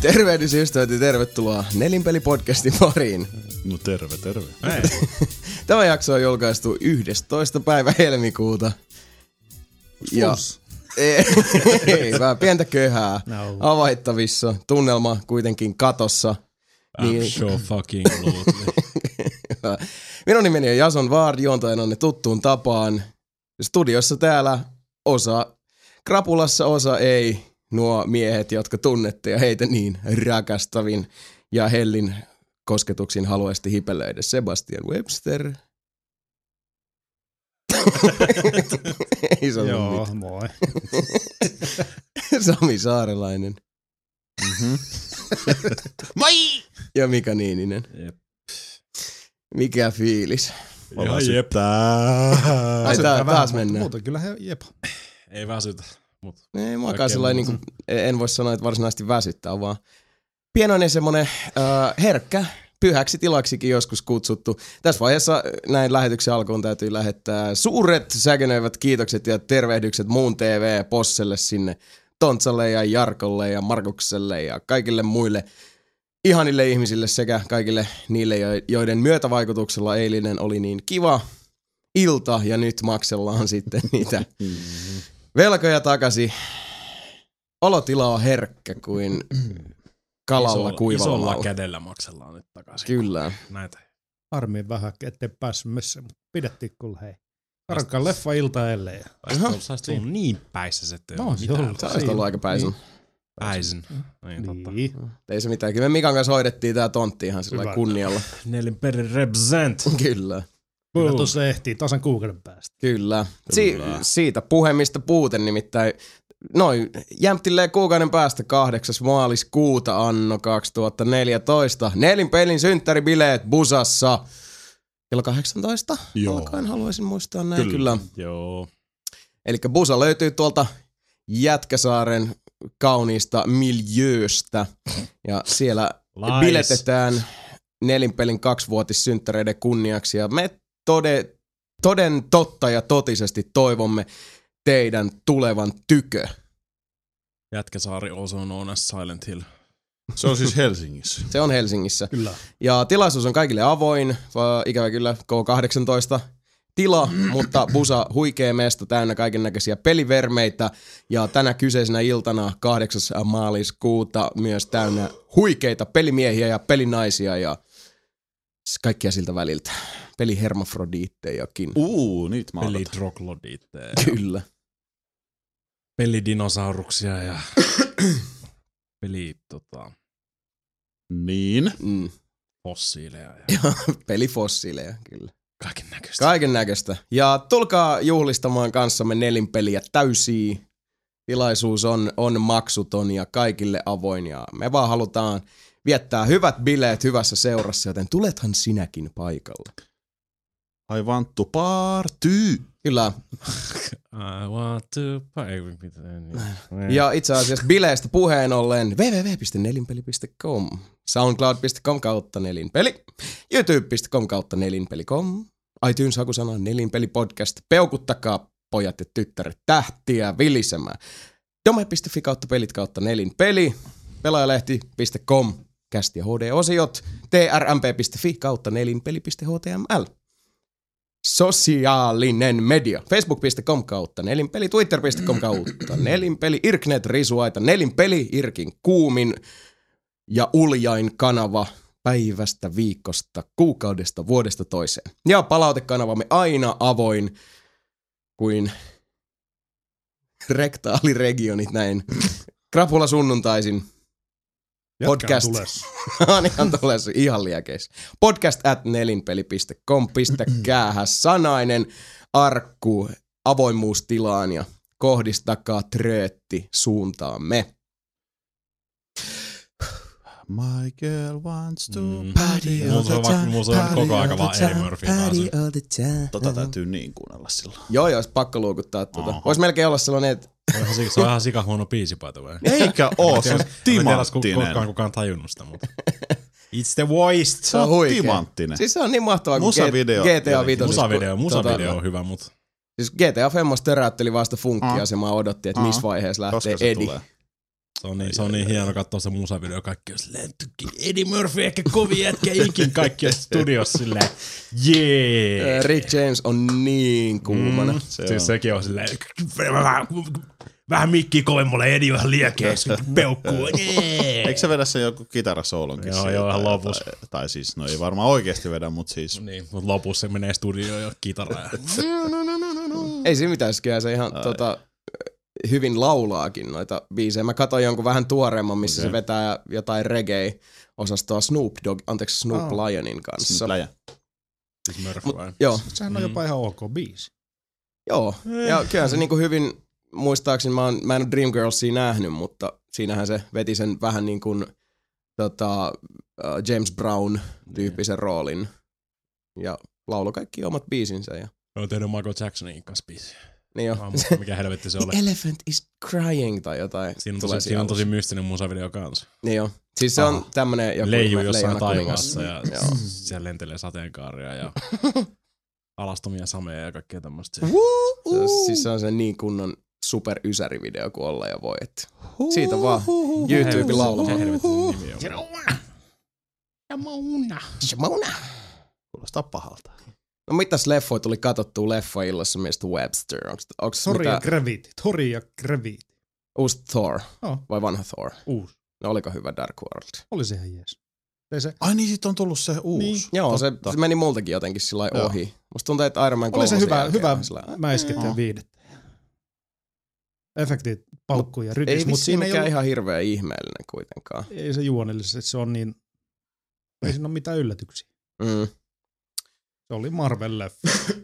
Tervehdysystävät ja tervetuloa Nelinpeli-podcastin pariin. No terve, terve. Tämä jakso on julkaistu 11. päivä helmikuuta. Ja ei, ei, vähän pientä köhää no. avaittavissa. Tunnelma kuitenkin katossa. I'm sure fucking lovely. Minun nimeni on Jason Vaard, juontajana ne tuttuun tapaan. Studiossa täällä osa krapulassa, osa ei. Nuo miehet, jotka tunnette ja heitä niin rakastavin ja hellin kosketuksiin haluaisesti hipelöidä Sebastian Webster. ei sanonut Joo, moi. mitään. Sami Saarelainen. Moi! Ja Mika Niininen. Jep. Mikä fiilis? Ihan Ai jep. Ai Väsyttää tää, vähän, taas mutta mennään. Muuten kyllä he, jep. Ei väsytä. Ei muakaan Kaikkea sillä muuta. niinku, en voi sanoa, että varsinaisesti väsyttää, vaan pienoinen semmonen äh, herkkä, pyhäksi tilaksikin joskus kutsuttu. Tässä vaiheessa äh, näin lähetyksen alkuun täytyy lähettää suuret säkenöivät kiitokset ja tervehdykset Muun TV-posselle sinne Tontsalle ja Jarkolle ja Markukselle ja kaikille muille ihanille ihmisille sekä kaikille niille, jo- joiden myötävaikutuksella eilinen oli niin kiva ilta ja nyt maksellaan sitten niitä Mm-hmm. velkoja takaisin. Olotila on herkkä kuin kalalla kuivalla Isolla lauta. kädellä maksellaan nyt takaisin. Kyllä. Näitä. Harmiin vähän, ettei päässyt messään, mutta pidettiin kyllä hei. Karkkaan leffa ilta ellei. Aha. Saisi olla niin päissä, että ei No, ole se mitään. on- Sä olisit Siinä. ollut aika päisin. Päisin. Niin, totta. Niin. Ei se mitään. Kyllä me Mikan kanssa hoidettiin tää tontti ihan sillä Hyvä. kunnialla. Nelin per represent. Kyllä. Kyllä Boom. tuossa ehtii tasan kuukauden päästä. Kyllä. Si- siitä puhemista puute nimittäin. Noin jämptilleen kuukauden päästä 8. maaliskuuta anno 2014. Nelin pelin synttäribileet Busassa. Kello 18 Joo. alkaen haluaisin muistaa näin. Kyllä. Kyllä. Joo. Eli Busa löytyy tuolta Jätkäsaaren kauniista miljööstä. Ja siellä Lies. biletetään nelinpelin kaksivuotissynttäreiden kunniaksi. Ja me tode, toden totta ja totisesti toivomme teidän tulevan tykö. Jätkäsaari also known as Silent Hill. Se on siis Helsingissä. Se on Helsingissä. Kyllä. Ja tilaisuus on kaikille avoin, va- ikävä kyllä K18 tila, mutta Busa huikea mesta täynnä kaiken näköisiä pelivermeitä ja tänä kyseisenä iltana 8. maaliskuuta myös täynnä huikeita pelimiehiä ja pelinaisia ja s- kaikkia siltä väliltä. Pelihermafrodiittejakin. Uu, niitä mä Peli odotan. troglodiitteja. Kyllä. Pelidinosauruksia ja peli tota, Niin. Mm. fossiileja ja Pelifossiileja, kyllä. kaiken näköistä. Kaiken näköistä. Ja tulkaa juhlistamaan kanssamme nelinpeliä täysiä. Tilaisuus on, on maksuton ja kaikille avoin ja me vaan halutaan viettää hyvät bileet hyvässä seurassa, joten tulethan sinäkin paikalle. I want to party. Kyllä. I want to pay. niin. Ja itse asiassa bileistä puheen ollen www.nelinpeli.com, soundcloud.com kautta nelinpeli, youtube.com kautta nelinpeli.com, iTunes hakusana nelinpeli podcast, peukuttakaa pojat ja tyttäret tähtiä vilisemään. Dome.fi kautta pelit kautta nelinpeli, pelaajalehti.com, kästi ja HD-osiot, trmp.fi kautta nelinpeli.html. Sosiaalinen media. Facebook.com kautta nelinpeli, Twitter.com kautta nelinpeli, Irknet risuaita, nelinpeli, Irkin kuumin ja uljain kanava päivästä, viikosta, kuukaudesta, vuodesta toiseen. Ja palautekanavamme aina avoin kuin rektaaliregionit näin. Krapula sunnuntaisin. Podcast. Tules. On ihan tuollaisessa ihan liekeis. Podcast at nelinpeli.com, pistäkäähän sanainen arkku avoimuustilaan ja kohdistakaa tröötti suuntaamme. My girl wants to Mm. party all Mulla the on va- time. mulla on party koko aika all vaan the Eddie time, Murphyn party kanssa. all the time. Tota täytyy niin kuunnella silloin. Joo, joo, olisi pakko luukuttaa tuota. Oho. Voisi melkein olla sellainen, että Se on ihan sika- Se on ihan sika huono biisi by the way. Eikä oo, se on Mä timanttinen. kukaan kukaan tajunnut sitä, mutta... It's the voice. Se on timanttinen. Siis se on niin mahtavaa, kun Musavideo G- GTA 5. tietenkin. Tota, Musavideo, tuota, musavideo on hyvä, mutta... Siis GTA Femmos töräytteli vasta funkkia, Ah. se mä odotti, että missä Ah. vaiheessa lähtee Koska se Edi. tulee? Se on niin, se on niin hieno katsoa se musavideo. Kaikki on silleen, "Tykki, Eddie Murphy ehkä kovin jätkä ikin. Kaikki on studiossa silleen, jee. Ää, Rick James on niin kuumana. Mm. Se Siis on. sekin on silleen, vähän mikkiä kovemmalle, Eddie vähän liekeä, peukkuu, jee. Eikö se vedä sen joku kitarasoolonkin? Joo, siitä? joo, ihan lopussa. Tai, tai siis, no ei varmaan oikeasti vedä, mutta siis Niin, mutta lopussa se menee studioon ja kitara. ja- Ei siinä mitään, siis kyllähän se ihan tota, hyvin laulaakin noita biisejä. Mä katsoin jonkun vähän tuoreemman, missä okay. se Okei. vetää jotain reggae-osastoa Snoop Dogg, anteeksi Snoop Ah. Lionin kanssa. läjä. Siis Murphy vai? Joo, Sehän on Mm. jopa ihan ok biisi. joo. Ja kyllähän se niinku hyvin, muistaakseni, mä, oon, mä en ole Dreamgirlsia nähnyt, mutta siinähän se veti sen vähän niin kuin tota, äh, James Brown-tyyppisen Niin. roolin. Ja laulu kaikki omat biisinsä. Ja, Ne on tehnyt Michael Jacksonin kanssa biisiä. niin jo. Mä en muista, mikä helvetti se oli. The elephant is crying tai jotain. Siinä on tulee tosi, siinä on alussa. tosi mystinen musavideo kanssa. Niin joo. Siis se on Aha. tämmönen joku Leijuu ihme jossain leijona taivaassa ja kuningas. Joo. siellä lentelee sateenkaaria ja alastomia sameja ja kaikkea tämmöistä. Se on, siis se on se niin kunnon super ysärivideo kuin olla ja voi. Et. Siitä vaan Helvetti, YouTuben laulamaan. mikä helvetin sen nimi on? Shmauna. Kuulostaa pahalta. No mitäs leffoja tuli katsottua leffaillassa mistä Webster? Onks, onks Tori ja mitä Gravity. Tori ja Gravity. uusi Thor Joo. vai vanha Thor? Uusi. No oliko hyvä Dark World? Oli se ihan jees. Ei se, Ai niin, sit on tullut se uusi. Niin. Joo, se, Totta. se, meni multakin jotenkin sillä Joo. ohi. Musta tuntuu, että Iron Man oli se kolmosen hyvä, jälkeen hyvä vähän sillä- mäiskettä ja Mm. viidettä. Efektit, paukku ja Ei rydis, mutta vissiin siinä ei, mikään ollut, ihan hirveä ihmeellinen kuitenkaan. ei se juonellisesti, se on niin, ei siinä ole mitään yllätyksiä. Mm, Se oli Marvel-leffa.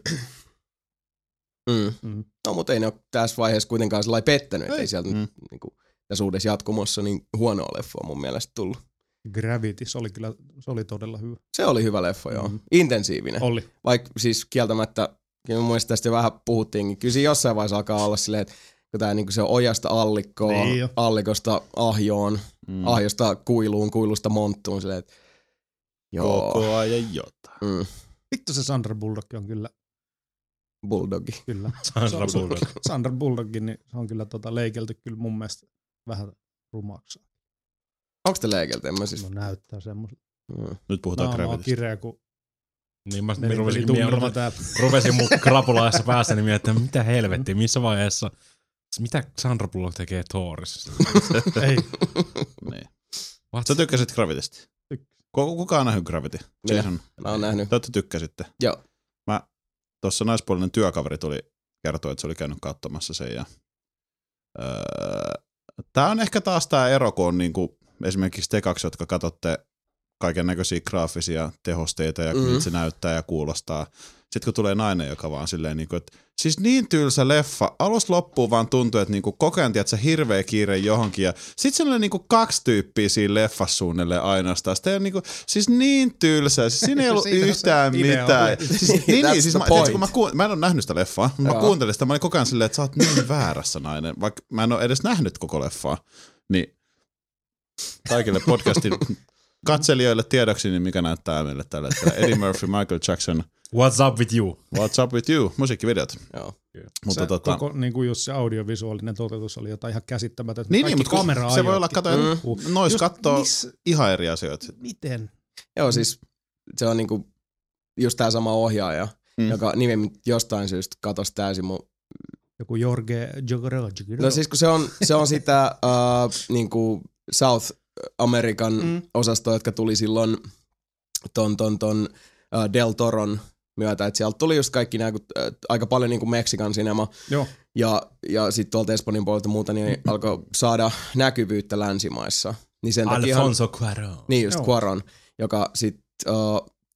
mm. Mm. No mutta ei ne ole tässä vaiheessa kuitenkaan sillä lailla pettänyt, että Ei. ei sieltä Mm. mm. niin kuin, tässä uudessa jatkumossa niin huonoa leffoa mun mielestä tullut. Gravity, se oli kyllä, se oli todella hyvä. Se oli hyvä leffa, joo. Mm. Mm. Intensiivinen. Oli. Vaikka siis kieltämättä, kyllä mun mielestä tästä jo vähän puhuttiinkin, kyllä siinä jossain vaiheessa alkaa olla silleen, että kun tää niinku se on ojasta allikkoon, Niin jo. allikosta ahjoon, Mm. mm. ahjosta kuiluun, kuilusta monttuun, silleen, että joo. Koko ajan jotain. Mm, Vittu se Sandra Bullock on kyllä, bulldogi. kyllä. Sandra Se on- Bullock. Sandra Bullockin, niin se on kyllä tota leikelty kyllä mun mielestä vähän rumaksi. Onks te leikeltä? En mä siis... No näyttää semmoista. Mm. Nyt puhutaan Naama on Gravitista. kireä, kun Niin mä meni rupesin, tunnelma mie- täällä. rupesin mun krapulaessa päässäni miettimään, mitä helvettiä, missä vaiheessa, mitä Sandra Bullock tekee Thorissa. Ei, Niin. What? Sä tykkäsit Gravitista? Tykkäsin. Kuka, kuka on nähnyt Gravity? Minä. Jason. Mä oon nähnyt. Te ootte tykkäsitte. Joo. Mä, tossa naispuolinen työkaveri tuli kertoa, että se oli käynyt katsomassa sen. Ja, öö, tää on ehkä taas tää ero, kun on niinku, esimerkiksi te kaksi, jotka katsotte kaiken näköisiä graafisia tehosteita ja mm. Mhm. miltä se näyttää ja kuulostaa. Sitten kun tulee nainen, joka vaan silleen, niinku, että siis niin tylsä leffa, alus loppuu vaan tuntuu, että niinku koko ajan tiedät, sä hirveä kiire johonkin ja sit siellä oli niinku kaksi tyyppiä siinä leffassa suunnilleen ainoastaan. Sitä ei ole niinku, siis niin tylsää, siis siinä ei ollut Siinä se yhtään idea mitään. oli. Siis, niin, That's niin, siis the mä, tiedätkö, point. kun mä, kuun, mä en ole nähnyt sitä leffaa, mutta mä Joo. kuuntelin sitä, mä olin koko ajan silleen, että sä oot niin väärässä nainen, vaikka mä en ole edes nähnyt koko leffaa. Niin kaikille podcastin katselijoille tiedoksi, niin mikä näyttää meille tällä hetkellä. Eddie Murphy, Michael Jackson, What's up with you? What's Up With You, musiikkivideot. Joo. Mutta se tota, koko, niin kuin just se audiovisuaalinen toteutus oli jotain ihan käsittämätöntä. niin, niin, Kaikki mutta kun kamera se voi ajoitti. olla, kato, Mm. Just nois kattoo miss- ihan eri asioita. Miten? Joo, siis se on niinku just tää sama ohjaaja, Mm. mm. joka nimi jostain syystä katosi täysin mun Joku Jorge Jogoro. No siis kun se on, se on sitä uh, niin kuin South Amerikan mm. Mm. osastoa, jotka tuli silloin ton, ton, ton uh, Del Toron myötä, että sieltä tuli just kaikki nämä, kun, äh, aika paljon niin kuin Meksikan sinema Joo. ja, ja sitten tuolta Espanjan puolelta muuta, niin alkoi saada näkyvyyttä länsimaissa. Niin sen takia ihan- Alfonso Cuarón. niin just Joo. Cuaron, joka sit uh,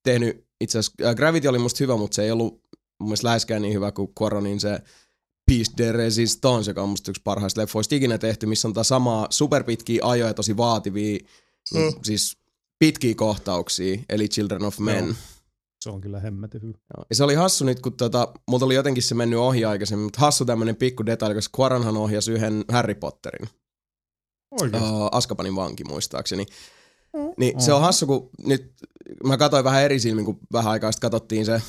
tehnyt itse asiassa, äh, Gravity oli musta hyvä, mutta se ei ollut mun mielestä läheskään niin hyvä kuin Cuaronin se Piece de Resistance, joka on musta yksi parhaista leffoista ikinä tehty, missä on tää samaa superpitkiä ajoja, tosi vaativia, mm. siis pitkiä kohtauksia, eli Children of Men. Joo. Se on kyllä hemmetin hyvä. Joo. Ja se oli hassu nyt, kun tota, multa oli jotenkin se mennyt ohi aikaisemmin, mutta hassu tämmönen pikku detaili, koska Quaranhan ohjasi yhden Harry Potterin. Oikein. Uh, Askapanin vanki muistaakseni. Niin se Mm. on hassu, kun nyt mä katsoin vähän eri silmin, kun vähän aikaa sitten katsottiin se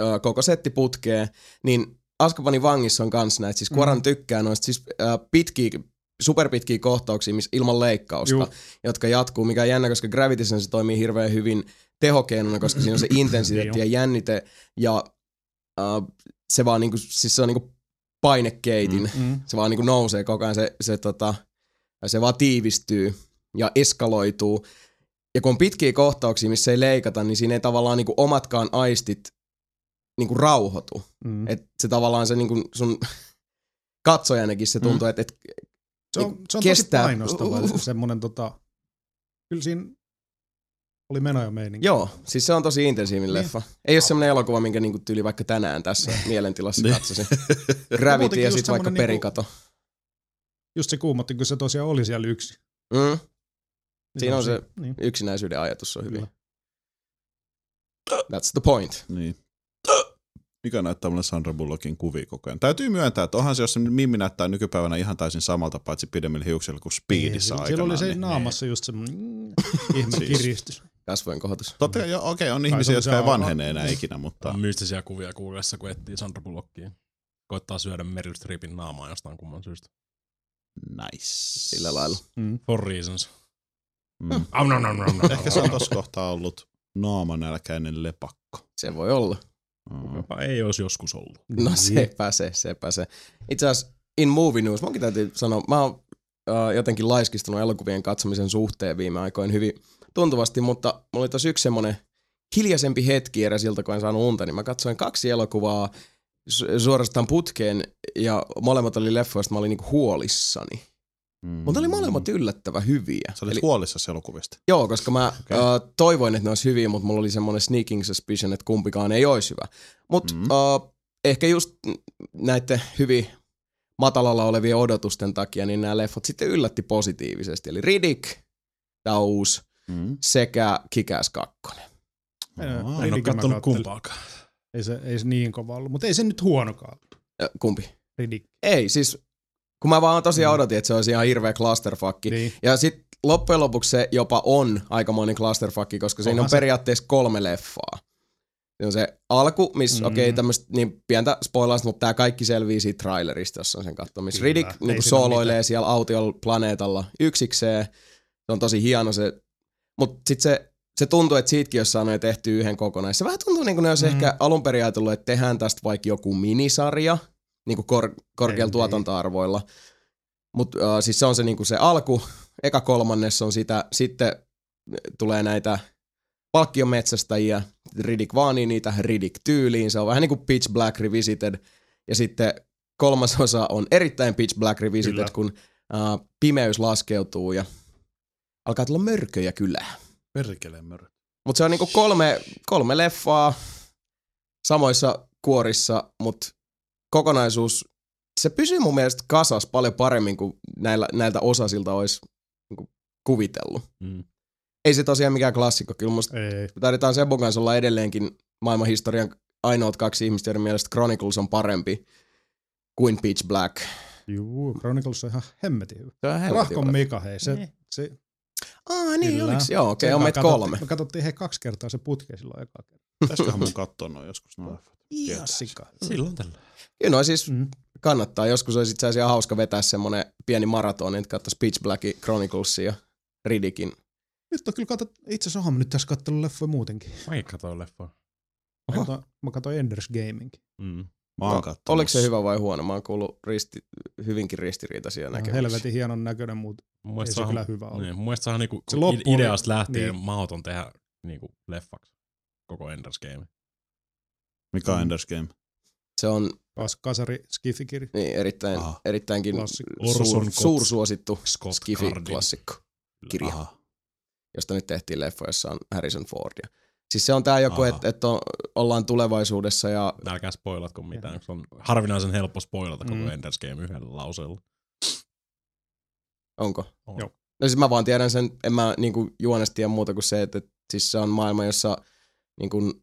ö, koko setti Mm. putkeen, niin Askapanin vangissa on kans näitä, siis Kuoran tykkää noista siis ö, pitkiä superpitkiä kohtauksia, missä ilman leikkausta, Juu. jotka jatkuu, mikä on jännä, koska Gravity Sen se toimii hirveän hyvin tehokeinona, koska siinä on se intensiteetti Niin ja jännite ja äh, se vaan niinku, siis se on niinku painekeitin. Mm. Se vaan niinku nousee koko ajan, se, se, tota, se vaan tiivistyy ja eskaloituu. Ja kun on pitkiä kohtauksia, missä ei leikata, niin siinä ei tavallaan niinku omatkaan aistit niinku rauhoitu. Mm. Et se tavallaan se niinku sun katsojanakin se tuntuu, mm. että et, Se on, se on Niinku kestää. tosi painostava. Uh, uh, uh. Semmoinen tota, kyllä siinä oli meno ja meininki. joo, siis se on tosi intensiivinen Niin. leffa. Ei ole semmoinen elokuva, minkä niinku tyyli vaikka tänään tässä mielentilassa Niin. katsosin. Gravity Muutenkin ja just sitten vaikka semmonen niinku- perikato. Just se kuumotti, kun se tosiaan oli siellä yksi. Mm. Niin Siinä on se- Niin. Yksinäisyyden ajatus on hyvin. Kyllä. That's the point. Niin. Mikä näyttää mulle Sandra Bullockin kuvia koko ajan. Täytyy myöntää, että onhan se, jos se Mimmi näyttää nykypäivänä ihan täysin samalta, paitsi pidemmillä hiuksilla kuin Speedissä Niin, aikanaan. Siellä oli se niin. naamassa just semmoinen mm, ihme Siis. kiristys. Kasvojen kohotus. Totta kai, joo, okei, on se ihmisiä, oli jotka se Mm. ei aava. vanhene enää ikinä, mutta On mystisiä kuvia Googlessa, kun etsii Sandra Bullockia. Koittaa syödä Meryl Streepin naamaa jostain kumman syystä. nice. Sillä lailla. Mm. For reasons. no, Mm. Am, nom, nom, nom, nom, Ehkä se on tossa kohtaa ollut naamanälkäinen lepakko. Se voi olla. Mm. Joka ei olisi joskus ollut. Mm, No Niin. sepä se, sepä se. Itse asiassa in movie news, munkin täytyy sanoa, mä oon äh, jotenkin laiskistunut elokuvien katsomisen suhteen viime aikoina hyvin tuntuvasti, mutta mulla oli tossa yksi semmonen hiljaisempi hetki eräs ilta, kun en saanut unta, niin mä katsoin kaksi elokuvaa su- suorastaan putkeen ja molemmat oli leffoista, mä olin niinku huolissani. Mm. Mutta ne oli molemmat yllättävän hyviä. Sä olit huolissa elokuvista. Joo, koska mä okay. Okei. äh, toivoin, että ne olisi hyviä, mutta mulla oli semmoinen sneaking suspicion, että kumpikaan ei olisi hyvä. Mutta mm. Mm. äh, ehkä just näiden hyvin matalalla olevien odotusten takia, niin nämä leffot sitten yllätti positiivisesti. Eli Riddick, tämä uusi, Mm. sekä Kikäs 2. Joo. En ole Ridikin mä kattonut kattelin. kumpaakaan. Ei se, ei se niin kova ollut, mutta ei se nyt huonokaan ollut. Äh, kumpi? Ridik. Ei, siis kun mä vaan tosiaan Mm. odotin, että se olisi ihan hirveä clusterfuck. Niin. Ja sitten loppujen lopuksi se jopa on aikamoinen clusterfuck, koska siinä Onhan on se. periaatteessa kolme leffaa. Se on se alku, missä, mm. Mm. okei, okay, tämmöistä niin pientä spoilausta, mutta tämä kaikki selvii siitä trailerista, jos on sen katsomassa. Kyllä, Riddick ei niin kuin siinä ole sooloilee siellä autiolla planeetalla yksikseen. Se on tosi hieno se, mutta sitten se, se tuntuu, että siitäkin jos sanoin tehty yhden kokonais. Se vähän tuntuu niin kuin ne olisi mm. Mm. ehkä alun perin ajatellut, että tehdään tästä vaikka joku minisarja, niin kuin kor- korkealla Ei, tuotantoarvoilla. Mutta äh, siis se on se, niinku se alku, eka kolmannes on sitä, sitten tulee näitä palkkiometsästäjiä, Riddick vaanii niitä Riddick-tyyliin, se on vähän niin kuin Pitch Black Revisited, ja sitten kolmas osa on erittäin Pitch Black Revisited, Kyllä. Kyllä. kun äh, pimeys laskeutuu ja alkaa tulla mörköjä kyllä. Perkeleen mörö. Mutta se on niinku kolme, kolme leffaa samoissa kuorissa, mutta kokonaisuus, se pysyy mun mielestä kasas paljon paremmin kuin näillä, näiltä osasilta olisi niinku kuvitellut. Mm. Ei se tosiaan mikään klassikko, kyllä musta Ei. taidetaan Sebon kanssa olla edelleenkin maailmanhistorian ainoat kaksi ihmistä, joiden mielestä Chronicles on parempi kuin Pitch Black. Juu, Chronicles on ihan hemmetin hyvä. Se on helvetin hyvä. Rahkon Mika, hei. Se, Niin. se, Aa, niin, Kyllä. oliks? Joo, okei, okay, on me meitä katsottiin- kolme. Me katsottiin he kaksi kertaa se putke silloin eka kertaa. Pitäisiköhän mun katsoa noin joskus noin. Ihan Tietäisi. sika. Silloin tällä. Kyllä, no siis Mm. kannattaa. Joskus olisi itse asiassa hauska vetää semmonen pieni maratoni, että katsoisi Pitch Blackin, Chroniclesin ja Ridikin. Nyt on kyllä katsot, itse asiassa oonhan mä nyt tässä kattellut leffoja muutenkin. Mäkin katsoin leffaa. Mä Oho. katsoin, mä katsoin Enders Gamingkin. Mm. Mä oon No, kattonut. Oliko se hyvä vai huono? Mä oon kuullut risti, hyvinkin ristiriitaisia Ihan näkemyksiä. No, Helvetin hienon näköinen, mutta Mun ei mielestä se se on- kyllä hyvä ollut. Niin, mun mielestä se on niinku, Se kun loppu ide- oli- ideasta lähtien niin. niin. mahdoton tehdä niinku leffaksi koko Enders Game. Mikä on Enders Game? Se on Kas, kasari Skifikiri. niin, erittäin, Aha. erittäinkin Klassikko. Orson suur, Scott- suursuosittu Scott Cardin. skifi-klassikko. Kirja. Aha. josta nyt tehtiin leffa, jossa on Harrison Fordia. Siis se on tää joku, Aha. että et on- ollaan tulevaisuudessa ja Älkää spoilatko mitään, koska on harvinaisen helppo spoilata koko Mm. Enders Game yhdellä lauseella. onko? On. Joo. No siis mä vaan tiedän sen, en mä niinku juonesta tiedä muuta kuin se, että et, siis se on maailma, jossa niinku,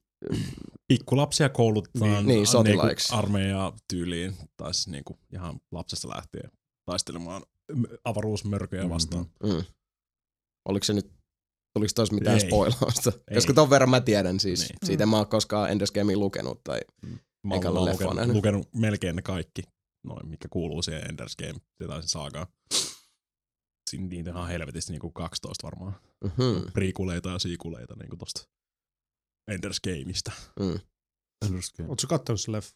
Pikkulapsia koulutetaan Niin, niin, sotilaiksi. niinku armeijaa tyyliin, tai siis niinku ihan lapsesta lähtien taistelemaan m- avaruusmörköjä vastaan. Mm-hmm. mm. oliko se nyt, tuliko tos mitään Ei. spoilausta? Ei. Koska ton verran mä tiedän siis. Niin. Niin. Siitä en mä oon koskaan Enders Gamea lukenut tai Mä Eikä oon, ole mä oon leffaa lukenut, nähnyt. lukenut melkein ne kaikki, noin, mikä kuuluu siihen Enders Game, jotain sen saagaan. siinä niitä on helvetissä niinku 12 varmaan. Mm-hmm. Priikuleita ja siikuleita niinku tosta Enders Gameista. Ootko kattonut se leffa?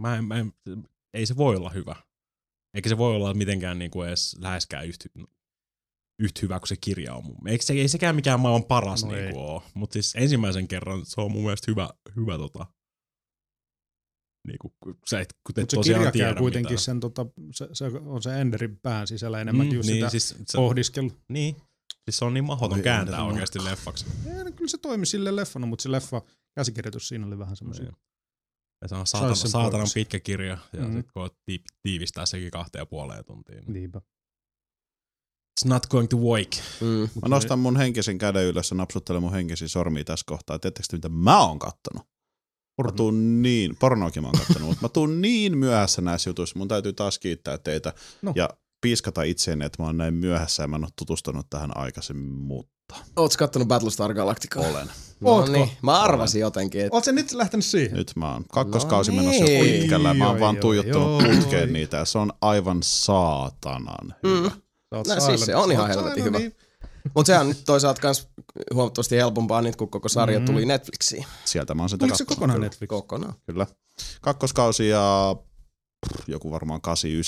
Mä en, mä en, ei se voi olla hyvä. Eikä se voi olla mitenkään niinku edes läheskään yhtä, yhtä hyvä kuin se kirja on. mun- Eikö se, ei sekään mikään maailman paras No no ei. niinku oo. Mutta siis ensimmäisen kerran se on mun mielestä hyvä, hyvä tota, niinku, kun sä et kuten Mutta se kirja tosiaan käy tiedä kuitenkin mitään. sen, tota, se, se, on se Enderin pään sisällä enemmänkin mm, just niin, sitä niin, siis, siis, se, pohdiskelu. niin. Siis se on niin mahdoton Oi, kääntää Anders oikeasti leffaksi. Ei, no, kyllä se toimi sille leffana, mutta se leffa käsikirjoitus siinä oli vähän semmoisia. Ja se on saatana, sen saatanan pois. pitkä kirja, ja Mhm. mm-hmm. sitten koet tiip, tiivistää sekin kahteen ja puoleen tuntiin. niin- Niinpä. It's not going to work. Mm. Mut Mä nostan mun henkisen käden ylös ja napsuttelen mun henkisiä sormia tässä kohtaa. Tiedättekö te, mitä mä oon kattonut? Porno. Mä tuun niin, pornoakin mä oon kattonut, mutta mä tuun niin myöhässä näissä jutuissa. Mun täytyy taas kiittää teitä No. no. ja piiskata itseeni, että mä oon näin myöhässä ja mä en oo tutustunut tähän aikaisemmin, mutta Oots kattonut Battlestar Galacticaa? olen. Ootko? niin. Mä arvasin jotenkin, että Oot sä nyt lähtenyt siihen? Nyt mä oon kakkoskausi No no menossa niin. pitkällä. Mä Oi, oon vaan oi, tuijottanut oi. putkeen niitä ja se on aivan saatanan hyvä. Mm. Mm. Sä oot No siis silent. se on ihan Sä oot helvetin hyvä. silent, niin. Mutta sehän on nyt toisaalta kans huomattavasti helpompaa nyt, kun koko sarja Mm. mm. tuli Netflixiin. Sieltä mä oon sitä Tuliko se katsonut, kokonaan kyllä. Netflix? Kokonaan. Kyllä. Kakkoskausi ja pff, joku varmaan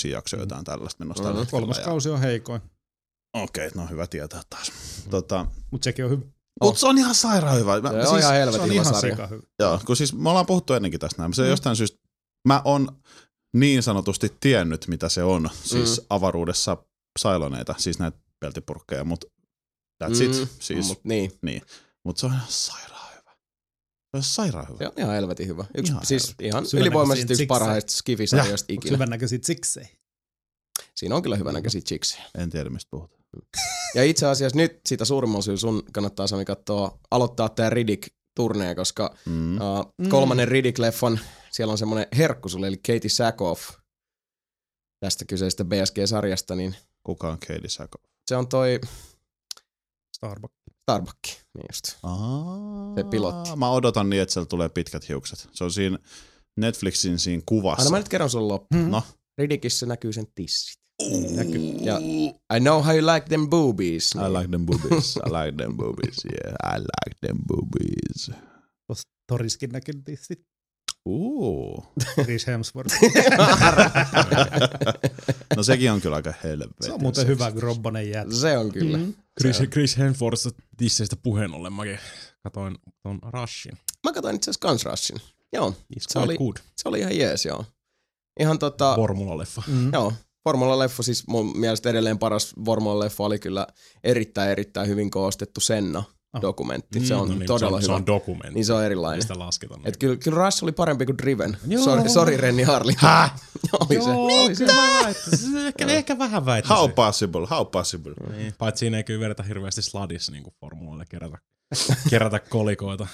8-9 jakso jotain tällaista menossa tällä Mhm. hetkellä. Kolmas Ja- kausi on heikoin, Okei, no hyvä tietää taas. Tota, mutta sekin on hyvä. mutta se on ihan sairaan hyvä. Mä, Mm-hmm. Oh. Se on siis, ihan Se helvetin on hyvä ihan sarja. sika hyvä. Joo, kun siis me ollaan puhuttu ennenkin tästä näin. Se Mm. mm. jostain syystä, mä on niin sanotusti tiennyt, mitä se on. Siis Mm. mm. avaruudessa sailoneita, siis näitä peltipurkkeja, mutta that's mm. it. Siis, Mut niin, Mutta se on ihan sairaan hyvä. Se on sairaan hyvä. se on ihan helvetin hyvä. Yksi, Ihan ihan siis ihan Syvänäköisiin ylivoimaisesti yksi siksejä. parhaista skifisarjoista ikinä. Hyvännäköisiä siksei. Siinä on kyllä hyvänäköisiä chicksejä. En tiedä, mistä puhutaan. Ja itse asiassa nyt sitä suurimman syy sun kannattaa Sami katsoa, aloittaa tää Riddick turnee, koska Mm. uh, Mm. kolmannen Riddick-leffon, siellä on semmoinen herkku sulle, eli Katie Sackhoff tästä kyseisestä BSG-sarjasta, niin Kuka on Katie Sako? se on toi Starbucks. Starbucks, niin just. Aa, Se pilotti. Mä odotan niin, että sieltä tulee pitkät hiukset. Se on siinä Netflixin siinä kuvassa. Aina mä nyt kerron sun loppu. No. Riddikissä näkyy sen tissit. Näkyy. Ja I know how you like them boobies. I like them boobies. I like them boobies. Yeah, I like them boobies. Tuossa toriskin näkyy tissit. Ooh. Chris Hemsworth. No sekin on kyllä aika helvetin. Se on muuten seksi. hyvä grobbonen jätä. Se on kyllä. Mm-hmm. Mm. Chris, Chris Hemsworthista tisseistä puheen ollen mäkin katoin ton Rushin. Mä katsoin itse asiassa Guns Rushin. Joo, It's Se quite oli- good. se oli ihan jees, joo. Ihan tota, Formula-leffa. Mm. joo, Formula-leffa, siis mun mielestä edelleen paras Formula-leffa oli kyllä erittäin, erittäin hyvin koostettu Ah. Senna-dokumentti. Niin, se on No todella se on, hyvä. Se on dokumentti. Niin se on erilainen. Mistä lasketaan. Et kyllä, kyllä Rush oli parempi kuin Driven. Joo. Sori, sori Renni Harlin. Häh? oli se. Oli se. ehkä, ehkä vähän väittäisin. How possible, how possible. Niin. Paitsi siinä ei kyllä vedetä hirveästi sladissa niin kuin formuloille kerätä, kerätä kolikoita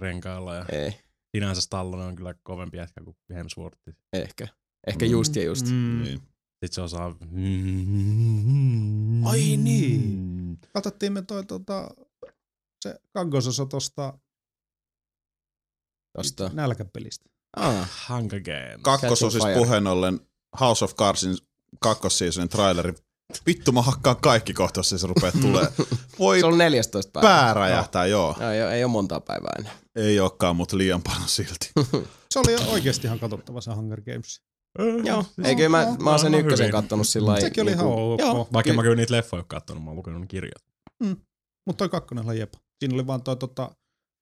renkailla. Ja Ei, sinänsä Stallone on kyllä kovempi jätkä kuin Hemsworth. ehkä. Ehkä just ja just. Mm. Niin. Sitten se osaa... Ai niin. Katsottiin me toi tota, se kakkososa tosta Tosta. nälkäpelistä. Ah, Hunger Games. Kakkososissa Catching fire. puheen ollen House of Cardsin kakkossiisonin traileri. Vittu mä hakkaan kaikki kohta, jos se rupeaa tulee. Voi se on 14 päivää. pää räjähtää, joo. Joo, joo, ei ole montaa päivää enää. Ei olekaan, mutta liian paljon silti. Se oli oikeasti ihan katsottava se Hunger Games. Äh, Joo, eikö mä, mä oon sen Aivan ykkösen hyvin. kattonut sillä lailla. Niinku- Sekin oli ihan ok. Joo. Oh, Vaikka mä kyllä niitä leffoja ole kattonut, mä oon lukenut ne kirjat. Mutta toi kakkonen oli jepa. Siinä oli vaan toi tota,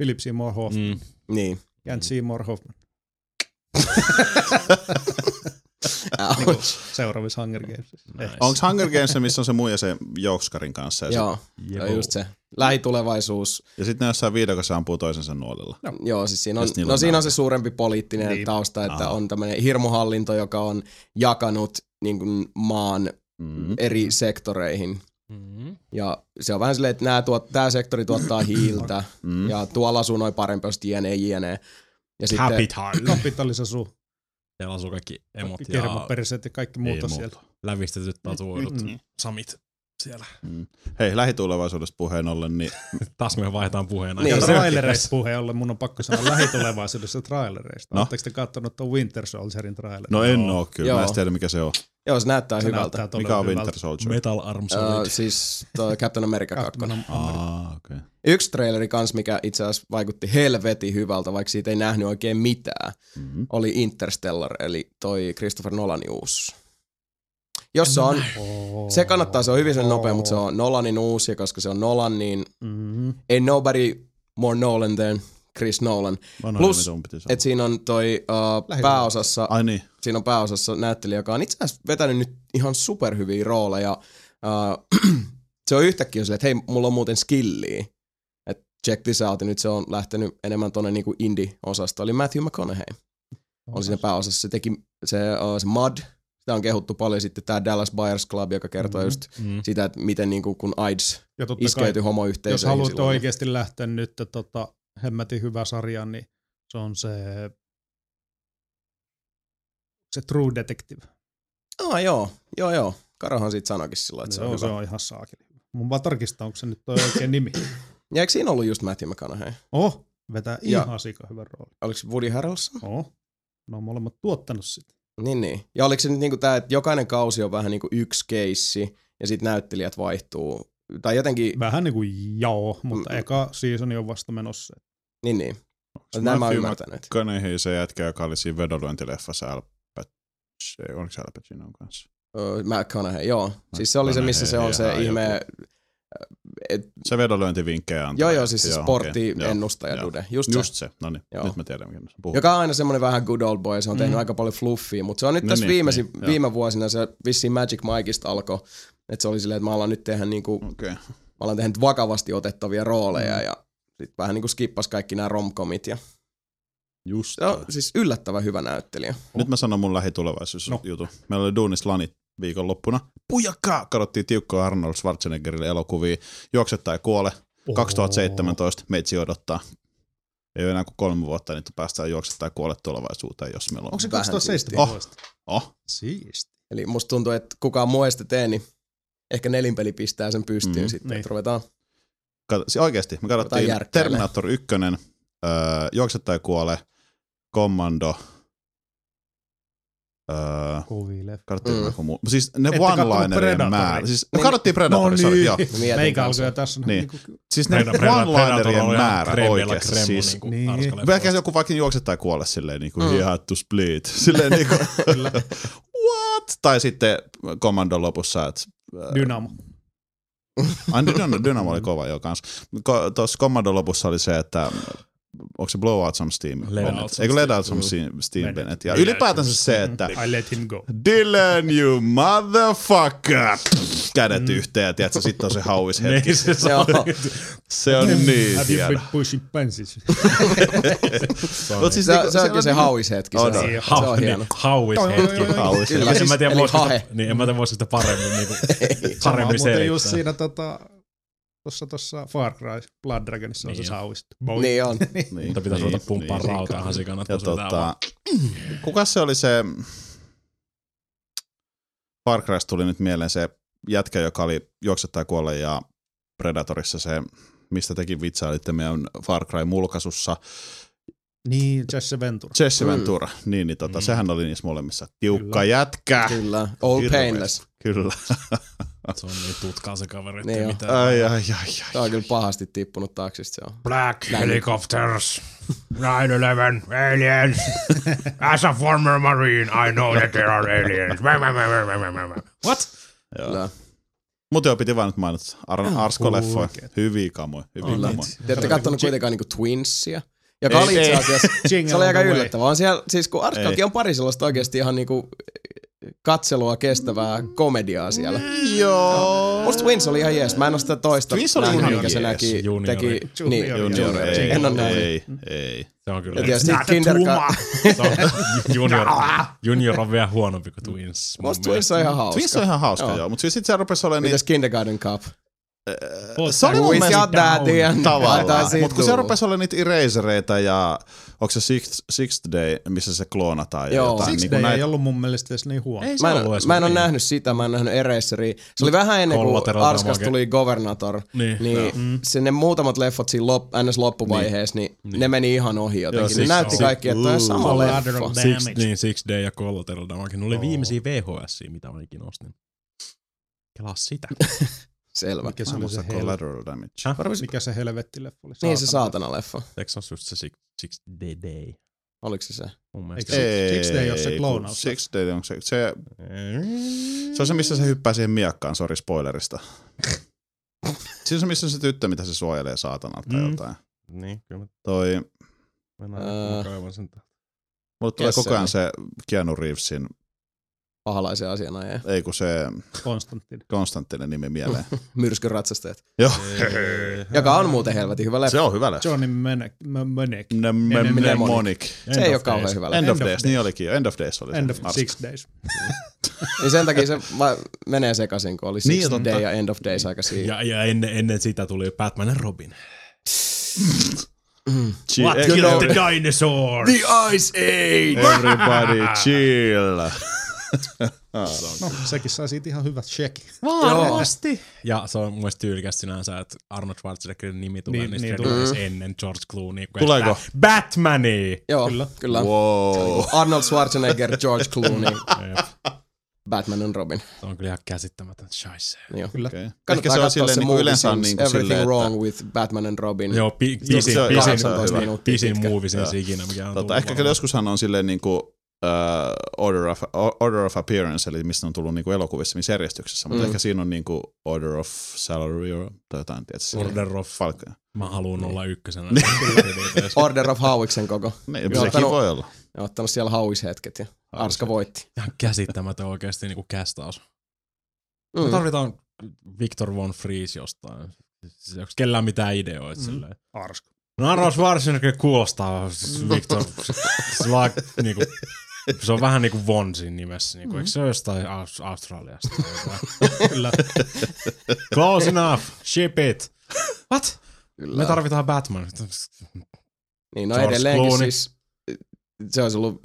Philip Seymour Hoffman. Mm. Niin. Mm. Kent Seymour Hoffman. Niin Ouch. niinku Seuraavissa Hunger Gamesissa. Nice. Onks Hunger Games se, missä on se muija se Joukskarin kanssa? Ja, sit, Joo, se on just se. Lähitulevaisuus. ja sitten ne jossain viidokossa ampuu toisensa nuolella. Joo, siis siinä on, Jos niillä no niin on siinä on se nälkä. suurempi poliittinen Niin. niin. tausta, että Aha. on tämmöinen hirmuhallinto, joka on jakanut niin kuin, maan Mm. mm. eri sektoreihin. Mm. Ja se on vähän silleen, että nämä tuot, tämä sektori tuottaa hiiltä Mm. ja tuolla asuu noin parempi, jos jne, jne. Ja sitten, Happy time. Kapitalisasu, Siellä asuu kaikki emot ja kermoperiset ja kaikki muut on Ei siellä. lävistetyt tatuoidut Mm. samit siellä. Mm. Hei, lähitulevaisuudesta puheen ollen, niin Taas me vaihdetaan puheena. Niin, Ja se on trailereista puheen ollen mun on pakko sanoa lähitulevaisuudessa trailereista. No. No. Oletteko te kattonut tuon Winter Soldierin trailerin? no en oo kyllä, Joo. mä en tiedä mikä se on. Joo, se näyttää Se hyvältä. näyttää todella Mikä on hyvältä. Winter Soldier? Metal Arm Öö, Solid. siis toi Captain America 2. Captain America. Ah, okei. Okay. Yksi traileri kans, mikä itse asiassa vaikutti helvetin hyvältä, vaikka siitä ei nähnyt oikein mitään, Mm-hmm. oli Interstellar, eli toi Christopher Nolanin uusi. Jossa on, Oh. se kannattaa, se on hyvin sen nopea, mutta se on Nolanin uusi, ja koska se on Nolan, niin Mm. ain't nobody more Nolan than Chris Nolan. Plus, Plus, piti sanoa. Et siinä on toi uh, Lähinnä. pääosassa, Ai niin, siinä on pääosassa näyttelijä, joka on itse asiassa vetänyt nyt ihan superhyviä rooleja. Uh, se on yhtäkkiä silleen, että hei, mulla on muuten skilliä. Et check this out, ja nyt se on lähtenyt enemmän tonne niinku indie-osastoon, eli Matthew McConaughey on siinä pääosassa. Se teki se, uh, se Mud, sitä on kehuttu paljon sitten tämä Dallas Buyers Club, joka kertoo Mhm. mm-hmm. just Mm. sitä, että miten niinku, kun AIDS Ja totta kai, iskeytyi homoyhteisöihin. jos haluatte silloin. niin- oikeasti lähteä nyt tota, hemmätin hyvä sarja, niin se on se, se True Detective. Ah, joo, joo, joo. Karohan siitä sanoikin sillä, että Se, se on, on, se hyvä. on ihan saakeli. Mun vaan tarkistaa, onko se nyt toi oikein nimi. Ja eikö siinä ollut just Matthew McConaughey? Oh, vetää Ja- ihan sika hyvän roolin. Oliko se Woody Harrelson? Oh. No, molemmat tuottanut sitä. Niin, niin. Ja oliko se nyt niinku tää, että jokainen kausi on vähän niinku yksi keissi ja sit näyttelijät vaihtuu. Tai jotenkin, Vähän niin kuin joo, mutta Mm. eka seasoni on vasta menossa. niin niin. Nämä mä oon Matthew ymmärtänyt. Kaneihin se jätkä, joka oli siinä vedonlyöntileffassa Al Pacino, oliko se Al Pacinon kanssa? Ö, McConaughey, joo. Siis se oli se, missä se on se McConaughey, ihme, joku. Se vedonlyöntivinkkejä antaa. joo joo, siis se okei, joo. sporttiennustaja dude. Just, Just Just se, no niin, Joo. nyt mä tiedän, mikä se puhuu. Joka on aina semmonen vähän good old boy, se on tehnyt Mm. aika paljon fluffia, mutta se on nyt No tässä niin, viimeisin, niin, joo. viime vuosina se vissiin Magic Mikeista alkoi, että se oli silleen, että mä alan nyt tehdä niinku Okei. mä olen tehnyt vakavasti otettavia Mm. rooleja ja sit vähän niinku skippas kaikki nämä romkomit. Ja Just. se on siis yllättävän hyvä näyttelijä. Nyt mä sanon mun lähitulevaisuusjutu. No. Meillä oli duunis lanit viikonloppuna. Pujakaa! Katsottiin tiukkoa Arnold Schwarzeneggerille elokuvia. Juokse tai kuole. 2017 meitsi odottaa. Ei ole enää kuin kolme vuotta, niin päästään juokse tai kuole tulevaisuuteen, jos meillä on. Onko se Vähän Ah. 2017? siistiä. Oh, Siisti. Eli musta tuntuu, että kukaan muu ei sitä tee, niin ehkä nelinpeli pistää sen pystyyn Mhm. mm, sitten, Niin. niin. että ruvetaan. Kato, siis oikeasti, me Jotain katsottiin järkeä. Terminator 1, öö, Juokse tai kuole, Commando, öö, Kovii leffa. katsottiin Mm. joku muu. Siis ne Ette kattonut one-linerien Predatoria? määrä. Siis, me Niin. katsottiin Predatoria, No sorry, niin. joo. Mietin Meikä kanssa. alkoi jo tässä. Niin. Niin. Siis ne one-linerien määrä oikeasti. niinku Siis, Niin. Ehkä joku vaikka juokse tai kuole silleen niinku mm. Mm. he had to split. Silleen niinku, Kyllä. what? Tai sitten Commando lopussa, että äh, Dynamo. Ai, Dynamo, Dynamo oli kova jo kans. Ko, Tuossa Commando lopussa oli se, että onko se Blow Out Some Steam? Let Bennett? out some Eikö Let steam. Out Some Mm. Steam, steam Let- Bennett? Ja let out ylipäätänsä some se, että I let him go. Dylan, you motherfucker! Kädet Mm. yhteen, tiedätkö, sit on se hauis hetki. Niin, se Joo. Se on niin Have you siellä. been pushing pants? Mut siis Se, niinku- se on kyllä se niinku- hauishetki. Se, On, on, on. se, on Hauis, hieno. hauis Joo, joo, hetki. joo, joo. Hauis. Kyllä. Siis en mä tiedä, Eli voisiko hahe. sitä, niin, en mä tiedä, voisiko sitä paremmin, niin kuin, paremmin muuten just selittää. siinä tota, tossa, tossa Far Cry Blood Dragonissa on Niin se on. sauist. Niin on. Niin, Mutta pitäisi ruveta pumppaa niin. rautaan sikanat. Ja kun se vetää vaan. tota, kuka se oli se, Far Crysta tuli nyt mieleen se jätkä, joka oli Juokse tai kuole ja Predatorissa se, mistä tekin vitsailitte meidän Far Cry mulkaisussa, Niin, Jesse Ventura. Jesse Mm. Ventura, niin, niin tota, Mm. sehän oli niissä molemmissa tiukka Kyllä. jätkä. Kyllä. Old Hirveesti. Painless. Kyllä. Se on niin tutkaa se kaveri, Niin ettei on. mitään. Ai, ai, ai, Tää ai. on kyllä pahasti tippunut taksista. Se on. Black Näin. helicopters. 9-11, aliens. As a former marine, I know that there are aliens. What? Joo. Kyllä. Mutta joo, piti vaan nyt mainita Ah, Ar- Arsko-leffoja. Oikeet. Hyviä kamoja, hyviä Kyllä. kamoja. Te ette kattonut kuitenkaan niinku Twinsia, joka Ei, oli itse ei. asiassa Jingle Se oli aika all the way. yllättävää. On siellä, siis kun Ei. Arskallakin on pari sellaista oikeasti ihan niinku katselua kestävää komediaa siellä. Joo. Musta Twins oli ihan jees. Mä en oo sitä toista Twins oli nähnyt, ihan mikä se jees. näki, Juniori. teki. Niin, Juniori. Junior, juniori. ei, En oo ei, nähnyt. siis ei, ei. Se on kyllä. niin. Ja tietysti Not a Kindergarten. Se on, junior, junior on vielä huonompi kuin Twins. mun Musta mielestä. Twins on ihan Twins hauska. on ihan hauska, Joo. joo. joo. Mutta siis sit se rupesi olemaan niin Mitäs Kindergarten Cup? Se oli mun We mielestä got that, Ian. Antaa tavallaan. siitä Mutta kun se tulla. rupesi olla niitä erasereita ja onko se Sixth, Sixth Day, missä se kloonataan ja Joo. jotain. Siksi niinku niin ei näitä- ollut mun mielestä edes niin huono. Ei se Mä en, ollut edes mä en ole niin. nähnyt sitä, mä en nähnyt Eraseria. Se oli vähän ennen kuin Collateral Arskas Damage. tuli Governator, Niin, niin, Mm. niin se ne muutamat leffot siinä lop, ns. loppuvaiheessa, niin, niin, ne meni ihan ohi Joo, jotenkin. siksi ne näytti on. kaikki, että toi on sama Collateral leffa. Damage. Six, niin, Six Day ja Collateral Damage. Ne oli viimeisiä VHS, mitä mä ikinä ostin. Kelaa sitä. Selvä. Mikä se Mä oli muistan se, hel... collateral damage. Häh? Mikä se helvetti leffa oli? Niin se saatana leffa. Eikö se ole just se Six, six Day Day? Oliko se se? Mun mielestä. Eikö se- Six Day on se kun kloonaus. Six Day on se. se. Mm. Se on se, missä se hyppää siihen miakkaan, sori spoilerista. Siinä on se, missä on se tyttö, mitä se suojelee saatanalta tai Mm. jotain. Niin, kyllä mä- Toi, mä näen, Äh. mä kaivan sen. mulle tulee Yes, koko ajan se se Keanu Reevesin, Pahalaisen asianajaja. ei kun se Konstantin. Konstanttinen nimi mieleen. Myrskyn ratsastajat. Joo. Joka on muuten helvetin hyvä leffa. Se on hyvä leffa. Johnny Menek. Menek. Ne- me- Mnemonic. Mnemonic. Se ei ole of kauhean days. hyvä leffa. End of End of Days, niin olikin jo. End of Days oli se. End of Arska. Six Days. Niin sen takia se va- menee sekaisin, kun oli Six Niin, totta. Day ja End of Days aika siinä. Ja, ja ennen, ennen sitä tuli Batman ja Robin. Chi- What Everybody killed the dinosaur? The Ice Age! Everybody chill. No, sekin sai siitä ihan hyvät check. Varmasti. Ja se on mun mielestä tyylikäs sinänsä, että Arnold Schwarzeneggerin nimi tulee Niin, niin, niistä niin niin, edes ennen George Clooney. kun Tuleeko? edes Bat- Batmania! Joo, Kyllä. kyllä. kyllä. Wow. Arnold Schwarzenegger, George Clooney, Jep. Batman on Robin. se on kyllä ihan käsittämätön scheisse. Joo. Kyllä. Okay. Ehkä Kannattaa se on katsoa silleen se niinku movie yleensä on Sims, niinku Everything silleen, Wrong että with Batman and Robin. Joo, pi- pisin, se on pisin, 18 pisin, minuuttia pisin pitkä. movie Joo. since ikinä, mikä on Tota, ehkä kyllä varmaan. joskushan on silleen niinku uh, order, of, o- order of Appearance, eli mistä ne on tullut niinku elokuvissa, missä järjestyksessä, mutta Mm. ehkä siinä on niinku Order of Salary or, tai jotain, tietysti. Order of... Falcon. Mä haluun olla ykkösenä. Order of Howiksen koko. Niin, Joo, sekin tano- voi olla. Ne on ottanut siellä Howis-hetket ja Arska voitti. Ihan käsittämätön oikeesti niinku kästaus. Me Mm. tarvitaan Victor von Fries jostain. Siis Onko kellään mitään ideoita mm. silleen? Arsko. No Arnold Schwarzenegger kuulostaa s- Victor. s- vaan niinku, se on vähän niinku Vonsin nimessä. Niinku, Eikö se ole jostain Aus- Australiasta? Kyllä. Close enough. Ship it. What? Kyllä. Me tarvitaan Batman. Niin, no George edelleenkin Clooney. siis, se olisi ollut,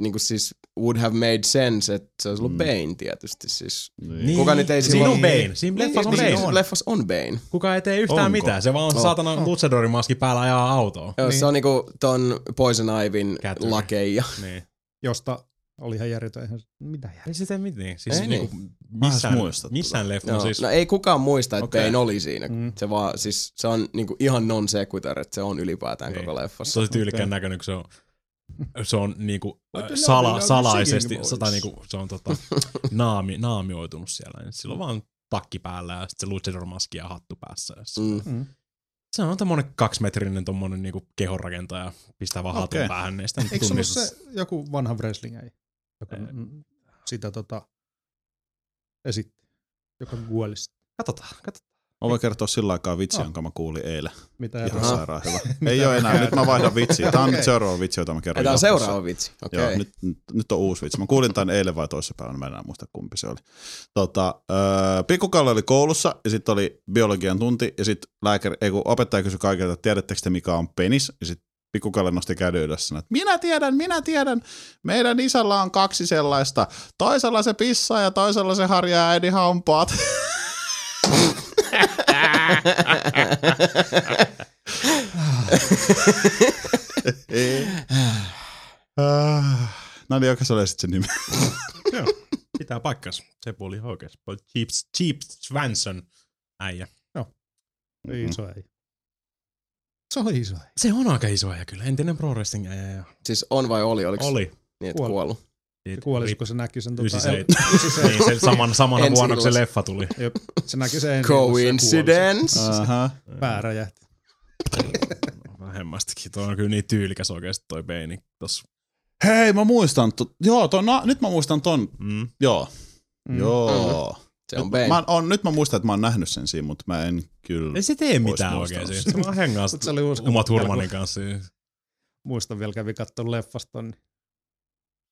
niin kuin siis would have made sense, että se olisi ollut Mm. Bane tietysti siis. Niin. Kuka nyt ei Siinä silloin- on Bane. Siinä leffassa on Niin, Bane. Leffas on Bane. Kuka ei tee yhtään Onko? mitään. Se vaan on On. saatana Luchadorin maski päällä ajaa autoa. Joo, Niin. Se on niinku ton Poison Ivyn Catwoman. lakeja. Niin. Josta oli ihan järjetön. Eihän mitä järjetön. Ei se tee mitään. Siis Ei niin. niinku edes missään, muista missään leffa. Joo. siis, No ei kukaan muista, että Okei. Bane oli siinä. Mm. Se, vaan, siis, se on niinku ihan non sequitur, että se on ylipäätään Niin. koko leffassa. Se on tyylkkään näköinen, kun se on, se on niinku äh, sala, salaisesti, se, tai niinku, se on tota, naami, naamioitunut siellä. Ja Sillä on vaan takki päällä ja sitten se Luchador maski ja hattu päässä. Ja se- Mm. Mm. Se on tommonen kaksimetrinen tommonen niinku kehonrakentaja, pistää vaan hatun Okei. päähän niin näistä. Eikö se ollut se joku vanha wrestling ei? Joka Ei. mm, sitä tota esitti. Joka guolisi. Katsotaan, katsotaan. Mä voin kertoa sillä aikaa vitsi, Ah. Joo. jonka mä kuulin eilen. Mitä Ihan eroa? sairaan hyvä. Mitä Ei ole enää, eroa? nyt mä vaihdan vitsiä. Tää on nyt Okei. seuraava vitsi, jota mä kerron. Tämä on jatkossa. seuraava vitsi. Okei. Joo, nyt, nyt, nyt, on uusi vitsi. Mä kuulin tämän eilen vai toissapäivänä, mä en enää muista kumpi se oli. Tota, öö, pikkukalle oli koulussa ja sitten oli biologian tunti ja sitten lääkäri, ei kun opettaja kysyi kaikilta, että tiedättekö te mikä on penis? Ja sitten pikkukalle nosti käden ylös sanoi, että minä tiedän, minä tiedän, meidän isällä on kaksi sellaista. Toisella se pissaa ja toisella se harjaa äidin hampaat. Ah. no niin, joka se oli sitten se nimi. Pitää paikkansa. Se puoli ihan oikeas. Cheap, cheap Svensson äijä. Ei, Iso ei. Se oli iso ei. Se on aika iso äijä kyllä. Entinen pro wrestling äijä. ja- Siis on vai oli? Oliko oli. Oli. Niin, että Kuoli. kuollut? Se Kuolisi, kun se näki sen. Tota, el- 97. Niin, se saman, samana Ensi vuonna, kun se illassa. leffa tuli. Jep, se näki sen ensin. kun niin, se kuoli. Coincidence? Aha. Se Pää räjähti. Vähemmästikin. Toi on kyllä niin tyylikäs oikeesti toi Bane tossa. Hei, mä muistan. Tu- joo, ton, na- nyt mä muistan ton. Mm. Joo. Mm. Mm. Joo. Se on Nyt Bane. Mä on, nyt mä muistan, että mä oon nähnyt sen siinä, mutta mä en kyllä. Ei se tee mitään muistanut oikein sen. siinä. Se vaan hengaa Mut se oli uskomaton. Uma Thurmanin kanssa. siinä. Muistan vielä kävi katsoa leffasta, niin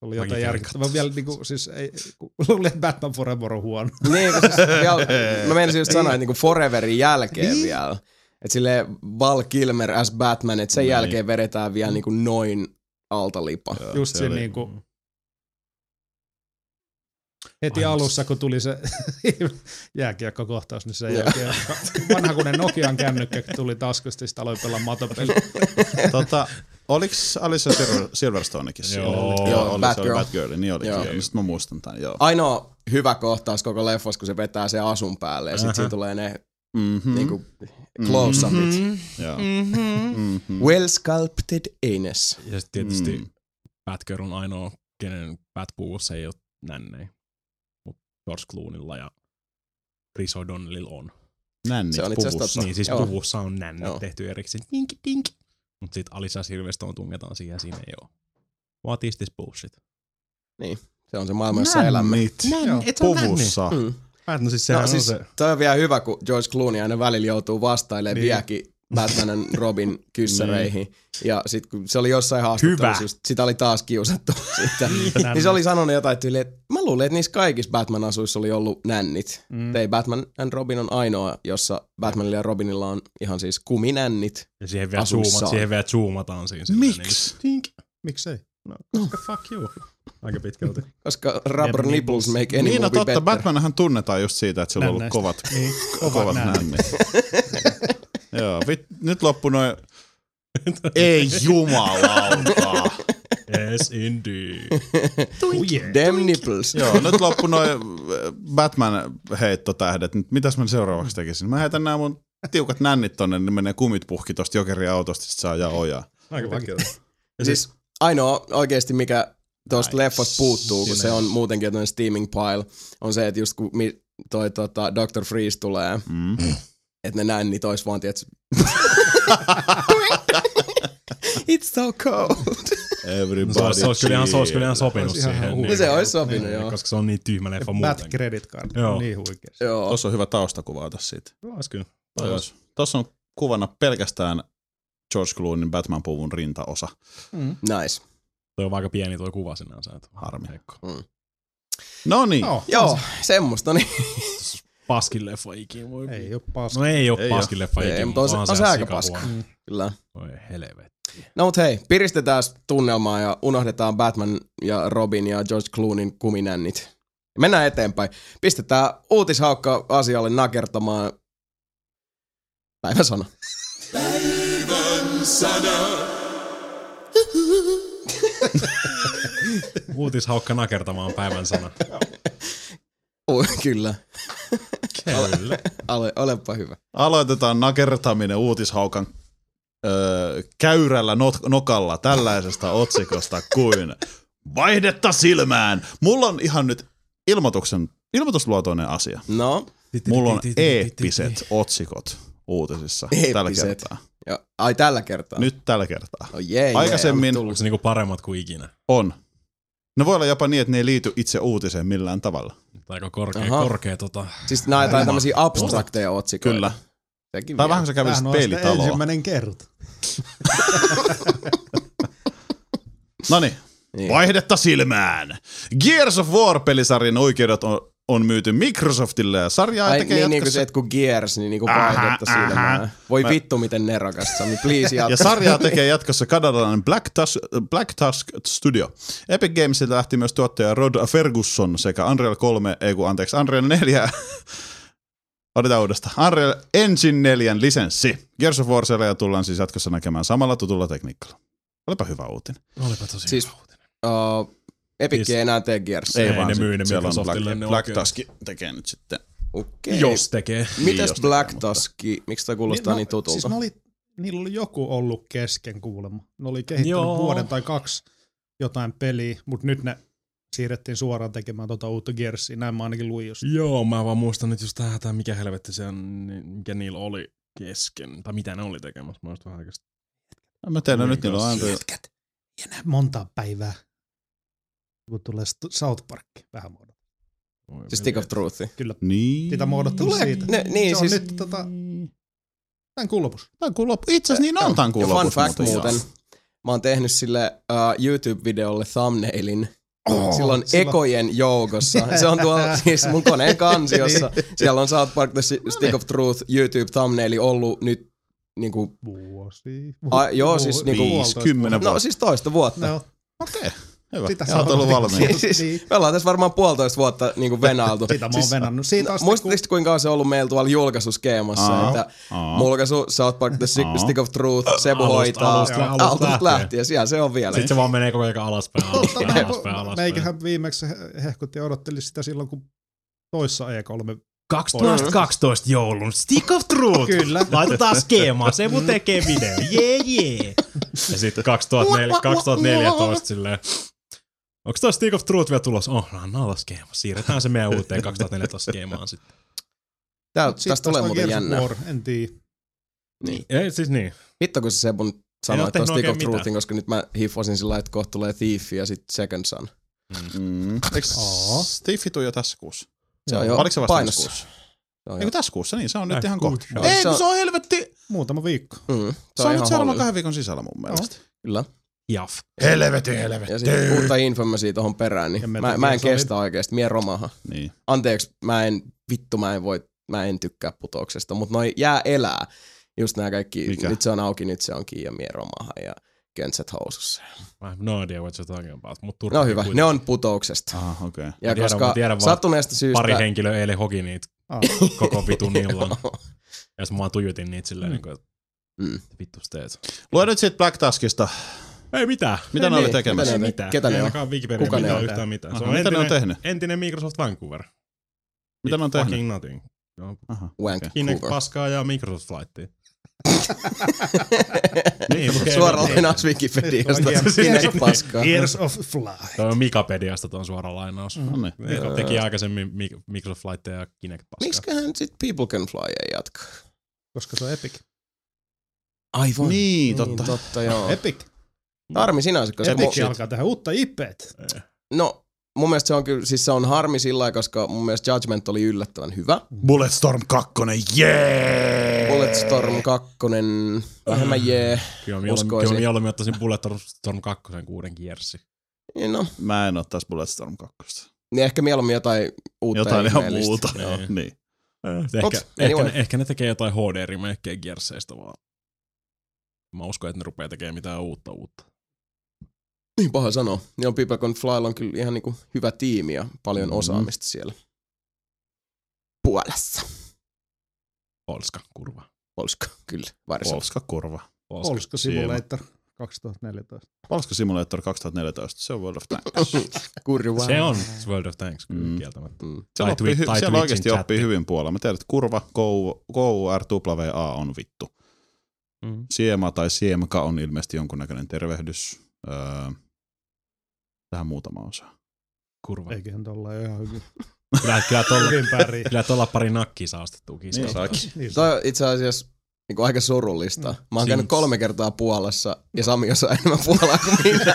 Oli jotain Mäkin järkyttävää. Vielä niinku, siis ei, kun luulin, että Batman Forever on huono. Niin, kun siis vielä, mä menisin just sanoa, että niinku Foreverin jälkeen Niin. vielä. Että sille Val Kilmer as Batman, että sen Niin. jälkeen vedetään vielä niinku noin alta lipa. Joo, Just se se oli- niinku, heti Aivan. alussa, kun tuli se jääkiekkokohtaus, niin sen Joo. jälkeen vanhakunen Nokian kännykkä kun tuli taskusta, ja sitä aloin pelaa matapeli. Tota, oliks Alicia Silver- Silverstonekin siellä? Joo. Oli. Joo, oli, se oli Batgirl. Batgirl, niin oli. Joo. Joo. Joo. Sitten mä muistan tämän, joo. Ainoa hyvä kohtaus koko leffassa, kun se vetää sen asun päälle ja sitten Ähä. siinä tulee ne Mm-hmm. niinku close-upit. Mhm. Joo. Mm-hmm. Mm-hmm. Well sculpted anus. Ja sitten tietysti Mm. mm. Batgirl on ainoa, kenen Batpuvussa ei ole nännei. Mutta George Clooneylla ja Chris O'Donnellilla on. Nännit Se on itse asiassa puvussa. totta. Niin siis Joo. Joo. puvussa on nänni Joo. tehty erikseen. Tinki, tinki. Mutta sitten Alisa Silveston tungetaan siihen ja siinä ei ole. What is this bullshit? Se on se maailma, jossa elämme. Nännit. Joo. et Puvussa. Mm. No siis No siis, toi on vielä hyvä, kun George Clooney aina välillä joutuu vastailemaan niin. Niin. vieläkin Batmanin Robin kyssäreihin. Ja sit kun se oli jossain haastattelussa, Hyvä. just, sitä oli taas kiusattu. sitä. niin se oli sanonut jotain tyyliä, että mä luulen, että niissä kaikissa Batman-asuissa oli ollut nännit. Mm. Ei, Batman and Robin on ainoa, jossa Batmanilla ja Robinilla on ihan siis kuminännit. Ja siihen vielä, Asuissaan. zoomat, siihen vielä zoomataan siinä. silleen Miksi? Niin, tink. Miksei? Fuck you. Aika pitkälti. Koska rubber Yep, nipples nipples. make any Niin, no movie totta, better. Batmanhan tunnetaan just siitä, että sillä on ollut Nännäistä. kovat, Niin, kovat nännit. Joo, vit, nyt loppu noin... Ei jumalauta. yes, indeed. Damn nipples. Joo, nyt loppu noin Batman-heittotähdet. Nyt Mitäs mä seuraavaksi tekisin? Mä heitän nämä mun tiukat nännit tonne, niin menee kumit puhki tosta jokerin autosta, sit saa ajaa ojaa. Aika pitkälti. Ja siis ainoa oikeasti, mikä tuosta Nice. leffasta puuttuu, kun se Sinä. on muutenkin jotain steaming pile, on se, että just kun mi- toi tota, Dr. Freeze tulee, Mm. että ne näin, niin tois vaan, tiedätkö, It's so cold. Everybody No, se olisi, se olisi kyllä ihan, se olisi kyllä ihan cheer. sopinut Olisi ihan siihen. huikea. se olisi sopinut, Niin, joo. Koska se on niin tyhmä leffa Bad muutenkin. credit card, Joo. niin huikeasti. Joo. Tuossa on hyvä taustakuva ota siitä. Olisi kyllä. Toi Olisi. olisi. Tuossa on kuvana pelkästään George Clooneyn Batman-puvun rintaosa. Mm. Nice. Toi on aika pieni toi kuva sinänsä. Että Harmi. Heikko. No niin. No, Joo, semmoista, niin. Paskin leffa ikinä voi. ei oo paska. No ei ole Ei ei paskin leffa Ei, ikinä, mutta on se- on se ihan aika sikahuono. paska. Kyllä. Voi helvetti. No mut hei, piristetään tunnelmaa ja unohdetaan Batman ja Robin ja George Clooneyn kuminännit. Mennään eteenpäin. Pistetään uutishaukka asialle nakertamaan päivän sana. Uutishaukka nakertamaan päivän sana. Oh, kyllä. Kyllä. Ale, olepa hyvä. Aloitetaan nakertaminen uutishaukan öö, käyrällä not- nokalla tällaisesta otsikosta kuin Vaihdetta silmään! Mulla on ihan nyt ilmoituksen, ilmoitusluotoinen asia. No, Mulla on eeppiset otsikot uutisissa tällä Eeppiset. kertaa. ja, ai tällä kertaa. Nyt tällä kertaa. Oh, jee, Aikaisemmin- Jee, on Onko tullut. se niinku paremmat kuin ikinä? On. Ne voi olla jopa niin, että ne ei liity itse uutiseen millään tavalla. Nyt Aika korkea, Aha. korkea tota. siis nää on jotain Jumala. tämmöisiä abstrakteja otsikoita. Kyllä. Sekin Tai vielä. vähän kuin sä kävisit Tämähän on vasta peilitaloa. ensimmäinen kerta. No niin. Niin. Vaihdetta silmään! Gears of War-pelisarjan oikeudet on, on myyty Microsoftille ja sarjaa Ai, tekee niin, niin kuin jatkossa... se, että kun Gears, niin, niin kuin Ähä, vaihdetta ähä. silmään. Voi Mä- vittu, miten nerokasta. Sami, niin please jatka. Ja sarjaa tekee jatkossa kanadalainen Black Tusk, Black Tusk Studio. Epic Gamesilta lähti myös tuottaja Rod Ferguson sekä Unreal 3, ei kun anteeksi, Unreal 4 Otetaan uudestaan. Unreal Engine 4 lisenssi. Gears of War sarjaa tullaan siis jatkossa näkemään samalla tutulla tekniikalla. Olipa hyvä uutinen. Olipa tosi Siis- siis, Uh, Epic Siis- ei enää tee Gears. Ei, ne sit myy ne siellä on Microsoftille Black, ne Black oikeudet. Tusk tekee nyt sitten. Okei. Jos tekee. Mitäs jos Black tekee, mutta- Tuski? Miksi tämä kuulostaa Ni- niin, no, tutulta? Siis ne oli, niillä oli joku ollut kesken kuulemma. Ne oli kehittänyt Joo. Joo. vuoden tai kaksi jotain peliä, mutta nyt ne siirrettiin suoraan tekemään tota uutta Gearsia. Näin mä ainakin luin just. Joo, mä vaan muistan nyt just tähän, tää mikä helvetti se on, niin- mikä niillä oli kesken. Tai mitä ne oli tekemässä. Mä oon just vähän aikaa sitten- Mä tiedän, Niin, nyt niillä on Unreal Jätkät, ei enää monta päivää, kun tulee st- South Park vähän muodon. Voi Siis Stick of veljet. Truth. Niin. Sitä mä oon odottanut Tulee- siitä. ne- niin, se on siis- nyt tota, tämän kulopus. Tää kuuluu, itse asiassa niin on tän Ja kuuluu. fun fact muuten. Mä oon tehnyt sille uh, YouTube-videolle thumbnailin Oh, silloin ekojen joukossa. Se on tuolla siis mun koneen kansiossa. Siellä on South Park The Stick of Truth YouTube-thumbnaili ollut nyt niinku, Vuosi. a, joo siis niinku, Viisi. 50 vuotta. no siis toista vuotta. No, Okei, hyvä. Sitä Sä oot saa ollut olla. valmiina. siis, me ollaan tässä varmaan puolitoista vuotta niinku venailtu. sitä mä oon siis, venannut. Siitä asti, kun Muistatteko kuinka on se ollut meillä tuolla julkaisuskeemassa, Aa, että Siis- aa. mulkaisu South Park The Stick- Aa. Stick of Truth, Sebu Alusta- hoitaa, alusta- alusta, alusta lähtien. lähtien, siellä se on vielä. Sitten se vaan menee koko ajan alaspäin, alaspäin, Totta, alaspäin, alaspäin. Tota, meikähän viimeksi he- hehkutti ja odotteli sitä silloin, kun toissa E E3. 2012 joulun Stick of Truth. Kyllä. Laitetaan skeemaa, se mun tekee video. Jee, jee. Ja sitten 2004, 2014 silleen. Onko toi Stick of Truth vielä tulossa? Oh, anna olla skeema. Siirretään se meidän uuteen 2014 skeemaan sitten. Tää, Mut sit tästä tulee taas muuten Siis Gears of jännä. War, En tiedä. Ei, siis niin. Vittu kun se Sebun oo sanoi tehnyt tuon Stick of oikein Truthin, koska nyt mä hiffasin sillä lailla, että kohta tulee Thief ja sitten Second Son. Mm. Eikö Oo. Stiffi tuli jo tässä kuussa? Se on jo Oliko se vasta ensi painossa. kuussa? Se on jo- Eikö tässä kuussa? Niin, se on Äh, nyt ihan kuussa. kohta. Se on- Ei, se kun on- se on helvetti. Muutama viikko. Mm, Se on nyt seuraavan hollilla. kahden viikon sisällä mun mielestä. Kyllä. Jaff. Helvetti, helvetti. Ja sitten uutta infamasiä tohon perään, Ja niin Metal mä, mä en Gear Solid. kestä oikeesti, mie romaha. Niin. Anteeksi, mä en, vittu mä en voi, mä en tykkää putoksesta, mutta noi jää elää. Just nämä kaikki, Mikä? nyt se on auki, nyt se on kiinni ja mie romaha ja köntset housussa. I have no idea what you're talking about. Mut turpa No hyvä, kuitenkin. ne on putouksesta. Aha, okei. Okay. Ja Mä tiedän- koska mä tiedän vaan sattuneesta syystä... Pari henkilöä eilen hoki niitä Ah. koko vitun illan. ja sit mä vaan tuijotin niitä silleen, niin kuin, että Mm. vittu sä teet. Lue nyt siitä Black Taskista. Ei mitään. Mitä ne oli niin, tekemässä? mitä Ei ne- mitään. ketä ne Ei on? ainakaan Wikipedia Kuka ne mitään on? yhtään mitään. Se Aha, on mitä ne on entinen, tehnyt? entinen Microsoft Vancouver. Mitä ne on tehnyt? Fucking nothing. No, Aha. Wank Kinect Vancouver. paskaa ja Microsoft Flightia. niin, lukee Suora niin. lainaus Wikipediasta. Oikein. Sinne paskaa. Gears of Fly. Toi on Mikapediasta tuon suora lainaus. No niin. Joka teki aikaisemmin Mi- Microsoft Flightia ja Kinect paskaa. Miksiköhän sit People Can Fly ei jatka? Koska se on Epic. Aivan. Niin, totta. Niin, totta joo. Epic. Harmi sinänsä, koska Epic mu- Epic alkaa tehdä uutta IPt. no, mun mielestä se on kyllä, siis se on harmi sillä lailla, koska mun mielestä Judgment oli yllättävän hyvä. Bulletstorm 2, jee! Bulletstorm 2, vähemmän Mm. jee. Kyllä mieluummin, Uskoisin. kyllä mieluummin ottaisin Bulletstorm 2 kuuden kiersi. Niin No, Mä en ottais Bulletstorm 2. niin ehkä mieluummin jotain uutta Jotain ja ihan ihmeellistä. muuta. Joo, Niin. niin. Ehkä, ehkä, anyway. ne, ehkä ne tekee jotain HD-remakeja kierseistä vaan. Mä uskon, että ne rupeaa tekemään mitään uutta uutta. Niin paha sanoa. Joo, People Can Fly on kyllä ihan niinku hyvä tiimi ja paljon Mm. osaamista siellä. Puolassa. Polska, kurva. Polska, kyllä. Varsin. Polska kurva. Polska Simulator 2014. Polska Simulator 2014, se on World of Tanks. Kurva. Se on World of Tanks, kyllä Mm. mm. kieltämättä. Mm. Siellä, Tai oppii, twi- hy- tai siellä Twitchin oikeasti oppii chatti. hyvin puolella. Mä tiedän, että kurva, KURWA on vittu. Mm. Siema tai siemka on ilmeisesti jonkunnäköinen tervehdys. Öö, tähän muutama osa. Kurva. Eiköhän tuolla ole ihan hyvin, Kyllä, kyllä, tolla, hyvin pärjää. kyllä tolla pari nakkia saa ostettua Niin kisaa. saakin. Niin se Toi on itse asiassa niinku aika surullista. Mä oon Sinks. käynyt kolme kertaa Puolassa ja Sami osaa enemmän Puolaa kuin minä.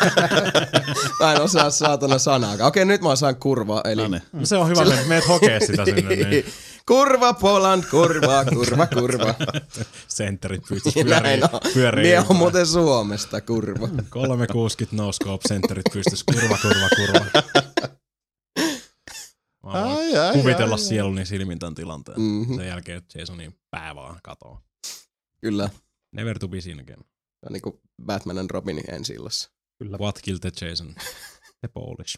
mä en osaa saatana sanaakaan. Okei, nyt mä osaan kurva. Eli... No niin. No se on hyvä, että meet hokee sitä sinne, niin kurva Poland, kurva, kurva, kurva. sentterit pystyis pyörii, Niin Näin on. pyörii Mie on ympäri. muuten Suomesta kurva. 360 no scope, sentterit pystyis kurva, kurva, kurva. Mä voin Ai, ai, kuvitella ai, ai. sieluni silmin tämän tilanteen. Mhm. Mm. Sen jälkeen Jasonin pää vaan katoo. Kyllä. Never to be seen again. Tää on niinku Batman and Robin ensi illassa. kyllä. What killed the Jason? The Polish.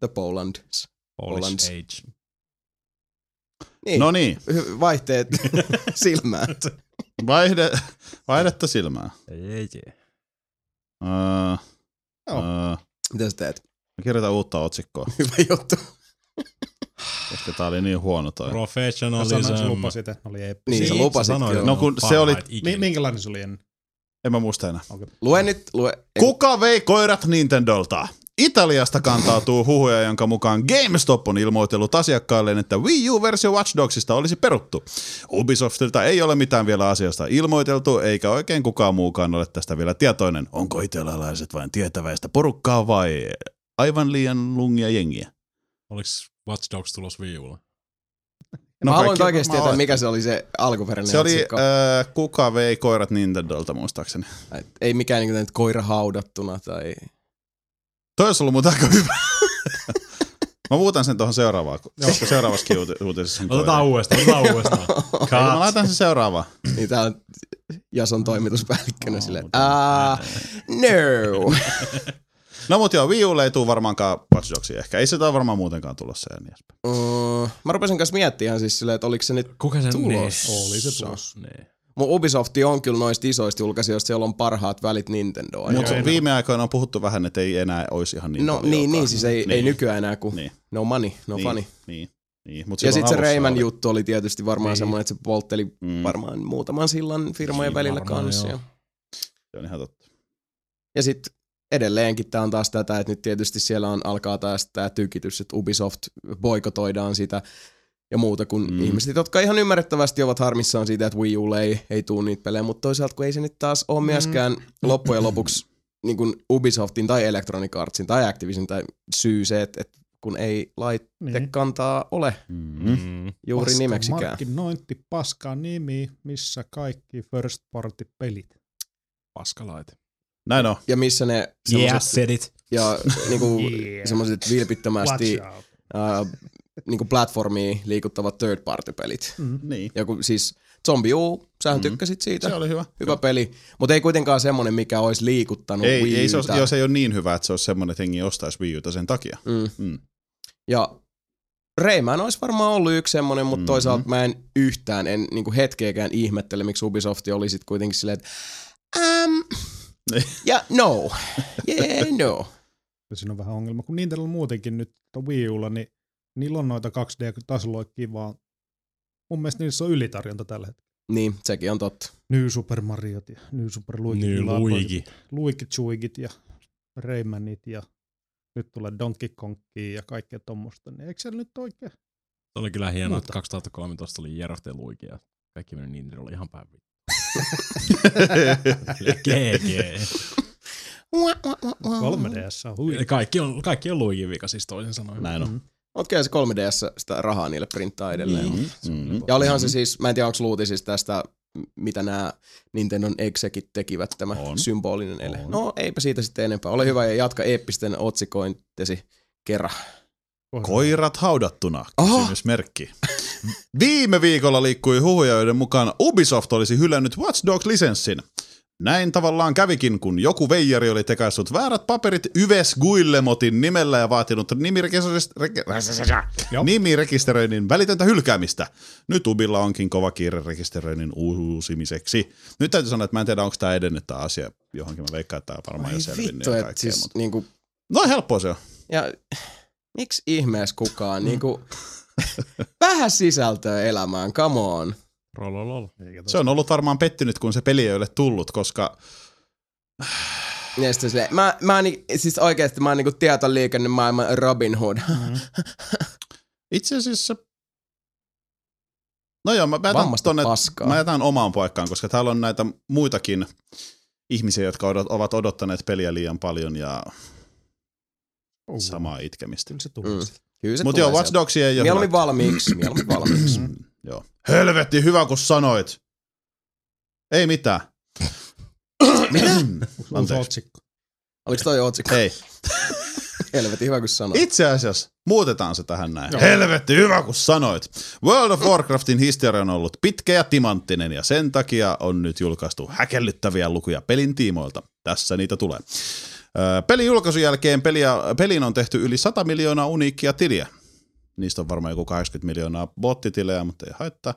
The Poland. Polish Hollands. age. Niin, No niin, hy- vaihteet silmään. Vaihde, vaihdetta silmää. Ei, ei. Öö, Joo. öö, Mitä sä teet? mä kirjoitan uutta otsikkoa, Hyvä juttu. koska tää oli niin huono toi. Sanoin, se Professionalism. lupasi, että ne oli Epic. Niin, sä Niin, lupasit sanoit, kyllä. No kun se oli- parhaita Niin. ikinä. Mi- minkälainen se oli ennen? En mä muista enää. Lue nyt, lue. Kuka vei koirat Nintendolta? Italiasta kantautuu huhuja, jonka mukaan GameStop on ilmoitellut asiakkailleen, että Wii U-versio Watch Dogsista olisi peruttu. Ubisoftilta ei ole mitään vielä asiasta ilmoiteltu, eikä oikein kukaan muukaan ole tästä vielä tietoinen. Onko italialaiset vain tietäväistä porukkaa vai aivan liian lungia jengiä? Oliks Watch Dogs tulos Wii Ulla? No, mä haluan kaikki oikeasti varmaan tietää, olet. mikä se oli se alkuperäinen Se oli, otsikko. äh, kuka vei koirat Nintendolta muistaakseni. Et ei mikään niinku tämmönen koira haudattuna tai Toi olisi ollut muuten aika hyvä. Mä muutan sen tuohon seuraavaan, koska seuraavassa uutisessa on Otetaan koira. uudestaan, otetaan uudestaan. Ei, Mä Cut. laitan sen seuraavaan. Niin tää on Jason toimituspäällikkönä silleen, ah, no. No mut joo, Wii Ulle ei tuu varmaankaan Watch Dogsia ehkä. Ei se tää varmaan muutenkaan tulossa ja niin edespäin. Mm, Mä rupesin kanssa miettimään siis silleen, että oliko se nyt Kuka sen Tulos. Oli se tulos. Niin. Mun Ubisoft on kyllä noista isoista julkaisijoista, joilla on parhaat välit Nintendo. Mut viime aikoina on puhuttu vähän, että ei enää olisi ihan niin no paljon niin, jotain. niin, siis ei, niin. ei Niin. nykyään enää kun niin. Niin, no money, no niin, funny. Niin, niin. Mut Ja sitten silloin se alussa Rayman oli. juttu oli tietysti varmaan niin. Niin. semmoinen, että se poltteli Mm, varmaan muutaman sillan firmojen Niin, välillä varmaan, kanssa. joo. Ja, Se on ihan totta. ja sitten edelleenkin tämä on taas tätä, että nyt tietysti siellä on, alkaa taas tämä tykitys, että Ubisoft boikotoidaan sitä ja muuta kuin mm. Mm. ihmiset, jotka ihan ymmärrettävästi ovat harmissaan siitä, että Wii Ulle ei, ei tule niitä pelejä, mutta toisaalta kun ei se nyt taas Mm. ole myöskään loppujen lopuksi niin kuin Ubisoftin tai Electronic Artsin tai Activision tai syy se, että, että kun ei laite Niin. kantaa ole Mm. Mm. juuri Paska nimeksikään. Markkinointi, paska nimi, missä kaikki first party pelit. Paskalait. Näin on. Ja missä ne Yeah, semmoset said it. ja niinku Yeah. semmoset vilpittömästi Watch out. äh, niinku platformia liikuttavat third party pelit. Mm. Niin. Joku siis Zombie U, sähän Mm. tykkäsit siitä. Se oli hyvä. Hyvä peli, mutta ei kuitenkaan semmonen, mikä olisi liikuttanut Ei, Wii ei se Utä. ole, jos ei ole niin hyvä, että se olisi semmoinen, että hengi ostaisi Wii Uta sen takia. Mm. Mm. Ja Rayman olisi varmaan ollut yksi semmonen, mutta Mhm. mm-hmm. toisaalta mä en yhtään, en niinku hetkeäkään ihmettele, miksi Ubisoft oli sit kuitenkin silleen, että um, Niin. ja no, yeah, no. Ja siinä on vähän ongelma, kun Nintendo muutenkin nyt tuo Wii Ulla, niin niillä on noita 2D-tasoloikkiä, vaan mun mielestä niissä on ylitarjonta tällä hetkellä. Niin, sekin on totta. New Super Mariot ja New Super Luigi. Niin, Luigi. Luigi Chuigit ja Raymanit ja nyt tulee Donkey Kongia ja kaikkea tommosta. Niin eikö se nyt oikein? Se oli kyllä hienoa, Muuta. että 2013 oli Jeroft ja Luigi ja kaikki meni niin, oli ihan päin. vittu. GG. 3DS on Eli huikea. Kaikki on, kaikki on Luigin vika siis toisin sanoen. Näin on. Mm. Mutta kyllä se 3DS sitä rahaa niille printtaa edelleen. Mm. Mm. Mm. Ja olihan se siis, mä en tiedä onko luutisissa tästä, m- mitä nämä Nintendon exekit tekivät tämä on. On. symbolinen ele. On. No eipä siitä sitten enempää. Ole hyvä ja jatka eeppisten otsikointesi kerran. Koirat haudattuna, Oho. kysymysmerkki. Viime viikolla liikkui huhuja, joiden mukaan Ubisoft olisi hylännyt Watch Dogs-lisenssin. Näin tavallaan kävikin, kun joku veijari oli tekaissut väärät paperit Yves Guillemotin nimellä ja vaatinut nimirekisteröist- reke- Joo. nimirekisteröinnin välitöntä hylkäämistä. Nyt Ubilla onkin kova kiire rekisteröinnin uusimiseksi. Nyt täytyy sanoa, että mä en tiedä, onko tämä edennyt tämä asia johonkin. Mä veikkaan, että tämä on varmaan jo selvinnyt vittu, ja että kaikkea. siis Mutta... niinku, No helppoa se on. ja miksi ihmeessä kukaan niinku, Mm. vähän sisältöä elämään, come on. Rololol. Se on ollut varmaan pettynyt, kun se peli ei ole tullut, koska Ja sitten silleen, mä, mä ni, siis oikeesti mä oon niinku tietoliikennemaailman Robin Hood. Mm-hmm. itse asiassa... No joo, mä mä jätän, Vammasta tonne, paskaa. mä jätän omaan paikkaan, koska täällä on näitä muitakin ihmisiä, jotka odot, ovat odottaneet peliä liian paljon ja Ouh. samaa itkemistä. Kyllä se tulee. Mm. Mm. Kyllä se Mutta tulee joo, sieltä. Watch Dogs ei ole Mieluummin hyvä. valmiiksi, mieluummin valmiiksi. Mm, joo. Helvetti, hyvä kun sanoit. Ei mitään. Mitä? Uusi Anteeksi. otsikko. Oliko toi otsikko? Ei. Helvetin hyvä, kun sanoit. Itse asiassa muutetaan se tähän näin. Joo. Helvetti, hyvä kun sanoit. World of Warcraftin historia on ollut pitkä ja timanttinen ja sen takia on nyt julkaistu häkellyttäviä lukuja pelin tiimoilta. Tässä niitä tulee. Öö, Pelin julkaisun jälkeen peliä, peliin on tehty yli 100 miljoonaa uniikkia tiliä. Niistä on varmaan joku 80 miljoonaa bottitilejä, mutta ei haittaa.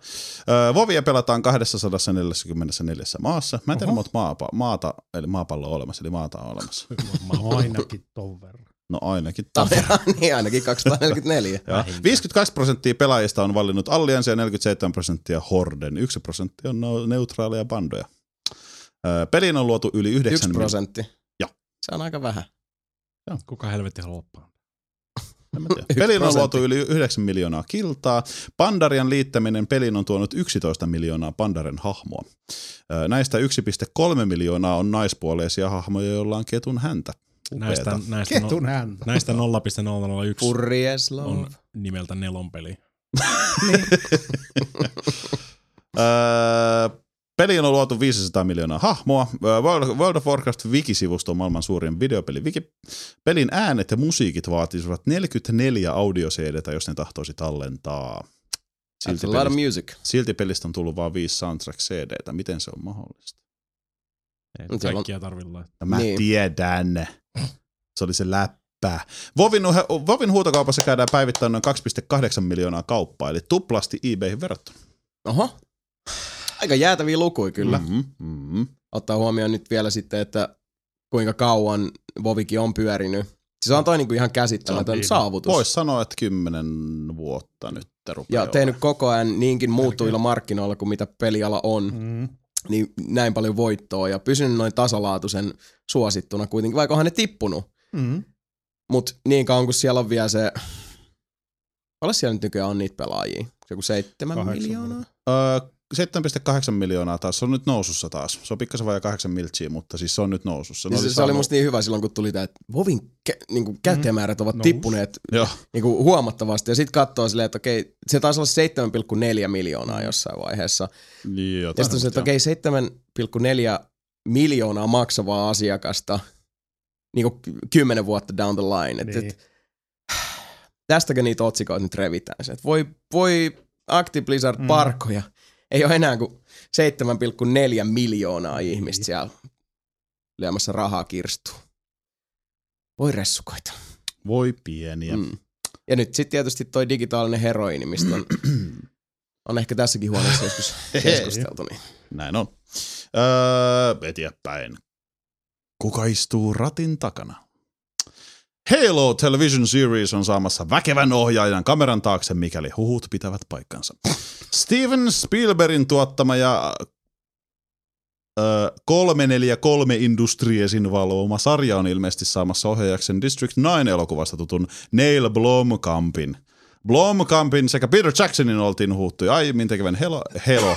Öö, Vovia pelataan 244 maassa. Mä en tiedä, Oho. monta maapa, maata, eli maapallo on olemassa, eli maata on olemassa. No ainakin ton verran. No ainakin tämä. Tamperaan, niin ainakin 244. Joo. 52 prosenttia pelaajista on valinnut Alliansia, 47 prosenttia Horden, 1 prosentti on no- neutraaleja bandoja. Öö, Peliin on luotu yli 1 9 miljoonaa. prosentti. Joo. Se on aika vähän. Kuka helvetti haluaa Yksi Peliin on luotu prosentti. yli 9 miljoonaa kiltaa. Pandarian liittäminen peliin on tuonut 11 miljoonaa Pandaren hahmoa. Öö, Näistä 1,3 miljoonaa on naispuoleisia hahmoja, joilla on ketun häntä. Upeeta. Näistä, näistä, no, Ketun häntä. näistä 0.001 Furious Love. on nimeltä nelonpeli. Öö, Peliin on luotu 500 miljoonaa hahmoa. Öö, World, World of Warcraft Wiki-sivusto on maailman suurin videopeli Wiki. Pelin äänet ja musiikit vaatisivat 44 audio jos ne tahtoisi tallentaa. That's Silti a lot of pelistä, music. silti pelistä on tullut vain viisi soundtrack CDtä. Miten se on mahdollista? Ei Mut siellä on- kaikkia tarvitse laittaa. No Mä Niin. niin. tiedän. Se oli se läppä. Vovin, nuhe- Vovin huutokaupassa käydään päivittäin noin 2,8 miljoonaa kauppaa, eli tuplasti eBayhin verrattuna. Oho. Aika jäätäviä lukuja kyllä. Mm. Mm-hmm. Mm-hmm. Ottaa huomioon nyt vielä sitten, että kuinka kauan Vovikin on pyörinyt. Siis on toi niinku ihan Se on käsittämätön niin. saavutus. Voisi sanoa, että 10 vuotta nyt rupeaa Ja tehnyt koko ajan niinkin muuttuvilla markkinoilla kuin mitä peliala on. Mm. niin näin paljon voittoa ja pysynyt noin tasalaatuisen suosittuna kuitenkin, vaikka onhan ne tippunut. Mm. Mutta niin kauan kun siellä on vielä se, paljon siellä nyt nykyään on niitä pelaajia? Joku seitsemän Kahdeksan miljoonaa? Öö, 7,8 miljoonaa taas, se on nyt nousussa taas. Se on pikkasen vajaa 8 miltsiä, mutta siis se on nyt nousussa. Ne Niin se, se oli musta niin hyvä silloin, kun tuli tämä, että Vovin kä- niinku käyttäjämäärät ovat Nous. tippuneet Joo. niinku huomattavasti. Ja sitten katsoo silleen, että okei, se taisi olla 7,4 miljoonaa jossain vaiheessa. Niin, jotain Ja sitten on se, että semmoista, okei, 7,4 miljoonaa maksavaa asiakasta niinku kymmenen vuotta down the line. Et, Niin. et, tästäkö niitä otsikoita nyt revitään se, että voi, voi Active Blizzard Mm. parkoja. Ei ole enää kuin 7,4 miljoonaa ihmistä siellä lyömässä rahaa kirstuun. Voi ressukoita. joo. Voi pieniä. Mm. Mm. Ja nyt sitten tietysti toi digitaalinen heroini, mistä on, on ehkä tässäkin huoneessa joskus keskusteltu. Niin. Näin on. Öö, eteenpäin. Kuka istuu ratin takana? Halo Television Series on saamassa väkevän ohjaajan kameran taakse, mikäli huhut pitävät paikkansa. Steven Spielbergin tuottama ja öö, 343 Industriesin valvoma sarja on ilmeisesti saamassa ohjaajaksen District 9-elokuvasta tutun Neil Blomkampin. Blomkampin sekä Peter Jacksonin oltiin huhuttu aiemmin tekevän Halo, Halo,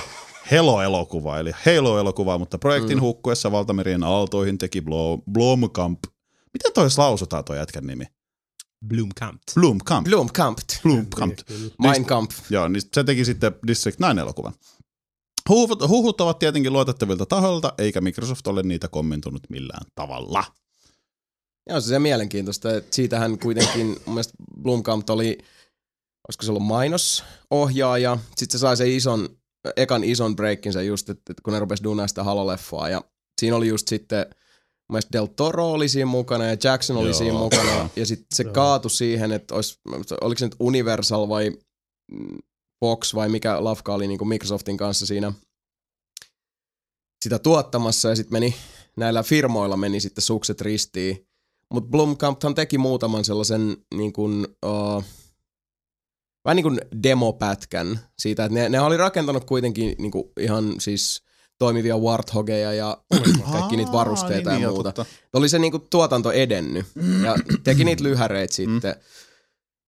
Halo-elokuva, eli Halo-elokuva, mutta projektin mm. hukkuessa valtamerien aaltoihin teki Blom, Blomkamp. Miten toi lausutaan toi jätkän nimi? Bloomkamp. Blomkamp. Blomkamp, Blomkamp. Niin, Mein Kampf. Joo, niin se teki sitten District 9-elokuvan. Huhut, huhut ovat tietenkin luotettavilta tahoilta, eikä Microsoft ole niitä kommentoinut millään tavalla. Ja on se, se mielenkiintoista, että siitähän kuitenkin mun mielestä Blomkamp oli, olisiko se ollut mainosohjaaja, sitten se sai sen ison, ekan ison breakinsa just, että että kun ne rupesi duunaa sitä Halo-leffaa ja siinä oli just sitten, mun mielestä Del Toro oli siinä mukana ja Jackson oli Joo. Joo. siinä mukana ja sitten se Joo. kaatui siihen, että olisi, oliko se nyt Universal vai mm, Fox vai mikä lafka oli niin Microsoftin kanssa siinä sitä tuottamassa ja sitten meni näillä firmoilla meni sitten sukset ristiin. Mutta Blomkamphan teki muutaman sellaisen niin kuin, uh, vähän niin kuin demopätkän siitä, että ne, ne oli rakentanut kuitenkin niin kuin ihan siis toimivia warthogeja ja kaikki niitä varusteita ja niin, joo, muuta. totta. oli se niinku tuotanto edennyt ja teki niitä Mm. lyhäreitä sitten.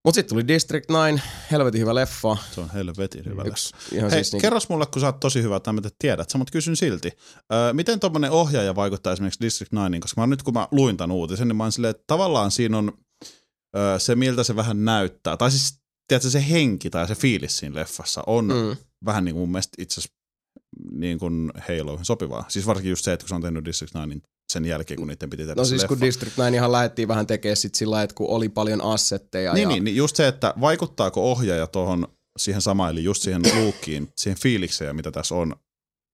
Mut sitten tuli District 9, helvetin hyvä leffa. Se on helvetin hyvä. Yksi ihan siis Hei, siis niinku, kerros mulle, kun sä oot tosi hyvä, että mä tiedät, sä mut kysyn silti. Öö, miten tommonen ohjaaja vaikuttaa esimerkiksi District 9, koska mä nyt kun mä luin tämän uutisen, niin mä oon silleen, että tavallaan siinä on öö, se, miltä se vähän näyttää. Tai siis, tiedätkö, se henki tai se fiilis siinä leffassa on mm. mm, vähän niin kuin mun mielestä itse asiassa niin kuin Haloihin sopivaa. Siis varsinkin just se, että kun se on tehnyt District 9 sen jälkeen, kun niiden piti tehdä no se siis leffa. kun District 9 ihan lähdettiin vähän tekemään sit sillä lailla, että kun oli paljon assetteja niin, ja niin, niin, just se, että vaikuttaako ohjaaja tuohon siihen samaan, eli just siihen luukkiin, siihen fiilikseen, mitä tässä on.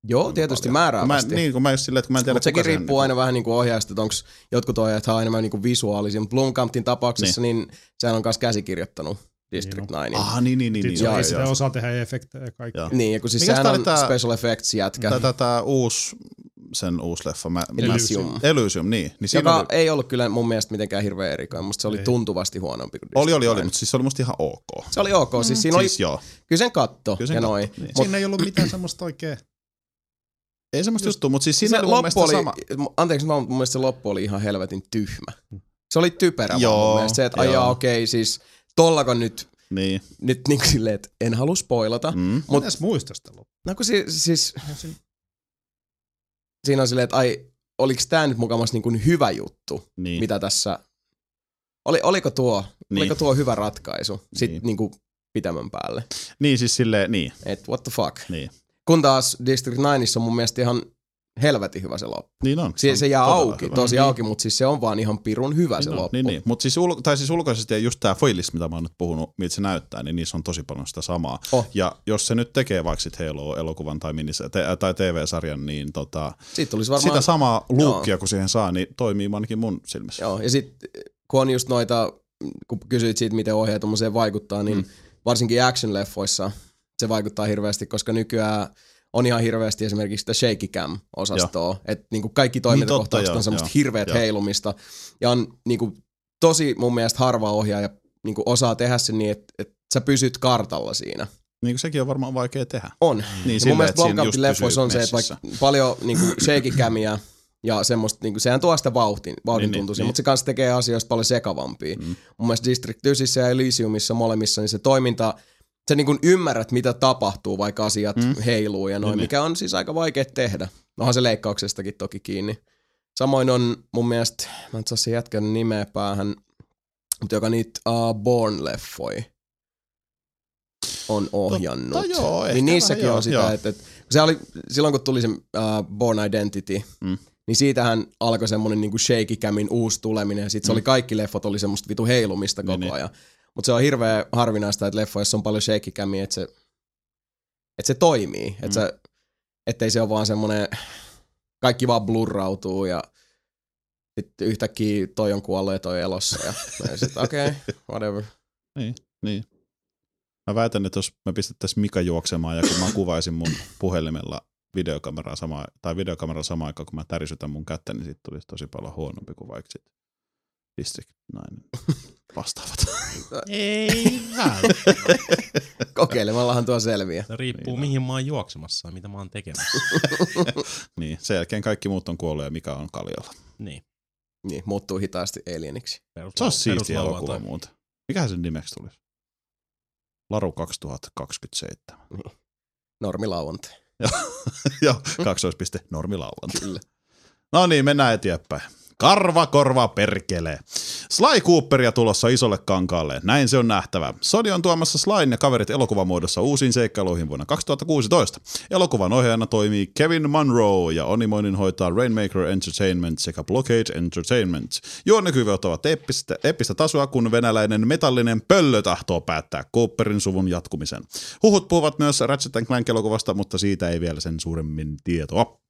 joo, tietysti paljon. määräävästi. Mä, niin, kun mä just silleen, että kun mä en tiedä, Mutta sekin kuka sen- riippuu aina vähän niinku ohjaajasta, että onko jotkut ohjaajat on enemmän niinku visuaalisia, mutta Blomkampin tapauksessa niin. niin sehän on myös käsikirjoittanut District 9. Niin, no. Ah, niin, niin, niin. Sitten niin se joo, ei joo, sitä joo. osaa tehdä efektejä ja kaikkea. Joo. Niin, ja kun siis Mikäs sehän tää oli on tää- special effects jätkä, Tätä tää uusi, sen uusi leffa. Mä, mä, Elysium. Elysium, niin. niin siinä joka oli, ei ollut kyllä mun mielestä mitenkään hirveän erikoinen, musta se oli Ei. tuntuvasti huonompi kuin oli, District oli, oli, 9. mutta siis se oli musta ihan ok. Se oli ok, siis siinä oli Siis joo. Kyllä sen katto Kyllä kyllä sen sen ja katto, noin. niin. Mut Siinä ei ollut mitään semmoista oikein. Ei semmoista juttua, mutta siis siinä se oli mun mielestä loppu oli, sama. anteeksi mä, mun mielestä se loppu oli ihan helvetin tyhmä. Se oli typerä joo, Joo, mun mielestä se, että joo. ajaa okei siis tollako nyt, Niin. nyt niin silleen, että en halua spoilata. Mm. Mm. Mut- Mut, Mitäs muista sitä loppua? No kun si, siis Eihän siinä- siinä on silleen, että ai oliks tää nyt mukamas niin kuin hyvä juttu, Niin. niin. mitä tässä, oli, oliko tuo, Niin. niin. oliko tuo hyvä ratkaisu sit Niin. niin. niin kuin pitemmän päälle. niin, siis silleen, niin. Et what the fuck. Niin. Kun taas District 9 on mun mielestä ihan helvetin hyvä se loppu. Niin on. Se, on se jää todella auki, hyvä. tosi auki, mutta siis se on vaan ihan pirun hyvä se Niin on, loppu. Niin, niin. mutta siis, ulko, tai siis ulkoisesti ja just tämä foilis, mitä mä oon nyt puhunut, miltä se näyttää, niin niissä on tosi paljon sitä samaa. Oh. Ja jos se nyt tekee vaikka sit Halo elokuvan tai, minis- te- äh, tai TV-sarjan, niin tota, Siitä tulisi varmaan, sitä varmaan... samaa luukkia, kun siihen saa, niin toimii ainakin mun silmissä. Joo, ja sitten kun on just noita, kun kysyit siitä, miten ohjaa tuommoiseen vaikuttaa, niin mm. varsinkin action-leffoissa se vaikuttaa hirveästi, koska nykyään on ihan hirveästi esimerkiksi sitä shaky cam osastoa, että niinku kaikki toimintakohtaukset totta, niin joo, on semmoista joo, hirveät joo. heilumista, ja on niinku tosi mun mielestä harva ohjaaja niinku osaa tehdä se niin, että et sä pysyt kartalla siinä. Niin kuin sekin on varmaan vaikea tehdä. On. Niin Ja mun silleen, että mielestä siinä just Blomkampin leffoissa pysyy on se, että messissä. vaikka paljon niinku shakikämiä ja semmoista, niinku, sehän tuo sitä vauhtin, vauhdin Niin, niin, tuntuisia, niin, niin, mutta se kanssa tekee asioista paljon sekavampia. Mm. Mun mielestä District 9 ja Elysiumissa molemmissa, niin se toiminta, sä niinku ymmärrät, mitä tapahtuu, vaikka asiat mm. heiluu ja noin, Niin, niin, niin. mikä on siis aika vaikea tehdä. Onhan se leikkauksestakin toki kiinni. Samoin on mun mielestä, mä en saa se jätkän nimeä päähän, mutta joka niitä uh, Born-leffoi on ohjannut. Totta No joo, ehkä niin niissäkin vähän on joo, sitä, joo. että, että kun se oli, silloin kun tuli se uh, Born Identity, Mm. mm. niin siitähän alkoi semmoinen niinku shaky camin uusi tuleminen, ja sit se Mm. oli kaikki leffot oli semmoista vitu heilumista koko Niin, niin. ajan. Mutta se on hirveä harvinaista, että leffoissa on paljon shaky camia, että se, että se toimii, että Mm. sä, ettei se ole vaan semmoinen, kaikki vaan blurrautuu ja sitten yhtäkkiä toi on kuollut ja toi elossa ja ja sit, okei, okay, whatever. Mä väitän, että jos me pistettäisiin Mika juoksemaan ja kun mä kuvaisin mun puhelimella videokameraa samaan, tai videokamera samaan aikaan, kun mä tärisytän mun kättä, niin siitä tulisi tosi paljon huonompi kuin vaikka sit District 9 vastaavat. Ei Kokeilemallahan tuo selviää. Se riippuu Niin. mihin mä oon juoksemassa ja mitä mä oon tekemässä. niin, sen jälkeen kaikki muut on kuollut ja Mika on kaljolla. Niin. Niin, muuttuu hitaasti alieniksi. Perus, Se on siisti peruslauantai. elokuva muuten. Mikähän sen nimeksi tulisi? Laru 2027. Normilauantai. Joo, kaksoispiste normilauantai. Kyllä. No niin, mennään eteenpäin. Karva korva perkele. Sly Cooperia tulossa isolle kankaalle. Näin se on nähtävä. Sony on tuomassa Slyn ja kaverit elokuvamuodossa uusiin seikkailuihin vuonna 2016. Elokuvan ohjaajana toimii Kevin Monroe ja onimoinnin hoitaa Rainmaker Entertainment sekä Blockade Entertainment. Juonnekyvyt ovat eppistä, eppistä tasoa, kun venäläinen metallinen pöllö tahtoo päättää Cooperin suvun jatkumisen. Huhut puhuvat myös Ratchet Clank-elokuvasta, mutta siitä ei vielä sen suuremmin tietoa.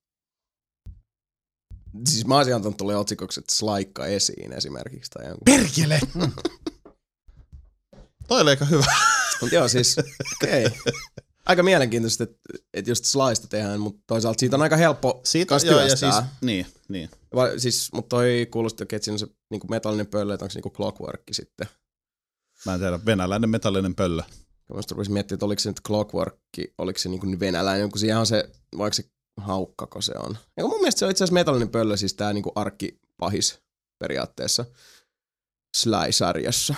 Siis mä olisin antanut tulle otsikoksi, että slaikka esiin esimerkiksi tai jonkun. Perkele! Toi oli aika hyvä. Mut joo, siis, okei. Okay. Aika mielenkiintoista, että, että just slaista tehdään, mutta toisaalta siitä on aika helppo kans työstää. Siis... niin, niin. Va, siis, mutta toi kuulosti, että siinä on se niinku metallinen pöllö, että onko se niinku clockworkki sitten. Mä en tiedä, venäläinen metallinen pöllö. Ja Mä sitten rupesin miettimään, että oliko se nyt clockworkki, oliko se niinku venäläinen, kun siihen on se, vaikka se haukkako se on. Ja mun mielestä se on itse asiassa metallinen pöllö, siis tää niinku arkki pahis periaatteessa Sly-sarjassa.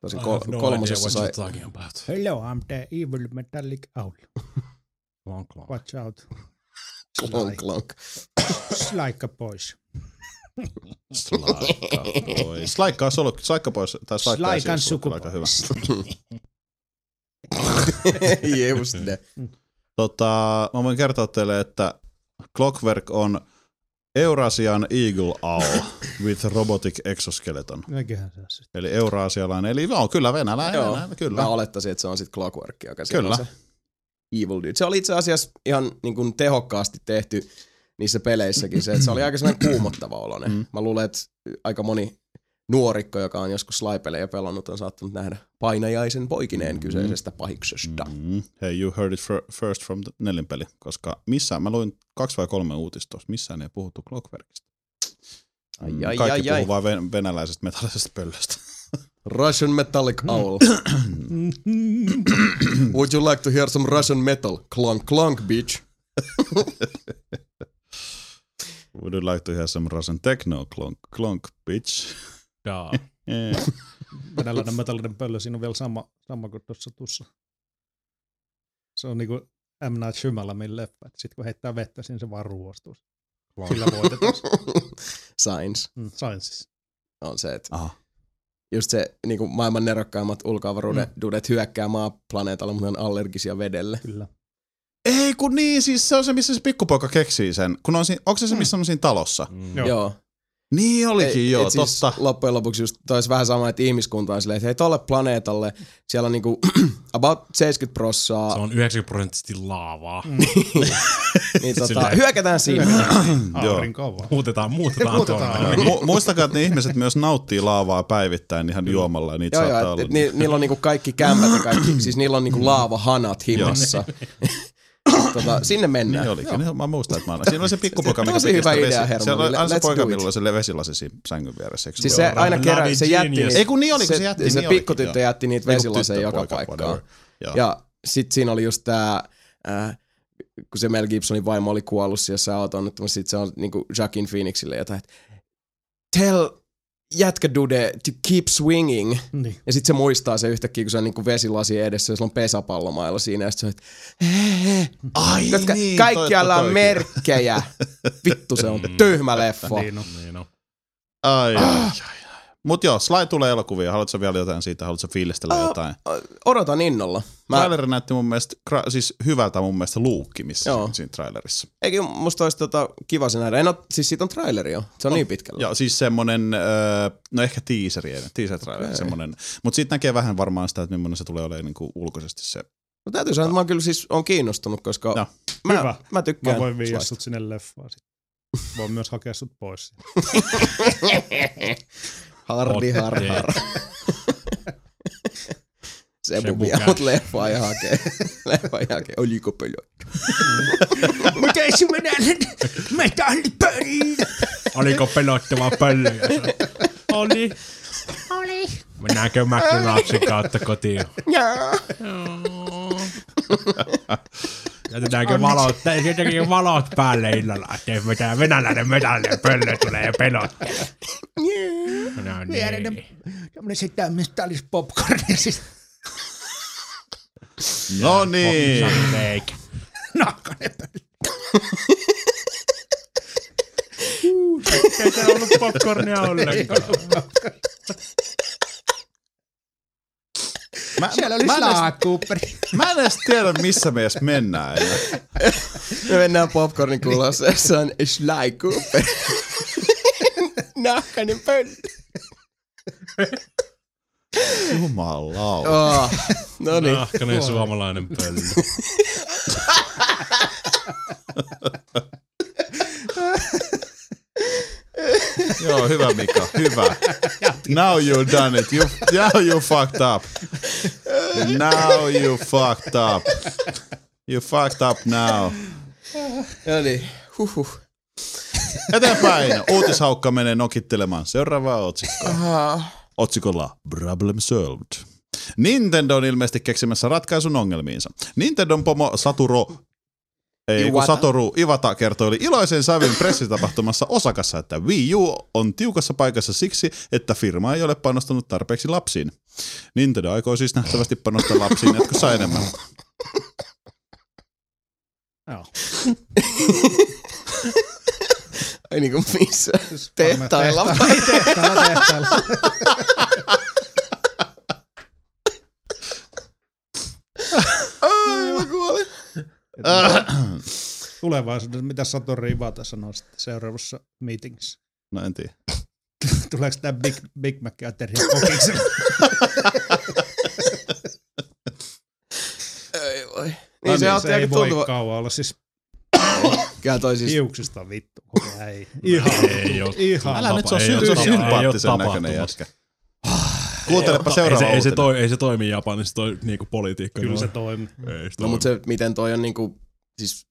Tosin I have kol- no kolmosessa idea sai... what you're talking about. Hello, I'm the evil metallic owl. Klonk, klonk. Watch out. Klonk, klonk. Slaika pois. Slaikka pois. Slaikka olisi ollut, slaikka pois, tai slaikka Slaikan olisi ollut kyllä sukupuoli. Aika hyvä. Just ne. Tota, mä voin kertoa teille, että Clockwork on Eurasian Eagle Owl with Robotic Exoskeleton. Näköhän se on se. Eli Eurasialainen, eli on kyllä venäläinen, Joo. venäläinen kyllä. Mä olettaisin, että se on sitten Clockwork, joka siellä Kyllä. on se Evil Dude. Se oli itse asiassa ihan niin kuin tehokkaasti tehty niissä peleissäkin se, että se oli aika semmoinen kuumottava oloinen. Mm. Mm. Mä luulen, että aika moni nuorikko, joka on joskus slaipelejä pelannut, on saattanut nähdä painajaisen poikineen mm. Mm. kyseisestä pahiksesta. Mm. Mm-hmm. Hei, you heard it fir- first from the nelinpeli, koska missään, mä luin kaksi vai kolme uutista tuossa, missään ei puhuttu Clockworkista. Ai, Mm, ai, Kaikki ai, ai. puhuu vaan ven- venäläisestä metallisesta pöllöstä. Russian Metallic Mm. Owl. Mm. Would you like to hear some Russian metal? Clunk, clunk, bitch. Would you like to hear some Russian techno clonk, clonk bitch? Daa. Eh. Venäläinen metallinen pöllö, siinä on vielä sama, sama kuin tuossa tussa. Se on niinku M. Night Shyamalanin leffa, että sit kun heittää vettä, niin se vaan ruostuu. Sillä voitetaan. Science Mm, Sain siis. on se, että Aha. just se niin kuin maailman nerokkaimmat ulkoavaruuden mm. dudet hyökkää maaplaneenalle, mutta ne on allergisia vedelle. Kyllä. Ei kun niin, siis se on se, missä se pikkupoika keksii sen. Kun on, si- onko se se, missä on siinä talossa? Mm. Joo. Joo. Niin olikin, Ei- joo, et totta. siis Loppujen lopuksi just taisi vähän sama, että ihmiskunta on silleen, että hei tolle planeetalle, siellä on niinku about 70 Se prossaa, on 90 prosenttisesti laavaa. Mm. niin tota, silleen. hyökätään sinne. Aurinko vaan. Muutetaan, muutetaan, Muutetaan. tuonne. Mu- muistakaa, että ne ihmiset myös nauttii laavaa päivittäin ihan juomalla ja niitä Joo, saattaa joo, olla. et, et, ni, niillä on niinku kaikki kämpät ja kaikki, siis niillä on niinku laavahanat himassa. tota, sinne mennään. Niin olikin. Niin, mä muistan, että mä olin. Siinä oli se pikkupoika, mikä Tosi hyvä piti sitä idea, vesi- Herman. Siellä oli aina se Let's poika, do it. millä oli se vesilasi siinä sängyn vieressä. eikö Siis ollut? se aina Bloody kerää, se jätti genius. niitä, Ei kun niin olikin, se, se jätti. se niin pikkutyttö olikin, joo. jätti niitä Ei kun vesilaseja joka tyttöpoika, paikkaan. whatever. Joo. Ja sit siinä oli just tää, äh, kun se Mel Gibsonin vaimo oli kuollut siellä se auto onnettomasti, sit se on niinku Jackin Phoenixille jotain, että tell jätkä dude to keep swinging. Niin. Ja sit se muistaa se yhtäkkiä, kun se on niinku vesilasi edessä ja sillä on pesäpallomailla siinä. Ja sit se on, että Ai koska niin, kaikkialla toi- on toi- merkkejä. Vittu se on Mm. tyhmä leffa. Niin on. Niin no. Ai, ai, ai, ai. Ah! Mut joo, Sly tulee elokuvia. Haluatko vielä jotain siitä? Haluatko fiilistellä Ah, jotain? Odotan innolla. Mä, Traileri näytti mun mielestä, gra- siis hyvältä mun mielestä luukki, missä Joo. joo. siinä trailerissa. eikä musta olisi tota, kiva se nähdä. En oo, siis siitä on traileri jo. Se on, niin pitkällä. Ja siis semmonen, öö, no ehkä teaseri, ei, teaser traileri okay. semmonen. Mut siitä näkee vähän varmaan sitä, että millainen se tulee olemaan niinku ulkoisesti se. No täytyy sanoa, että mä oon kyllä siis on kiinnostunut, koska No. mä, Hyvä. mä tykkään Mä voin viiä Slysta. sut sinne leffaan sit. Voin myös hakea sut pois. sieltä. Hardi, Otte. har, har. Se Sebu bubia, Cash. mut leffaa ja hakee. Leffaa ja hakee. Oliko pölyä? Mutta ei se mennä meitä on pölyä. Oliko pelottava pöllö? Oli. Oli. Mennäänkö McDonaldsin kautta kotiin? Jaa. Jätetäänkö valot, tai jotenkin valot päälle illalla, ettei mitään venäläinen metallinen pöllö tulee ja pelottaa. No niin. Tämmönen se tämmöistä olisi popcornia siis. No niin. Eikä. Nahkainen Ei se ollut popcornia ollenkaan. Mä, Siellä oli mä, en edes, slaakupperi. mä en edes tiedä, missä me edes mennään enää. Me mennään popcornin kulossa, se on Sly Cooper. Nahkainen pölyä. Jumalauta. Oh, no niin. Nahkainen suomalainen pöllö. Joo, hyvä Mika, hyvä. Now you done it. You, now you fucked up. Now you fucked up. You fucked up now. No niin. Huhhuh. Eteenpäin. Uutishaukka menee nokittelemaan seuraavaa otsikkoa. Ah. Otsikolla Problem Solved. Nintendo on ilmeisesti keksimässä ratkaisun ongelmiinsa. Nintendon pomo Saturo ei, kun Iwata. Satoru Iwata kertoili iloisen sävyn pressitapahtumassa Osakassa, että Wii U on tiukassa paikassa siksi, että firma ei ole panostanut tarpeeksi lapsiin. Nintendo aikoo siis nähtävästi panostaa lapsiin jatkossa enemmän. Joo. Ei niinku missä. Siis Tehtailla. Ei tehtailla, tehtailla. Ai, mä kuolin. Tulevaisuudessa, mitä Satori Ivata sanoo sitten seuraavassa meetingissä? No en tiedä. Tuleeko tämä Big, Big Mac ja Niin, No teriyaki? Ei voi. Niin, No se, niin, on se ei aika voi tuntuva. kauan olla siis Kyllä toi siis hiuksista vittu. Koko ei. Ihan, Ei oo. ihan. Älä nyt se on ei ole sy- tapa- ei ole sympaattisen tapahtumassa. näköinen jätkä. Kuuntelepa Ei se, seuraava ei, se uutinen. toi, ei se toimi Japanissa toi niinku politiikka. Kyllä se No, toimii. Ei se No toimi. mutta se, miten toi on niinku, siis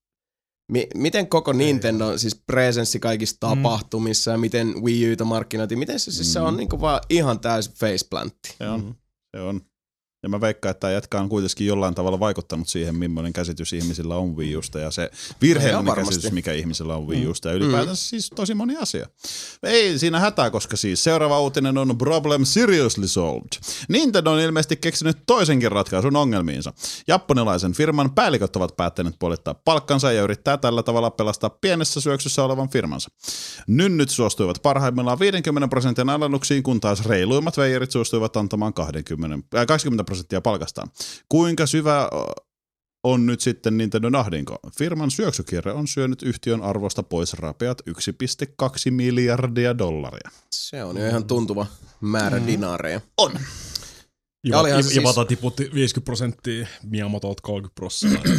mi, miten koko Nintendo, siis presenssi Mm. kaikissa tapahtumissa ja miten Wii Utä markkinoitiin, miten se siis se Mm. on niinku vaan ihan täys faceplantti. Se on. Mm-hmm. Se on. Ja mä veikkaan, että tämä jätkä on kuitenkin jollain tavalla vaikuttanut siihen, millainen käsitys ihmisillä on Wii Usta ja se Ihan virheellinen varmasti. käsitys, Siis mikä ihmisillä on Wii Usta. Ja ylipäätänsä siis tosi moni asia. Ei siinä hätää, koska siis seuraava uutinen on Problem Seriously Solved. Nintendo on ilmeisesti keksinyt toisenkin ratkaisun ongelmiinsa. Japanilaisen firman päälliköt ovat päättäneet puolittaa palkkansa ja yrittää tällä tavalla pelastaa pienessä syöksyssä olevan firmansa. Nynnyt suostuivat parhaimmillaan 50 prosentin alennuksiin, kun taas reiluimmat veijerit suostuivat antamaan 20, äh, 20 prosenttia palkastaan. Kuinka syvä ö, on nyt sitten Nintendo ahdinko. Firman syöksykierre on syönyt yhtiön arvosta pois rapeat 1,2 miljardia dollaria. Se on jo Mm. ihan tuntuva määrä mm. dinaareja. Ja Jivata olihan Iv, se siis... tiputti 50 prosenttia, Miamotot 30 prosenttia.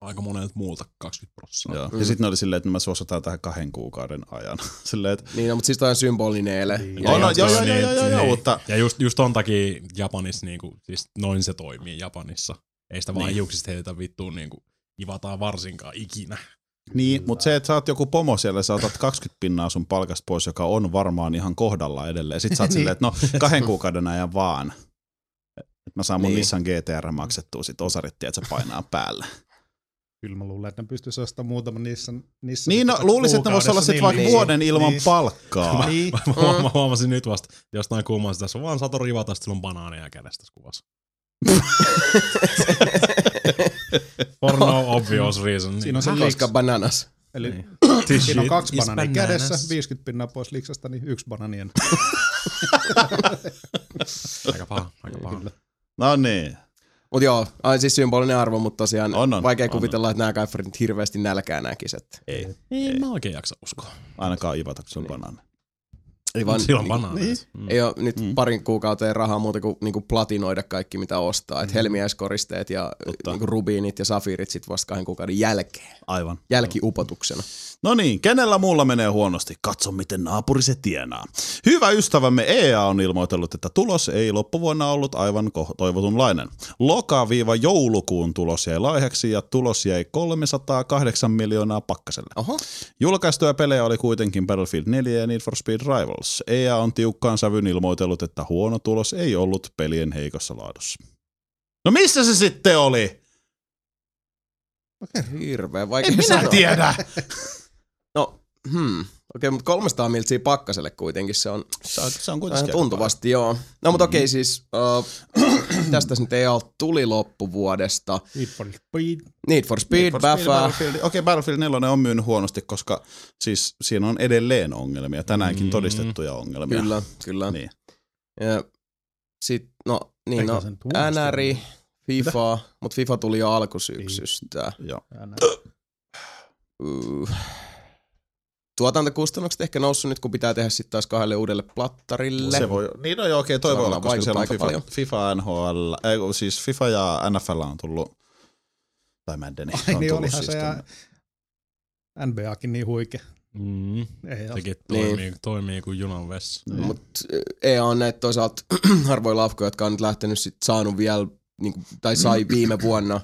aika monelta muulta 20 prosenttia. Joo. Ja sitten ne oli silleen, että me suositaan tähän kahden kuukauden ajan. Silleen, että Niin, no, mutta siis toi on symbolinen ele. Joo, no, siis joo, joo, niin, joo, joo, joo, niin. mutta- Ja just, just ton takia Japanissa, niinku, siis noin se toimii Japanissa. Ei sitä vaan niin. hiuksista heitä vittuun niinku, ivataan varsinkaan ikinä. Niin, mutta se, että sä oot joku pomo siellä ja sä otat 20 pinnaa sun palkasta pois, joka on varmaan ihan kohdalla edelleen. Sitten sä oot silleen, että no kahden kuukauden ajan vaan. Että mä saan mun Niin. niin. Nissan GTR maksettua sit osarit, että se painaa päällä. Kyllä mä luulen, että ne pystyisi ostamaan muutaman niissä. niissä niin, no luulisin, että ne vois olla sit vaikka niin. vuoden ilman Niin. palkkaa. Niin. Mä, mm. mä huomasin nyt vasta jostain kumman, että tässä on vaan sato rivata, sitten on banaaneja kädessä tässä kuvassa. For no obvious reason. Siinä on Niin, se Koska liiks. bananas. Eli This siinä on shit kaksi is banania bananas. kädessä, 50 pinnaa pois liksasta, niin yksi bananien. Aika paha, aika paha. No niin. Mut joo, on siis symbolinen arvo, mutta tosiaan On, on, vaikea on, kuvitella, että nämä kaifarit hirveästi nälkää nämä kisat. Ei. Ei mä oikein jaksa uskoa. Ainakaan ivata, kun se on banaani. Ei Vaan, vaan, Silloin banaaneja. Niin. Mm. ei ole nyt mm. parin kuukauteen rahaa muuta kuin, niinku platinoida kaikki, mitä ostaa. Et helmiäiskoristeet ja Mm. Totta. niinku rubiinit ja safiirit sit vasta kahden kuukauden jälkeen. Aivan. Jälkiupotuksena. No niin, kenellä muulla menee huonosti? Katso, miten naapuri se tienaa. Hyvä ystävämme EA on ilmoitellut, että tulos ei loppuvuonna ollut aivan ko- toivotunlainen. Loka-joulukuun tulos jäi laihaksi ja tulos jäi 308 miljoonaa pakkaselle. Oho. Julkaistuja pelejä oli kuitenkin Battlefield 4 ja Need for Speed Rivals. EA on tiukkaan sävyn ilmoitellut, että huono tulos ei ollut pelien heikossa laadussa. No missä se sitten oli? Hirveä vaikea En minä sanoa. tiedä. No, hmm. Okei, mutta 300 miltsiä pakkaselle kuitenkin se on Se on, se on vähän kuitenkin aika tuntuvasti, joo. No mutta Mm-hmm. okei siis, uh, tästä nyt ei ole tuli loppuvuodesta. Need for speed. Need for Speed, Need for Speed, Baffa. Battlefield. Okei, okay, Battlefield 4 on myynyt huonosti, koska siis siinä on edelleen ongelmia, tänäänkin Mm. mm. todistettuja ongelmia. Kyllä, kyllä. Niin. Ja, sit, no, niin Eikä no, se nyt uudestaan. NRI, FIFA, mutta FIFA tuli jo alkusyksystä. Joo. Äänä. Niin. Uh. Tuotantokustannukset ehkä noussut nyt, kun pitää tehdä sitten taas kahdelle uudelle plattarille. Se voi, niin no joo, okei, Se toi voi olla, varmaan koska siellä on vaikuttaa FIFA, aika FIFA NHL, ei, kun siis FIFA ja NFL on tullut, tai Maddeni Ai on niin, tullut olihan siis se tänne. NBAkin niin huikea. Mm. Ei ole. Sekin toimii, niin. toimii kuin junan vessa. Niin. Mutta EA E on näitä toisaalta harvoja lafkoja, jotka on nyt lähtenyt sit saanut vielä, niin kuin, tai Mm. sai viime vuonna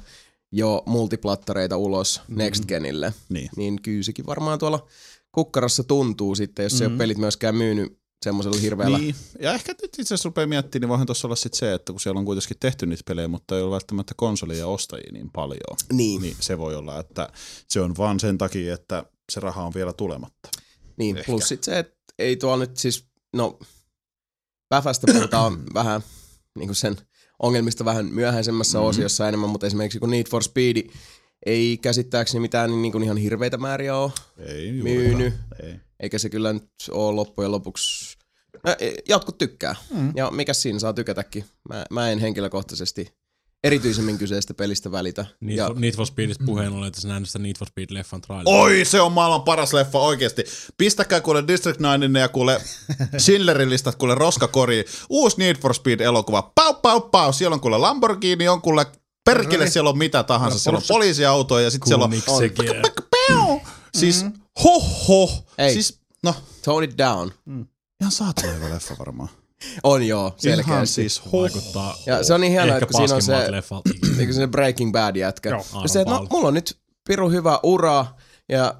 jo multiplattareita ulos Next Genille. Mm-hmm. Niin. Niin kyllä sekin varmaan tuolla kukkarassa tuntuu sitten, jos mm. ei ole pelit myöskään myynyt semmoisella hirveällä. Mm-hmm. Niin. Ja ehkä nyt itse asiassa rupeaa miettimään, niin voihan tuossa olla sit se, että kun siellä on kuitenkin tehty niitä pelejä, mutta ei ole välttämättä konsoleja ostajia niin paljon, Niin. niin se voi olla, että se on vaan sen takia, että se raha on vielä tulematta. Niin, Ehkä. plus sit se, että ei tuolla nyt siis, no, Päfästä puhutaan vähän niin kuin sen ongelmista vähän myöhäisemmässä Mhm. mm-hmm. osiossa enemmän, mutta esimerkiksi kun Need for Speed ei käsittääkseni mitään niin kuin ihan hirveitä määriä ole Ei juurikaan. myynyt, Ei. eikä se kyllä nyt ole loppujen lopuksi. No, e, jotkut tykkää, Mhm. mm. ja mikä siinä saa tykätäkin. Mä, mä en henkilökohtaisesti erityisemmin kyseisestä pelistä välitä. Need, ja, for, Need for Speedistä puheen ollen, että sä nähnyt sitä Need for Speed-leffan traileria. Oi, se on maailman paras leffa oikeesti. Pistäkää kuule District 9 ja kuule Schindlerin listat kuule roskakoriin. Uusi Need for Speed-elokuva. Pau, pau, pau. Siellä on kuule Lamborghini, on kuule perkele, siellä on mitä tahansa. Siellä on poliisiautoja ja sitten siellä on... Kunniksi sekin. Pew! Siis ho ho. Mm-hmm. Ei. Siis, no, Tone it down. ihan saatana hyvä leffa varmaan. On joo, Ihan selkeästi. siis ho. Vaikuttaa Ja se on niin hienoa, ehkä että kun siinä on se... paskimmalta leffalta ikinä. Eikö se niinku Breaking Bad jätkä? Joo, ja se, että no, aivan mulla on nyt piru hyvä ura ja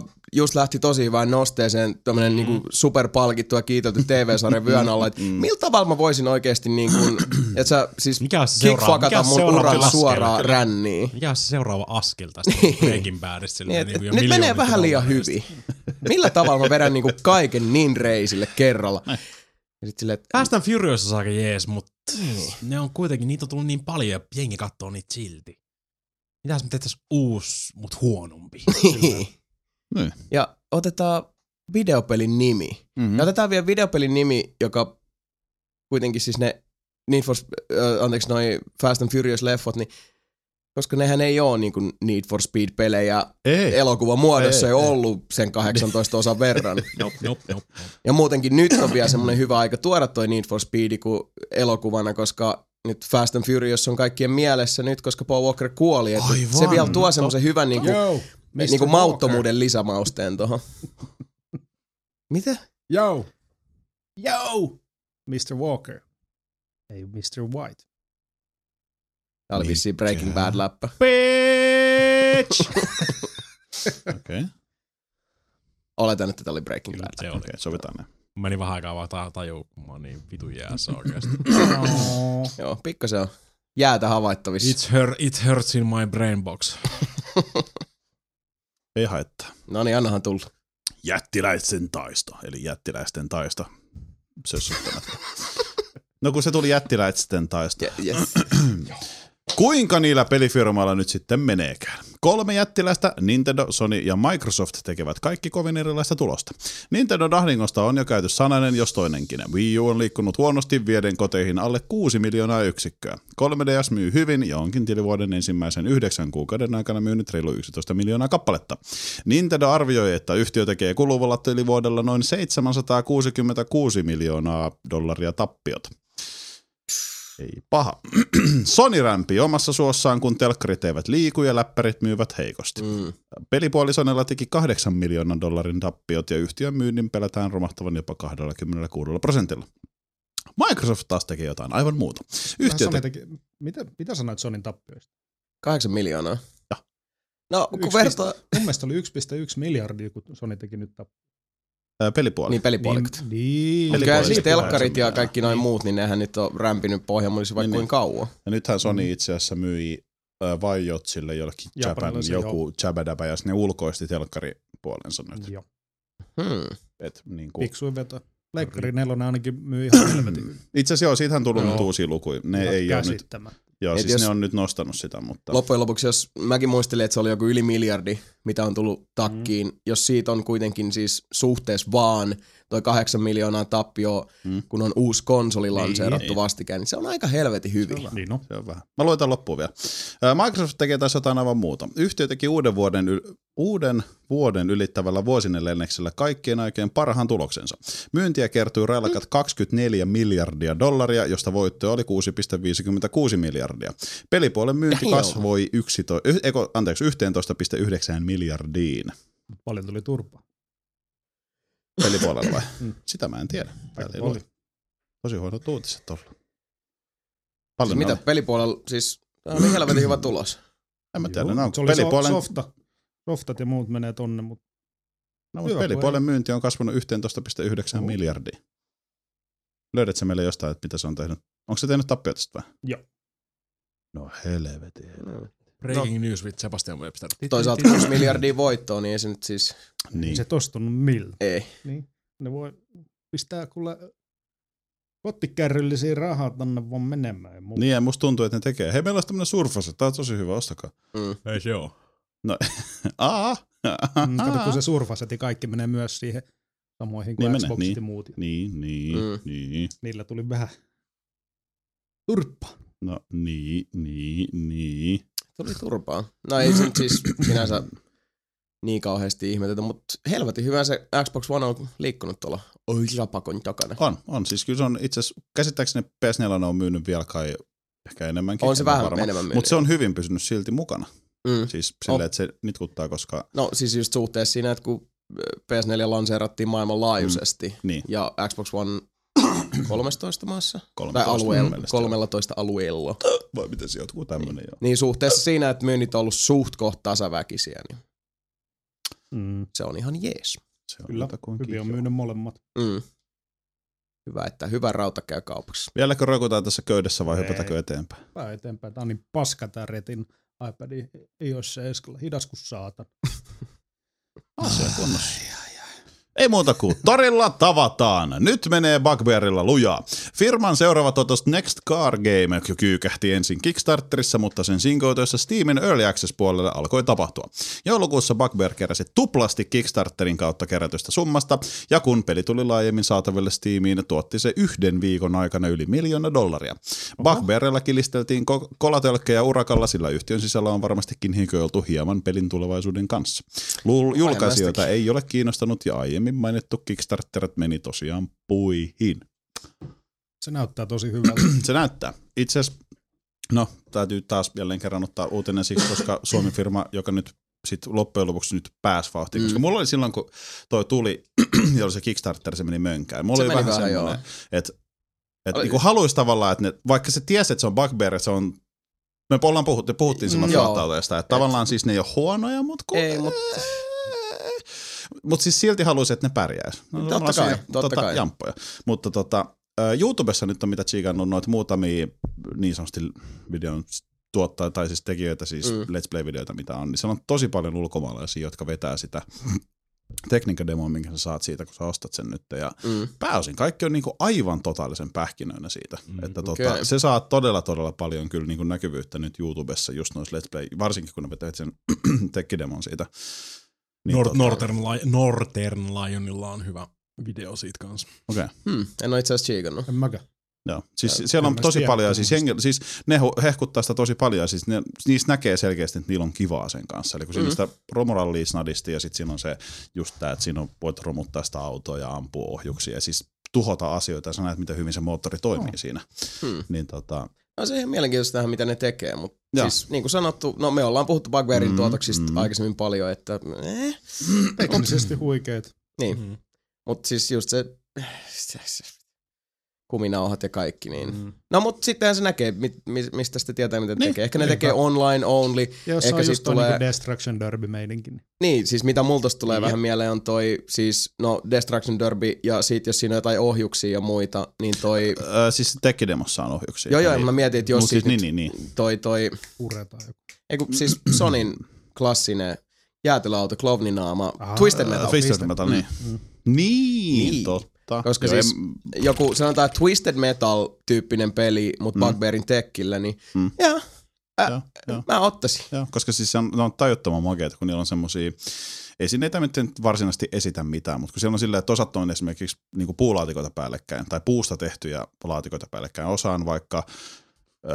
uh, just lähti tosi hyvään nosteeseen tämmönen mm. niinku superpalkittu ja kiitelty TV-sarjan vyön alla. Mm. Et millä tavalla mä voisin oikeesti niinku, että sä siis Mikä on se seuraava- mikä kickfakata on mun seuraava uran askel? suoraan ränniin? Mikä on se seuraava askel tästä Breaking Badista? Niin, et, silleen et, niinku jo nyt menee miljoonista vähän liian dollareista? hyvin. Millä tavalla mä vedän niinku kaiken niin reisille kerralla? Niin. Ja sit silleen, että Fast and Furious on aika jees, mutta Niin. ne on kuitenkin, niitä on tullut niin paljon ja jengi katsoo niitä silti. Mitäs me tehtäis uusi, mut huonompi? Niin. Ja otetaan videopelin nimi. Mm-hmm. Ja Mm. otetaan vielä videopelin nimi, joka kuitenkin siis ne Need for, Sp- ö, anteeksi, noi Fast and Furious leffot, niin koska nehän ei ole niin kuin Need for Speed-pelejä Ei. elokuvan muodossa ei, Ei, ei ei. ollut sen 18 osan verran. Nope, nope, nope. nope. Ja muutenkin nyt on vielä semmoinen hyvä aika tuoda toi Need for Speed kuin elokuvana, koska nyt Fast and Furious on kaikkien mielessä nyt, koska Paul Walker kuoli. Et Aivan, se vielä tuo semmoisen hyvän niinku, Yo, niinku mauttomuuden lisämausteen tuohon. Mitä? yo. Yo! Mr. Walker. Ei Mr. White. Tää oli vissiin Breaking Bad läppä. Bitch! Okei, okay. Oletan, että tää oli Breaking Kyllä Bad. se oli. okay, sovitaan näin. Meni vähän aikaa vaan ta- tajuu, kun mä oon niin vitu jäässä oikeesti. Joo, pikkasen on jäätä havaittavissa. It, hurt, it hurts in my brain box. Ei haittaa. No niin, annahan tulla. Jättiläisten taisto, eli jättiläisten taisto. Sössyttämättä. No kun se tuli jättiläisten taisto. Je- Yes. Kuinka niillä pelifirmoilla nyt sitten meneekään? Kolme jättiläistä, Nintendo, Sony ja Microsoft tekevät kaikki kovin erilaista tulosta. Nintendo dahdingosta on jo käyty sananen, jos toinenkin. Wii U on liikkunut huonosti, vieden koteihin alle 6 miljoonaa yksikköä. 3DS myy hyvin ja onkin tilivuoden ensimmäisen yhdeksän kuukauden aikana myynyt reilu 11 miljoonaa kappaletta. Nintendo arvioi, että yhtiö tekee kuluvalla tilivuodella noin 766 miljoonaa dollaria tappiota. Ei paha. Sony rämpii omassa suossaan, kun telkkarit eivät liiku ja läppärit myyvät heikosti. Mm. Pelipuoli Sonella teki 8 miljoonan dollarin tappiot ja yhtiön myynnin pelätään romahtavan jopa 26 prosentilla. Microsoft taas teki jotain aivan muuta. Yhtiö Sony te- teki, mitä, mitä sanoit Sonin tappioista? Kahdeksan miljoonaa. Joo. No, kun Yksi vertaa... Mun mielestä oli 1,1 miljardia, kun Sony teki nyt tappioita. ää, pelipuoli. Niin pelipuolikot. Niin, niin. Mutta Eli kyllä puolesta siis puolesta telkkarit ja mitään. kaikki noin muut, niin nehän nyt on rämpinyt pohjamullisesti vaikka Niin, niin, niin. kuinka kauan. Ja nythän Mm-hmm. Sony itse asiassa myi ää, Vajotsille jollekin Japan, Japanilaisille, joku Jabadaba ja sitten ne ulkoisti telkkaripuolensa nyt. Joo. Hmm. Et, niin kuin, Fiksuin veto. Leikkari nelonen ainakin myy ihan helvetin. itse asiassa joo, siitä on tullut Joo. nyt uusia lukuja. Ne Ihan ei ole nyt, käsittämättä. joo, Et siis jos- ne on nyt nostanut sitä, mutta... Loppujen lopuksi, jos mäkin muistelin, että se oli joku yli miljardi, mitä on tullut takkiin, mm. jos siitä on kuitenkin siis suhteessa vaan toi kahdeksan miljoonaa tappio, Mm. mm. kun on uusi konsoli Niin. lanseerattu Niin. vastikään, niin se on aika helvetin hyvin. Niin no. Se on vähän. Mä luetan loppuun vielä. Ää, Microsoft tekee taas jotain aivan muuta. Yhtiö teki uuden vuoden, yl- uuden vuoden ylittävällä vuosineljänneksellä kaikkien aikojen parhaan tuloksensa. Myyntiä kertyi railakat 24 miljardia dollaria, josta voittoa oli 6,56 miljardia. Pelipuolen myynti Damn. kasvoi 11, y- eikö, anteeksi, 11,9 miljardiin. Paljon tuli turpaa. Pelipuolella vai? Mm. Sitä mä en tiedä. Täällä ei paljon. lue. Tosi huonot uutiset tuolla. Paljon Siis mitä ne on? pelipuolella, siis tää oli helvetin hyvä tulos. En mä tiedä, Juu, ne on se oli pelipuolen pelipuolen... softa. Softat ja muut menee tonne, mutta No, mutta Hyvä pelipuolen myynti on kasvanut 11,9 Oho. miljardia. Löydätkö meille jostain, että mitä se on tehnyt? Onko se tehnyt tappioita sitten vai? Joo. No helveti. Breaking no. news with Sebastian Webster. Toisaalta 6 miljardia voittoa, niin ei se nyt siis, Niin. niin. Se... se tostunut miltä. ei. Niin. Ne voi pistää kuule kottikärryllisiä rahaa tonne vaan menemään. Ja muuta. Niin ja musta tuntuu, että ne tekee. Hei, meillä olisi tämmönen surfasi, tää on tosi hyvä, ostakaa. No, Mm. Ei se oo. Aa! Mm, kato, kun se surfaset ja kaikki menee myös siihen samoihin kuin Niin menee, niin Xboxit niin. niin. ja Mm. Niin, niin, mm. muut. niin, Niillä tuli vähän turppa. no niin, niin, niin. Tuli turpaa. No ei se nyt siis sinänsä niin kauheasti ihmetetä, mutta helvetin hyvä se Xbox One on liikkunut tuolla oi rapakon takana. On, on. Siis kyllä se on itse asiassa, käsittääkseni PS4 on myynyt vielä kai ehkä enemmänkin. On se vähän enemmän Mutta se on hyvin pysynyt silti mukana. Mm. Siis silleen, että se nitkuttaa, koska No siis just suhteessa siinä, että kun äh, PS4 lanseerattiin maailmanlaajuisesti mm. niin, ja Xbox One 13 maassa, tai 13 alueella, mielestä. 13 alueella, Vai miten se jotkut tämmönen joo. niin suhteessa siinä, että myynnit on ollut suht kohta tasaväkisiä, niin Mm. se on ihan jees. Se on Kyllä, jotakuinkin Hyvin on joo. myynyt molemmat. Mm. Hyvä, että hyvä rauta käy kaupaksi. Vieläkö roikutaan tässä köydessä vai hypätäkö eteenpäin? Pää eteenpäin. Tää on niin paska tää retin iPadi iOS 7. Hidas kuin saatan. Asia No, kunnossa. Ei muuta kuin torilla tavataan. Nyt menee Bugbearilla lujaa. Firman seuraava totos Next Car Game kyykähti ensin Kickstarterissa, mutta sen sinkoutuessa Steamin Early Access-puolelle alkoi tapahtua. Joulukuussa Bugbear keräsi tuplasti Kickstarterin kautta kerätystä summasta, ja kun peli tuli laajemmin saataville Steamiin, tuotti se yhden viikon aikana yli miljoona dollaria. Bugbearilla kilisteltiin ko- kolatölkkejä urakalla, sillä yhtiön sisällä on varmastikin hikoiltu hieman pelin tulevaisuuden kanssa. Luul- julkaisijoita ei ole kiinnostanut, ja aiemmin mainittu Kickstarter meni tosiaan puihin. Se näyttää tosi hyvältä. Se näyttää. Itse asiassa, no täytyy taas jälleen kerran ottaa uutinen siksi, koska Suomen firma, joka nyt sit loppujen lopuksi nyt pääsi vauhtiin. Koska Mm. mulla oli silloin, kun toi tuli, ja oli se Kickstarter, se meni mönkään. Mulla Se oli meni vähän vähän, semmoinen, että et Oli- niinku haluaisi tavallaan, että ne, vaikka se tiesi, että se on Bugbear, että se on me ollaan puhuttu, puhuttiin silloin Mm, mm, joo. että tavallaan siis ne ei ole huonoja, mutta kun... Ei, mut- Mut siis silti haluaisin, että ne pärjäisi. No, Totta mulla kai, on siinä, totta kai. Jamppoja. Mutta tota, ää, YouTubessa nyt on mitä tsiikannut noita muutamia niin sanotusti videon tuottaa tai siis tekijöitä, siis Mm. mm. Let's Play-videoita, mitä on, niin siellä on tosi paljon ulkomaalaisia, jotka vetää sitä tekniikkademoa, minkä sä saat siitä, kun sä ostat sen nyt. Ja Mm. pääosin kaikki on niinku aivan totaalisen pähkinöinä siitä. Mm, että tota, Okei. okay. se saa todella todella paljon kyllä niinku näkyvyyttä nyt YouTubessa just noissa Let's Play, varsinkin kun ne vetävät sen tekkidemon siitä. Niin tota- Nor- Northern, Li- Northern Lionilla on hyvä video siitä kanssa. Okei. Okay. Hmm. En ole itse asiassa chiikannut. En mäkään. Joo. Siis Ja siellä on tämmöistä tosi paljon, jääkkymistä. siis, jengi, siis ne hu- hehkuttaa sitä tosi paljon, ja siis ne, niissä näkee selkeästi, että niillä on kivaa sen kanssa. Eli kun siinä Mm. on sitä romurallia snadisti, ja sitten siinä on se just tämä, että siinä on, voit romuttaa sitä autoa ja ampua ohjuksia, ja siis tuhota asioita, ja sä näet, miten hyvin se moottori toimii siinä. Hmm. Niin tota, No se on ihan mielenkiintoista tähän, mitä ne tekee, mutta Joo. siis niin kuin sanottu, no me ollaan puhuttu Bugbearin mm, Mm, tuotoksista mm. mm. siis aikaisemmin paljon, että eh, Teknisesti huikeet. Niin. Mm-hmm. Mutta siis just se, se, se kuminauhat ja kaikki, niin. Mm. No mutta sittenhän se näkee, mit, mi- mistä sitten tietää, mitä ne Niin, tekee. Ehkä ne niinpä. tekee online only. Ja jos Ehkä on siitä just tulee... tulee- niin Destruction Derby meininki, niin Niin, siis mitä multa tulee Jep. vähän mieleen on toi, siis no Destruction Derby ja sit jos siinä on jotain ohjuksia ja muita, niin toi... öö, siis tekidemossa on ohjuksia. joo joo, Eli- mä mietin, että jos Mut siis siis, nyt niin, niin, niin. toi toi, puretaan joku. ei kun siis Sonin klassinen jäätelöauto, klovninaama, Ah, Twisted Äh, Metal. Twisted Metal, niin. Mm. Niin, Niin. totta. Koska Joo, siis- en- joku, sanotaan että Twisted Metal-tyyppinen peli, mutta Mm. Bugbearin tekkillä, niin mm. Mm. joo, joo, joo. mä ottaisin. Joo, koska siis se on, ne on tajuttoman makeita, kun niillä on semmosia esineitä, mitä nyt varsinaisesti esitä mitään, mutta kun siellä on silleen, että osat on esimerkiksi niin puulaatikoita päällekkäin tai puusta tehtyjä laatikoita päällekkäin, osa on vaikka ö,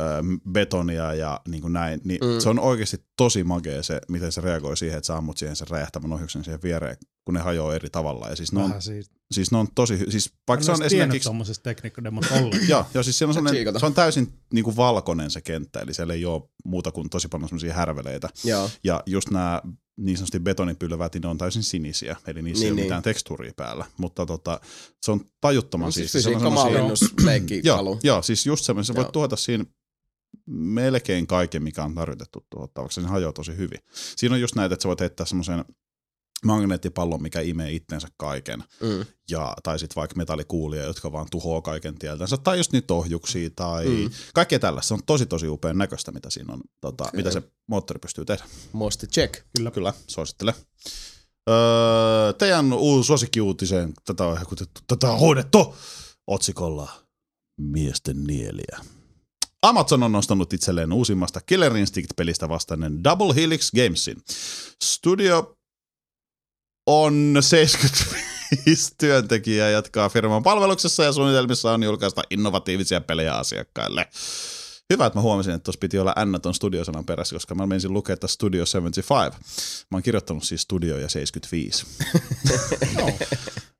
betonia ja niin kuin näin, niin Mm. mm. se on oikeasti tosi magea se, miten se reagoi siihen, että sä ammut siihen sen räjähtävän ohjuksen siihen viereen, kun ne hajoaa eri tavalla. Ja siis ne on, Vähän siitä. siis ne on tosi, hy- siis vaikka se on tiennyt esimerkiksi tuommoisesta teknikkodemosta ollenkaan. Joo, joo siis siellä on Se semmoinen, tsiikata. se on täysin niin kuin valkoinen se kenttä, eli siellä ei ole muuta kuin tosi paljon semmoisia härveleitä. Joo. Ja just nämä niin sanotusti betonipylvät, niin ne on täysin sinisiä, eli niissä Niin, niin, ei ole niin. mitään tekstuuria päällä. Mutta tota, se on tajuttoman Siis siisti. Se on fysiikka semmosia- mallinnusleikkikalu. Joo, joo, siis just semmoinen, sä Joo. voit tuota siinä melkein kaiken, mikä on tarjotettu tuottavaksi. Se hajoaa tosi hyvin. Siinä on just näitä, että sä voit heittää semmoisen magneettipallon, mikä imee itsensä kaiken Mm. ja, tai sitten vaikka metallikuulia, jotka vaan tuhoaa kaiken tieltänsä, tai just niitä ohjuksia tai Mm. mm. kaikkea tällaista. Se on tosi tosi upean näköistä, mitä siinä on, tota, mitä se moottori pystyy tehdä. Must check. Kyllä. Kyllä, suosittelen. Öö, teidän uusi suosikkiuutiseen, tätä on, ehkutettu- tätä on hoidettu, otsikolla Miesten nieliä. Amazon on nostanut itselleen uusimmasta Killer Instinct-pelistä vastainen Double Helix Gamesin. Studio on 75 työntekijää jatkaa firman palveluksessa ja suunnitelmissa on julkaista innovatiivisia pelejä asiakkaille. Hyvä, että mä huomasin, että tuossa piti olla N ton studiosanan perässä, koska mä menisin lukea, että Studio 75. Mä oon kirjoittanut siis Studio ja 75. no.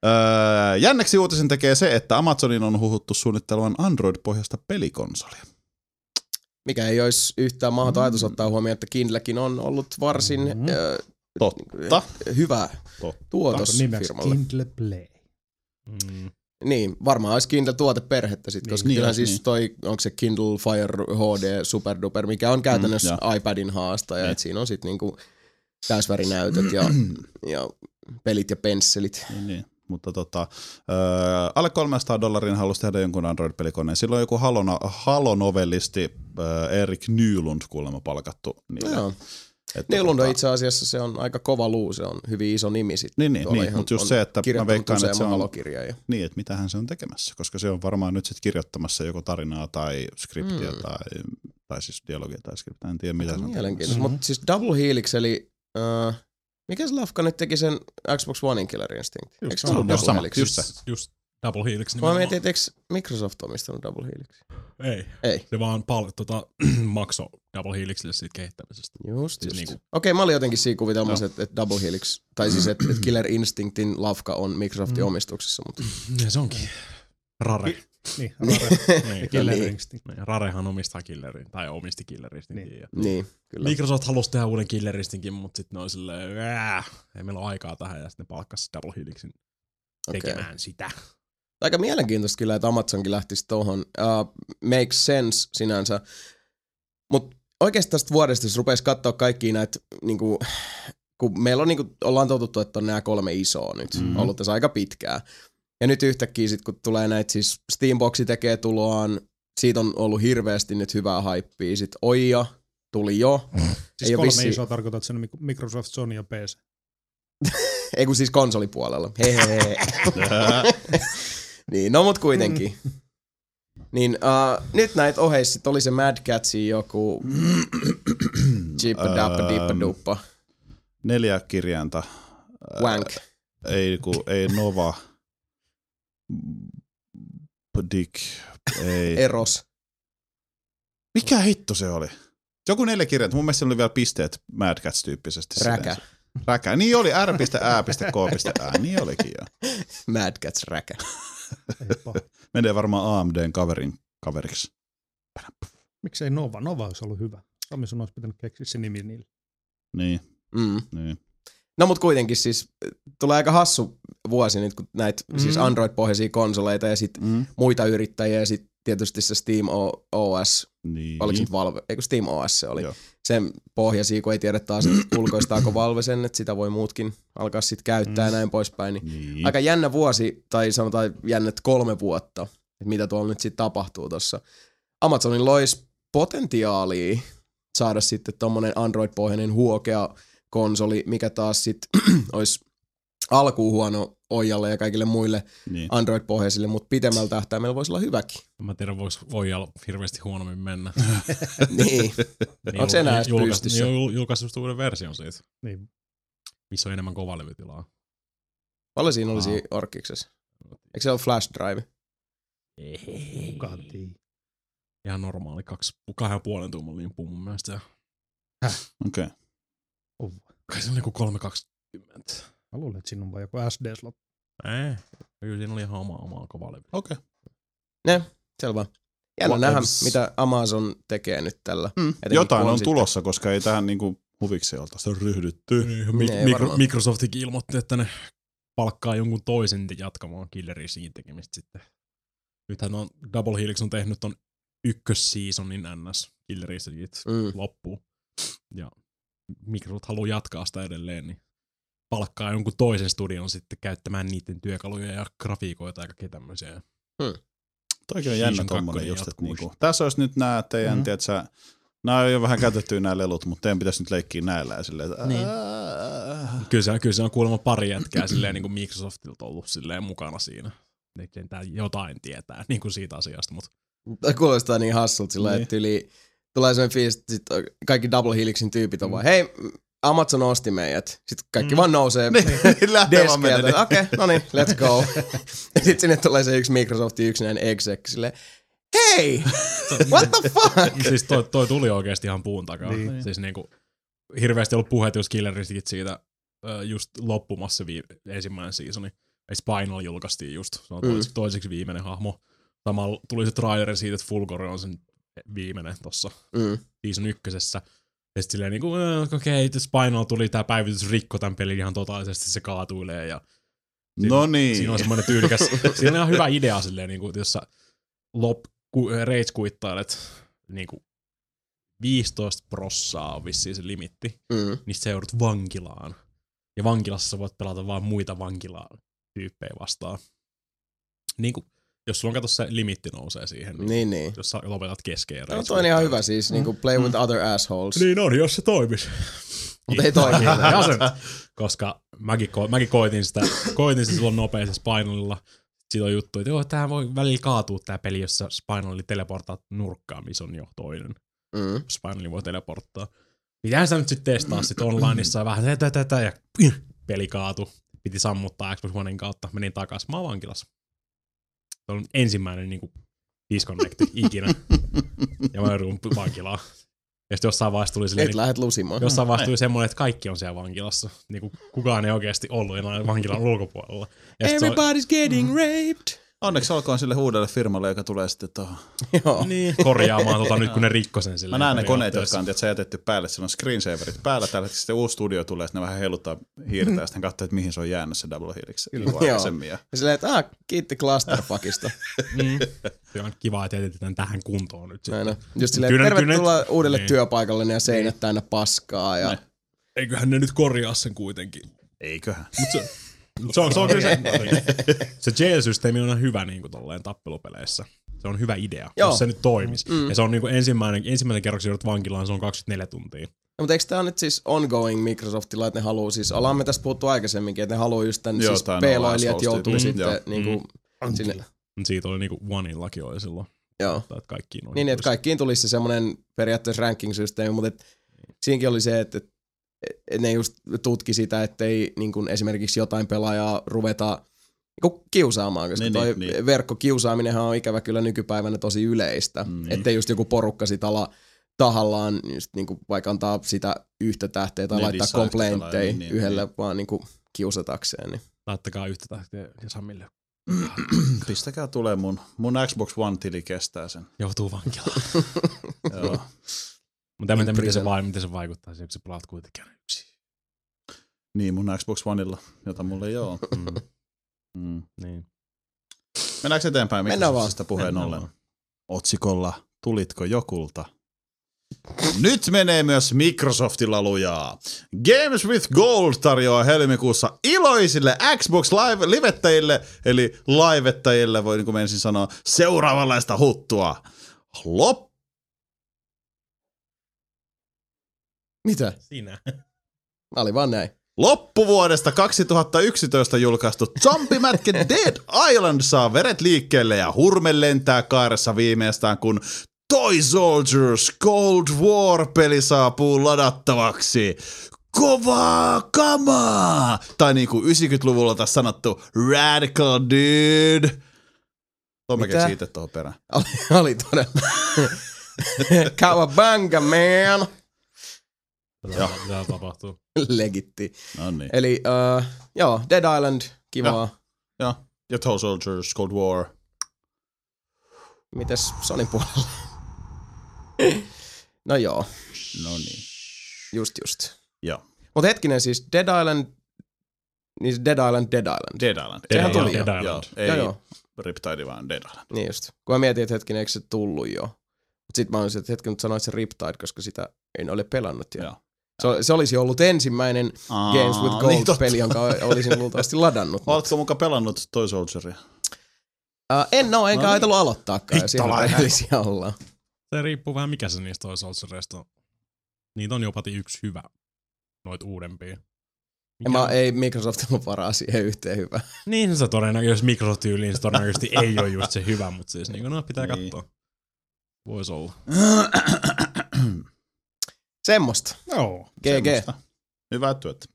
öö, jänneksi uutisen tekee se, että Amazonin on huhuttu suunnittelevan Android-pohjasta pelikonsolia. Mikä ei olisi yhtään mahdoton mm. ajatus ottaa huomioon, että Kindlekin on ollut varsin mm. Mm-hmm. Mm. ö, Totta. hyvä Totta. tuotos nimeksi firmalle. Kindle Play. Mm. Niin, varmaan olisi Kindle tuoteperhettä sitten, koska niin, Niin, kyllähän niin. siis toi, onko se Kindle Fire HD Super Duper, mikä on käytännössä mm, iPadin haastaja, Niin. että siinä on sitten niinku täysvärinäytöt ja, ja pelit ja pensselit. Niin, niin. Mutta tota, öö, alle 300 dollarin halusi tehdä jonkun Android-pelikoneen. Silloin joku halona, halonovellisti öö, Erik Nylund kuulemma palkattu niille. Joo. Että Neil tota- on itse asiassa se on aika kova luu, se on hyvin iso nimi sitten. Niin, niin, Tuolla niin ihan mutta just on se, että mä kirjoittanut veikkaan, että se useamman on, valokirjan ja- niin, että mitähän se on tekemässä, koska se on varmaan nyt sitten kirjoittamassa joko tarinaa tai skriptiä mm. Mm. tai, tai siis dialogia tai skriptiä, en tiedä mitä se on Mielenkiintoista. tekemässä. Mutta siis Double Helix, eli äh, mikä se lafka nyt teki sen Xbox Onein Killer Instinct? Eikö se sama, ollut just Double sama, Helix? just se. Just Double Helix Mä nimenomaan. mietin, että eikö Microsoft omistanut Double Helix? Ei. Ei. Se vaan pal- tota, makso Double Helixille siitä kehittämisestä. Just, Siis just. niinku- Okei, mä olin jotenkin siinä kuvitelmassa, että, että Double Helix, tai siis että että Killer Instinctin lafka on Microsoftin Mm. omistuksessa, mutta Ja se onkin. Rare. Niin, Rare, niin. Killer Niin. Instinct. Niin, Rarehan omistaa killerin, tai omisti killeristikin. Niin. Niin. niin, kyllä. Microsoft halusi tehdä uuden killeristikin, mutta sitten ne oli silleen, "Ää, ei meillä ole aikaa tähän, ja sitten ne palkkasi Double Helixin Okei. tekemään sitä. Aika mielenkiintoista kyllä, että Amazonkin lähtisi tuohon. Uh, makes sense sinänsä. Mutta oikeastaan tästä vuodesta, jos rupesi katsoa kaikki näitä, niinku, kun meillä on, niinku, ollaan totuttu, että on nämä kolme isoa nyt, Mhm. mm-hmm. ollut tässä aika pitkään. Ja nyt yhtäkkiä sitten, kun tulee näitä, siis Steamboxi tekee tuloaan, siitä on ollut hirveästi nyt hyvää haippia. Sitten Oija tuli jo, Siis Ei oo kolme vissiin- isoa tarkoitat sen niinku Microsoft, Sony ja PC. ei kun siis konsolipuolella. Hehehe. Ää, Niin, no mut kuitenkin. Mm. Niin, uh, nyt näitä oheissa sit oli se Mad Catsi joku jippa dappa dippa Ähm, duppa Neljä kirjainta. Ää, wank. Ei, ku, ei Nova. Dick. Ei. Eros. Mikä hitto se oli? Joku neljä kirjainta. Mun mielestä se oli vielä pisteet Mad Cats-tyyppisesti. silleen. Räkä. Räkä. Niin oli. R.A.K.Ä. Niin olikin jo. Mad Cats räkä. Ei paha. Menee varmaan AMDn kaverin kaveriksi. Miksei Nova? Nova olisi ollut hyvä. Sami sun olisi pitänyt keksiä se nimi niille. Niin, Mm. niin. No mut kuitenkin siis äh, tulee aika hassu vuosi nyt, kun näitä mm. siis Mm. Android-pohjaisia konsoleita ja sit Mm. muita yrittäjiä ja sit tietysti se Steam O- OS, niin. oliko se nyt Valve, eikö Steam OS se oli, Joo. sen pohjaisia, kun ei tiedä taas että ulkoistaako Valve sen, että sitä voi muutkin alkaa sit käyttää mm. ja näin poispäin, niin Niin. aika jännä vuosi, tai sanotaan jännät kolme vuotta, että mitä tuolla nyt sitten tapahtuu tuossa. Amazonilla olisi potentiaalia saada sitten tuommoinen Android-pohjainen huokea konsoli, mikä taas sitten olisi alkuun huono Oijalle ja kaikille muille Niin. Android-pohjaisille, mutta pitemmällä tähtäimellä voisi olla hyväkin. En Mä tiedän, voiko Oijalla hirveästi huonommin mennä. niin, Niin, Onks jul- enää edes julkais- pystyssä? Niin, jul- julkaisut uuden version siitä, Niin. missä on enemmän kovalevytilaa. paljon siinä olisi Wow. orkiksessa. Eikö se ole flash drive? Kukaan tii. Ihan normaali, kaksi, kahden ja puolen tuuman limppu mun mielestä. ja Okei. Okay. On vai? Kai se oli joku 320. Mä luulen, että siinä on vaan joku SD-slot. Ei, No kyllä siinä oli ihan oma, oma kovalevy. Okay. Selvä. Jännä What nähdä, else? mitä Amazon tekee nyt tällä. Mm. Etenkin Jotain kun on sitten- tulossa, koska ei tähän niinku huviksi oltaisi ryhdytty. Niin. Niin, Ei Mik- mikro, varmaan. Microsoftikin ilmoitti, että ne palkkaa jonkun toisen jatkamaan Killer Instinct tekemistä sitten. Nythän on Double Helix on tehnyt ton ykkösseasonin NS Killer Instinct Mm. loppuun. Ja Microsoft haluaa jatkaa sitä edelleen, niin palkkaa jonkun toisen studion sitten käyttämään niiden työkaluja ja grafiikoita ja kaikkea tämmöisiä. Toikin on jännä Season tommonen kakkonen just, että jatkuu niinku, tässä olisi nyt nämä teidän, mm Mhm. tiedätkö, nämä on jo vähän käytetty nämä lelut, mutta teidän pitäisi nyt leikkiä näillä ja silleen, että, Niin. ää, Kyllä se, kyllä se on kuulemma pari jätkää silleen, niin kuin Microsoftilta ollut silleen mukana siinä. Ne kentää jotain tietää niin kuin siitä asiasta, mutta Tää kuulostaa niin hassulta sillä niin. Niin. että yli tulee sellainen fiilis, että sit kaikki Double Helixin tyypit on vaan, hei, Amazon osti meidät. Sitten kaikki mm. Mm. vaan nousee niin, lähtee vaan menee. deskeltä. Niin. Okei, okay, no niin, let's go. Sitten sinne tulee se yksi Microsoftin yksinäinen exec silleen, hei, what the fuck? siis toi, toi tuli oikeasti ihan puun takaa. Niin. Niin. Siis niin kuin, hirveästi ollut puheet just killeristikin siitä ö, just loppumassa vii- ensimmäinen seasoni. Ei Spinal julkaistiin just, se on Mm. toiseksi, toiseksi viimeinen hahmo. Samalla tuli se traileri siitä, että Fulgore on sen viimeinen tossa Mm. season ykkösessä. Ja sitten silleen niinku, "Äh, okei, okay, Spinal tuli tää päivitys rikko tämän pelin ihan totaalisesti, se kaatuilee ja Siinä- No niin. Siinä on semmoinen tyylikäs, siinä on ihan hyvä idea silleen, niin kuin, että jos sä lop, ku, rage kuittailet niin kuin 15 prossaa on vissiin se limitti, Mm. niin sit sä joudut vankilaan. Ja vankilassa sä voit pelata vaan muita vankilaa tyyppejä vastaan. Niin kuin Jos sulla on kato se limitti nousee siihen, niin, Niin, niin. jos sä lopetat keskeerään. No, toi on ihan hyvä siis, niinku play with other assholes. Niin on, jos se toimis. Mut ei toimi. Niin, ei asent. Koska mäkin, ko- mäkin koitin sitä, koitin sitä silloin nopeassa spinalilla. Siitä on juttu, että joo, tää voi välillä kaatua tää peli, jos sä spinalilla teleportaat nurkkaan, missä on jo toinen. Mm. Spinalilla voi teleporttaa. Pitää sitä nyt sitten testaa sit onlineissa ja vähän tätä tätä ja pih, peli kaatu. Piti sammuttaa Xbox Onein kautta, menin takas. Mä oon vankilassa. Se on ensimmäinen niinku disconnecti ikinä. Ja mä joudun vankilaan. Ja sitten jossain vaiheessa tuli silleen, Et lähet lusimaan. Jossain vaiheessa tuli semmoinen, että kaikki on siellä vankilassa. Niin kuin kukaan ei oikeasti ollut enää vankilan ulkopuolella. Ja sit se Mm. oli, Everybody's getting raped. Onneksi olkoon sille uudelle firmalle, joka tulee sitten tuohon. Joo. niin, korjaamaan tota nyt, kun ne rikko sen Mä silleen. näen ne koneet, periaatteessa. jotka on tietysti jätetty päälle. Siellä on screensaverit päällä. Tällä hetkellä sitten uusi studio tulee, että ne vähän heiluttaa hiirtä ja sitten katsoo, että mihin se on jäänyt se double Niinku hiiriksi. Joo. Joo. Ja silleen, että ah, kiitti clusterfuckista. Mm. Se on kiva, että jätetään tähän kuntoon nyt sitten. Näin on. Just silleen, Kyllä- tervetuloa kyllä- uudelle niin. työpaikalle ja seinät täynnä paskaa. Ja... Näin. Eiköhän ne nyt korjaa sen kuitenkin. Eiköhän. Mut se, se, on, se on kyllä se. Se jail-systeemi on ihan hyvä niin kuin tolleen tappelupeleissä. Se on hyvä idea, Joo. Joo. jos se nyt toimisi. Mm. Mm. Ja se on niin kuin ensimmäinen, ensimmäinen kerroksi joudut vankilaan, se on 24 tuntia. No, mutta eikö tämä nyt siis ongoing Microsoftilla, että ne haluaa siis, ollaan me tässä puhuttu aikaisemminkin, että ne haluaa just tämän, Joo, siis tää on peiloilijat assholes joutuu tyyppi. sitten Joo. Mm. niinku sinne. Mut Siitä oli niinku One-illakin oli silloin. Joo. Tai että kaikkiin on Niin, että kaikkiin tulisi se semmoinen periaatteessa ranking-systeemi, mutta et, siinäkin oli se, että et, et ne just tutki sitä, ettei niin kun esimerkiksi jotain pelaajaa ruveta niin kun kiusaamaan, koska niin, Niin, toi niin, niin. verkkokiusaaminenhan on ikävä kyllä nykypäivänä tosi yleistä, Mm, niin. niin. ettei just joku porukka sit ala tahallaan just niin kuin vaikka antaa sitä yhtä tähteä tai Niin, laittaa lisää yhtä komplaintteja lailla, niin, niin, niin, niin, yhdelle niin. vaan niin kuin kiusatakseen. Niin. Laittakaa yhtä tähteä ja Samille. Pistäkää tulee mun. Mun Xbox One-tili kestää sen. Joutuu vankilaan. Joo. Mutta en mä tiedä, miten se, Imprisoned. vai, miten se vaikuttaa siihen, kun sä pelaat kuitenkin aina yksin. Niin, mun Xbox Oneilla, jota mulla ei ole. Mm, Mm. niin. Mennäänkö eteenpäin? Mennään vaan. Microsoftista puheen Mennään ollen. Otsikolla Tulitko jokulta? Nyt menee myös Microsoftilla lujaa. Games with Gold tarjoaa helmikuussa iloisille Xbox Live livettäjille, eli laivettajille voi niin kuin ensin sanoa, seuraavanlaista huttua. Lop. Mitä? Sinä. Mä olin vaan näin. Loppuvuodesta 2011 julkaistu zombimätkä Dead Island saa veret liikkeelle ja hurme lentää kaaressa viimeistään, kun Toy Soldiers Cold War-peli saapuu ladattavaksi. Kovaa kamaa! Tai niinku 90-luvulla taas sanottu Radical Dude. Tomi Mitä? keksi itse tohon perään. Oli, oli todella. Cowabunga, man! Tätä, tätä tapahtuu. Legitti. No niin. Eli uh, joo, Dead Island, kivaa. Ja, ja Toy Soldiers Cold War. Mites Sonin puolella? no joo, No niin. just just. Joo. Mutta hetkinen siis, Dead Island, niin se Dead Island, Dead Island. Dead Island. Sehän Dead tuli Island, Dead Joo, Island. ei Joo, joo. Riptide vaan Dead Island. Niin just. Kun mä mietin, että hetkinen, eikö se tullut jo? Mut sit mä olisin, että hetken, nyt sanoit se Riptide, koska sitä en ole pelannut. Ja. Joo. Se, ol- se olisi ollut ensimmäinen Aa, Games with niin totta. Gold-peli, jonka olisin luultavasti ladannut. mut- Oletko muka pelannut Toy Soldieria? Äh, en oo, enkä No niin. ajatellut aloittaakaan. ja siinä Hittalainen. rehellisiä ollaan. Se riippuu vähän mikä se niistä Toy Soldiereista on. Niitä on jopa yksi hyvä. Noit uudempia. En mä, e- ei Microsoftilla ole varaa siihen yhteen hyvään. Niin se todennäköisesti, jos Microsoft yliin se todennäköisesti ei ole just se hyvä, mutta siis niin no, pitää Niin. katsoa. Voisi olla. Semmosta. Joo. GG. Semmosta. Hyvää työtä.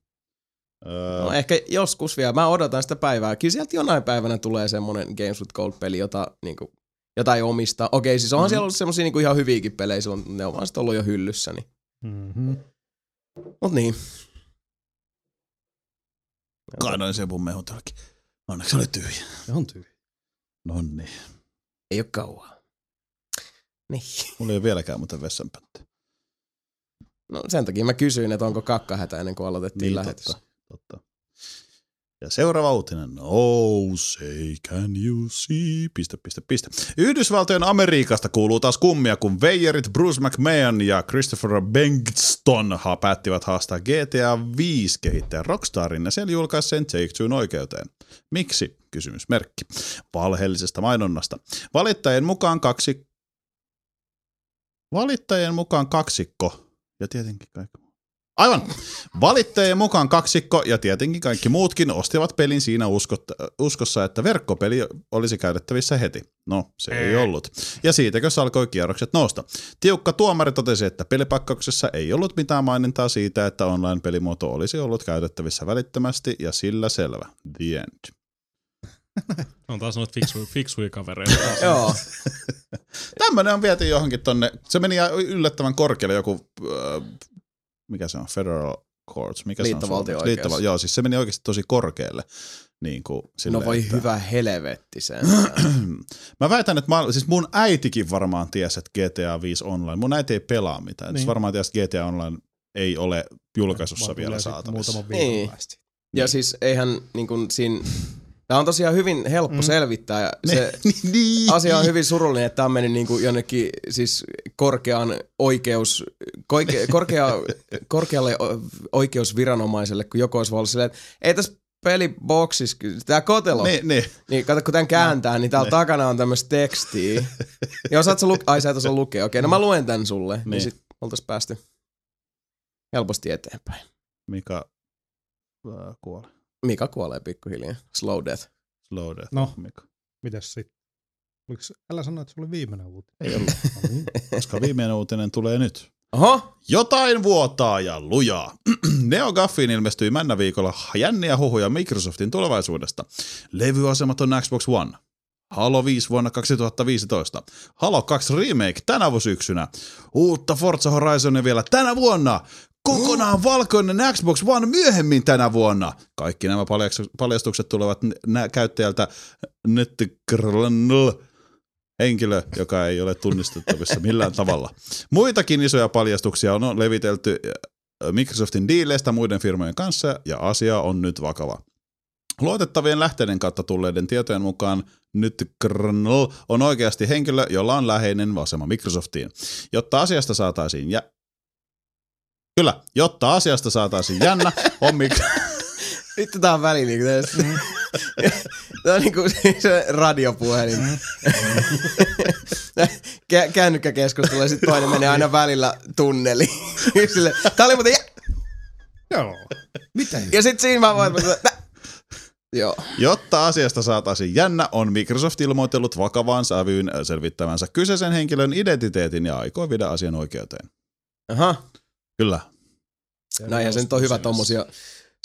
Öö, No ehkä joskus vielä. Mä odotan sitä päivää. Kyllä sieltä jonain päivänä tulee semmonen Games with Gold-peli, jota, niinku, jota ei omista. Okei, siis onhan mm-hmm. siellä ollut semmosia niinku ihan hyviäkin pelejä silloin, mutta ne on vaan sit ollut jo hyllyssä. Niin. Mm-hmm. Mut niin. Kaadoin sen mun mehun tälläkin. Onneksi oli tyhjä. No niin. Se on tyyli. Nonni. Ei oo kauaa. Niin. Mulla ei ole vieläkään muuten vessanpönttö. No sen takia mä kysyin, että onko kakkahätä ennen kuin aloitettiin niin, lähetys. totta, totta. Ja seuraava uutinen. Oh, say can you see... Piste, piste, piste. Yhdysvaltojen Amerikasta kuuluu taas kummia, kun veijerit Bruce McMahon ja Christopher Bengston ha- päättivät haastaa GTA 5 kehittäjä Rockstarin ja sen julkaiseen Take Twoon oikeuteen. Miksi? Kysymysmerkki. Valheellisesta mainonnasta. Valittajien mukaan kaksi... Valittajien mukaan kaksikko. Ja tietenkin kaikki muu. Aivan. Valittajien mukaan kaksikko ja tietenkin kaikki muutkin ostivat pelin siinä uskot- uskossa, että verkkopeli olisi käytettävissä heti. No, se ei ollut. Ja siitäkö se alkoi kierrokset nousta. Tiukka tuomari totesi, että pelipakkauksessa ei ollut mitään mainintaa siitä, että online-pelimuoto olisi ollut käytettävissä välittömästi ja sillä selvä. The end. On taas noita fiksuja, fiksuja kavereita. taas. Joo. Tämmönen on viety johonkin tonne, se meni ihan yllättävän korkealle joku, äh, mikä se on, federal courts, mikä se on? Liittovaltio-oikeus. Liittoval- Joo, siis se meni oikeasti tosi korkealle. Niin kuin, No silleen, voi että- hyvä helvetti sen. Mä väitän, että mä, siis mun äitikin varmaan tiesi, että GTA 5 online. Mun äiti ei pelaa mitään. Niin. Niin. varmaan tiesi, että GTA online ei ole julkaisussa Vaan vielä tulee sit saatavissa. Muutaman viikon Niin. päästä. Ja siis eihän niin kuin siinä... Tämä on tosiaan hyvin helppo mm. selvittää. ja Se, niin. asia on hyvin surullinen, että tämä on mennyt niin kuin jonnekin siis korkean oikeus, koike, korkea, korkealle o- oikeusviranomaiselle, kun joku olisi ollut silleen, että ei tässä peliboksissa, tämä kotelo, niin, Niin, niin. niin kato kun tämän kääntää, niin täällä takana on tämmöistä tekstiä. Joo, saat sä lu- ai sä et osaa lukea, okei, no mä luen tän sulle, niin, Niin. niin sit oltais päästy helposti eteenpäin. Mika äh, kuoli. Mika kuolee pikkuhiljaa, slow death. Slow death. No. Mika. Mitäs sitten? Oliko, se- älä sano, että se oli viimeinen uutinen. Ei ollut, No niin. koska viimeinen uutinen tulee nyt. Oho, Jotain vuotaa ja lujaa. NeoGaffiin ilmestyi männä viikolla jänniä huhuja Microsoftin tulevaisuudesta. Levyasematon Xbox One. Halo 5 vuonna 2015. Halo 2 Remake tänä vu- syksynä. Uutta Forza Horizonia vielä tänä vuonna. Kokonaan valkoinen Xbox One myöhemmin tänä vuonna. Kaikki nämä paljaks- paljastukset tulevat n- nä- käyttäjältä Netgranl henkilö, joka ei ole tunnistettavissa millään tavalla. Muitakin isoja paljastuksia on levitelty äh, Microsoftin diileistä muiden firmojen kanssa ja asia on nyt vakava. Luotettavien lähteiden kautta tulleiden tietojen mukaan nyt Kernel on oikeasti henkilö, jolla on läheinen asema Microsoftiin. Jotta asiasta saataisiin jä... Kyllä, jotta asiasta saataisiin jännä, on Mik... vittu tää on väli niinku tästä. Mm. Tää on niinku se radiopuhelin. Mm. Kä- Kännykkäkeskustelu ja sit toinen menee aina välillä tunneliin. Sille, tää oli muuten... jä- Joo. Mitä Ja sit siinä mä voin... Tää- Joo. Jotta asiasta saataisiin jännä, on Microsoft ilmoitellut vakavaan sävyyn selvittävänsä kyseisen henkilön identiteetin ja aikoo viedä asian oikeuteen. Aha. Kyllä. No eihän se nyt on hyvä tommosia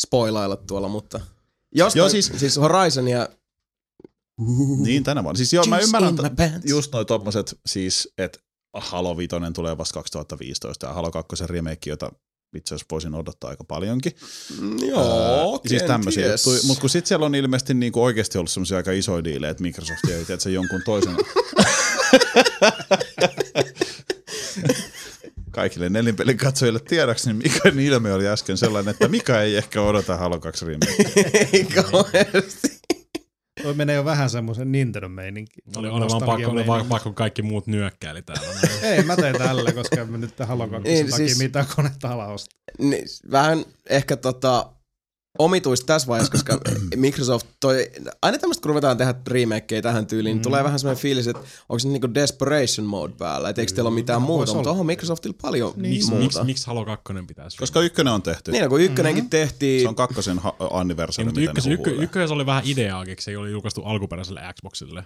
spoilailla tuolla, mutta... Jostain, Joo, Joo, siis- siis, siis Horizonia... Niin tänä vuonna. Siis joo, mä Juice ymmärrän in t- my pants. just noi tommoset, siis että Halo 5 tulee vasta 2015 ja Halo 2 remake, jota itse asiassa voisin odottaa aika paljonkin. Joo, siis tämmöisiä kenties. juttuja. Mutta kun sit siellä on ilmeisesti niinku oikeasti ollut semmoisia aika isoja diilejä, että Microsoft ei tiedä jonkun toisen. Kaikille nelinpelin katsojille tiedoksi, niin Mikan ilme oli äsken sellainen, että Mika ei ehkä odota Halo 2 remakea. Ei kauheasti. Toi menee jo vähän semmoisen Nintendo-meininkiin. Oli, oli vaan pakko, oli vaan pakko kun kaikki muut nyökkäili täällä. Ei, mä teen tällä, koska en mä nyt Halo 2 Niin, takia siis- mitään konetta ala ostaa. Niin, vähän ehkä tota, omituista tässä vaiheessa, koska Microsoft toi, aina tämmöistä kun ruvetaan tehdä remakeja tähän tyyliin, mm. tulee vähän semmoinen fiilis, että onko se niinku desperation mode päällä, että eikö teillä ole mitään muuta, voisi mutta olla. onhan Microsoftilla paljon niin. Miksi miks, muuta. Miks, miks Halo 2 pitäisi? Koska ykkönen on tehty. niin, no, kun ykkönenkin mm-hmm. Mm. Se tehtiin, on kakkosen ha- Ei, anniversari, mutta mitä ykkös, ne ykkö, huhuilee. ykkös oli vähän ideaa, eikö se ei ole julkaistu alkuperäiselle Xboxille,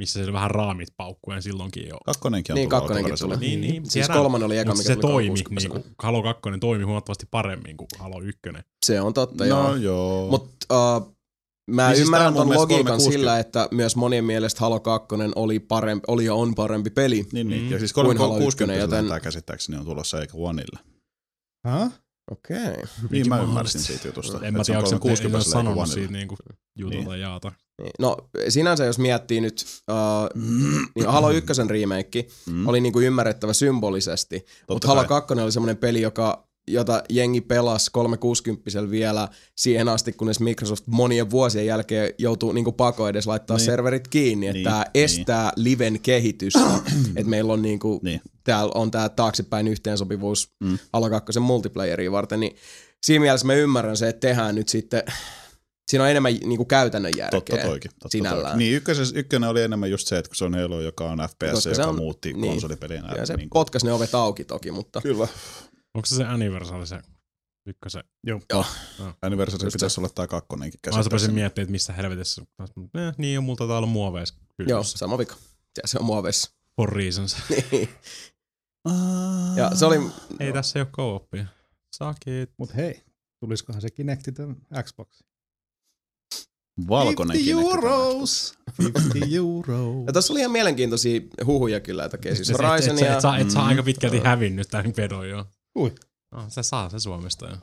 missä se vähän raamit paukkujen silloinkin jo. Kakkonenkin on niin tullut kakkonenkin alkuperäiselle. tuli. Niin, niin, siis tiedän. kolmannen oli eka, Mutta mikä se tuli toimi, niin 360. kuin, Halo 2 toimi huomattavasti paremmin kuin Halo 1. Se on totta, no, No joo. joo. Mutta uh, mä niin Niin siis tää on ymmärrän mun ton mielestä logiikan 360. sillä, että myös monien mielestä Halo 2 oli, parempi, oli ja on parempi peli. niin, niin. Mm. Ja siis Kuin Halo 360 ykkönen, joten- tämä käsittääkseni niin on tulossa eikä Oneille. Häh? Okei. Okay. Niin mä ymmärsin siitä jutusta. siis- En mä että se tiedä, on onko se 360 ei ole eikä sanonut Oneille. siitä niin kuin, jutulta niin. jaata. Niin. No sinänsä jos miettii nyt, uh, niin Halo 1 remake Mm. mm. oli niinku ymmärrettävä symbolisesti, mutta kai. Halo 2 oli semmoinen peli, joka, jota jengi pelasi 360 vielä siihen asti, kunnes Microsoft monien vuosien jälkeen joutuu niinku pako edes laittaa Niin. niin. serverit kiinni, että niin. Niin, tämä niin. estää liven kehitystä, että meillä on niinku, Niin. niin. täällä on tämä taaksepäin yhteensopivuus Mm. mm. Halo 2 multiplayeria varten, niin siinä mielessä mä ymmärrän se, että tehdään nyt sitten siinä on enemmän niinku käytännön järkeä. Totta toikin. Totta sinällään. Toikin. Niin, ykköses, ykkönen oli enemmän just se, että kun se on Halo, joka on FPS, Koska se joka on- muutti niin. konsolipelien Ja se niin kuin- potkas ne ovet auki toki, mutta Kyllä. Onko se se Anniversary se ykkösen? Anniversary Just pitäisi olla tää kakkonenkin Mä rupesin käsittääkseni. miettimään, että mistä helvetissä. Eh, niin on multa täällä muoveissa. Kyllä. joo, sama vika. Ja se on muovessa. For reasons. Niin. Ah. ja se oli, Ei tässä ei ole co-opia. Suck it. Mutta hei, tulisikohan se Kinecti tämän Xbox? Valkoinen 50 Kinecti. euros! 50 euroa. ja tossa oli ihan mielenkiintoisia huhuja kyllä, että okei, siis Et- et- et- Horizon et, sä- ja... et, sä- et, sä Mm. aika pitkälti hävinnyt tämän pedon joo. Ui. No, se saa se Suomesta joo.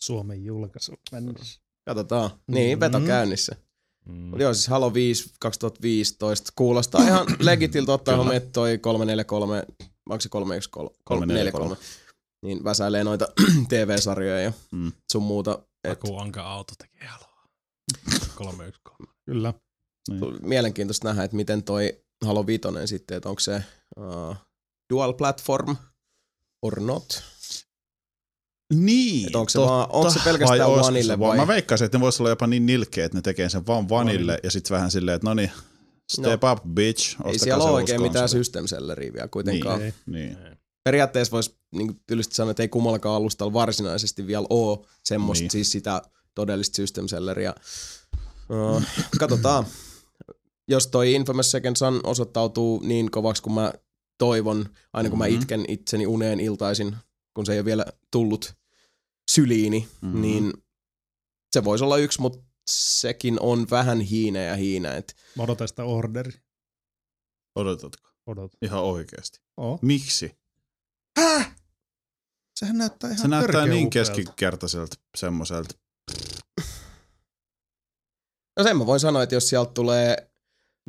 Suomen julkaisu. Mennään. Katsotaan. Mm-hmm. Niin, veto Mm. käynnissä. Mm. Joo, siis Halo 5 2015. Kuulostaa ihan legitiltä ottaa Kyllä. huomioon, että toi 343, onko se 343? 343. Niin väsäilee noita TV-sarjoja ja Mm. sun muuta. Et, Joku anka auto tekee aloa. 313. Kyllä. mielenkiintoista nähdä, että miten toi Halo 5 sitten, että onko se uh, dual platform or not? Niin. Että onko se, totta. vaan, onko se Vai pelkästään olisiko se vanille vaan- vai? Mä veikkaisin, että ne vois olla jopa niin nilkeä, että ne tekee sen vaan vanille ja sit vähän silleen, että no niin, step up bitch, ostakaa No. Ei siellä se ole uusi oikein konsoli. mitään system selleriä vielä kuitenkaan. Ei. Niin. periaatteessa voisi niin tylysti sanoa, että ei kummallakaan alustalla varsinaisesti vielä ole semmoista, Niin. niin. siis sitä todellista system selleria. Uh, katsotaan. Jos toi Infamous Second Son osoittautuu niin kovaksi kuin mä toivon, aina kun Mhm. mä itken itseni uneen iltaisin, kun se ei ole vielä tullut syliini, Mhm. mm-hmm. niin se voisi olla yksi, mutta sekin on vähän hiineä ja hiinä. Et Mä odotan sitä orderi. Odotatko? Odotan. Ihan oikeasti. Oo. Miksi? Sehän näyttää ihan Se näyttää törkeän niin upealta. keskikertaiselta semmoiselta. no sen mä voin sanoa, että jos sieltä tulee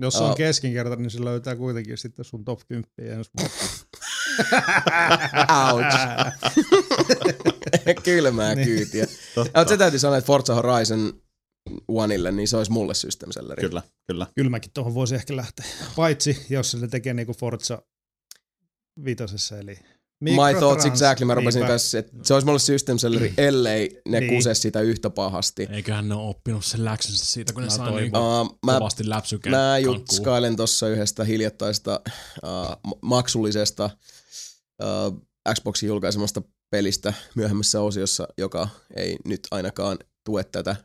Jos se on Joo. keskinkertainen, niin se löytää kuitenkin sitten sun top 10 ensi vuonna. Ouch. Kylmää Niin. kyytiä. Totta. Ja, se täytyy sanoa, että Forza Horizon Oneille, niin se olisi mulle system selleri. Kyllä, kyllä. Kyllä mäkin tuohon voisi ehkä lähteä. Paitsi, jos se tekee niinku Forza vitosessa, eli My thoughts exactly, mä rupesin Niinpä. kanssa, että se olisi mulle system selleri, ellei ne Niin. niin. kuse sitä yhtä pahasti. Eiköhän ne ole oppinut sen läksynsä siitä, kun ne Mä saa toivon. niinku Uh, mä, kovasti läpsykään. mä jutskailen tuossa yhdestä hiljattaista uh, maksullisesta uh, Xboxin julkaisemasta pelistä myöhemmässä osiossa, joka ei nyt ainakaan tue tätä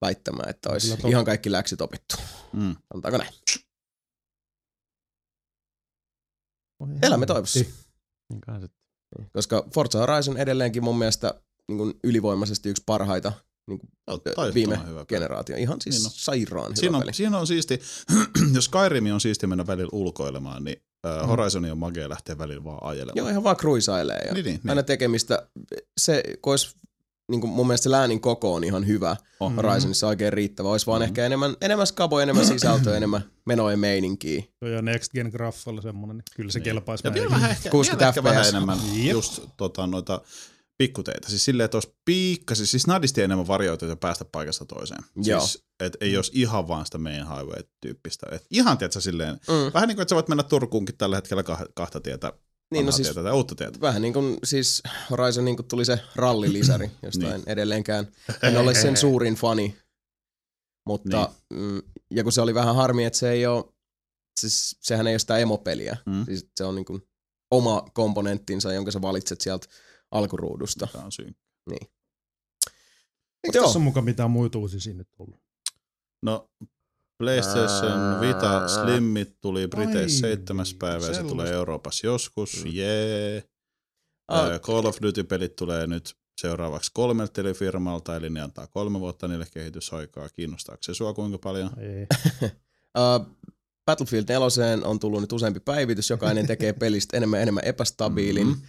väittämää, että olisi Kyllä totta. ihan kaikki läksyt opittu. Mm. Antaako näin? Oi Elämme helvetti. toivossa. Niin, koska Forza Horizon edelleenkin mun mielestä niin kuin ylivoimaisesti yksi parhaita niin kuin No, viime hyvä peli. generaatio. Ihan siis Niin niin on. sairaan hyvä Siinä on, peli. siinä on siisti, jos Skyrim on siisti mennä välillä ulkoilemaan, niin äh, Horizon on magea lähteä välillä vaan ajelemaan. Mm. Joo, ihan vaan kruisailee ja niin, niin, niin. aina tekemistä. Se, kun olisi, niin kuin mun mielestä se läänin koko on ihan hyvä On. mm-hmm. Horizonissa oikein riittävä. Olisi vaan Mhm. mm-hmm. ehkä enemmän, enemmän skaboja, enemmän sisältöä, enemmän menoa ja meininkiä. Mm. Tuo on Next Gen graffalla semmonen, niin kyllä se Niin. kelpaisi Ja vielä meille. vähän ehkä, 60 vielä ehkä vähän FPS. enemmän Jep. just tota, noita pikkuteitä. Siis silleen, että olisi piikkasi, siis nadisti enemmän varjoituja päästä paikasta toiseen. Joo. Siis, et ei olisi ihan vaan sitä main highway-tyyppistä. Et ihan, tiedätkö, silleen, Mm. vähän niin kuin, että sä voit mennä Turkuunkin tällä hetkellä kah- kahta tietä, Niin, no siis tietä tai uutta tietä. vähän niin kuin siis Horizon niin kuin tuli se rallilisäri jostain niin. edelleenkään. En ole sen suurin fani. Mutta, niin. ja kun se oli vähän harmi, että se ei ole, siis, sehän ei ole sitä emopeliä. Mm. Mm. Siis se on niin kuin oma komponenttinsa, jonka sä valitset sieltä alkuruudusta. Tämä on syy. Mut Joo. joo, Tässä on mukaan mitään muita uusisia nyt tullut. No, PlayStation Vita Slimit tuli Briteissä Ai, seitsemäs päivä ja se sellaista. tulee Euroopassa joskus. Jee. Ah. Ää, Call of Duty-pelit tulee nyt seuraavaksi kolmelta telefirmalta, eli ne antaa kolme vuotta niille kehitysaikaa. Kiinnostaako se sua kuinka paljon? Ei. uh, Battlefield 4 on tullut nyt useampi päivitys, jokainen tekee pelistä enemmän ja enemmän epästabiilin, Mhm. mm-hmm.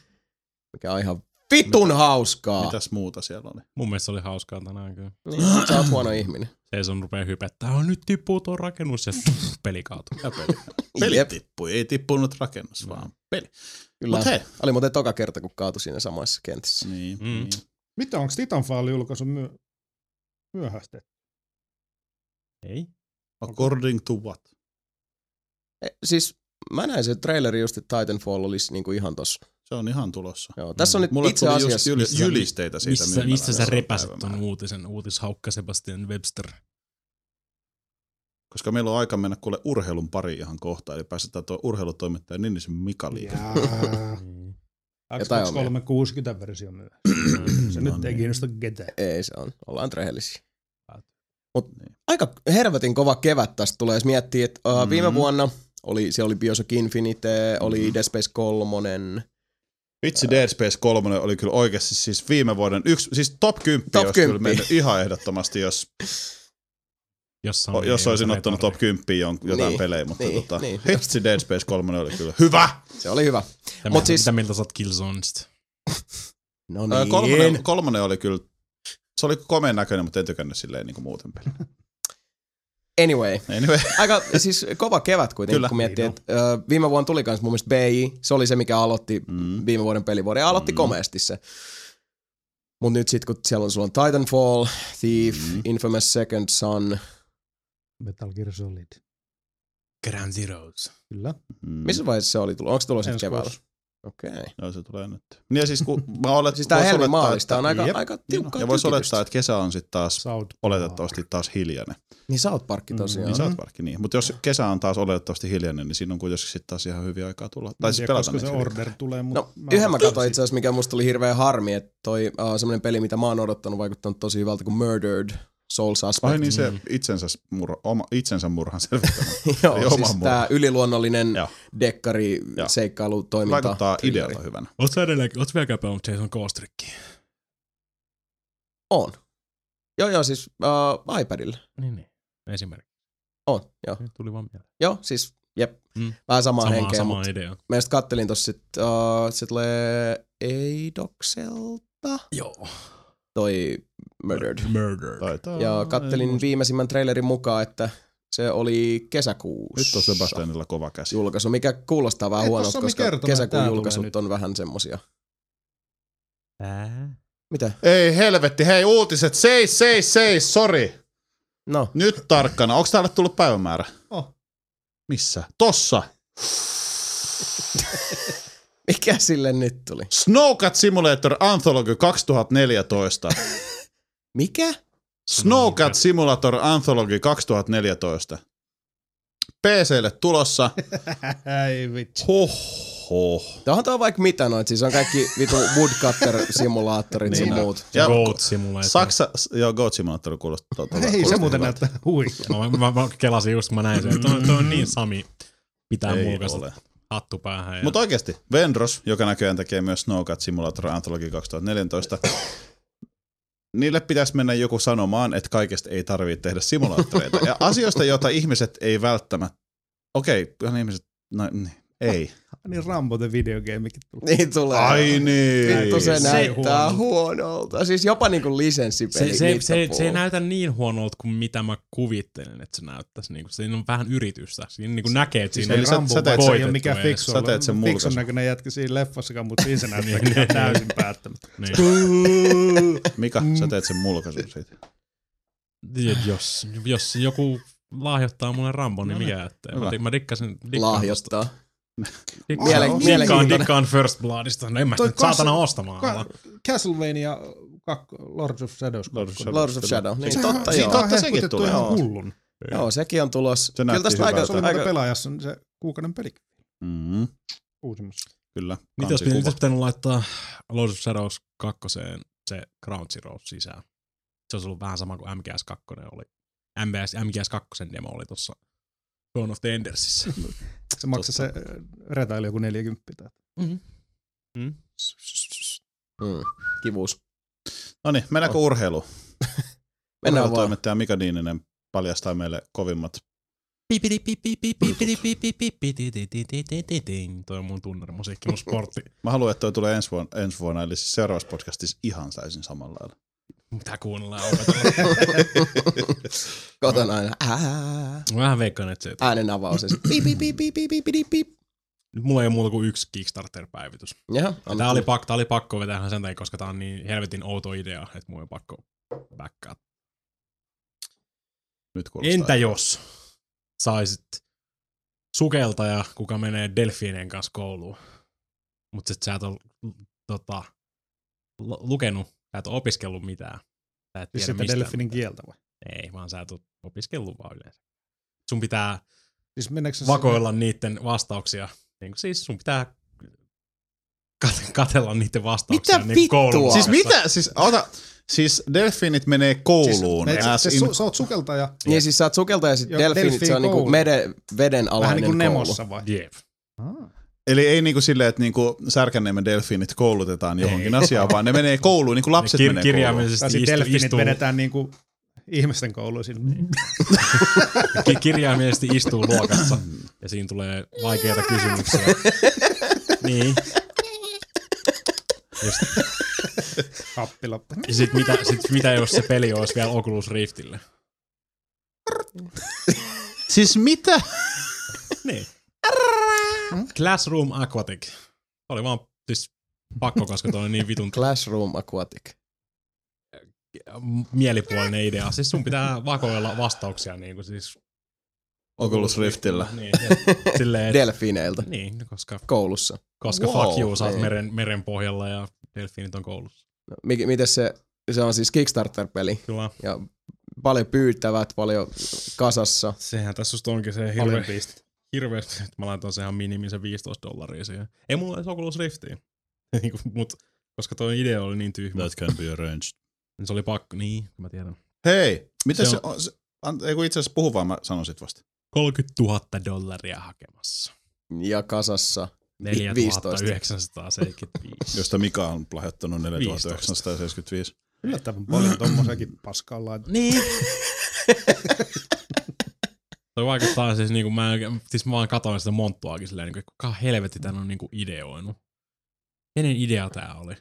mikä on ihan vitun hauskaa. Mitäs muuta siellä oli? Mun mielestä se oli hauskaa tänään kyllä. Niin, sit sä oot huono ihminen. Se on rupee hypettää, on nyt tippuu tuo rakennus ja peli kaatuu. Ja peli. peli Jep, tippui, ei tippunut rakennus, Mm. vaan peli. kyllä. Mut hei. Oli muuten toka kerta, kun kaatui siinä samassa kentässä. Niin, Mm. niin. Mitä, onko Titanfall julkaisu myö... myöhästetty? Ei. According to what? Eh, E, siis mä näin sen traileri just, että Titanfall olisi niinku ihan tossa Se on ihan tulossa. Joo, tässä on nyt Mulle itse tuli just asiassa... jyli- julisteita siitä. Mistä, myymälällä mistä sä seuraavan repäsit päivän ton määrin. uutisen, uutishaukka Sebastian Webster? Koska meillä on aika mennä kuule urheilun pariin ihan kohta, eli päästetään tuo urheilutoimittaja Ninnisen Mika liikkeelle. Jaa. Jotain Xbox on vielä. Mm, 360 versio myös. Se No nyt ei niin. kiinnosta ketään. Ei se on, ollaan rehellisiä. Mut Niin. aika hervetin kova kevät tästä tulee, jos miettii, että uh, mm-hmm. viime Mhm. vuonna oli, se oli Bioshock Infinite, oli mm-hmm. Dead Space 3, Vitsi Dead Space 3 oli kyllä oikeasti siis viime vuoden yksi, siis top 10 top Top olisi 10. kyllä 10. mennyt ihan ehdottomasti, jos, Jossa no, on, jos ei olisin ole ottanut tarve. top 10 jon- jotain Niin, pelejä, mutta niin, tota, niin. hitsi Dead Space 3 oli kyllä hyvä. Äh, se oli hyvä. Mitä, Mut mieltä- siis- mitä mieltä sä oot Killzoneista? No Ää, niin. Kolmonen, kolmonen oli kyllä, se oli komeen näköinen, mutta en tykännyt silleen niin kuin muuten peli. Anyway, Anyway, aika siis kova kevät kuitenkin, Kyllä. kun miettii, Niin että uh, viime vuonna tuli kans mun mielestä BI, se oli se mikä aloitti mm. viime vuoden pelivuoden ja aloitti Mm. mm. komeasti se. Mut nyt sit kun siellä on, sulla on Titanfall, Thief, Mm. mm. Infamous Second Son, Metal Gear Solid. Ground Zeroes. Kyllä. Mm. missä vaiheessa se oli tullut? Onko se tullut sitten Ensi keväällä? kuussa. Okei. Okay. Joo, se tulee nyt. Niin ja siis kun mä olet, Siis tää vois helmi olettaa, maalis, tää on aika, Jep. Niin aika tiukkaa Ja voisi tykitystä. olettaa, että kesä on sitten taas South Park. oletettavasti taas hiljainen. Niin South Park tosiaan. Niin Mm. South Park, niin. Mutta jos kesä on taas oletettavasti hiljainen, niin siinä on kuitenkin sitten taas ihan hyviä aikaa tulla. Tai En siis tiedä, pelata Niin, koska niitä se hyviä. order tulee, mutta... No, yhden mä katsoin itse asiassa, mikä musta oli hirveän harmi, että toi uh, semmonen peli, mitä mä oon odottanut, vaikuttanut tosi hyvältä kuin Murdered, Soul Suspect. Ai niin se Mm. itsensä, murha, oma, itsensä murhan selvittämä. Joo, eli oma siis murha. tää yliluonnollinen Joo. dekkari Joo. seikkailu Niin toiminta. Vaikuttaa idealta hyvänä. Oot sä edelleen, oot vieläkään pelannut Jason Kostrikkiä? On. Joo, joo, siis uh, iPadilla. Niin, niin. Esimerkki. On, joo. Tuli vaan mieleen. Joo, siis jep. Mm. Mm. Vähän samaa, Samaa, samaa samaa, henkeä, samaa mutta idea. mä just kattelin tossa sit, uh, se tulee Eidokselta Joo. toi Murdered. Murdered. Taitaa. Ja kattelin viimeisimmän trailerin mukaan, että se oli Nyt kesäkuussa on Sebastianilla kova käsi. julkaisu, mikä kuulostaa vähän Ei huonolta, tossa mi koska kertonut, että kesäkuun tää tulee julkaisut nyt. on vähän semmosia. Äh? Mitä? Ei helvetti, hei uutiset, seis, seis, seis, sori. No, Nyt tarkkana, onko täällä tullut päivämäärä? Oh. Missä? Tossa. mikä sille nyt tuli? Snowcat Simulator Anthology 2014. Mikä? Niin. Snowcat Simulator Anthology 2014. PClle tulossa. Ei vitsi. Hoho. Tuohan tuo vaikka mitä noit, siis on kaikki vitu woodcutter-simulaattorit Niin ja on. muut. Ja Goat Simulator. Saksa, joo, Goat Simulator kuulostaa. To, to, Ei se muuten näyttää huikea. Mä, mä, mä kelasin just, kun mä näin sen. että Toi, toi on niin Sami. Pitää Ei mulkaista ole. hattu päähän. Ja... Mutta oikeasti, Vendros, joka näköjään tekee myös Snowcat Simulator Anthology 2014, niille pitäisi mennä joku sanomaan, että kaikesta ei tarvitse tehdä simulaattoreita. Ja asioista, joita ihmiset ei välttämättä... Okei, okay, ihmiset... No, niin, ei. Niin Rambo the videogamekin tuli. Niin tulee. Ai Vittu niin. se, Se näyttää huonolta. huonolta. Siis jopa niinku se, lisenssipeli. se, se, se, mittapuulla. ei näytä niin huonolta kuin mitä mä kuvittelin, että se näyttäisi. Niin siinä on vähän yritystä. Siinä niin kuin näkee, että siinä Eli Eli sä- Rambo, sä teet vaikka se ei sen- ole mikään fiksu. sä teet sen ollut. Fiksun mulkaisun. näköinen jätkä siinä leffassakaan, mutta siinä se näyttää kyllä täysin päättämättä. Niin. Mika, sä teet sen mulkaisun siitä. Ja jos, jos joku lahjoittaa mulle Rambon, niin mikä ettei. Mä, Hyvä. di- mä dikkasin, dikkaan, lahjoittaa. Dikkaan, Mielen- dikkaan, mielenkiintoinen. dikkaan First Bloodista. No en mä Toi sitä nyt saatana kas- ostamaan. ala. Castlevania kak- Lords of Shadows. Lords of kakkonen. Shadows. Lords of Shadow. Niin, Siis- totta siis joo. totta sekin hehkutettu tulee. ihan Joo. hullun. Joo, sekin on tulos. Kyllä näytti tästä aika, hyvältä. Se oli aika muuten pelaajassa niin se kuukauden peli Mm-hmm. uusimmassa. Kyllä, Mitä jos kansikuva. pitäisi pitänyt laittaa Lords of Shadows 2 se Ground Zero sisään? Se olisi ollut vähän sama kuin MGS 2 oli. MBS, MGS 2 demo oli tuossa Dawn of the Endersissä. Se maksoi se äh, retaili joku Siis 40. tai- mm, kivuus. No niin, mennäänkö urheiluun? Mennään vaan. Urheilutoimittaja Mika Niininen paljastaa meille kovimmat. Toi on mun tunnarimusiikki, mun sportti. Mä haluan, että toi tulee ensi vuonna, ensi vuonna eli siis seuraavassa podcastissa ihan täysin samalla lailla. Mitä kuunnellaan ja opetella. Kotona aina. Ää, Mä Vähän veikkaan, että se äänen avaus. ja sit Piip, piip, piip, piip, piip, piip, piip, piip. Nyt mulla ei ole muuta kuin yksi Kickstarter-päivitys. Jaha, Ja Tää oli, pak, tää oli pakko vetää ihan sen takia, koska tää on niin helvetin outo idea, että mun on pakko backaa. Nyt kuulostaa. Entä jos saisit sukeltaja, kuka menee delfiinien kanssa kouluun? mutta sit sä et ole tota, lu- lukenut, sä et ole opiskellut mitään. Sä et Siis tiedä sitä mistään. delfinin kieltä vai? Ei, vaan sä et ole opiskellut vaan yleensä. Sun pitää Siis meneekö se- vakoilla niiden vastauksia. Niin kuin, siis sun pitää kat- katella niiden vastauksia Mitä niin vittua? koulun Siis Siis mitä? Siis, ota, siis delfiinit menee kouluun. Siis, Siis, me, as siis, in, su, sä oot sukeltaja, Niin siis sä oot sukeltaja ja sit Joo, delfiinit, delfiin se on niinku koulu. meden, veden alainen vähän niin kuin koulu. Nemossa vai? Jep. Ah. eli ei niinku silleen, että niinku särkänneemme delfiinit koulutetaan johonkin asiaan, vaan ne menee kouluun, niinku lapset Kir- menee kouluun. kirjaimellisesti Tai siis istu, delfinit istuu, vedetään niin kuin ihmisten kouluisiin. ki- kirjaimellisesti istuu luokassa ja siinä tulee vaikeita kysymyksiä. niin. Just, Kappila. ja sit mitä, sit mitä jos se peli olisi vielä Oculus Riftille? Siis mitä? Niin. Classroom Aquatic. Se Oli vaan siis pakko, koska toi on niin vitun Classroom Aquatic. mielipuolinen idea. Siis sun pitää vakoilla vastauksia niin kuin siis... Oculus Riftillä. Niin, ja silleen, et, Delfiineiltä niin koska, koulussa. koska Wow, wow, fuck you, sä oot niin. meren, meren pohjalla ja delfiinit on koulussa. No, mi- miten se, se on siis Kickstarter-peli Kyllä. ja paljon pyytävät, paljon kasassa. Sehän tässä susta onkin se Paljon hirveä, pisteitä. hirveä että mä laitan sehän minimi se 15 dollaria siihen. Ei mulla edes Oculus Riftiin. Niinku, Mut, koska toi idea oli niin tyhmä, That can be arranged. niin se oli pakko. Niin, mä tiedän. Hei, mitä Se se on? Se, an, ei kun itse asiassa puhu vaan, mä sanon sit vasta. 30 000 dollaria hakemassa. Ja kasassa. Vi- 4975. Josta Mika on lahjoittanut 4975. Yllättävän paljon tommosenkin paskaa laittaa. Niin. Toi vaikuttaa siis niinku, mä, en oikein- siis mä vaan katoin sitä monttuakin silleen, niinku, että kuka helvetti tän on niinku ideoinut. Kenen idea tää oli?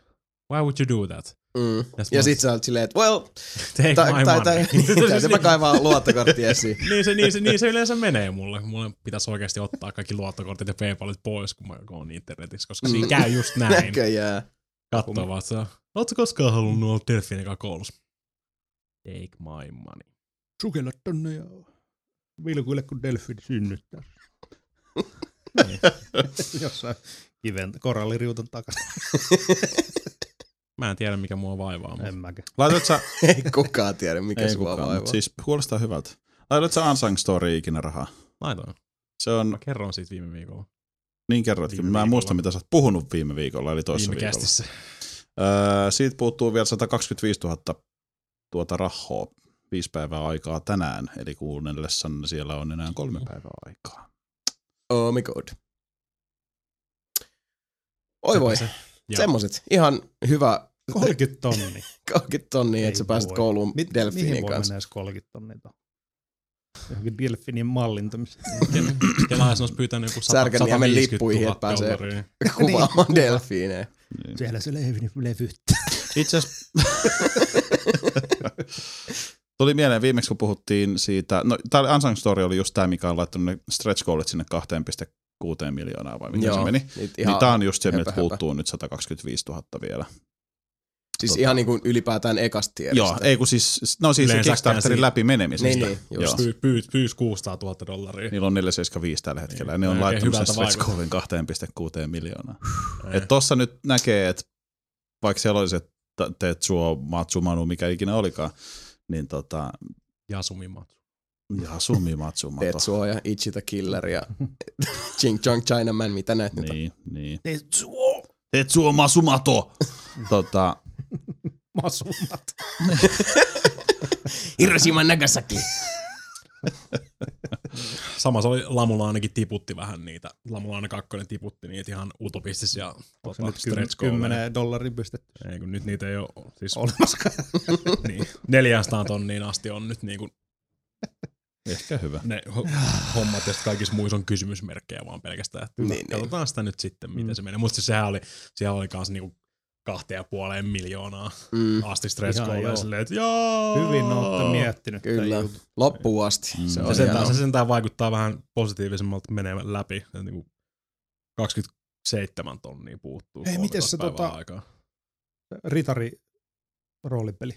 Why would you do that? Mm. Yes, Ja mä- sit sä oot silleen, että well, Take tai, my tai, tai, money. tai, se mä kaivaan luottokorttia esiin. niin, se, niin, se, niin se yleensä menee mulle. Mulle pitäisi oikeasti ottaa kaikki luottokortit ja Paypalit pois, kun mä oon internetissä, koska siinä Mm. käy just näin. Näköjään. Kattoo vaan, että ootko koskaan halunnut olla delfiinin kanssa koulussa? Take my money. Sukella tonne ja vilkuille kun delfiini synnyttää. Niin. Jossain kiven koralliriutan takana. Mä en tiedä, mikä mua vaivaa. Mutta... En mäkään. Laitat sä, Ei kukaan tiedä, mikä ei sua kukaan, vaivaa. mutta siis kuulostaa hyvältä. Laitat sä Unsung Story ikinä rahaa? Laitoin. Se on, Mä kerron siitä viime viikolla. niin kerrotkin, Viime mä en viikolla. muista mitä sä oot puhunut viime viikolla, eli toissa Viime viikolla. kästissä. Öö, siitä puuttuu vielä 125 000 tuota rahaa. Viisi päivää aikaa tänään, eli kuunnellessanne siellä on enää kolme päivää aikaa. Oh my god. Oi voi, Se- Joo. semmoset. Ihan hyvä 30 tonni. 30 tonnia, että Ei sä pääset voi. kouluun Mit, mihin delfiinin voi kanssa. mennä jos 30 tonnia tuohon? Johonkin delfiinin mallintamiseen. Ke- Kelahan se olisi pyytänyt joku sata- Särkänniemen 150 lippuihin, 000 että pääsee- dollaria. Niin. Kuvaamaan delfiinejä. Siellä se levy, levyt. Itse asiassa... Tuli mieleen viimeksi, kun puhuttiin siitä, no tämä Unsung Story oli just tämä, mikä on laittanut ne stretch goalit sinne 2,6 miljoonaa vai No, miten se meni. Niitä Ihan niin tämä on just se, höpö, miltä höpö. puuttuu nyt 125 000 vielä. Siis Tota. ihan niin kuin ylipäätään ekasta tiedosta. Joo, ei kun siis, no siis se Yleensäkään Kickstarterin siitä. läpi menemisestä. Niin, niin, just. Joo. Pyy, pyy, pyys 600 000 dollaria. Niillä on 475 tällä hetkellä ja ne Niin, on oikein laittanut sen hyvältä stretch vaikuttaa. goalin 2,6 miljoonaa. Niin. Et tossa nyt näkee, että vaikka siellä olisi, että Tetsuo, Matsumanu, mikä ikinä olikaan, niin tota, Jasumimat. ja Sumi Matsumato. Tetsuo ja Ichi the Killer ja Ching Chong Chinaman, mitä näet nyt on. Niin, niin. Tetsuo! Tetsuo Masumato! tota, Masumat. Niin. Hiroshima Nagasaki. Sama se oli, Lamulla ainakin tiputti vähän niitä. Lamulla aina kakkonen tiputti niitä ihan utopistisia Onko se tota, nyt stretch 10, 10 dollaria pistetty Ei, kun nyt niitä ei ole siis olemassa? niin, 400 tonniin asti on nyt niin kuin ehkä hyvä. ne ho- hommat, ja sit kaikissa muissa on kysymysmerkkejä vaan pelkästään. Että Niin, niin. katsotaan sitä nyt sitten, miten Mm. se menee. Mutta siis sehän oli, siellä oli kans niinku kahteen ja puoleen miljoonaa Mm, asti stress Ihan joo. silleen, että joo. Hyvin olette miettinyt. tän Kyllä. jutun. loppuun asti. Mm. Se Se on sentään, hienoa. se sentään vaikuttaa vähän positiivisemmalta menevän läpi. että Niinku 27 tonnia puuttuu. Hei, miten se 13 päivää tota- Aikaa. Ritari roolipeli.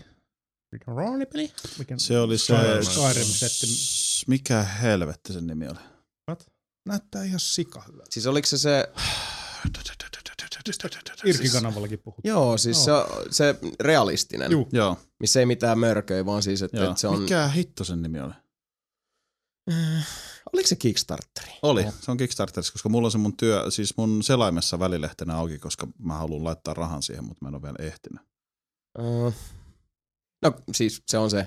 Mikä roolipeli? Mikä Se oli se... Skyrim. Skyrim-setti. s- Mikä helvetti sen nimi oli? näyttää ihan sika hyvältä. Siis oliko se se Irkikanavallakin puhuttiin. Joo, siis se, se realistinen, Juh. Juu. Joo. missä ei mitään mörköä, vaan siis, että, joo. että se on... Mikä hitto sen nimi oli? Oliko se Kickstarteri? Oli, se on Kickstarterissa, koska mulla on se mun työ, siis mun selaimessa välilehtenä auki, koska mä haluan laittaa rahan siihen, mutta mä en ole vielä ehtinyt. Öö, No siis se on se.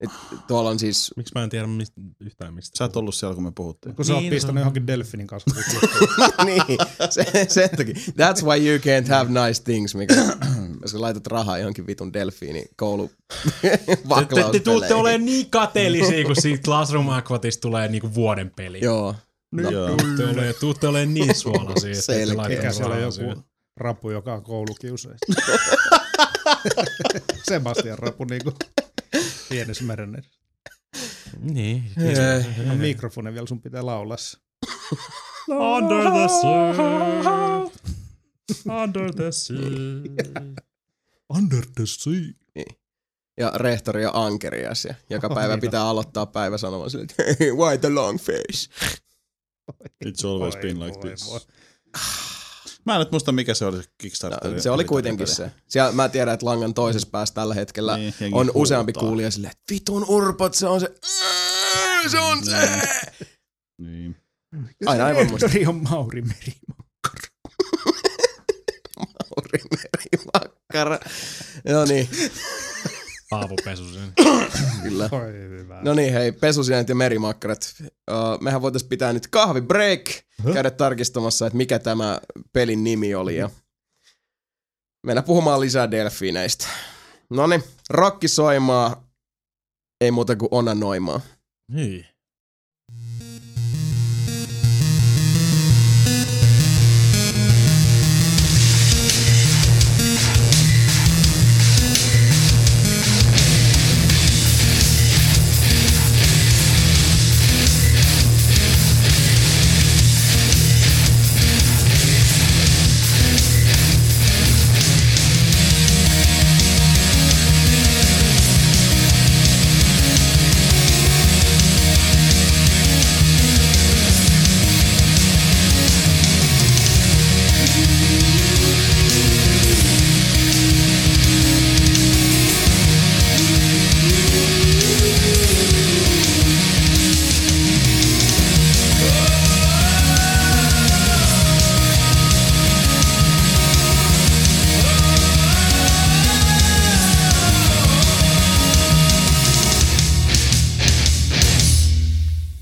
Et, tuolla on siis... Miksi mä en tiedä mist, yhtään mistä? Sä et ollut siellä, kun me puhuttiin. Kun sä oot Niin, pistänyt no. johonkin delfinin kanssa. niin, se, sen takia. That's why you can't have nice things, mikä... Jos sä laitat rahaa johonkin vitun delfiini koulu te, te, te tuutte vaklauspeleihin. olemaan niin kateellisia, kun siitä Classroom Aquatis tulee niinku vuoden peli. Joo. No, joo. Tuutte olemaan, tuutte olemaan niin suolaisia, että te Selkeä. laitatte Mikä siellä on rahaa joku siihen. rapu, joka on koulukiuseista. Sebastian rapu niinku pienessä meren. Niin. No mikrofoni vielä sun pitää laulaa. se. Under the sea. Under the sea. Under the sea. Ja rehtori on ankerias ja joka Oh, päivä niin. pitää aloittaa päivä sanomaan sille, että hey, why the long face? It's always Voi, been like voi, this. voi. Mä en nyt muista, mikä se oli se Kickstarter. No, se oli kuitenkin se. Siellä, mä tiedän, että langan toisessa päässä tällä hetkellä Niin, niin, jengi on useampi huutaa. kuulija silleen, että vitun urpot, se on se, se No. on se. Niin. Aina aivan muista. Rehtori on Mauri Merimaa. Mauri Merimakkara. No niin, Paavo Pesusen. kyllä. Oi hyvä. No niin, hei, pesusienet ja merimakkarat. Öö, mehän voitaisiin pitää nyt kahvibreak, käydä tarkistamassa, että mikä tämä pelin nimi oli. Ja mennä puhumaan lisää delfiineistä. No niin, rokki soimaa, ei muuta kuin onanoimaa. Niin.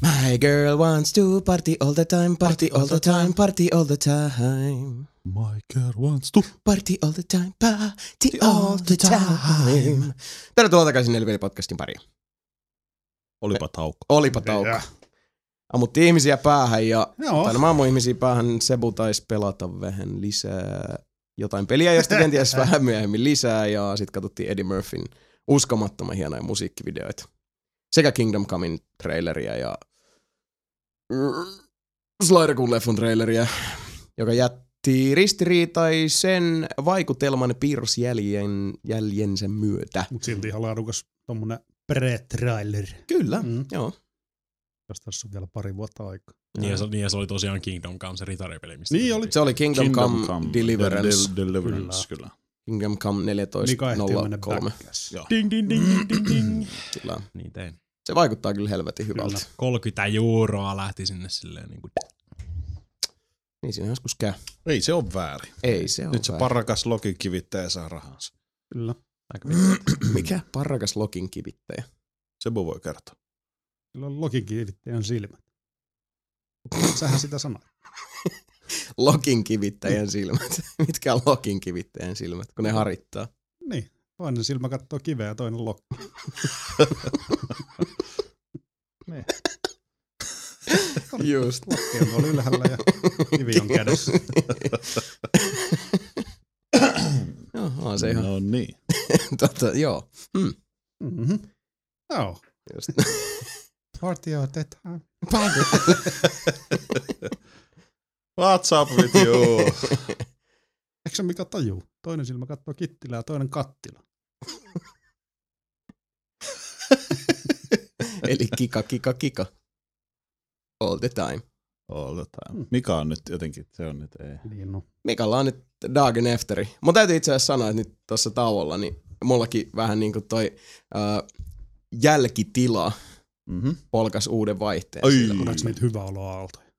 My girl wants to party all the time, party all the time, party all the time. My girl wants to. Party all the time, party all the time. Tervetuloa takaisin Nelipeli-podcastin pariin. Olipa tauko. Olipa tauko. Ammuttiin ihmisiä päähän ja Joo. tai no mä ammuin ihmisiä päähän. Sebu taisi pelata vähän lisää jotain peliä, josta kenties vähän myöhemmin lisää. Ja sitten katsottiin Eddie Murphyn uskomattoman hienoja musiikkivideoita. Sekä Kingdom Comein traileria ja Slider Kun leffun traileria, joka jätti ristiriitaisen vaikutelman piirrosjäljen jäljensä myötä. Mut silti ihan laadukas tommonen pre-trailer, Kyllä, Mm. joo. jos tässä on vielä pari vuotta aikaa. Niin, ja se, niin ja se oli tosiaan Kingdom Come, se ritaripeli. Mistä Niin me oli. Se oli Kingdom, Come, Deliverance. Del- deliverance, kyllä. Kingdom Come Mika ehtii mennä 14.03. backkäs. Joo. Ding, ding, ding, ding, ding, ding. Kyllä. Niin tein. Se vaikuttaa kyllä helvetin hyvältä. Kyllä. 30 euroa lähti sinne silleen niinku. Niin siinä joskus käy. Ei se on väärin. Ei se ole Nyt se väärin. parakas lokin kivittäjä saa rahansa. Kyllä. Aika vittu. Mikä? Parrakas lokin kivittäjä. Sebu voi kertoa. Kyllä on lokikiivittäjän silmät. Sähän sitä sanoit. Lokin Mm. kivittäjän silmät. Mitkä on lokin kivittäjän silmät, kun ne harittaa? Niin. Toinen silmä katsoo kiveä ja toinen lokki. niin. Just. Lokki on tuolla ylhäällä ja kivi on kädessä. Joo, on se ihan. No niin. Tota, joo. Mm-hmm. Joo. Just. Party all the time. What's up with you? Eikö se mikä tajuu? Toinen silmä katsoo kittilää ja toinen kattila. Eli kika, kika, kika. All the time. all the time. Mikä on nyt jotenkin, se on nyt ei. Niin, no. Mikalla on nyt Dagen Efteri. Mun täytyy itse asiassa sanoa, että nyt tuossa tauolla, niin mullakin vähän niin kuin toi ää, jälkitila Mm-hmm. polkas uuden vaihteen. Ai. sillä. Onko niitä hyvä oloa Siis- aaltoja?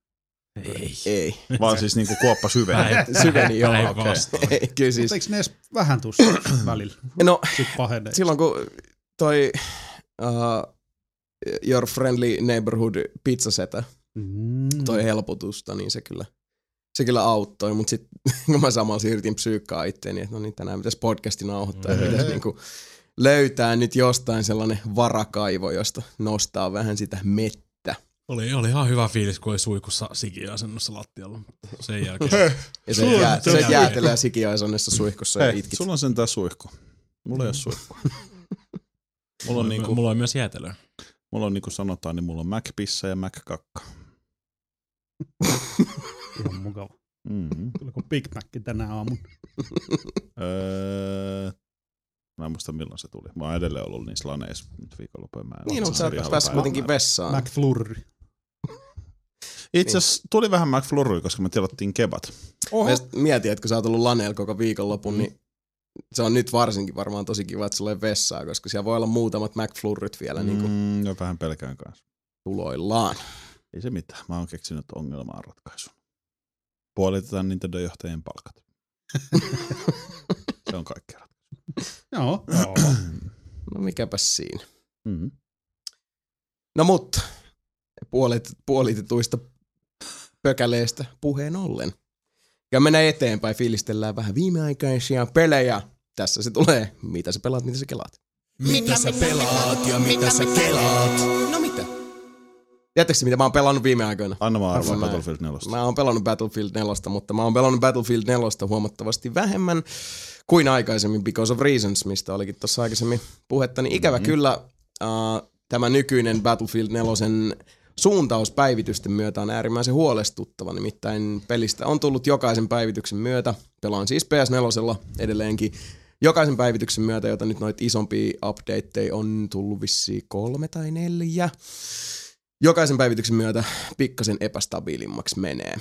Ei. Ei. Vaan siis niinku kuoppa syveen. Syveni joo. Ei okei. vastaa. Ei, kyllä siis. Siis... Eikö ne edes vähän tuossa välillä? No, Sitten pahenee. silloin kun toi uh, Your Friendly Neighborhood pizzasetä Mm. toi helpotusta, niin se kyllä, se kyllä auttoi, mutta sitten kun mä samalla siirtin psyykkaa itteeni, että no niin tänään pitäisi podcasti nauhoittaa, mm. Mm. pitäisi niinku löytää nyt jostain sellainen varakaivo, josta nostaa vähän sitä mettä. Oli, oli ihan hyvä fiilis, kun oli suikussa sikiasennossa lattialla. Sen jälkeen Ja Sulla se, on jää, se se suihku. jäätelee sikiaisonnessa suihkussa ja Hei, itkit. Mm. sulla on sentään suihku. Mulla ei ole suihku. Mulla mulla, on, on, niinku, mulla on myös jäätelöä. mulla on niinku sanotaan, niin mulla on Mac-pissa ja Mac-kakka. Ihan mukava. Mm-hmm. Tuliko Big Mac tänä aamuna? Öö, mä en muista milloin se tuli. Mä oon edelleen ollut niissä laneissa nyt viikonloppuun. Mä en Niin, ole mutta sä oot seriaalipäivänä. päässyt kuitenkin vessaan. Mac Flurry. Itse niin. asiassa tuli vähän McFlurry, koska me tilattiin kebat. Mä just mietin, että kun sä oot ollut laneella koko viikonlopun, niin se on nyt varsinkin varmaan tosi kiva, että sulla ei ole vessaa, koska siellä voi olla muutamat McFlurryt vielä mm. niin kuin Mm, ja vähän pelkään kanssa. tuloillaan. Ei se mitään. Mä oon keksinyt ongelmaan ratkaisun. Puolitetaan niitä työjohtajien palkat. se on kaikki ratkaisu. Joo. Joo. No mikäpä siinä. Mm-hmm. No mutta, puolit, puolitetuista pökäleistä puheen ollen. Ja mennään eteenpäin, fiilistellään vähän viimeaikaisia pelejä. Tässä se tulee. Mitä sä pelaat, mitä sä kelaat? Mitä sä pelaat ja mitä sä kelaat? No mitä? Tiedättekö mitä mä oon pelannut viime aikoina? Anna mä arvoa Mä- Battlefield 4. Mä oon pelannut Battlefield 4, mutta mä oon pelannut Battlefield 4 huomattavasti vähemmän kuin aikaisemmin Because of Reasons, mistä olikin tuossa aikaisemmin puhetta. Niin ikävä mm-hmm. kyllä äh, tämä nykyinen Battlefield 4 suuntauspäivitysten myötä on äärimmäisen huolestuttava. Nimittäin pelistä on tullut jokaisen päivityksen myötä. Pelaan siis PS4 edelleenkin jokaisen päivityksen myötä, jota nyt noita isompia updateja on tullut vissiin kolme tai neljä jokaisen päivityksen myötä pikkasen epästabiilimmaksi menee.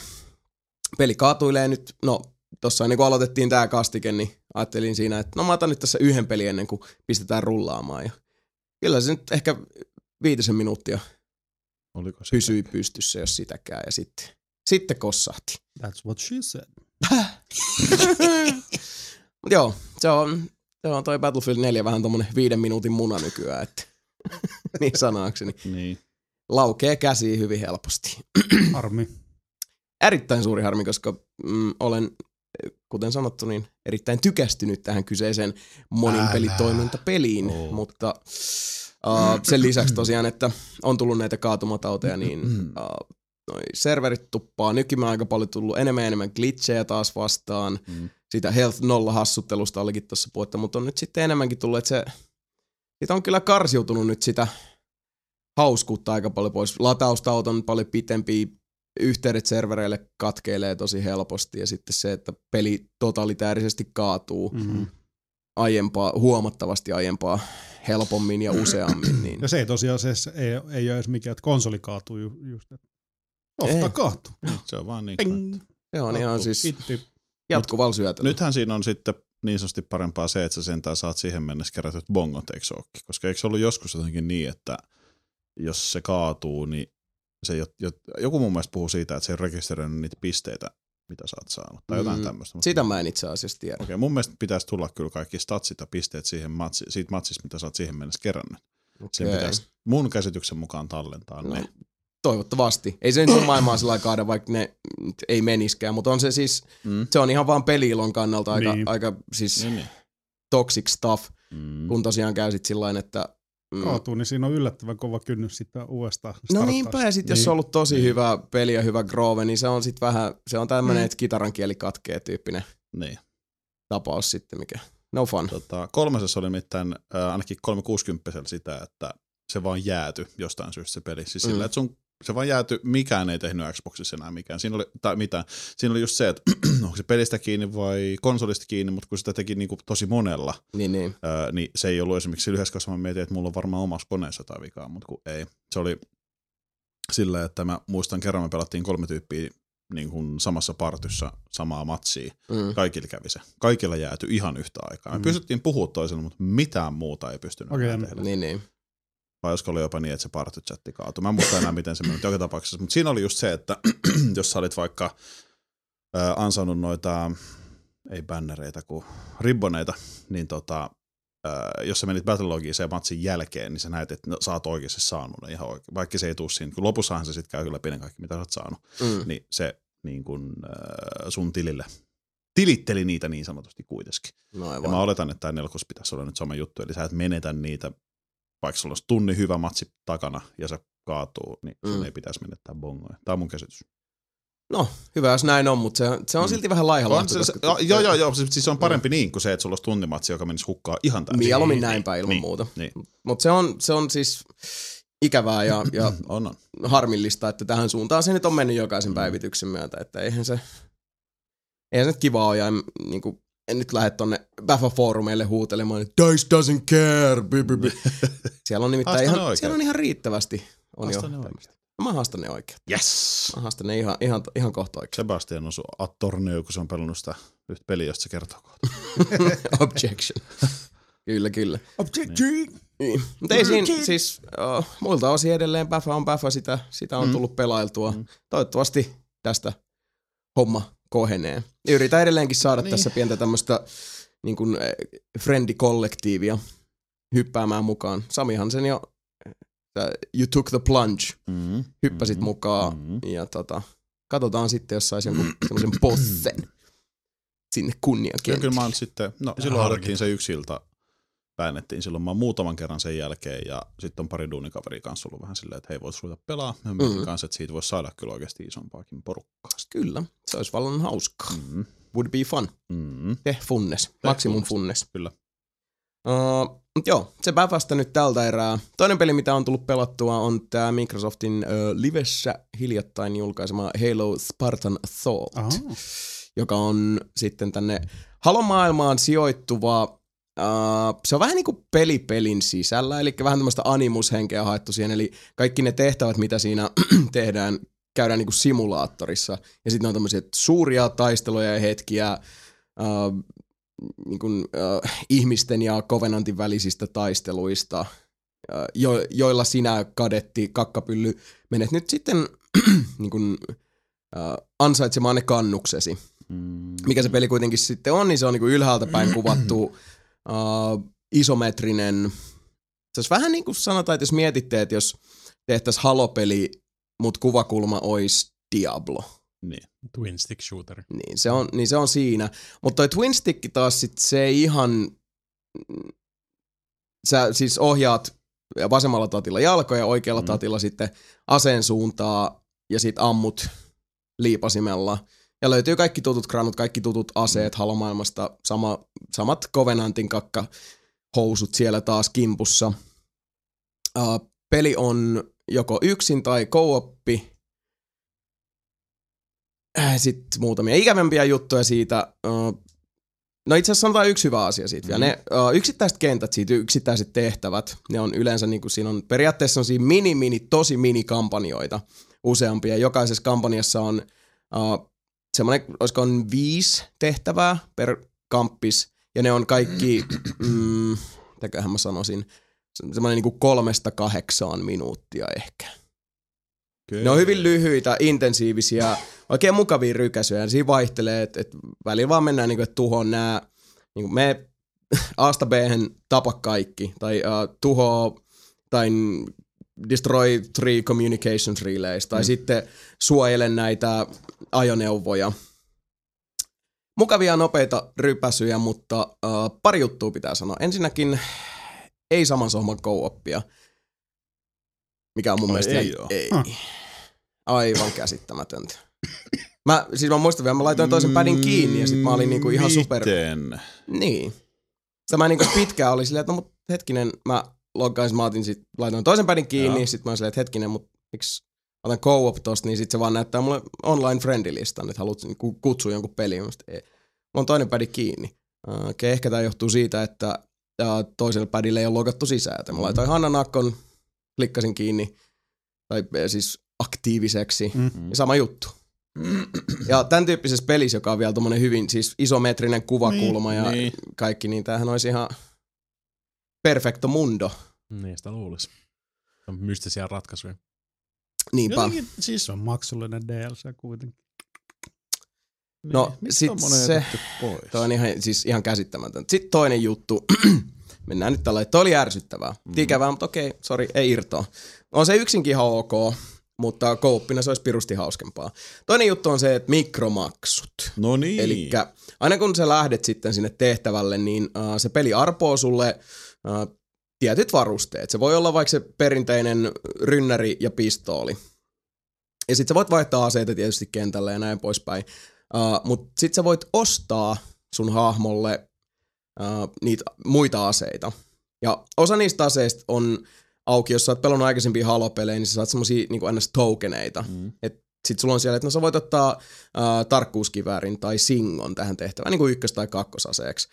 Peli kaatuilee nyt, no tossa ennen kuin aloitettiin tää kastike, niin ajattelin siinä, että no mä otan nyt tässä yhden pelin ennen kuin pistetään rullaamaan. Ja kyllä se nyt ehkä viitisen minuuttia Oliko se? pysyi pystyssä, jos sitäkään, ja sitten, sitten kossahti. That's what she said. Mut joo, se on, se on toi Battlefield 4 vähän tommonen viiden minuutin muna nykyään, että niin sanaakseni. Niin. Laukee käsiin hyvin helposti. Armi. erittäin suuri harmi, koska mm, olen, kuten sanottu, niin erittäin tykästynyt tähän kyseiseen monin Älä. pelitoimintapeliin, Oo. mutta uh, sen lisäksi tosiaan, että on tullut näitä kaatumatauteja, niin uh, noi serverit tuppaa nykimään aika paljon tullut enemmän ja enemmän glitchejä taas vastaan. Mm. Mm. Sitä health nolla hassuttelusta olikin tuossa puhetta, mutta on nyt sitten enemmänkin tullut, että se, siitä on kyllä karsiutunut nyt sitä hauskuutta aika paljon pois. Lataustaut on paljon pitempi, yhteydet servereille katkeilee tosi helposti ja sitten se, että peli totalitäärisesti kaatuu Mm-hmm. aiempaa, huomattavasti aiempaa helpommin ja useammin, niin Ja se ei tosiaan se ei, ei ole edes mikään, että konsoli kaatuu ju, just. että Ei. Kohta kaatuu. Se on vaan niin kuin, Ping. se on ihan Sattuu. siis Kiitti. jatkuvalla syötöllä. Nythän siinä on sitten niin sanotusti parempaa se, että sä sentään saat siihen mennessä kerätyt bongot, eikö se ookin? Koska eikö se ollut joskus jotenkin niin, että jos se kaatuu, niin se jo, jo, joku mun mielestä puhuu siitä, että se ei ole rekisteröinyt niitä pisteitä, mitä sä oot saanut, tai jotain Mm. mm. tämmöistä. Sitä mä en itse asiassa tiedä. Okei, mun mielestä pitäisi tulla kyllä kaikki statsit ja pisteet siihen matsi, siitä matsista, mitä sä oot siihen mennessä kerännyt. Sen Okei. pitäisi mun käsityksen mukaan tallentaa no. No, ne. toivottavasti. Ei se nyt ole maailmaa sillä lailla kaada, vaikka ne nyt ei meniskään, mutta on se siis, Mm. se on ihan vaan peliilon kannalta aika, Niin. niin. aika siis Niin, niin. toxic stuff, Mm. kun tosiaan käy sit sillain, että mm, Kaatuu, niin siinä on yllättävän kova kynnys sitä uudestaan. No starttaa niinpä, sitä. ja sitten jos Niin. on ollut tosi Niin. Mm. niin. hyvä peli ja hyvä groove, niin se on sitten vähän, se on tämmöinen, että kitaran kieli katkee tyyppinen niin. tapaus sitten, mikä no fun. Tota, kolmasessa oli nimittäin äh, ainakin 360 sitä, että se vaan jääty jostain syystä se peli. Siis mm. sillä, Mm. että sun, se vaan jääty, mikään ei tehnyt Xboxissa enää mikään. Siinä oli, tai mitään. Siinä oli just se, että onko se pelistä kiinni vai konsolista kiinni, mutta kun sitä teki niinku tosi monella, Niin, niin. ää, niin se ei ollut esimerkiksi sillä yhdessä, koska mä mietin, että mulla on varmaan omassa koneessa jotain vikaa, mutta kun ei. Se oli Sillä, että mä muistan kerran me pelattiin kolme tyyppiä niin kuin samassa partyssa samaa matsia. Mm. Kaikilla kävi se. Kaikilla jääty ihan yhtä aikaa. Me Mm. pystyttiin puhua toiselle, mutta mitään muuta ei pystynyt Okei. okay. tehdä. Niin, niin. Vai olisiko ollut jopa niin, että se partychatti kaatui. Mä en muista enää, miten se meni. mutta Joka tapauksessa. Mutta siinä oli just se, että jos sä olit vaikka ö, ansainnut noita, ei bännereitä, kuin ribboneita, niin tota, ö, jos sä menit Battlelogiin sen matsin jälkeen, niin sä näet, että no, sä oot oikeasti saanut ne ihan oikein. Vaikka se ei tuu siinä. Kun lopussahan se sitten käy läpi ne kaikki, mitä sä oot saanut Mm. niin se niin kun, äh, sun tilille tilitteli niitä niin sanotusti kuitenkin. No Ja mä aivan. oletan, että tämä nelkos pitäisi olla nyt sama juttu, eli sä et menetä niitä, vaikka sulla olisi tunnin hyvä matsi takana ja se kaatuu, niin sun Mm. mm. ei pitäisi menettää bongoja. Tämä on mun käsitys. No, hyvä jos näin on, mutta se, se on Mm. silti vähän laiha On, se, se, joo, joo, joo, joo, siis se on parempi niin kuin se, että sulla olisi tuntimatsi, joka menisi hukkaan ihan täysin. Mm. Mieluummin näinpä ilman niin, muuta. niin. Mutta se on, se on siis ikävää ja, ja Mm, On, on. harmillista, että tähän suuntaan se nyt on mennyt jokaisen päivityksen myötä, että eihän se, eihän se nyt kivaa ole ja en, niin kuin, en nyt lähde tonne Bafa-foorumeille huutelemaan, että Dice doesn't care, bi, bi, bi. Siellä on nimittäin Haasta ne ihan, oikein. siellä on ihan riittävästi. On Haasta jo. ne oikein. Mä haastan ne oikein. Yes! Mä haastan ne ihan, ihan, ihan kohta oikein. Sebastian on sun attorneo, kun se on pelannut sitä yhtä peliä, josta se kertoo kohta. Objection. kyllä, kyllä. Objection. Niin. Mutta ei siinä, siis uh, muilta osin edelleen Bafa on Bafa, sitä, sitä on Mm. tullut pelailtua. Mm. Toivottavasti tästä homma kohenee. Ja Yritän edelleenkin saada Niin. tässä pientä tämmöistä niin kuin eh, friendikollektiivia hyppäämään mukaan. Samihan sen jo, eh, you took the plunge, Mm-hmm. hyppäsit mukaan Mm-hmm. ja tota, katsotaan sitten, jos saisi jonkun semmoisen bossen sinne Kyllä, kunniakentille. kyllä mä oon sitten, no Ja silloin harkita. otettiin se yksi ilta, väännettiin silloin, mä oon muutaman kerran sen jälkeen ja sitten on pari duunikaveria kanssa ollut vähän silleen, että hei vois ruveta pelaa, ja mä Mm. mm. kanssa, että siitä voisi saada kyllä oikeasti isompaakin porukkaa. Kyllä, se olisi vallan hauskaa. Mm. Would be fun. Mm. Te funnes. Maximum funnes. funnes. Kyllä. Uh, joo, se päivästä nyt tältä erää. Toinen peli, mitä on tullut pelattua, on tämä Microsoftin uh, livessä hiljattain julkaisema Halo Spartan Thought, Aha. joka on sitten tänne Halo-maailmaan sijoittuva Uh, se on vähän niin kuin peli pelin sisällä, eli vähän tämmöistä animushenkeä haettu siihen, eli kaikki ne tehtävät, mitä siinä tehdään, käydään niin kuin simulaattorissa. Ja sitten on tämmöisiä suuria taisteluja ja hetkiä, äh, niin kuin, äh, ihmisten ja kovenantin välisistä taisteluista, äh, jo, joilla sinä kadetti kakkapylly menet nyt sitten niin kuin, äh, ansaitsemaan ne kannuksesi Mm. mikä se peli kuitenkin sitten on, niin se on niin kuin ylhäältä päin kuvattu uh, isometrinen. Se olisi vähän niin kuin sanotaan, että jos mietitte, että jos tehtäisiin halopeli, mutta kuvakulma olisi Diablo, Twin stick shooter. niin se on, niin se on siinä. Mutta toi Twin Stick taas sit se ei ihan... Sä siis ohjaat vasemmalla tatilla jalkoja, oikealla mm. Mm. tatilla sitten aseen suuntaa ja sit ammut liipasimella. Ja löytyy kaikki tutut kranut, kaikki tutut aseet mm. halomaailmasta, sama, samat Covenantin kakka housut siellä taas kimpussa. Uh, peli on joko yksin tai co-oppi. Sitten Äh, muutamia ikävämpiä juttuja siitä. Uh, no itse asiassa sanotaan yksi hyvä asia siitä vielä. Mm. Ne uh, yksittäiset kentät siitä, yksittäiset tehtävät, ne on yleensä niin kuin siinä on periaatteessa on siinä mini-mini, tosi mini-kampanjoita useampia. Jokaisessa kampanjassa on uh, semmoinen, olisiko on viisi tehtävää per kamppis, ja ne on kaikki, mm, mitäköhän mä sanoisin, se- semmoinen niin kuin kolmesta kahdeksaan minuuttia ehkä. Okay. Ne on hyvin lyhyitä, intensiivisiä, oikein mukavia rykäsyjä. Ja Siinä vaihtelee, että et välillä vaan mennään niin kuin, tuhoon nämä, niin kuin me Asta b tapa kaikki, tai uh, tuho tai n- destroy three communications relays, tai mm. sitten suojele näitä ajoneuvoja. Mukavia nopeita rypäsyjä, mutta uh, pari juttua pitää sanoa. Ensinnäkin ei saman sohman co-oppia, mikä on mun Ai mielestä ei ihan- oo. ei. Ah. aivan käsittämätöntä. Mä, siis mä muistan vielä, mä laitoin toisen pädin kiinni ja sit mä olin niinku Mm, ihan super... Miten? Niin. Tämä niinku pitkään oli silleen, että no mut hetkinen, mä loggaisin, mä otin sit, laitoin toisen pädin kiinni, Joo. sit mä olin silleen, että hetkinen, mut miksi otan co-op tosta, niin sit se vaan näyttää mulle online friendilistan, että haluat niinku kutsua jonkun peliin. Mä sit, ei. Mulla on toinen pädi kiinni. Äh, Okei, okay, ehkä tää johtuu siitä, että äh, toisella pädillä ei ole logattu sisään, joten mä laitoin Hanna Nakkon, klikkasin kiinni, tai eh, siis aktiiviseksi. Mm. Sama juttu. Ja tämän tyyppisessä pelissä, joka on vielä tommonen hyvin siis isometrinen kuvakulma niin, ja niin. niin. kaikki, niin tämähän olisi ihan perfecto mundo. Niin, sitä luulisi. Se on mystisiä ratkaisuja. Niinpä. Jotenkin, siis Se on maksullinen DLC kuitenkin. No, miksi sit niin, tommonen on se- jätetty pois? Toi on ihan, siis ihan käsittämätön. Sitten toinen juttu. Mennään nyt tällä. Toi oli ärsyttävää. Mm. Ikävää, mutta okei, sori, ei irtoa. On se yksinkin ihan ok, mutta kouppina se olisi pirusti hauskempaa. Toinen juttu on se, että mikromaksut. No niin. Eli aina kun sä lähdet sitten sinne tehtävälle, niin äh, se peli arpoo sulle äh, tietyt varusteet. Se voi olla vaikka se perinteinen rynnäri ja pistooli. Ja sitten sä voit vaihtaa aseita tietysti kentällä ja näin poispäin. Uh, Mutta sitten sä voit ostaa sun hahmolle uh, niitä muita aseita. Ja osa niistä aseista on auki, jos sä oot pelannut aikaisempia halopelejä, niin sä saat semmosia niin kuin ns. tokeneita. Mm. Et sit sulla on siellä, että no sä voit ottaa uh, tarkkuuskiväärin tai singon tähän tehtävään, niin kuin ykkös- tai kakkosaseeksi.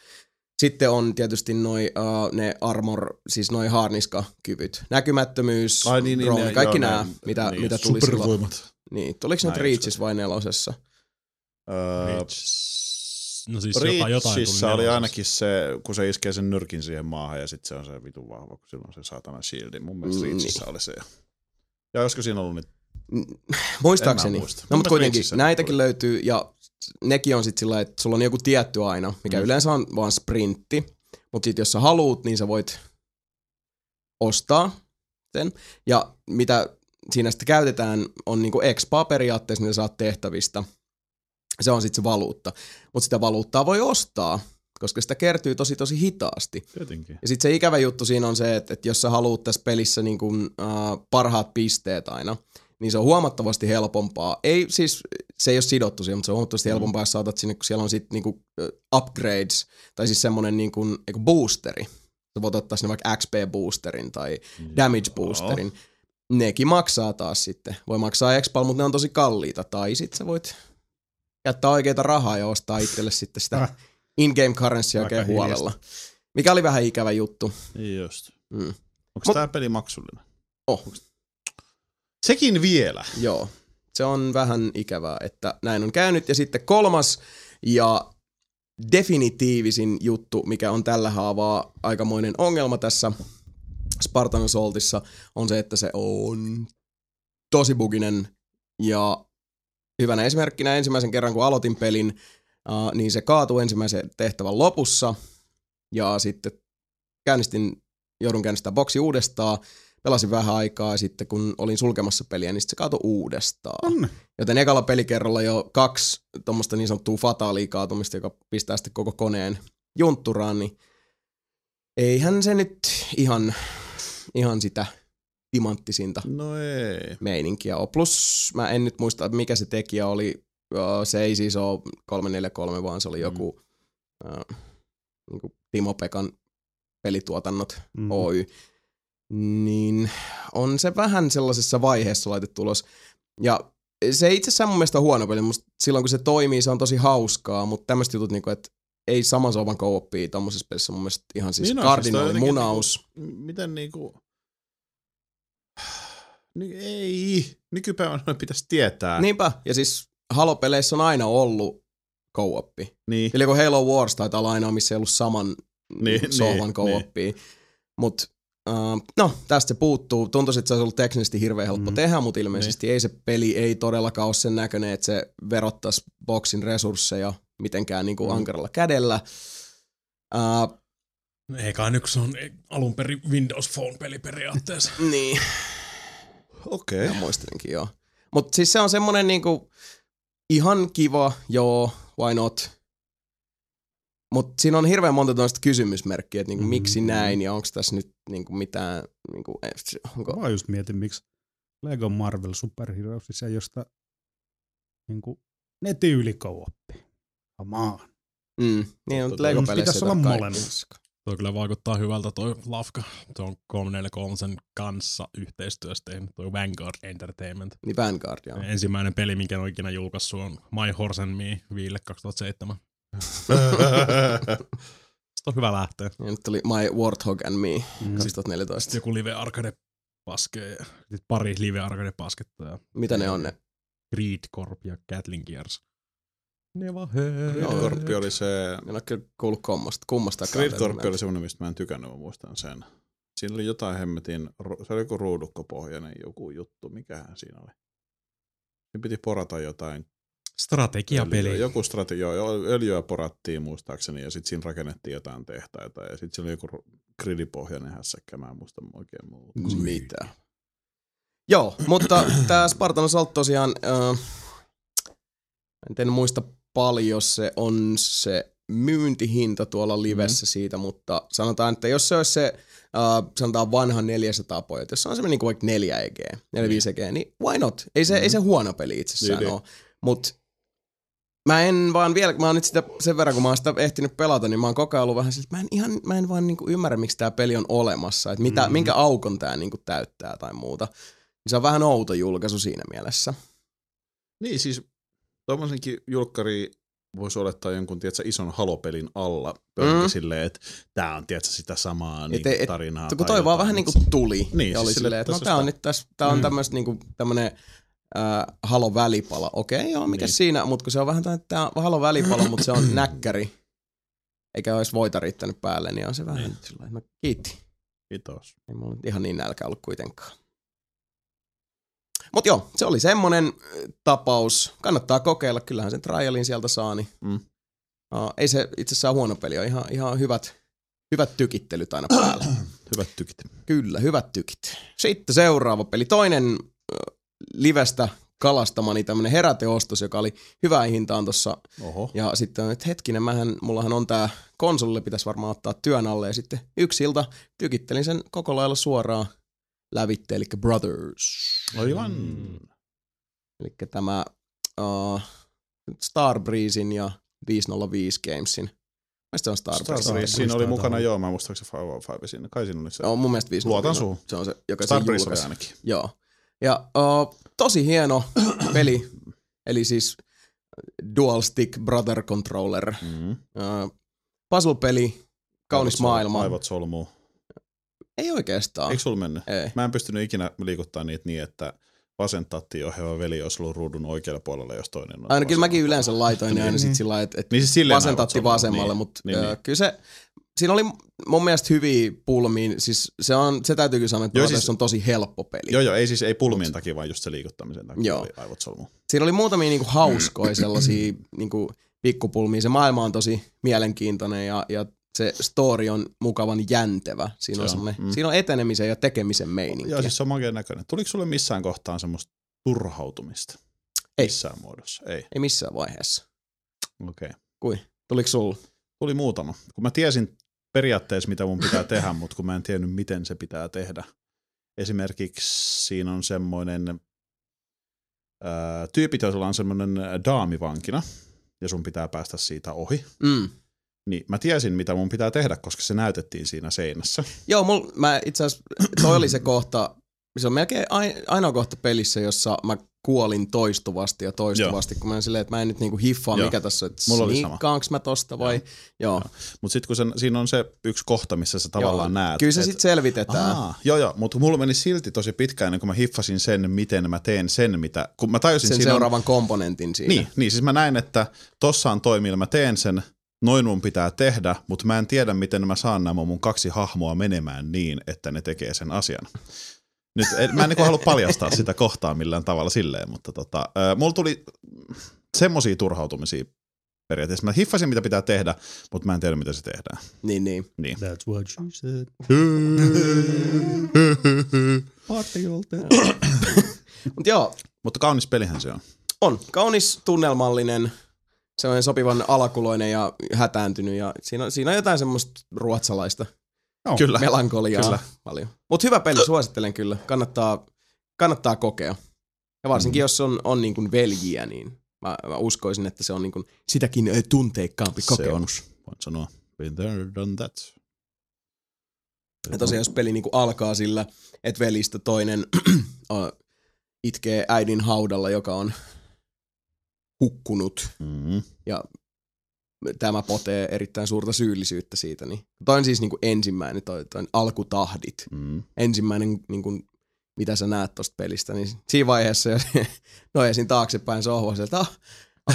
Sitten on tietysti noi, uh, ne armor, siis noi haarniskakyvyt. Näkymättömyys, Ai niin, niin, drone, ne- kaikki joo, nämä, ne- mitä, niin, mitä tuli silloin. Supervoimat. Niin, tuliko ne Näin nyt Reachis vai nelosessa? Öö, Reach. No siis jopa jotain tuli Reachissa oli nelosessa. ainakin se, kun se iskee sen nyrkin siihen maahan ja sitten se on se vitun vahva, kun sillä on se saatana shieldi. Mun mielestä Mm, Reachissa oli se. Ja olisiko siinä ollut nyt? N- Muistaakseni. En mä muista. No Mun mutta mielestä kuitenkin, Reachissä näitäkin tuli. löytyy ja nekin on sitten sillä, että sulla on joku tietty aina, mikä mm. yleensä on vaan sprintti. Mutta sitten jos sä haluut, niin sä voit ostaa sen. Ja mitä siinä sitten käytetään, on niinku expaa periaatteessa, mitä saat tehtävistä. Se on sitten se valuutta. Mutta sitä valuuttaa voi ostaa, koska sitä kertyy tosi tosi hitaasti. Tietenkin. Ja sitten se ikävä juttu siinä on se, että, että jos sä haluat tässä pelissä niin kuin, äh, parhaat pisteet aina, niin se on huomattavasti helpompaa. Ei siis, se ei ole sidottu siihen, mutta se on huomattavasti helpompaa, jos sä otat sinne, kun siellä on sitten niinku äh, upgrades, tai siis semmonen niinku, eiku boosteri. Sä voit ottaa sinne vaikka XP-boosterin tai damage boosterin. Nekin maksaa taas sitten. Voi maksaa expal, mutta ne on tosi kalliita. Tai sitten sä voit käyttää oikeita rahaa ja ostaa itselle sitten sitä Ah. in-game currencyä oikein Aika huolella. Mikä oli vähän ikävä juttu. niin Just. Mm. Onko Mut- tämä peli maksullinen? Oh, Sekin vielä. joo. Se on vähän ikävää, että näin on käynyt. Ja sitten kolmas ja definitiivisin juttu, mikä on tällä haavaa aikamoinen ongelma tässä Spartan Assaultissa, on se, että se on tosi buginen. Ja hyvänä esimerkkinä ensimmäisen kerran, kun aloitin pelin, äh, niin se kaatui ensimmäisen tehtävän lopussa. Ja sitten käynnistin, joudun käynnistämään boksi uudestaan. Pelasin vähän aikaa ja sitten kun olin sulkemassa peliä, niin sit se kaatui uudestaan. Onne. Joten ekalla pelikerralla jo kaksi tuommoista niin sanottua fataalia kaatumista, joka pistää sitten koko koneen juntturaan, niin eihän se nyt ihan, ihan sitä timanttisinta No ei. meininkiä ole. Plus mä en nyt muista, mikä se tekijä oli. Öö, Se ei siis ole 343, vaan se oli joku mm. niin kuin Timo Pekan pelituotannot mm. Mm. Oy. Niin on se vähän sellaisessa vaiheessa laitettu ulos. Ja se ei itse asiassa mun mielestä ole huono peli. Musta silloin kun se toimii, se on tosi hauskaa, mutta tämmöiset jutut, niin kuin, että ei saman sovan kouppia tommosessa pelissä mun mielestä ihan siis Niin niin on, siis toi kardinaali jotenkin munaus. M- Miten niinku... Niin ei. Nykypäivänä noin pitäisi tietää. Niinpä, ja siis halopeleissä on aina ollut co-oppi. niin. Eli kun Halo Wars taitaa olla ainoa, missä ei ollut saman niin, Niin, sohvan niin, niin, co-oppia. Niin. Mut äh, no, tästä se puuttuu. Tuntuisi, että se olisi ollut teknisesti hirveän helppo mm. tehdä, mutta ilmeisesti niin. ei se peli ei todellakaan ole sen näköinen, että se verottaisi boksin resursseja mitenkään niin kuin mm. ankaralla kädellä. Äh, Eikä nyt kun se on alun perin Windows Phone-peli periaatteessa. niin, Okei. mä Okay. muistelinkin joo. Mutta siis se on semmonen niinku ihan kiva, joo, why not, Mutta siinä on hirveän monta tämmöistä kysymysmerkkiä, että niinku, mm. miksi näin ja onko tässä nyt niinku mitään, niinku, onko, Mä just mietin, miksi Lego Marvel Superhero, siis ei josta niin kuin, netin ylikooppi. Amaan. mm, niin, mutta Totta, Lego-peleissä pitäisi ei olla tää kaikki. molemmissa. Toi kyllä vaikuttaa hyvältä toi lafka. Se on 343 sen kanssa yhteistyössä tehnyt toi Vanguard Entertainment. Niin Vanguard, joo. Ensimmäinen peli, minkä ne on ikinä julkaissut on My Horse and Me Viille 2007. Sitten on hyvä lähteä. Ja nyt tuli My Warthog and Me 2014. Mm. Sitten joku live arcade paskeja. ja sit Pari live arcade pasketta ja Mitä ne on ne? Creed Corp ja Gatling Gears. Ne vaan Joo. Gridcorp oli se... En ole kyllä kuullut kummasta, kummastakaan. Gridcorp oli semmoinen, mistä mä en tykännyt, mä muistan sen. Siinä oli jotain hemmetin, ru- se oli joku ruudukkopohjainen joku juttu, mikähän siinä oli. Siinä piti porata jotain. Strategiapeli. Joku strategia, öljyä porattiin muistaakseni ja sitten siinä rakennettiin jotain tehtaita ja sitten siellä oli joku ru- gridipohjainen hässäkkä, mä en muista oikein muuta. Mitä? Joo, mutta tämä Spartan Assault tosiaan, äh, en muista paljon se on se myyntihinta tuolla livessä mm. siitä, mutta sanotaan, että jos se olisi se äh, sanotaan vanha 400 pojat, jos se on semmoinen niin vaikka 4 EG, 4-5 EG, niin why not? Ei se, mm. ei se huono peli itsessään Niin, niin, niin. ole, mutta Mä en vaan vielä, mä oon nyt sitä sen verran, kun mä oon sitä ehtinyt pelata, niin mä oon koko ajan ollut vähän sillä, että mä en, ihan, mä en vaan niinku ymmärrä, miksi tämä peli on olemassa, että mitä, mm-hmm. minkä aukon tämä niinku täyttää tai muuta. Niin se on vähän outo julkaisu siinä mielessä. Niin siis tommosenkin julkkari voisi olettaa jonkun tiedätkö, ison halopelin alla pölkkä Mm. mm. silleen, että tämä on tiedätkö, sitä samaa niin et- tarinaa. Mutta kun tai toi vaan jotain, vähän mut niinku se- tuli Niin, ja siis oli sille, silleen, että no tässä tää on on nyt tässä, tää on Mm. tämmöistä niinku tämmönen äh, halo välipala. Okei, okay, joo, mikä niin. Niin. siinä, mutta kun se on vähän tää, tää on halo välipala, mutta se on näkkäri, eikä olisi voita riittänyt päälle, niin on se vähän niin. sillä lailla, että no kiitti. Kiitos. Ei mulla nyt ihan niin nälkä ollut kuitenkaan. Mut joo, se oli semmonen ö, tapaus. Kannattaa kokeilla, kyllähän sen trialin sieltä saa. Niin. Mm. Uh, ei se itse asiassa ole huono peli, on ihan, ihan hyvät, hyvät tykittelyt aina päällä. Hyvät tykit. Kyllä, hyvät tykit. Sitten seuraava peli. Toinen ö, livestä kalastamani tämmönen heräteostos, joka oli hyvään hintaan tossa Oho. ja sitten on, että hetkinen, mähän, mullahan on tää konsolille pitäisi varmaan ottaa työn alle. Ja sitten yksi ilta tykittelin sen koko lailla suoraan lävitte, eli Brothers. Aivan. Eli tämä uh, Starbreezin ja 505 Gamesin. Mä se on Starbreeze. Starbreeze. Starbreeze. Siinä oli Muistaa mukana, tähän. joo, mä muistan, se Five Five siinä. Kai siinä oli se. No, mun mielestä 505. Luotan suuhun. Se on se, joka se Starbreeze oli julkaisi. ainakin. Joo. Ja uh, tosi hieno peli. Eli siis Dual Stick Brother Controller. Mm. Uh, puzzle-peli, kaunis maailma. Ah. Aivot solmuu. Ei oikeastaan. Eikö sulla mennyt? Ei. Mä en pystynyt ikinä liikuttaa niitä niin, että vasen tatti ohjaava veli olisi ollut ruudun oikealla puolella, jos toinen on. Aina kyllä mäkin vasemmalla. yleensä laitoin ne aina sit Niin. sillä lailla, että et Niin siis silleen vasen aivot tatti solmuu, vasemmalle, niin. mutta Niin, niin, niin. kyllä se, siinä oli mun mielestä hyviä pulmiin, siis se, on, se täytyy kyllä sanoa, että Joo, Brothers siis- on tosi helppo peli. Joo, joo, ei siis ei pulmien takia, vaan just se liikuttamisen takia Joo. joo. oli aivot solmu. Siinä oli muutamia niinku hauskoja sellaisia niinku pikkupulmia, se maailma on tosi mielenkiintoinen ja, ja se story on mukavan jäntevä. Siinä, Se on, on, semmoinen, mm. siinä on etenemisen ja tekemisen meininki. Joo, siis se on makeen näköinen. Tuliko sulle missään kohtaan semmoista turhautumista? Ei. Missään muodossa? Ei. Ei missään vaiheessa. Okei. Okay. Tuliko sulla? Tuli muutama. Kun mä tiesin periaatteessa, mitä mun pitää tehdä, mutta kun mä en tiennyt, miten se pitää tehdä. Esimerkiksi siinä on semmoinen, ää, tyypit, joilla on semmoinen ää, daami vankina, ja sun pitää päästä siitä ohi. Mm. Niin mä tiesin, mitä mun pitää tehdä, koska se näytettiin siinä seinässä. Joo, mul, mä itse asiassa, toi oli se kohta, se on melkein ai- ainoa kohta pelissä, jossa mä kuolin toistuvasti ja toistuvasti, joo. kun mä en silleen, että mä en nyt niinku hiffaa, joo. Joo. mikä tässä on, että Mulla oli sama. sniikkaanko mä tosta vai, joo. joo. Mutta sitten kun sen, siinä on se yksi kohta, missä sä tavallaan joo. näet. Kyllä se et- sitten selvitetään. Aa, joo, joo, mutta mulla meni silti tosi pitkään ennen kuin mä hiffasin sen, miten mä teen sen, mitä, kun mä tajusin Sen siinä on- seuraavan komponentin siinä. Niin, niin, siis mä näin, että tossa on toimilla, mä teen sen, noin mun pitää tehdä, mutta mä en tiedä, miten mä saan nämä mun kaksi hahmoa menemään niin, että ne tekee sen asian. Nyt en, mä en niin halua paljastaa sitä kohtaa millään tavalla silleen, mutta tota, äh, mulla tuli semmosia turhautumisia periaatteessa. Mä hiffasin, mitä pitää tehdä, mutta mä en tiedä, mitä se tehdään. niin, niin. That's what you said. Mm-hmm. Mutta joo, Mutta kaunis pelihän se on. on kaunis, tunnelmallinen, sellainen sopivan alakuloinen ja hätääntynyt ja siinä on, siinä on jotain semmoista ruotsalaista Oh, kyllä. melankoliaa kyllä. Kyllä. paljon. Mutta hyvä peli, suosittelen kyllä. Kannattaa, kannattaa kokea. Ja Mm-hmm. varsinkin mm. jos on, on niin kuin veljiä, niin mä, mä uskoisin, että se on niin kuin sitäkin ö, tunteikkaampi Se on, kokemus. voin sanoa. Been there, done that. Ja tosiaan jos peli niin kuin alkaa sillä, että velistä toinen ö, itkee äidin haudalla, joka on hukkunut. Mm-hmm. Tämä potee erittäin suurta syyllisyyttä niinku siitä. Niin. Toi on siis niin kuin ensimmäinen, toi, toi on alkutahdit. Mm-hmm. ensimmäinen niin kuin, mitä sä näet tosta pelistä, niin siinä vaiheessa, jos no ensin taaksepäin sohvaa, että ah,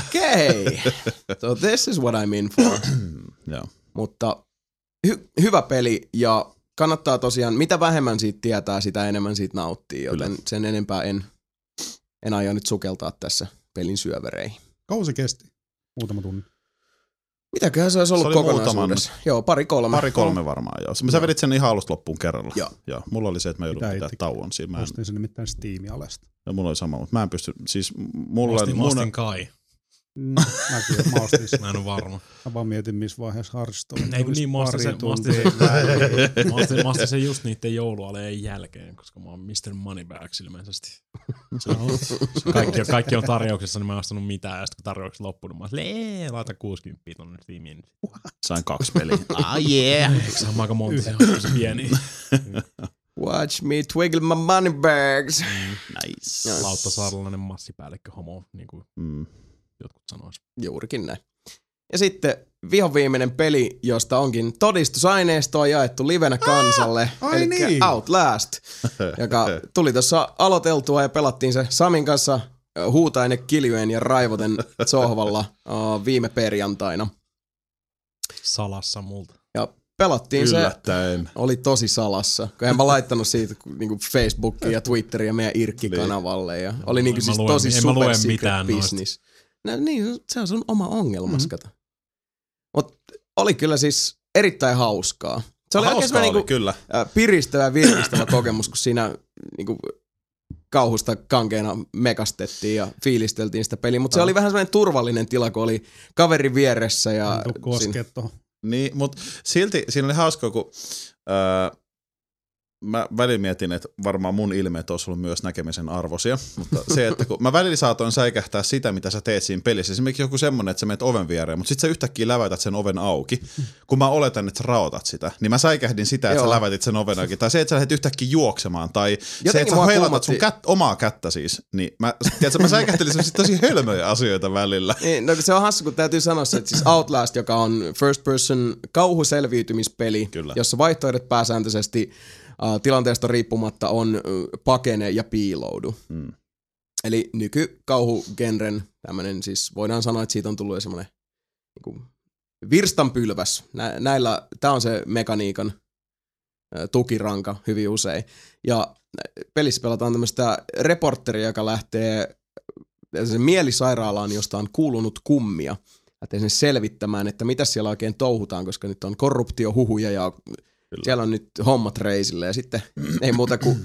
okei, okay. so this is what I'm in for. Joo. Mutta hy- hyvä peli ja kannattaa tosiaan, mitä vähemmän siitä tietää, sitä enemmän siitä nauttii, joten Kyllä. sen enempää en, en aio nyt sukeltaa tässä pelin syövereihin. Kauan se kesti? Muutama tunti. Mitäköhän se olisi ollut oli kokonaisuudessa? Joo, pari kolme. Pari kolme varmaan, joo. Sä vedit sen ihan alusta loppuun kerralla. Joo. joo. Mulla oli se, että mä joudun Mitä pitää itse- tauon siinä. Mä en, Ostin sen nimittäin Steam-alesta. ja mulla oli sama, mutta mä en pysty, siis Mä mulla, ostin, mä mun, ostin kai. Mm, Mäkin, mä ostin sen. Mä en ole varma. Mä vaan mietin, missä vaiheessa Hearthstone. Ei kun niin, mä ostin sen, mä ostin sen, mä ostin, mä ostin sen just niiden joulualeen jälkeen, koska mä oon Mr. Moneybags ilmeisesti. Se on- se kaikki, on- kaikki on tarjouksessa, niin mä en ostanut mitään, ja sitten kun tarjoukset loppuu, niin mä oon silleen, "Ee, laita 60 tonne Steamiin. sain kaksi peliä. ah yeah. Eikö se ole aika monta, se on tosi pieni. Watch me twiggle my money bags. Nice. Lautta Saarlainen massipäällikkö homo, niin kuin Mm. jotkut sanois. Juurikin näin. Ja sitten vihoviimeinen peli, josta onkin todistusaineistoa jaettu livenä kansalle, Ah, ai eli niin. Outlast, joka tuli tuossa aloiteltua ja pelattiin se Samin kanssa ö, huutaen ja kiljoen ja raivoten sohvalla ö, viime perjantaina. Salassa multa. Ja pelattiin Niin se Yllättäen. oli tosi salassa. Kun en mä laittanut siitä niinku Facebookiin ja Twitteriin ja meidän Irkki-kanavalle. Ja oli niinku En Niin. mä siis lue- tosi en mä lue super secret mitään noista. Mhm. business. No niin, se on sun oma ongelmas, mm-hmm. kato. Mut oli kyllä siis erittäin hauskaa. Se oli Hauskaa oikeastaan oli, niinku kyllä. ä, piristävä ja virkistävä kokemus, kun siinä niinku kauhusta kankeena mekastettiin ja fiilisteltiin sitä peliä. Mutta se oli vähän semmoinen turvallinen tila, kun oli kaveri vieressä ja En tuu koskee tuohon. Niin, mutta silti siinä oli hauskaa, kun öö, mä välillä mietin, että varmaan mun ilmeet olisi ollut myös näkemisen arvoisia, mutta se, että kun mä välillä saatoin säikähtää sitä, mitä sä teet siinä pelissä, esimerkiksi joku semmonen, että sä menet oven viereen, mutta sit sä yhtäkkiä läväytät sen oven auki, kun mä oletan, että sä raotat sitä, niin mä säikähdin sitä, että Joo. sä läväytit sen oven auki, tai se, että sä lähdet yhtäkkiä juoksemaan, tai se, Jotenkin että sä mua heilatat kuumotti- sun kät, omaa kättä siis, niin mä, tiedätkö, mä säikähtelin semmosia tosi hölmöjä asioita välillä. Niin, no se on hassu, kun täytyy sanoa se, että siis Outlast, joka on first person kauhuselviytymispeli, Kyllä. jossa vaihtoehdot pääsääntöisesti äh, tilanteesta riippumatta on äh, pakene ja piiloudu. Mm. Eli nykykauhugenren tämmöinen, siis voidaan sanoa, että siitä on tullut jo semmoinen niin kuin virstanpylväs. Nä, näillä, tämä on se mekaniikan ö, tukiranka hyvin usein. Ja nä- pelissä pelataan tämmöistä reporteria, joka lähtee se mielisairaalaan, josta on kuulunut kummia. Lähtee sen selvittämään, että mitä siellä oikein touhutaan, koska nyt on korruptiohuhuja ja Kyllä. siellä on nyt hommat reisille. Ja sitten ei muuta kuin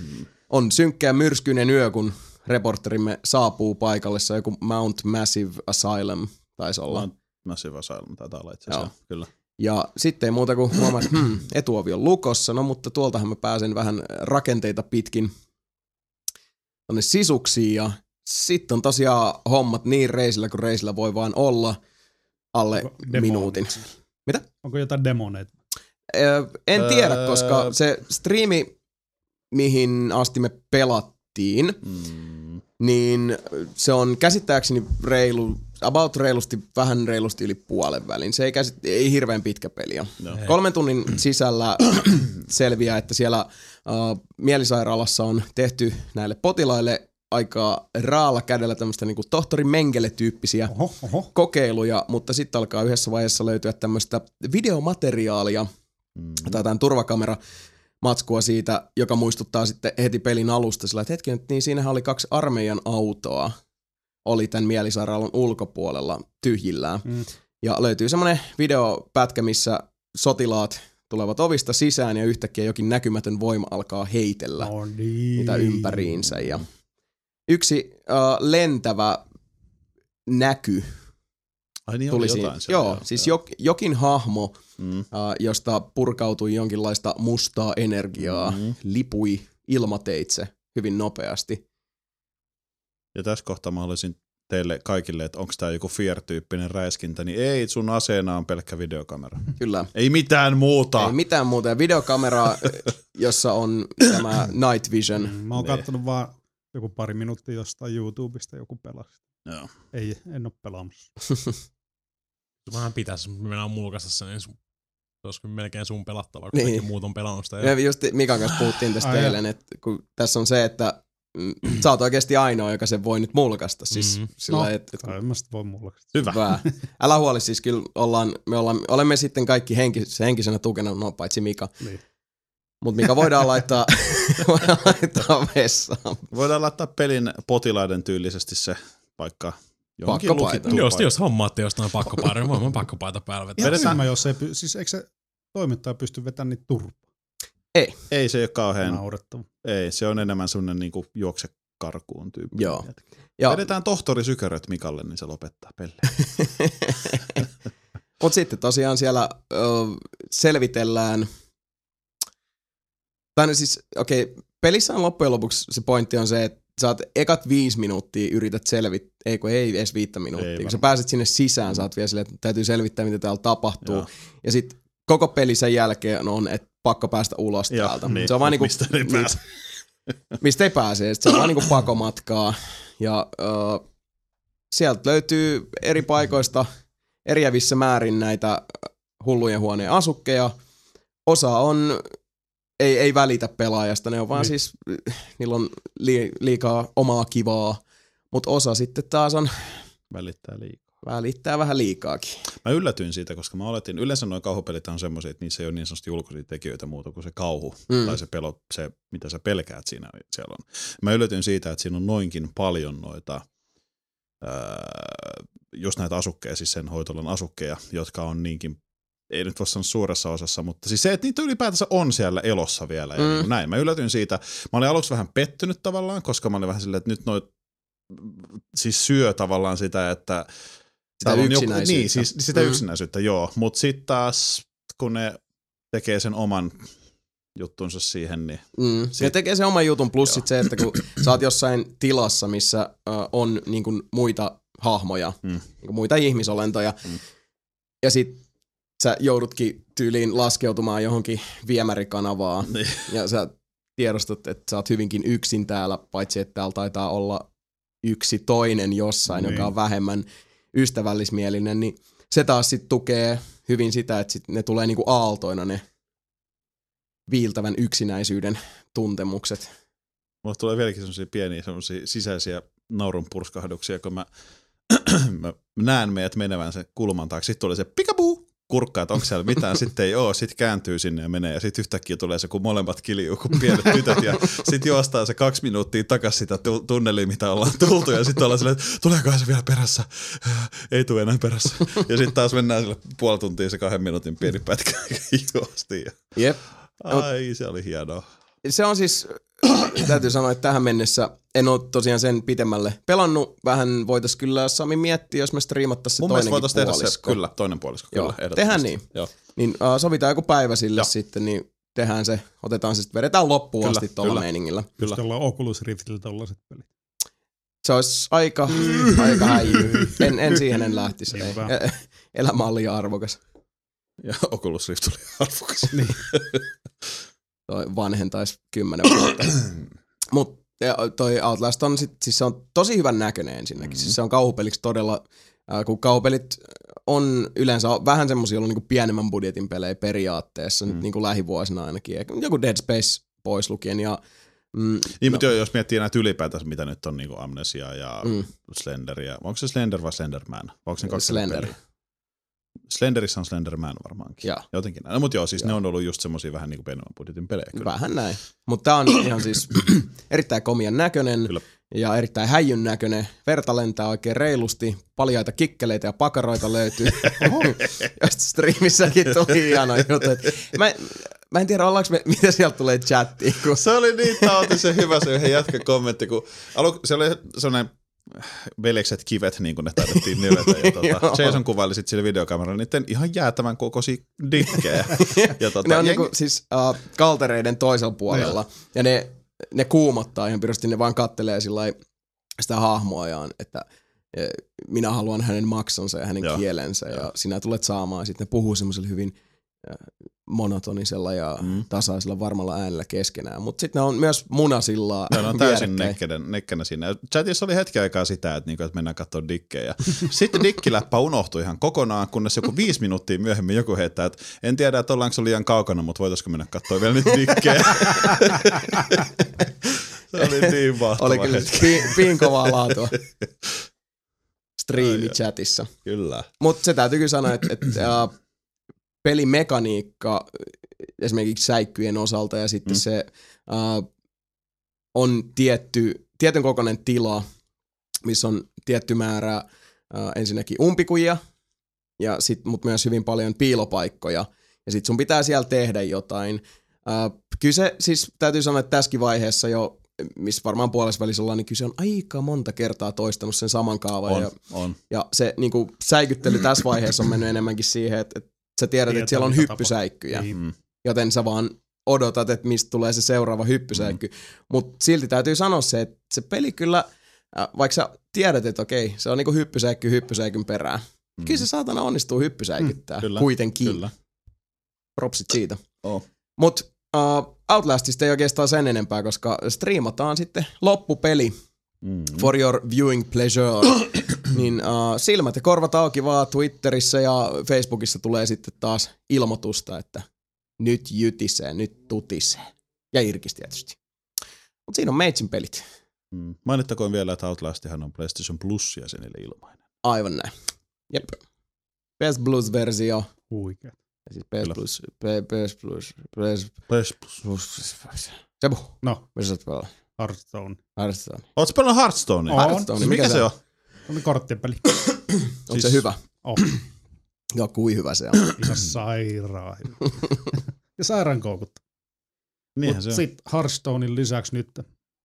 on synkkä ja myrskyinen yö, kun reporterimme saapuu paikalle. Se on joku Mount Massive Asylum taisi olla. Mä Massive Asylum taitaa olla itse Joo. asiassa, kyllä. Ja sitten ei muuta kuin huomaa, että hmm, etuovi on lukossa, no mutta tuoltahan mä pääsen vähän rakenteita pitkin tonne sisuksiin ja sitten on tosiaan hommat niin reisillä kuin reisillä voi vaan olla alle Onko demoneet minuutin. siellä? Mitä? Onko jotain demoneita? Ö, en Öö. tiedä, koska se striimi, mihin asti me pelattiin, Mm. niin se on käsittääkseni reilu, about reilusti, vähän reilusti yli puolen välin. Se ei, käsit, ei hirveän pitkä peli ole. No. Ei. Eh. Kolmen tunnin sisällä selviää, että siellä uh, mielisairaalassa on tehty näille potilaille aika raalla kädellä tämmöistä niinku tohtori Mengele-tyyppisiä Oho, oho. kokeiluja, mutta sitten alkaa yhdessä vaiheessa löytyä tämmöistä videomateriaalia, Mm. tai jotain turvakamera matskua siitä, joka muistuttaa sitten heti pelin alusta sillä, että hetken, niin siinähän oli kaksi armeijan autoa, oli tämän mielisairaalan ulkopuolella tyhjillään. Mm. Ja löytyy semmoinen videopätkä, missä sotilaat tulevat ovista sisään ja yhtäkkiä jokin näkymätön voima alkaa heitellä No niin. niitä ympäriinsä. Ja yksi äh, lentävä näky Ai niin, tuli oli siinä. jotain siellä, Joo, siis jok, jokin hahmo, Mm. äh, josta purkautui jonkinlaista mustaa energiaa, mm-hmm. Mm. lipui ilmateitse hyvin nopeasti. Ja tässä kohtaa mä olisin teille kaikille, että onko tämä joku fear-tyyppinen räiskintä, niin ei, sun aseena on pelkkä videokamera. Kyllä. Ei mitään muuta. Ei mitään muuta. Ja videokamera, jossa on tämä night vision. Mm, Mä oon Niin. kattonut vaan joku pari minuuttia jostain YouTubesta joku pelasi. Joo. Ei, en oo pelaamassa. Vähän pitäis, me mennään mulkaista sen ensi Se olisi kyllä melkein sun pelattava, kun Niin. kaikki muut on pelannut sitä. Me just Mikan kanssa puhuttiin tästä Ai eilen, että kun tässä on se, että mm, sä oot oikeasti ainoa, joka sen voi nyt mulkaista. Siis Mhm. mm-hmm. sillä No. no. että, että Kai mä sit voi mulla. Hyvä. Hyvä. Älä huoli, siis kyllä ollaan, me ollaan, olemme sitten kaikki henkis, henkisenä tukena, no paitsi Mika. Niin. Mutta Mika voidaan laittaa, voidaan laittaa vessaan. Voidaan laittaa pelin potilaiden tyylisesti se paikka johonkin Pakkapaita. lukittuun Jos, paikkaan. jos hommaatte jostain pakkopaita, niin voin mä pakkopaita päälle vetää. Vedetään- Vedetään. Mä, jos ei, py- siis eikö se toimittaja pysty vetämään niitä turpaa? Ei se ole kauhean, No. Naurettava. ei, se on enemmän semmoinen niinku juokse karkuun tyyppi. Joo. Ja, Vedetään tohtori sykäröt Mikalle, niin se lopettaa pelle. mut sitten tosiaan siellä ö, selvitellään, tai no siis, okei, okay, pelissä on loppujen lopuksi se pointti on se, että sä oot ekat viisi minuuttia yrität selvittää, ei kun ei edes viittä minuuttia, Ei kun sä varmaan. pääset sinne sisään, sä oot vielä silleen, että täytyy selvittää, mitä täällä tapahtuu. Joo. Ja sitten koko peli sen jälkeen on, että pakko päästä ulos Joo, täältä. niin, se on vaan mut niinku, mistä ei pääse. mistä ei pääse. Sit se on vaan niinku pakomatkaa. Ja ö, sieltä löytyy eri paikoista eriävissä määrin näitä hullujen huoneen asukkeja. Osa on, ei, ei välitä pelaajasta, ne on vaan Niin. siis, niillä on li, liikaa omaa kivaa. Mutta osa sitten taas on, Välittää liikaa. välittää vähän liikaakin. Mä yllätyin siitä, koska mä oletin, yleensä nuo kauhupelit on semmoisia, että niissä ei ole niin sanotusti ulkoisia tekijöitä muuta kuin se kauhu Mm. mm. tai se pelo, se mitä sä pelkäät siinä siellä on. Mä yllätyin siitä, että siinä on noinkin paljon noita, öö, just näitä asukkeja, siis sen hoitolan asukkeja, jotka on niinkin ei nyt voi sanoa suuressa osassa, mutta siis se, että niitä ylipäätänsä on siellä elossa vielä ja Mm. mm. niin näin. Mä yllätyin siitä. Mä olin aluksi vähän pettynyt tavallaan, koska mä olin vähän silleen, että nyt noit siis syö tavallaan sitä, että Sitä Täällä on yksinäisyyttä. niin, siis sitä Mm. mm. yksinäisyyttä, joo. Mutta sitten taas, kun ne tekee sen oman juttunsa siihen, niin Mm. Ja Sit- tekee se oman jutun, plus Joo. sit se, että kun sä oot jossain tilassa, missä ö, on niin kuin muita hahmoja, mm. Mm. niin kuin muita ihmisolentoja, mm. Mm. ja sit sä joudutkin tyyliin laskeutumaan johonkin viemärikanavaan, Niin. ja sä tiedostat, että sä oot hyvinkin yksin täällä, paitsi että täällä taitaa olla yksi toinen jossain, niin. joka on vähemmän ystävällismielinen, niin se taas sit tukee hyvin sitä, että sit ne tulee niinku aaltoina ne viiltävän yksinäisyyden tuntemukset. mulle tulee vieläkin semmoisia pieniä semmoisia sisäisiä naurun purskahduksia, kun mä, mä näen meidät menevän sen kulman taakse. Sitten tulee se pikabuu, kurkkaa, että onko siellä mitään, sitten ei oo, sitten kääntyy sinne ja menee, ja sitten yhtäkkiä tulee se, kun molemmat kiljuu, kun pienet tytöt, ja sitten juostaa se kaksi minuuttia takas sitä tu- tunneliin, mitä ollaan tultu, ja sitten ollaan silleen, että tuleekohan se vielä perässä, Äh, ei tule enää perässä, ja sitten taas mennään sille puoli tuntia se kahden minuutin pieni pätkä juosti, ja Jep. ai, se oli hienoa. Se on siis, täytyy sanoa, että tähän mennessä en ole tosiaan sen pitemmälle pelannut. Vähän voitaisiin kyllä Sami miettiä, jos me striimattaisiin se Mun mielestä toinenkin voitaisiin tehdä se, puolisko. kyllä, toinen puolisko, Joo. kyllä, ehdottomasti. Tehdään niin. Joo. Niin äh, sovitaan joku päivä sille Joo. sitten, niin tehdään se, otetaan se, sitten vedetään loppuun Kyllä, asti tuolla kyllä. meiningillä. Just ollaan Oculus Riftillä tollaset pelit. Se olisi aika, Mm. aika häijy. En, en siihen en lähtisi. Ei. Niinpä. E- Elämä on liian arvokas. Ja Oculus Rift oli arvokas. Niin. Toi vanhentaisi kymmenen vuotta. Mutta toi Outlast on, sit, siis se on tosi hyvän näköinen ensinnäkin. Mm-hmm. Siis se on kauhupeliksi todella, äh, kun kauhupelit on yleensä vähän semmoisia ollut niinku pienemmän budjetin pelejä periaatteessa, mm-hmm. nyt Mm. niinku lähivuosina ainakin. Joku Dead Space pois lukien ja mm, Niin, mutta joo, jos miettii näitä ylipäätänsä, mitä nyt on niin kuin Amnesia ja Mm. mm. Slenderia. Onko se Slender vai Slenderman? Vai Onko se kaksi Slender. Slender. Peliä? Slenderissä on Slenderman varmaankin. Joo. Jotenkin näin. No, mutta joo, siis Joo. ne on ollut just semmosia vähän niin kuin pienemmän budjetin pelejä. Kyllä. Vähän näin. Mutta tämä on ihan siis erittäin komian näköinen Kyllä. ja erittäin häijyn näköinen. Verta lentää oikein reilusti. Paljaita kikkeleitä ja pakaroita löytyy. Josta striimissäkin tuli hieno juttu. Et Mä, mä en tiedä, ollaanko me, mitä sieltä tulee chattiin. Kun... Se oli niin tautisen hyvä se yhden jätkän kommentti, kun alu, se oli sellainen veljekset kivet, niin kuin ne taidettiin nimetä. Ja Joo. tuota, Jason kuvaili sitten sillä videokameralla niiden ihan jäätävän kokoisia dikkejä. Ja tuota, Ne on jengi- niinku, siis uh, kaltereiden toisella puolella. Ja ne, ne kuumottaa ihan pirusti, ne vaan kattelee sillä lailla sitä hahmoajaan, että eh, minä haluan hänen maksansa ja hänen Joo. Joo. kielensä ja Joo. sinä tulet saamaan. Sitten ne puhuu semmoisella hyvin e, monotonisella ja Mm. mm. tasaisella varmalla äänellä keskenään. Mutta sitten ne on myös munasilla Ne on täysin vierekkäin. nekkenä, nekkenä siinä. Chatissa oli hetki aikaa sitä, että, niinku, että mennään katsomaan dikkejä. Sitten dikkiläppä unohtui ihan kokonaan, kunnes joku viisi minuuttia myöhemmin joku heittää, että en tiedä, että ollaanko se liian kaukana, mutta voitaisiko mennä katsomaan vielä niitä dikkejä. se oli niin mahtava Oli kyllä hetki. pi, piin kovaa laatua. Striimi chatissa. Kyllä. Mutta se täytyy kyllä sanoa, että et, äh, pelimekaniikka äh, esimerkiksi säikkyjen osalta ja sitten Mm. mm. se äh, on tietty, tietyn kokoinen tila, missä on tietty määrä äh, ensinnäkin umpikujia, ja sit, mut myös hyvin paljon piilopaikkoja. Ja sit sun pitää siellä tehdä jotain. Äh, kyse siis täytyy sanoa, että tässäkin vaiheessa jo, missä varmaan puolessa ollaan, niin kyse on aika monta kertaa toistanut sen saman kaavan. On, ja on. ja se niin kuin, säikyttely tässä vaiheessa on mennyt enemmänkin siihen, että, että sä tiedät, Tietää, että siellä on mitä hyppysäikkyjä, tapahtuu. Mm. joten sä vaan odotat, että mistä tulee se seuraava Mm. hyppysäikky. Mutta silti täytyy sanoa se, että se peli kyllä, äh, vaikka sä tiedät, että okei, se on niinku hyppysäikky hyppysäikyn perään. Mm. Kyllä se saatana onnistuu hyppysäikyttää, kyllä, kuitenkin. Kyllä. Propsit siitä. Oh. Mutta uh, Outlastista ei oikeastaan sen enempää, koska striimataan sitten loppupeli Mm. for your viewing pleasure. niin äh, silmät ja korvat auki vaan Twitterissä ja Facebookissa tulee sitten taas ilmoitusta, että nyt jytisee, nyt tutisee. Ja Irkis tietysti. Mutta siinä on Meitsin pelit. Mm. Mainittakoon vielä, että Outlastihan on PlayStation Plus jäsenille ilmainen. Aivan näin. Jep. PS Plus-versio. Huikea. Ja Siis PS Kyllä. Plus. P- PS Plus. PS PS Plus. Plus. Sebu. No. Mitä sä oot pelannut? Hearthstone. Hearthstone. Ootko pelannut Hearthstonea? On. Hearthstone, Mikä se on? Oli korttipeli. Onko se Siis- hyvä? On. Joo, kui hyvä se on. Ihan sairaan. hyvä. ja sairaan koukutta. Niinhän se on. Sitten Hearthstonein lisäksi nyt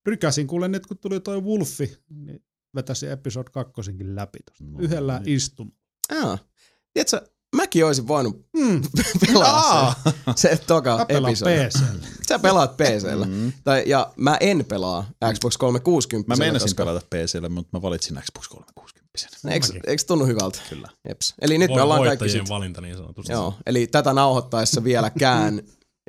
rykäsin kuule nyt, kun tuli toi Wolfi, niin vetäsi episode kakkosenkin läpi tosta. No Yhdellä niin. istuma. Aa. Tiedätkö, mäkin olisin voinut Mm, pelaa sen, se toka mä pelaan episodi. PCllä. Sä pelaat PCllä. Mm. Tai, ja mä en pelaa Xbox 360. Mä meinasin pelata PClle, mutta mä valitsin Xbox 360. Eikö, eikö tunnu hyvältä? Kyllä. Jeps. Eli nyt me ollaan kaikki sit, Voittajien valinta niin sanotusti. Joo, eli tätä nauhoittaessa vieläkään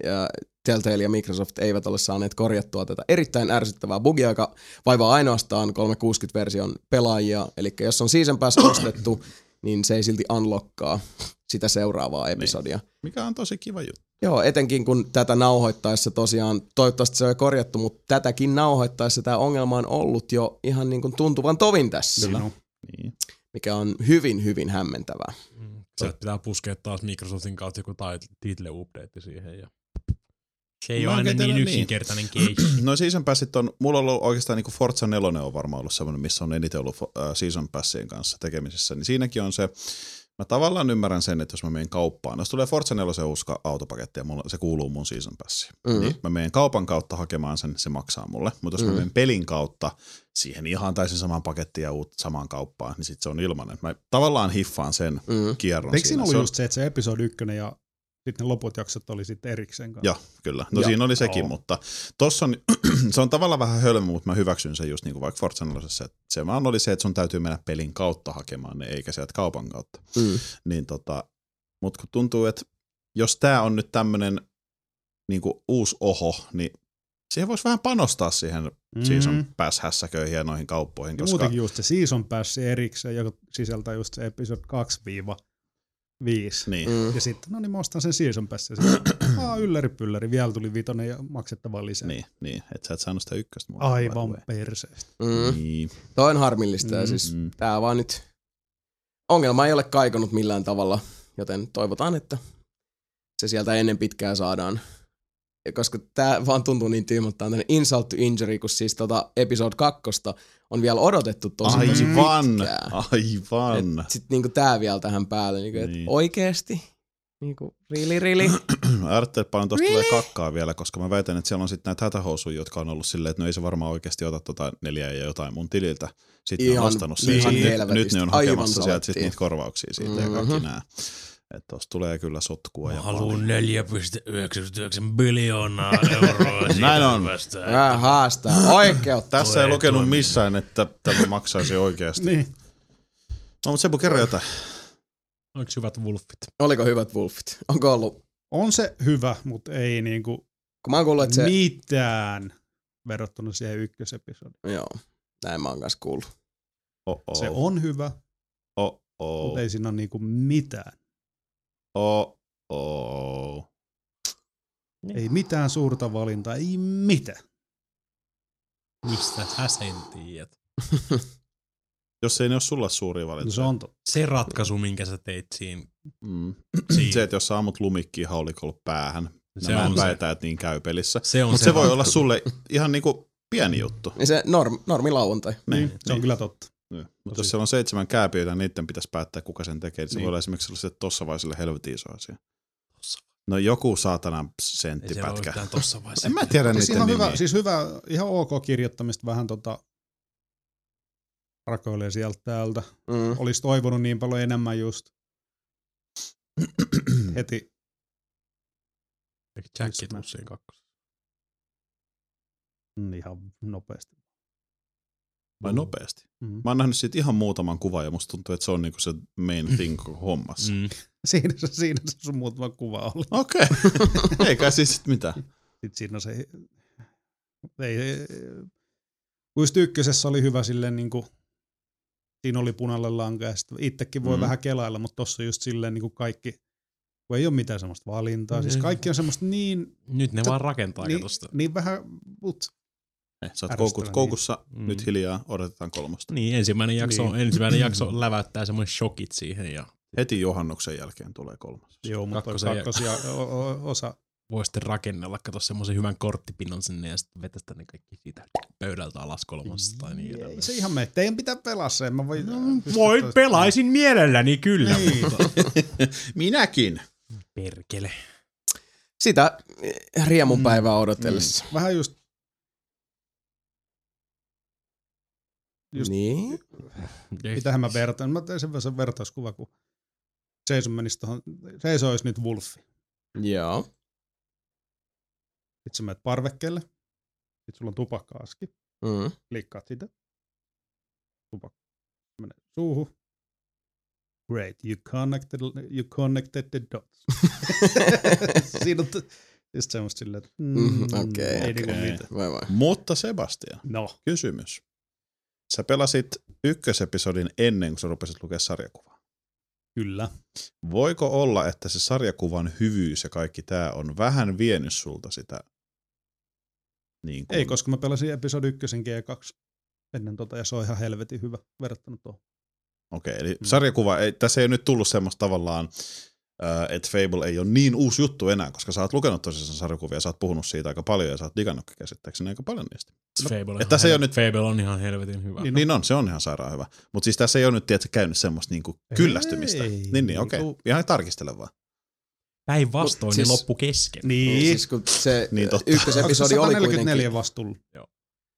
ja Telltale ja Microsoft eivät ole saaneet korjattua tätä erittäin ärsyttävää bugia, joka vaivaa ainoastaan 360-version pelaajia. Eli jos on Season Pass ostettu, niin se ei silti unlockkaa sitä seuraavaa Niin. episodia. Mikä on tosi kiva juttu. Joo, etenkin kun tätä nauhoittaessa tosiaan, toivottavasti se on jo korjattu, mutta tätäkin nauhoittaessa tämä ongelma on ollut jo ihan niin kuin tuntuvan tovin tässä, Kyllä. Niin. mikä on hyvin, hyvin hämmentävää. Mm. Sieltä pitää puskea taas Microsoftin kautta joku tait- title update siihen. Ja... Se ei Mä ole aina oikein tiedä, niin niin. yksinkertainen case. No season passit on, mulla on ollut oikeastaan niin Forza 4 on varmaan ollut semmoinen, missä on eniten ollut äh, season passien kanssa tekemisissä, niin siinäkin on se, mä tavallaan ymmärrän sen, että jos mä menen kauppaan, jos tulee Forza 4 se uusi ka- autopaketti ja mulla, se kuuluu mun season passiin, Mm. Mhm. niin mä menen kaupan kautta hakemaan sen, se maksaa mulle, mutta jos mä Mhm. menen pelin kautta siihen ihan täysin samaan pakettiin ja uut, samaan kauppaan, niin sit se on ilmanen. Mä tavallaan hiffaan sen Mm. kierron Eikö siinä Se ollut on- just se, että se episode ykkönen ja sitten ne loput jaksot oli sitten erikseen kanssa? Joo, kyllä. No Joo. siinä oli sekin, Joo. mutta tossa on, se on tavallaan vähän hölmö, mutta mä hyväksyn sen just niin kuin vaikka Forza nelosessa, että se vaan oli se, että sun täytyy mennä pelin kautta hakemaan ne, eikä sieltä kaupan kautta. Mm. Niin tota, mut kun tuntuu, että jos tää on nyt tämmönen niin kuin uusi oho, niin siihen voisi vähän panostaa siihen mm-hmm. Mm. season pass-hässäköihin ja noihin kauppoihin, Ja koska muutenkin just se season pass erikseen, joka sisältää just se episode 2-5. niin, mm. Mm. Ja sitten, no niin mä ostan sen season passin. Sitten, Aa, ylläri pylläri, vielä tuli vitonen ja maksettavaa lisää. niin, niin, että sä et saanut sitä ykköstä muuta. Aivan perseestä. Mm. Niin, Toi on harmillista ja Mm. siis mm. tää vaan nyt, ongelma ei ole kaikonut millään tavalla, joten toivotaan, että se sieltä ennen pitkää saadaan. Ja Koska tää vaan tuntuu niin tyhmältä, tää on tämmönen insult to injury, kun siis tota episode kakkosta on vielä odotettu tosi tosi aivan, pitkään. aivan. Sitten niinku tää vielä tähän päälle, niinku, niin. Niin. että oikeesti, niinku, really, really. Arttepan tuosta tulee kakkaa vielä, koska mä väitän, että siellä on sitten näitä hätähousuja, jotka on ollut silleen, että no ei se varmaan oikeasti ota tota neljää ja jotain mun tililtä. Sitten ne on Ihan- nostanut sen. ihan Nyt, helvetistä. nyt ne on Aivan hakemassa sieltä sit salattiin. niitä korvauksia siitä mm-hmm. ja kaikki Mhm. nää. Että tuossa tulee kyllä sotkua. Mä ja haluan paljon. 4,99 biljoonaa euroa siitä Näin on. hyvästä. Äh, haastaa oikeutta. Tässä ei Tulee lukenut toimii. missään, että tämä maksaisi oikeasti. Niin. No mutta Sebu, kerro jotain. Onks hyvät wolfit? Oliko hyvät Wolfit? Onko ollut on se hyvä, mutta ei niinku Kun mä oon kuullut, että se... mitään verrattuna siihen ykkösepisodiin. Joo, näin mä oon kanssa kuullut. Oh, oh, Se on hyvä, Oh, mutta oh, ei siinä ole niinku mitään. oh, oh. Ei mitään suurta valintaa, ei mitään. No Mistä sä sen tiedät? Jos ei ne ole sulla suuria No valintoja. se on totta. Se ratkaisu, minkä sä teit siinä. Mm. siinä. Se, että jos sä ammut lumikkiin haulikolla päähän, Se se mä en on se. väitä, että niin käy pelissä. Se on Mutta se voi ratkaisu. olla sulle ihan niinku pieni juttu. Niin se norm, normi lauantai. Niin, se on kyllä totta. Mutta jos siellä on seitsemän kääpiöitä, niiden pitäisi päättää, kuka sen tekee. Se Niin. voi olla esimerkiksi sellaisia, että tossa vai sille helvetin iso asia. No joku saatanan Ei siellä ole senttipätkä. yhtään tossa vaiheessa. En mä tiedä Siis niiden ihan, nimiä. hyvä, siis hyvä, ihan ok kirjoittamista vähän tota rakoilee sieltä täältä. Mm. Olisi toivonut niin paljon enemmän just heti Eikö Jacki Missä mä- tuu siinä kakkosessa? mm, ihan nopeasti. Vai nopeasti. Mm. Mä oon nähnyt siitä ihan muutaman kuvan ja musta tuntuu, että se on niinku se main thing koko hommassa. Mm. Siinä, se, siinä se sun muutama kuva oli. Okei. Eikä siis sit mitään. Sitten siinä on se... Ei, ei, Just ykkösessä oli hyvä silleen niin kuin, siinä oli punainen lanka ja sitten itsekin voi Mm. mm. vähän kelailla, mutta tossa just silleen niin kuin kaikki, kun ei ole mitään semmoista valintaa. Mm. Siis Mm. kaikki on semmoista niin, Nyt ne Tut- vaan rakentaa niin, niin, tosta. niin vähän, mut Eh, Sä oot Ärsyttävä, koukussa, koukussa Mm. niin. nyt hiljaa, odotetaan kolmosta. Niin, ensimmäinen jakso, Mm. Niin. niin. ensimmäinen jakso läväyttää semmoinen shokit siihen ja Heti juhannuksen jälkeen tulee kolmas. joo, mutta Kakkosen kakkosia, kakkosia o, o, osa, voi sitten rakennella, kato semmoisen hyvän korttipinnon sinne ja sitten vetästä ne kaikki siitä pöydältä alas kolmosesta tai niin edelleen. ei se ihan mene, teidän pitää pelaa se, en mä voi, No, Mm, pysty voi toista- pelaisin mielelläni kyllä. Niin. Niin. Minäkin! Perkele. Sitä eh, riemunpäivää odotellessa. Vähän just Just- Niin? Mitähän siis. mä vertaan? Mä tein sen sen vertauskuva, kun Seiso menisi tohon, Seiso olisi nyt Wolfi. Joo. Sitten sä menet parvekkeelle, sitten sulla on tupakkaaski, Mm. klikkaat sitä, tupakka menee suuhun. Great, you connected, you connected the dots. Siinä on t- just semmoista silleen, että mm, Mhm, okei, ei niinku okei. mitään. Vai vai. Mutta Sebastian, No, kysymys. Sä pelasit ykkösepisodin ennen kuin sä rupesit lukea sarjakuvaa. kyllä. Voiko olla, että se sarjakuvan hyvyys ja kaikki tämä on vähän vienyt sulta sitä? Niin kuin, Ei, koska mä pelasin episodi 1 G2 ennen tota, ja se on ihan helvetin hyvä verrattuna tuohon. Okei, eli Mm. sarjakuva, ei, tässä ei nyt tullut semmoista tavallaan, äh, että Fable ei ole niin uusi juttu enää, koska sä oot lukenut tosiaan sarjakuvia, sä oot puhunut siitä aika paljon ja sä oot digannutkin käsittääkseni aika paljon niistä. no, Fable, on et tässä ei ihan- oo nyt- Fable on ihan helvetin hyvä. Niin Niin on, se on ihan sairaan hyvä. Mutta siis tässä ei ole nyt tietysti käynyt semmoista niinku kyllästymistä. Ei, niin, niin, okei. niinku- Ihan tarkistele vaan. Päinvastoin Mut siis... siis- ne loppu kesken. Niin. Siis kun se Niin, niin, totta. ykkösepisodi oli kuitenkin. 144 vastuulla.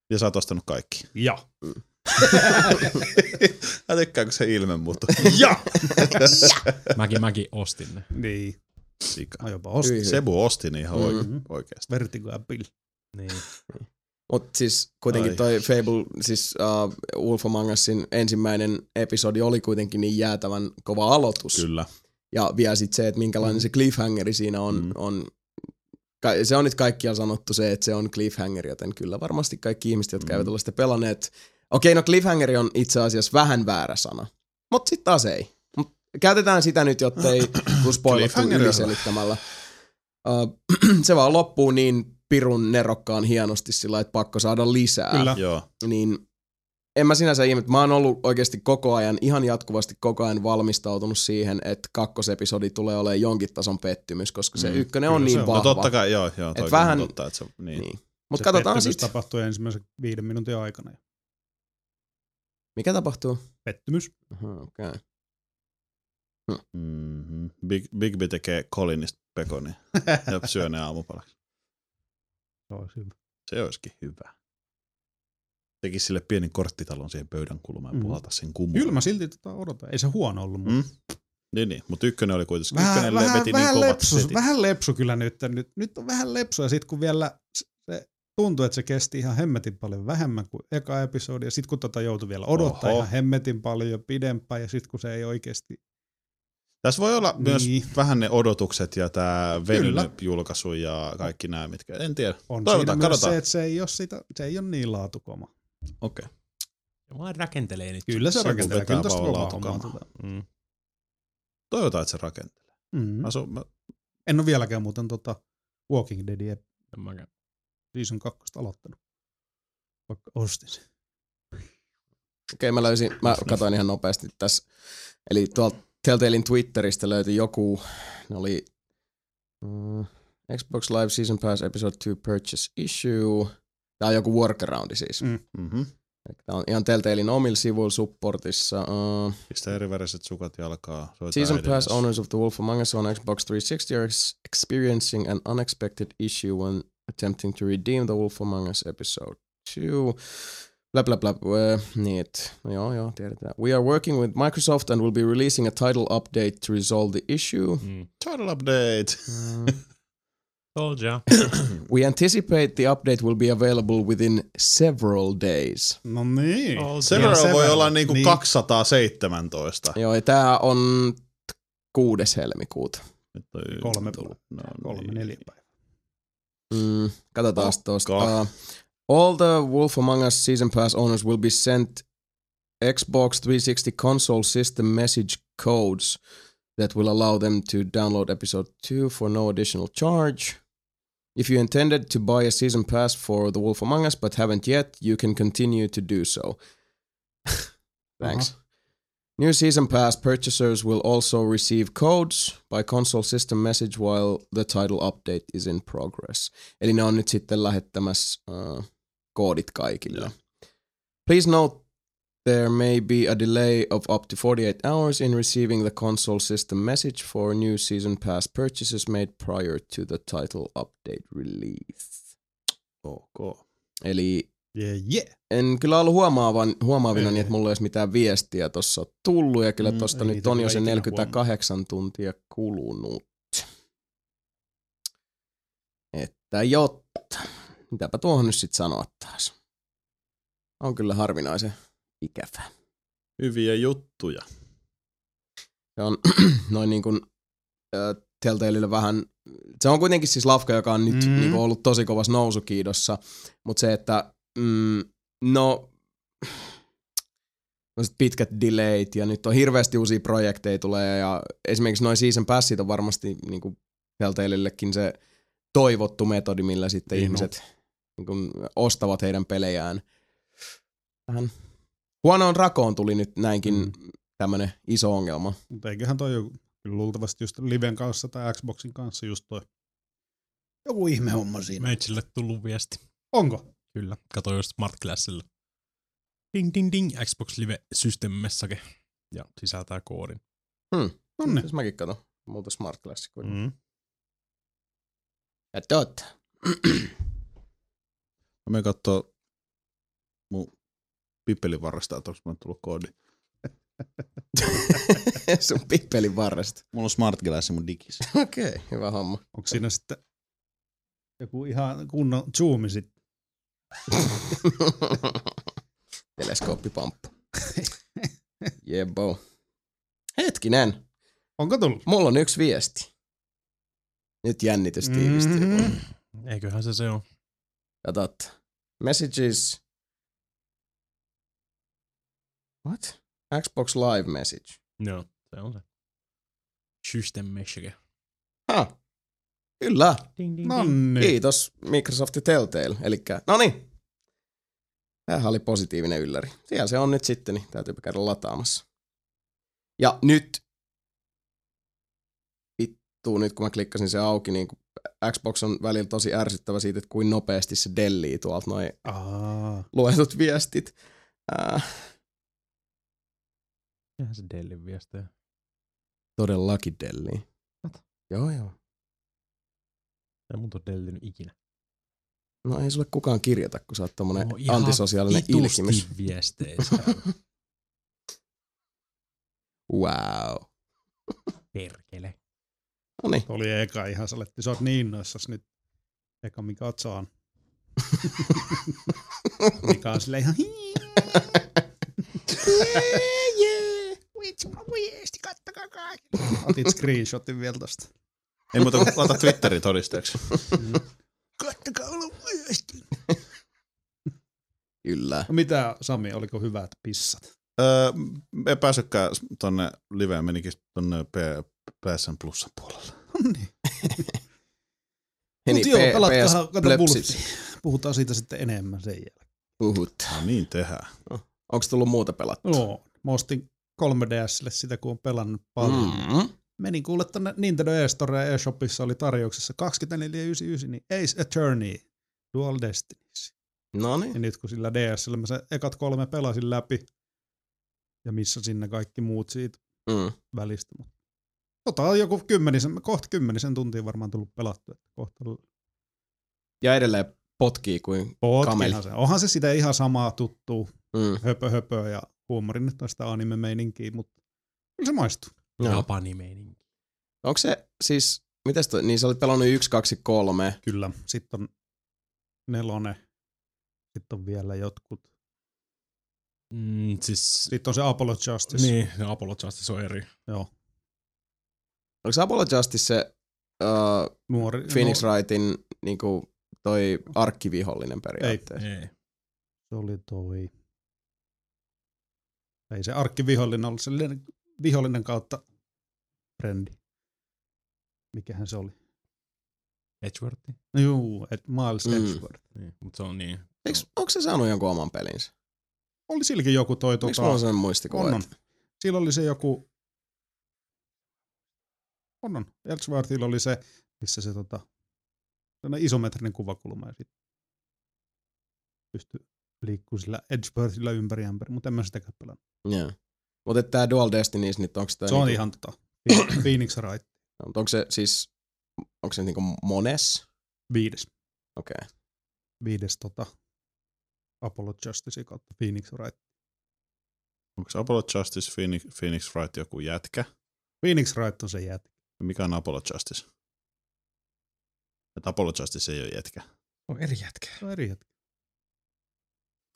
Ja sä oot ostanut kaikki. Ja. Mä tykkään, kun se ilme muuttuu. Ja! Mäkin, mäkin ostin ne. Niin. Sika. Mä jopa ostin. Hyi, hyi. Sebu osti ne ihan oike- Mhm. oikeasti. Vertigo ja Bill. Niin. Mutta siis kuitenkin Ai. Ai. toi Fable, siis uh, Wolf Among Usin ensimmäinen episodi oli kuitenkin niin jäätävän kova aloitus. Kyllä. Ja vielä sitten se, että minkälainen se cliffhangeri siinä on, Mm. mm. on ka- se on nyt kaikkia sanottu se, että se on cliffhanger, joten kyllä varmasti kaikki ihmiset, jotka Mm. mm. eivät ole sitä pelanneet. Okei, no cliffhangeri on itse asiassa vähän väärä sana, mutta sitten taas ei. Mut käytetään sitä nyt, jotta ei tuu spoilattu Cliffhanger on- yliselittämällä. Uh, se vaan loppuu niin pirun nerokkaan hienosti sillä, lailla, että pakko saada lisää Kyllä. Joo. niin en mä sinänsä ihme, mä oon ollut oikeasti koko ajan, ihan jatkuvasti koko ajan valmistautunut siihen, että kakkosepisodi tulee olemaan jonkin tason pettymys, koska se Mm, mm, ykkönen on kyllä se niin on. vahva. No totta kai, joo, joo. Toi vähän... vähän- totta, että se, niin. niin. Niin. Mutta Se katsotaan pettymys sitten, tapahtui ensimmäisen viiden minuutin aikana. mikä tapahtuu. Pettymys. Aha, okay. Mm-hmm. Big, Bigby tekee Colinista pekonia ja syö ne aamupalaksi. Se olisi hyvä. Se olisikin hyvä. Teki sille pienen korttitalon siihen pöydän kulmaan ja Mm. puhalta sen kummun. Kyllä mä silti tota odotan. Ei se huono ollut. Mm. Mm. Niin, niin. mutta ykkönen oli kuitenkin. Vähän, Vähän, ykkönen vähän, veti vähän, niin vähän, kovat lepsu, setit. vähän lepsu kyllä nyt. nyt. Nyt on vähän lepsu ja sit kun vielä se tuntuu, että se kesti ihan hemmetin paljon vähemmän kuin eka episodi. Ja sit kun tota joutui vielä odottaa Oho. Oho. ihan hemmetin paljon pidempään ja sit kun se ei oikeasti Tässä voi olla niin. myös Niin. vähän ne odotukset ja tämä Kyllä. venynyt julkaisu ja kaikki nämä, mitkä, en tiedä. On Toivotaan, siinä myös katsotaan. se, että se ei ole, sitä, se ei ole niin laatukoma. Okei. Okay. Ja vaan rakentelee nyt. Kyllä se, Se kun rakentelee, vetää kyllä tästä vaan kovaa laatukamaa. hommaa tulee. Mm. Toivotaan, että se rakentaa. Mm. Mä sun, mä, En ole vieläkään muuten tota Walking Dead En mäkään. season 2 aloittanut, vaikka ostin sen. Okei, mä löysin, mä katsoin ihan nopeasti tässä. Eli tuolta Telltalein Twitteristä löytyi joku, ne oli mm, Xbox Live Season Pass Episode 2 Purchase Issue. Tää on joku workaroundi siis. Mm. Mm. mm-hmm. Tää on ihan Telltalein omilla sivuilla supportissa. Uh, Pistä eri väriset sukat jalkaa. soita season äidille. Pass Owners of the Wolf Among Us on Xbox 360 are ex- experiencing an unexpected issue when attempting to redeem the Wolf Among Us Episode 2. Bla bla bla. Uh, niin, et, no joo, joo, tiedetään. We are working with Microsoft and will be releasing a title update to resolve the issue. Mm. Title update. Uh, Told ya. we anticipate the update will be available within several days. No niin. Told Sen ya. verran voi verran. olla niinku Niin. niin. 217. Joo, ja tää on kuudes helmikuuta. Nyt on- Kolme- No, Kolme, niin, neljä päivää. Mm, katsotaan Oh, tuosta. God. Uh, all the Wolf Among Us Season Pass owners will be sent Xbox 360 console system message codes that will allow them to download episode 2 for no additional charge. If you intended to buy a season pass for The Wolf Among Us but haven't yet, you can continue to do so. Thanks. New season pass purchasers will also receive codes by console system message while the title update is in progress. Eli ne on nyt sitten lähettämässä uh, koodit kaikille. Please note there may be a delay of up to 48 hours in receiving the console system message for new season pass purchases made prior to the title update release. Ok. Eli Yeah, yeah. en kyllä ollut huomaavan, huomaavina, Ei. niin, että mulla ei olisi mitään viestiä tuossa ole tullut, ja kyllä Mm, tuosta ei nyt niitä on jo kyllä se ikinä 48 tuntia kulunut. Että jotta. Mitäpä tuohon nyt sitten sanoa taas. On kyllä harvinaisen ikävä. Hyviä juttuja. Se on noin niin kuin äh, Telltaleille vähän, se on kuitenkin siis lafka, joka on nyt Mm. mm. niin kuin ollut tosi kovassa nousukiidossa, mutta se, että mm, no, no sit pitkät delayt ja nyt on hirveästi uusia projekteja tulee ja esimerkiksi noin season passit on varmasti niin kuin Telltaleillekin se toivottu metodi, millä sitten Niin niin on. ihmiset niin kuin ostavat heidän pelejään. Vähän huonoon rakoon tuli nyt näinkin Mm. mm. tämmönen iso ongelma. Mutta eiköhän toi joku, kyllä luultavasti just Liven kanssa tai Xboxin kanssa just toi. Joku ihme homma siinä. Meitsille tullut viesti. Onko? Kyllä. Kato just Smart Classilla. Ding ding ding. Xbox Live System Message. Ja sisältää koodin. Nonni. Jos Siis mäkin katon. Muuta Smart Classic. Mm. Mm. Ja totta. Mä menen kattoo mun pippelin varrasta, että onko mä tullut koodi. Sun pippelin varresta. Mulla on smart glass mun digis. Okei, okay, hyvä homma. Onko siinä sitten joku ihan kunnon zoomi sitten? Teleskooppipamppu. Jebo. Hetkinen, Onko tullut? mulla on yksi viesti. Nyt jännitys tiivistyy. Mm-hmm. Eiköhän se se on. Katot. Messages. What? Xbox Live message. Joo. Se on se. System Message. Ha. Kyllä. Ding No. ding No ding. Nonni. Kiitos Microsoft ja Telltale. Elikkä, no niin. Tämähän oli positiivinen ylläri. Siellä se on nyt sitten, niin täytyypä käydä lataamassa. Ja nyt, vittu, nyt kun mä klikkasin se auki, niin kun Xbox on välillä tosi ärsyttävä siitä, että kuin nopeasti se dellii tuolta noin Aa, luetut viestit. Äh, Mitähän se Dellin viestejä? todellakin dellii. Joo, joo. Ei mun ole dellinyt ikinä. No ei sulle kukaan kirjoita, kun sä oot tommonen Mulla on ihan antisosiaalinen Vitusti ilkimys. viestejä. siellä. Wow. Perkele. No niin. oli eka ihan, sä olet, sä oot niin innoissas nyt. Eka mikä oot saan. mikä on silleen ihan hii. yeah, yeah. Vitsi, mä viesti, katta Todistakaa kaikki. Otit screenshotin vielä tosta. Ei muuta kuin laita Twitterin todisteeksi. Mm-hmm. Kattokaa olla myöskin. Kyllä. Mitä Sami, oliko hyvät pissat? Öö, ei päässytkään tonne liveen, menikin tonne P- PSN Plusan puolelle. niin. niin, Mut joo, pelatkaa, kato PS-plöpsit. Wolfsi. Puhutaan siitä sitten enemmän sen jälkeen. Puhut. No niin tehdään. Onko tullut muuta pelattua? Joo, mä ostin 3DSlle sitä, kun on pelannut paljon. Mm. Mm. Menin kuule tänne Nintendo eStore ja eShopissa oli tarjouksessa 24,99, niin Ace Attorney, Dual Destinies. No niin. Ja nyt kun sillä DSllä mä se ekat kolme pelasin läpi ja missä sinne kaikki muut siitä Mm. välistä. Mut Tota on joku kymmenisen, kohta kymmenisen tuntia varmaan tullut pelattua. että Kohta Ja edelleen potkii kuin... Kameli. Potkihan se. Onhan se sitä ihan samaa tuttuu Mm. höpö höpöä ja huumori nyt on sitä anime-meininkiä, mutta kyllä se maistuu. Joo. Japani meininki. Onko se siis... Mitäs toi? Niin sä olit pelannut 1, 2, 3. Kyllä. Sitten on nelonen. Sitten on vielä jotkut. Mm, siis... Sitten on se Apollo Justice. Niin, ne Apollo Justice on eri. Joo. Oliko se Apollo Justice se uh, Nuori, Phoenix no, Wrightin niinku, toi arkkivihollinen periaatteessa? Ei. Se oli toi. Ei se arkkivihollinen ollut, se vihollinen kautta frendi. Mikähän se oli? No Edgeworth. Juu, et Miles Mm. mm. Edgeworth. Niin, mutta se on niin. Eikö, onko se saanut jonkun oman pelinsä? Oli silläkin joku toi Tota, Miksi mulla on tota, sellainen on, muistikuva? Tota- on. että- Sillä oli se joku... On on. Ellsworthilla oli se, missä se tota, sellainen isometrinen kuvakulma ja sitten pystyi liikkuu sillä Edgeworthilla ympäri ämpäri, mutta en mä sitäkään pelannut. Joo. Mutta tää Dual Destinies, niin onko Se on ihan tota, Phoenix Wright Onko se siis... Onko se niinku mones? viides. Okei. Okay. viides tota, Apollo Justice kautta Phoenix Wright. Onko se Apollo Justice, Phoenix, Phoenix Wright joku jätkä? Phoenix Wright on se jätkä. Mikä on Apollo Justice? Että Apollo Justice ei ole jätkä. On eri jätkä. Se on eri jätkä.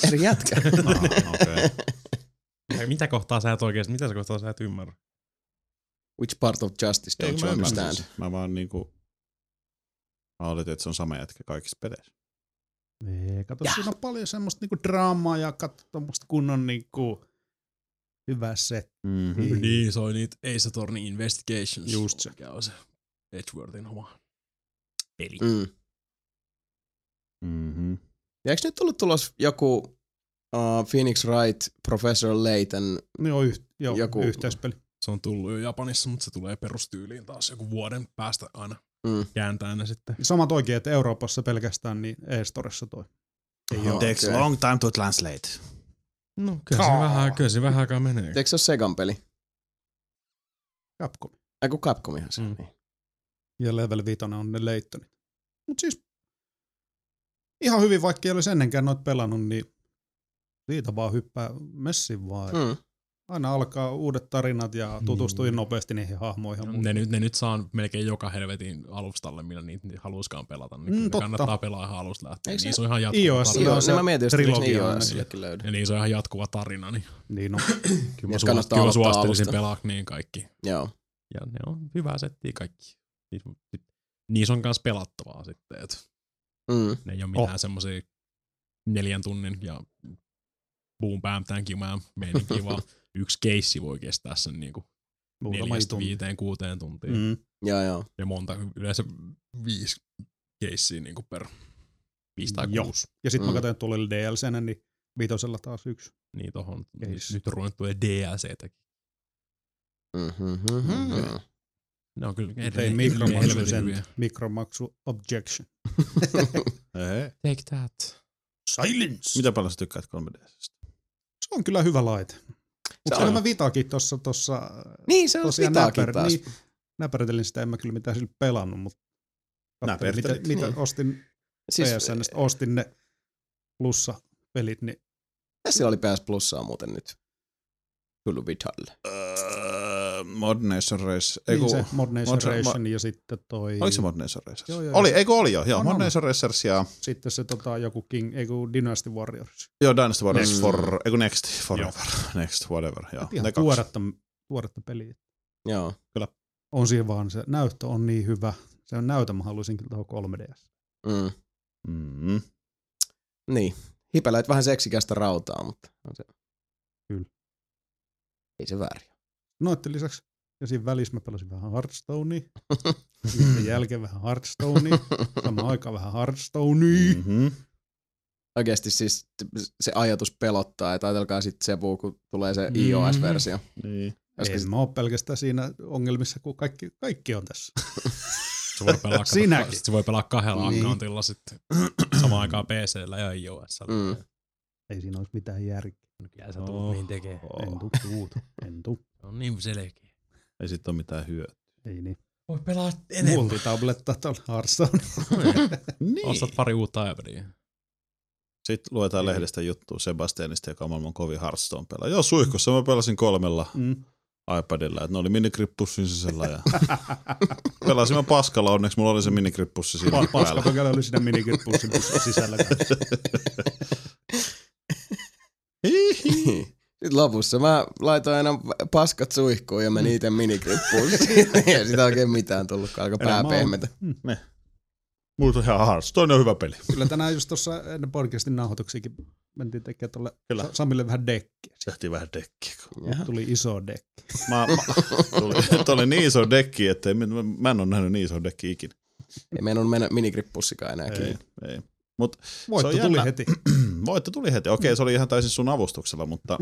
Eri jätkä. No, okay. Mitä kohtaa sä et oikeesti, mitä sä kohtaa sä et ymmärrä? Which part of justice Ei, don't kun mä you ymmärsin understand? sen. Mä vaan niinku... Mä oletin, että se on sama jätkä kaikissa peleissä. Ei, kato, siinä on paljon semmoista niinku draamaa ja kato tommoista kunnon niinku hyvää set. Mm-hmm. Niin, se on niitä Ace Attorney Investigations. Just se. Mikä on se Edgeworthin oma peli. Mm. Mm-hmm. Ja eikö nyt tullut tulos joku uh, Phoenix Wright, Professor Layton? Niin on yh, joo, Joku- Joku. yhteispeli. Se on tullut jo Japanissa, mutta se tulee perustyyliin taas joku vuoden päästä aina. Mm. Kääntää ne sitten. Samat oikein, että Euroopassa pelkästään niin e-storessa toi. Ei oo. Takes Okei. long time to translate. No kyllä se, vähän, kyllä se vähän aikaa menee. Eikö se ole Segan peli? Capcom. Ei kun Capcomihan se on. Mm. Niin. Ja level 5 on ne leittonit. Mut siis ihan hyvin, vaikka ei olisi ennenkään noit pelannut, niin siitä vaan hyppää messin vaan. Mm. aina alkaa uudet tarinat ja tutustuin nopeasti niihin hahmoihin. ja Ne muuta. nyt, ne nyt saa melkein joka helvetin alustalle, millä niitä niitä haluaiskaan pelata. Niin Mm, kyllä ne totta. kannattaa pelaa ihan alusta lähtien. Eikö Niin se- se on ihan jatkuva iOS tarina. Joo, on niin se mä mietin, jos eikö trilogia aina iOSillekin löydy. Ja niin se on ihan jatkuva tarina. Niin Niin no, kyllä mä Et suos, kannattaa kyllä mä aloittaa suosittelisin alusta. pelaa niin kaikki. Joo. Ja ne on hyvää settiä kaikki. Niissä niis on myös pelattavaa sitten. Et Mm. ne ei ole mitään oh. semmoisia neljän tunnin ja boom bam thank you ma'am meininkiä, vaan yksi keissi voi kestää sen niinku muutama neljästä tunti. viiteen kuuteen tuntiin. Mm. Mm. Joo, joo. Ja monta, yleensä viisi keissiä niinku per viisi tai Joo. kuusi. Ja sitten Mm. mä katsoin, että tuli DLCnä, niin viitosella taas yksi. Niin tohon, Keissi. nyt on ruvennut tulee DLC-täkin. Mm-hmm. Ne on kyllä Tein edelleen- mikromaksu helvetin sen, hyviä. mikromaksu objection. Ei. Take that. Silence! Mitä paljon sä tykkäät 3DSstä? Se on kyllä hyvä laite. Mutta on. siellä mä vitaakin tuossa, tuossa Niin, se on tosiaan pitääkin näpär, taas. niin, näpärtelin sitä, en mä kyllä mitään sillä pelannut, mutta katsoin, mitä, Näpertelit, mitä niin. ostin Siis, PSNstä, ostin ne plussa pelit, niin tässä oli PS Plussaa muuten nyt. Kyllä vitalle. Öö, Modern Nation Race. Ei, Eiku, niin Äh, niin se Modern Mod- Nation Ration ja sitten toi... Oliko se Modern Nation Racers? Joo, Joo, joo, joo, joo. oli, eikö oli jo? Joo, On, Modern on. Nation Racers ja Sitten se tota, joku King, ei kun Dynasty Warriors. joo, Dynasty Warriors Next. for, eiku Next Forever, Next Whatever. Joo, Ihan Ah, ne kaksi. tuoretta, tuoretta peliä. Joo. On siinä vaan, se näyttö on niin hyvä. Se on näytö, mä haluaisin kyllä tuohon 3DS. Mm. Mm. Niin. Hipelöit vähän seksikästä rautaa, mutta on se. Kyllä. Ei se väärin. Noitten No, lisäksi, ja siinä välissä mä pelasin vähän Hearthstonea, sitten jälkeen vähän Hearthstonea, samaan aikaan vähän Hearthstonea. Mm. Mm-hmm. Oikeasti siis t- se ajatus pelottaa, että ajatelkaa sitten Sebu, kun tulee se iOS-versio. Niin. Koska En mä oo pelkästään siinä ongelmissa, kun kaikki, kaikki on tässä. Se voi pelaa, Sinäkin. sit se voi pelaa kahdella Niin. niin. accountilla sitten samaan aikaan PCllä ja iOS. Mm. Ei siinä olisi mitään järkeä. Kyllä sä tulet niin tekee. Oh. En tuu tuuta. En tuu. Se on niin selkeä. Ei sit ole mitään hyötyä. Ei niin. Voi pelaa Multitabletta tuolla Hearthstone. Niin. Ostat pari uutta iPadia. Sitten luetaan lehdestä juttu Sebastianista, joka on maailman kovin Hearthstone-pelaaja. Joo, suihkussa mä pelasin kolmella Mm. iPadilla, että ne oli minikrippussin sisällä. Ja... pelasin mä paskalla, onneksi mulla oli se minikrippussi siinä Pa- päällä. Paskapökälä oli siinä minikirppussin sisällä. kanssa. Sitten Niin. lopussa mä laitoin aina paskat suihkuun ja meni itse minikrippuun. Ei sitä oikein mitään tullut, kun alkoi Enää pää mä oon- pehmetä. Mulla on ihan Hearthstone on hyvä peli. Kyllä tänään just tuossa ennen podcastin nauhoituksiakin mentiin tekemään tuolle Kyllä. Sa- Samille vähän dekkiä. Se lähti vähän dekkiä. Jaha. Tuli iso dekki. Mä, mä, tuli, tuli niin iso dekki, että mä, mä en ole nähnyt niin iso dekki ikinä. Ei meidän on mennä minikrippussikaan enää kiinni. Ei, ei. Voitto Se on tuli jännä. heti. Voitto tuli heti. Okei, se oli ihan täysin sun avustuksella, mutta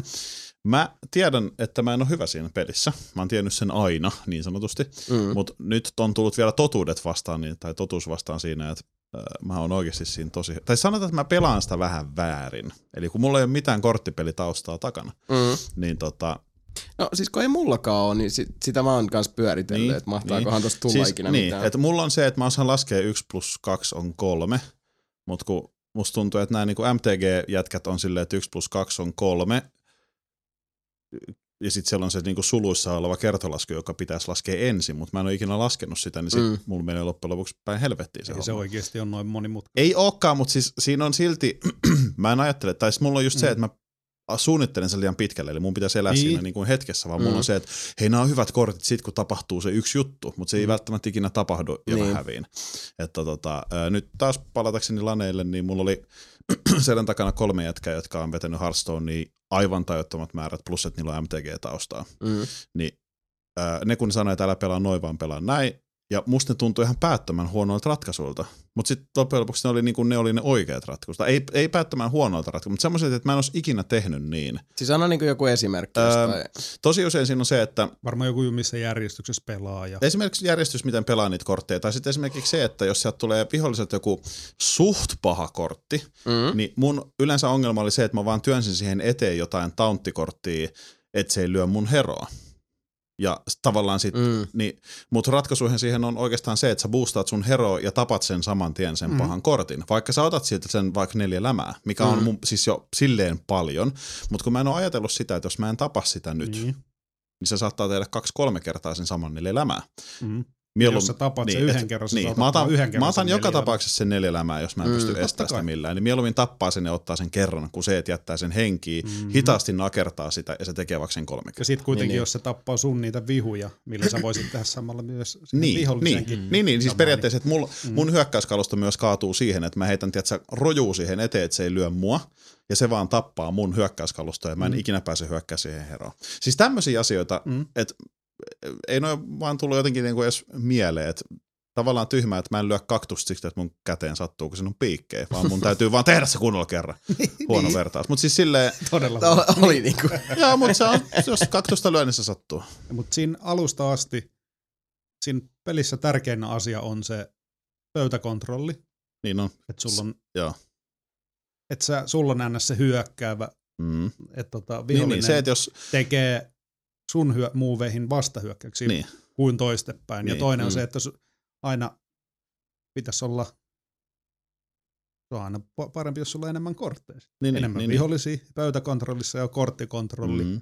mä tiedän, että mä en ole hyvä siinä pelissä. Mä oon tiennyt sen aina, niin sanotusti. Mm. Mutta nyt on tullut vielä totuudet vastaan, niin, tai totuus vastaan siinä, että ö, mä oon oikeasti siinä tosi... Tai sanotaan, että mä pelaan sitä vähän väärin. Eli kun mulla ei ole mitään korttipelitaustaa takana, Mm. niin tota... No siis kun ei mullakaan ole, niin sit, sitä mä oon kanssa pyöritellyt, niin, Niin, että mahtaakohan niin. tosta tulla siis, ikinä niin, mitään. että mulla on se, että mä osaan laskea 1 plus 2 on 3, mutta kun musta tuntuu, että nämä niinku MTG-jätkät on silleen, että 1 plus 2 on 3, ja sitten siellä on se niinku suluissa oleva kertolasku, joka pitäisi laskea ensin, mutta mä en ole ikinä laskenut sitä, niin sit Mm. mm. mulla menee loppujen lopuksi päin helvettiin se, Ei homma. se oikeasti on noin monimutkainen. Ei ookaan, mutta siis siinä on silti, mä en ajattele, tai siis mulla on just se, Mm. että mä suunnittelen sen liian pitkälle, eli mun pitäisi elää Niin. niin. siinä niin kuin hetkessä, vaan mm. Mm. mulla on se, että hei, nämä on hyvät kortit sit, kun tapahtuu se yksi juttu, mutta se ei välttämättä ikinä tapahdu ja Niin. niin. mä häviin. Että tota, ää, nyt taas palatakseni laneille, niin mulla oli selän takana kolme jätkää, jotka on vetänyt Hearthstonea aivan tajuttomat määrät, plus että niillä on MTG-taustaa Mm. niin ää, ne kun sanoi, että älä pelaa noin, vaan pelaa näin, ja musta ne tuntui ihan päättömän huonoilta ratkaisuilta. Mutta sitten loppujen lopuksi ne oli, niin kuin ne, oli ne oikeat ratkaisut. Tai Ei, ei päättömän huonoilta ratkaisuilta, mutta semmoiset, että mä en olisi ikinä tehnyt niin. Siis anna niin joku esimerkki Öö, jostain. Tosi usein siinä on se, että Varmaan joku, missä järjestyksessä pelaa. Ja... esimerkiksi järjestys, miten pelaa niitä kortteja, tai sitten esimerkiksi se, että jos sieltä tulee viholliselta joku suht paha kortti, Mm. niin mun yleensä ongelma oli se, että mä vaan työnsin siihen eteen jotain taunttikorttia, että se ei lyö mun heroa. Ja s- tavallaan sit Mm. Niin, mutta ratkaisuihin siihen on oikeastaan se, että sä boostaat sun hero ja tapat sen saman tien sen mm. pahan kortin. Vaikka sä otat siitä sen vaikka neljä lämää, mikä mm. on mun, siis jo silleen paljon. Mutta kun mä en ole ajatellut sitä, että jos mä en tapa sitä nyt, niin, Niin. niin se saattaa tehdä kaksi-kolme kertaa sen saman neljä lämää. Mm. Mieluum- Jos sä tapat niin, sen yhden et- kerran, sä niin. saatat Mä vaan otan, yhden kerran mä otan sen joka neljän. tapauksessa sen neljä lämää, jos mä en Mm. mm, pysty Totta estämään sitä kai. millään. Niin mieluummin tappaa sen ja ottaa sen kerran, kuin se, että jättää sen henkiin, Mhm. mm. hitaasti nakertaa sitä ja se tekee vaikka sen kolme kertaa. Ja sit kuitenkin, Niin, niin. jos se tappaa sun niitä vihuja, millä sä voisit tehdä samalla myös siihen Niin, niin, vihollisenkin. niin, niin, siis Samaa, periaatteessa, että mulla, Mm. mun hyökkäyskalusto myös kaatuu siihen, että mä heitän, tiedätkö, rojuu siihen eteen, että se ei lyö mua, ja se vaan tappaa mun hyökkäyskalustoa, ja mä en mm. ikinä pääse hyökkää siihen heroon. Siis tämmöisiä asioita, Mm. mm. että ei noin vaan tullut jotenkin niinku edes mieleen, että tavallaan tyhmää, että mä en lyö kaktusta siksi, että mun käteen sattuu, kun siinä on piikkejä, vaan mun täytyy vaan tehdä se kunnolla kerran. Niin, Huono vertaus. Mutta siis silleen, Todella Tämä oli- oli niinku. joo, mutta se on, jos kaktusta lyö, niin se sattuu. Mutta siinä alusta asti, siinä pelissä tärkein asia on se pöytäkontrolli, Niin on. että sulla on, Joo. että sä, sulla on ns. se hyökkäävä, Mm. että tota, Niin, vihollinen niin, se, että jos... tekee sun hyö, muuveihin vastahyökkäyksiä niin. Niin. kuin toistepäin. Niin. Ja Niin, toinen on mm. se, että su- aina pitäisi olla, se on aina pa- parempi, jos sulla on enemmän kortteja. Niin, Niin, enemmän niin, niin, niin. vihollisia niin. pöytäkontrollissa ja korttikontrolli. Mm. Mm.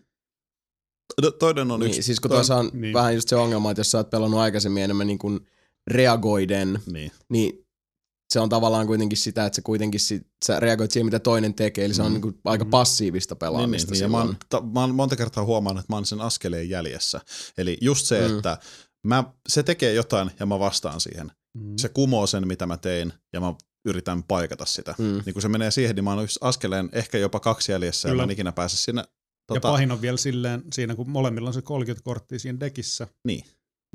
No, Toinen on yksi. Niin, siis kun tuossa on niin. niin. vähän just se ongelma, että jos sä oot pelannut aikaisemmin enemmän niin kuin reagoiden, Niin. niin se on tavallaan kuitenkin sitä, että se kuitenkin sit, sä reagoit siihen, mitä toinen tekee, eli se on mm. niin aika passiivista Niin, pelaamista. Mm-hmm. niin, niin, ja mä, oon, silloin. ta, mä oon monta kertaa huomannut, että mä oon sen askeleen jäljessä. Eli just se, mm. että mä, se tekee jotain ja mä vastaan siihen. Mm. Se kumoo sen, mitä mä tein, ja mä yritän paikata sitä. Mm. Niin kun se menee siihen, niin mä oon yksi askeleen, ehkä jopa kaksi jäljessä, Kyllä. Kyllä. ja mä en ikinä pääse sinne. tota, Ja pahin on vielä silleen, siinä kun molemmilla on se 30 korttia siinä dekissä, Niin.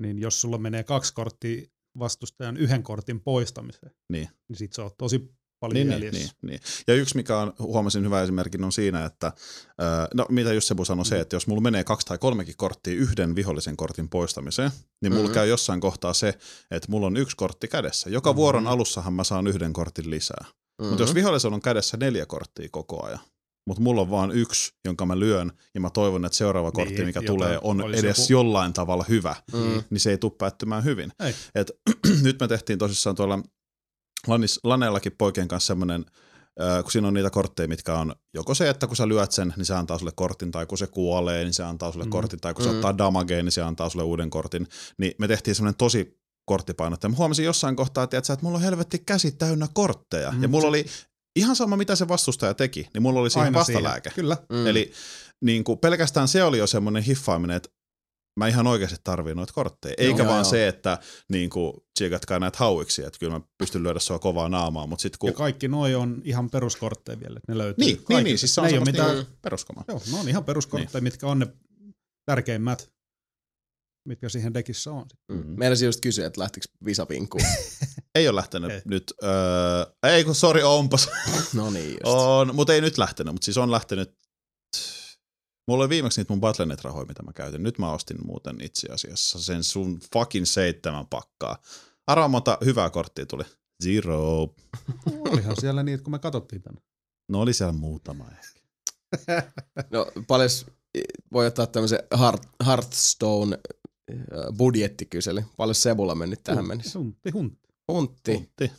niin jos sulla menee kaksi korttia vastustajan yhden kortin poistamiseen, Niin. niin sit sä oot tosi paljon Niin, niin, jäljessä. niin, niin. Ja yksi, mikä on, huomasin hyvä esimerkin, on siinä, että öö, no, mitä just Sebu sanoi, Mm. se, että jos mulla menee kaksi tai kolmekin korttia yhden vihollisen kortin poistamiseen, niin mulla Mm-hmm. Mhm. käy jossain kohtaa se, että mulla on yksi kortti kädessä. Mm-hmm. Joka vuoron alussahan mä saan yhden kortin lisää. Mm. Mutta jos vihollisella on kädessä neljä korttia koko ajan, mutta mulla on vaan yksi, jonka mä lyön, ja mä toivon, että seuraava kortti, Niin, mikä jotain- tulee, on olisi edes joku- jollain tavalla hyvä, Mm. niin se ei tule päättymään hyvin. Ei. Et, nyt me tehtiin tosissaan tuolla Lannis, Laneellakin poikien kanssa semmoinen, äh, kun siinä on niitä kortteja, mitkä on joko se, että kun sä lyöt sen, niin se antaa sulle kortin, tai kun se kuolee, niin se antaa sulle Mm. kortin, tai kun se Mm. ottaa damagea, niin se antaa sulle uuden kortin. Niin me tehtiin semmoinen tosi korttipainottaja. Mä huomasin jossain kohtaa, tiedätkö, että mulla on helvetti käsi täynnä kortteja, ja Mm, mulla se- oli ihan sama, mitä se vastustaja teki, niin mulla oli siihen Aina vastalääke. Kyllä. Mm. Eli niin kuin pelkästään se oli jo semmoinen hiffaaminen, että mä ihan oikeasti tarviin noita kortteja. Eikä Joo, vaan joo. se, että niin kuin, tsiikatkaa näitä hauiksi, että kyllä mä pystyn lyödä sua kovaa naamaa, mutta sit kun... Ja kaikki noi on ihan peruskortteja vielä, että ne löytyy. niin, niin, kaikilta. niin, siis se on ne ei ole semmoista mitään, mitään... peruskomaa. joo, ne on ihan peruskortteja, niin. mitkä on ne tärkeimmät, mitkä siihen dekissä on. Mm. Meidän just kysyä, että lähtikö Visa vinkkuun. Ei ole lähtenyt Ei. ei. nyt. Öö, ei kun, sori, onpas. no niin just. on, mutta ei nyt lähtenyt, mutta siis on lähtenyt. Mulla oli viimeksi niitä mun Battle.net-rahoja, mitä mä käytin. Nyt mä ostin muuten itse asiassa sen sun fucking seitsemän pakkaa. Arvaa monta hyvää korttia tuli. Zero. Olihan siellä niitä, kun me katsottiin tänne. No oli siellä muutama ehkä. No paljon voi ottaa tämmöisen Heart, Hearthstone äh, budjettikyseli. Paljon Sebulla mennyt Uh. tähän mennessä? Huntti, huntti. Puntti. Puntti.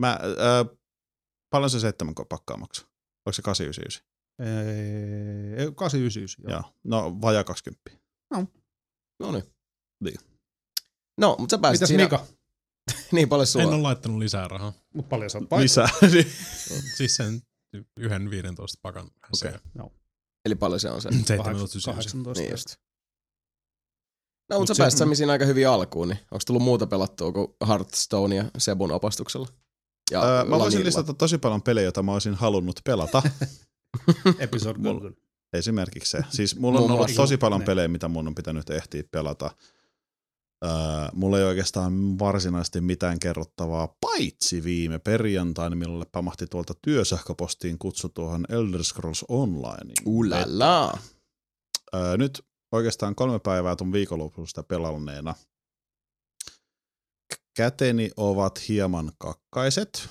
Mä, äh, paljon se seitsemän ko- pakkaa maksaa? Oliko se 899? Ee, 899, joo. Joo. No vajaa 20. No niin. Niin. No, mutta sä pääsit Mitäs siinä Mika? niin paljon En sulla. ole laittanut lisää rahaa. Mut paljon sä oot paikalla. Lisää. Niin, Siis sen yhden 15 pakan häsää. Eli paljon se on se. Seitsemän Kahdeksan- minuuttia syys. 18. niin just. No, mutta Mut sä se- pääsit Sami siinä aika hyvin alkuun, niin onko tullut muuta pelattua kuin Hearthstone ja Sebun opastuksella? Ja Öö, mä voisin Lanilla. listata tosi paljon pelejä, joita mä olisin halunnut pelata. Niin Episode Mulla- Golden. Esimerkiksi se. Siis mulla on Muun ollut muassa. tosi paljon Ne. pelejä, mitä mun on pitänyt ehtiä pelata. Öö, mulla ei oikeastaan varsinaisesti mitään kerrottavaa, paitsi viime perjantaina, milloin pamahti tuolta työsähköpostiin kutsu tuohon Elder Scrolls Onlineen. Ulala. Öö, nyt oikeastaan kolme päivää ton viikonlopusta pelanneena. K- Käteni ovat hieman kakkaiset.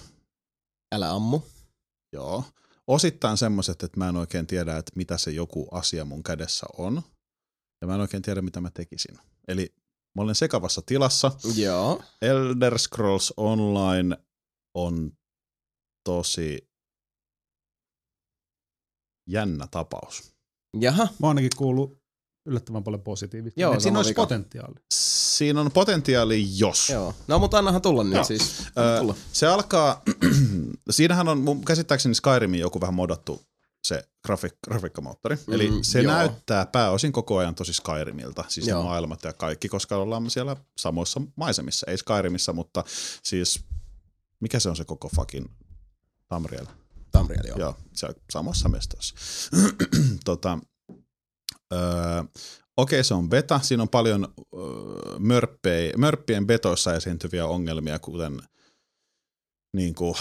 Älä ammu. Joo. Osittain semmoiset, että mä en oikein tiedä, että mitä se joku asia mun kädessä on. Ja mä en oikein tiedä, mitä mä tekisin. Eli mä olen sekavassa tilassa. Joo. Elder Scrolls Online on tosi jännä tapaus. Jaha. Mä oon ainakin kuullut yllättävän paljon positiivista. Joo, Joo, siinä sama olisi vika. potentiaalia. Siinä on potentiaali, jos. Joo. No, mutta annahan tulla nyt Joo. siis. Öö, Anna tulla. Se alkaa, siinähän on mun käsittääkseni Skyrimin joku vähän modattu se grafiik- grafiikkamoottori. Mm, Eli Mm, se joo. joo. näyttää pääosin koko ajan tosi Skyrimiltä, siis Joo. joo. maailmat ja kaikki, koska ollaan siellä samoissa maisemissa. Ei Skyrimissä, mutta siis mikä se on se koko fucking Tamriel? Tamriel, joo. Joo, siellä samassa mestossa. tota, öö, Okei, se on beta. Siinä on paljon öö, mörppei, mörppien betoissa esiintyviä ongelmia, kuten niin kuin,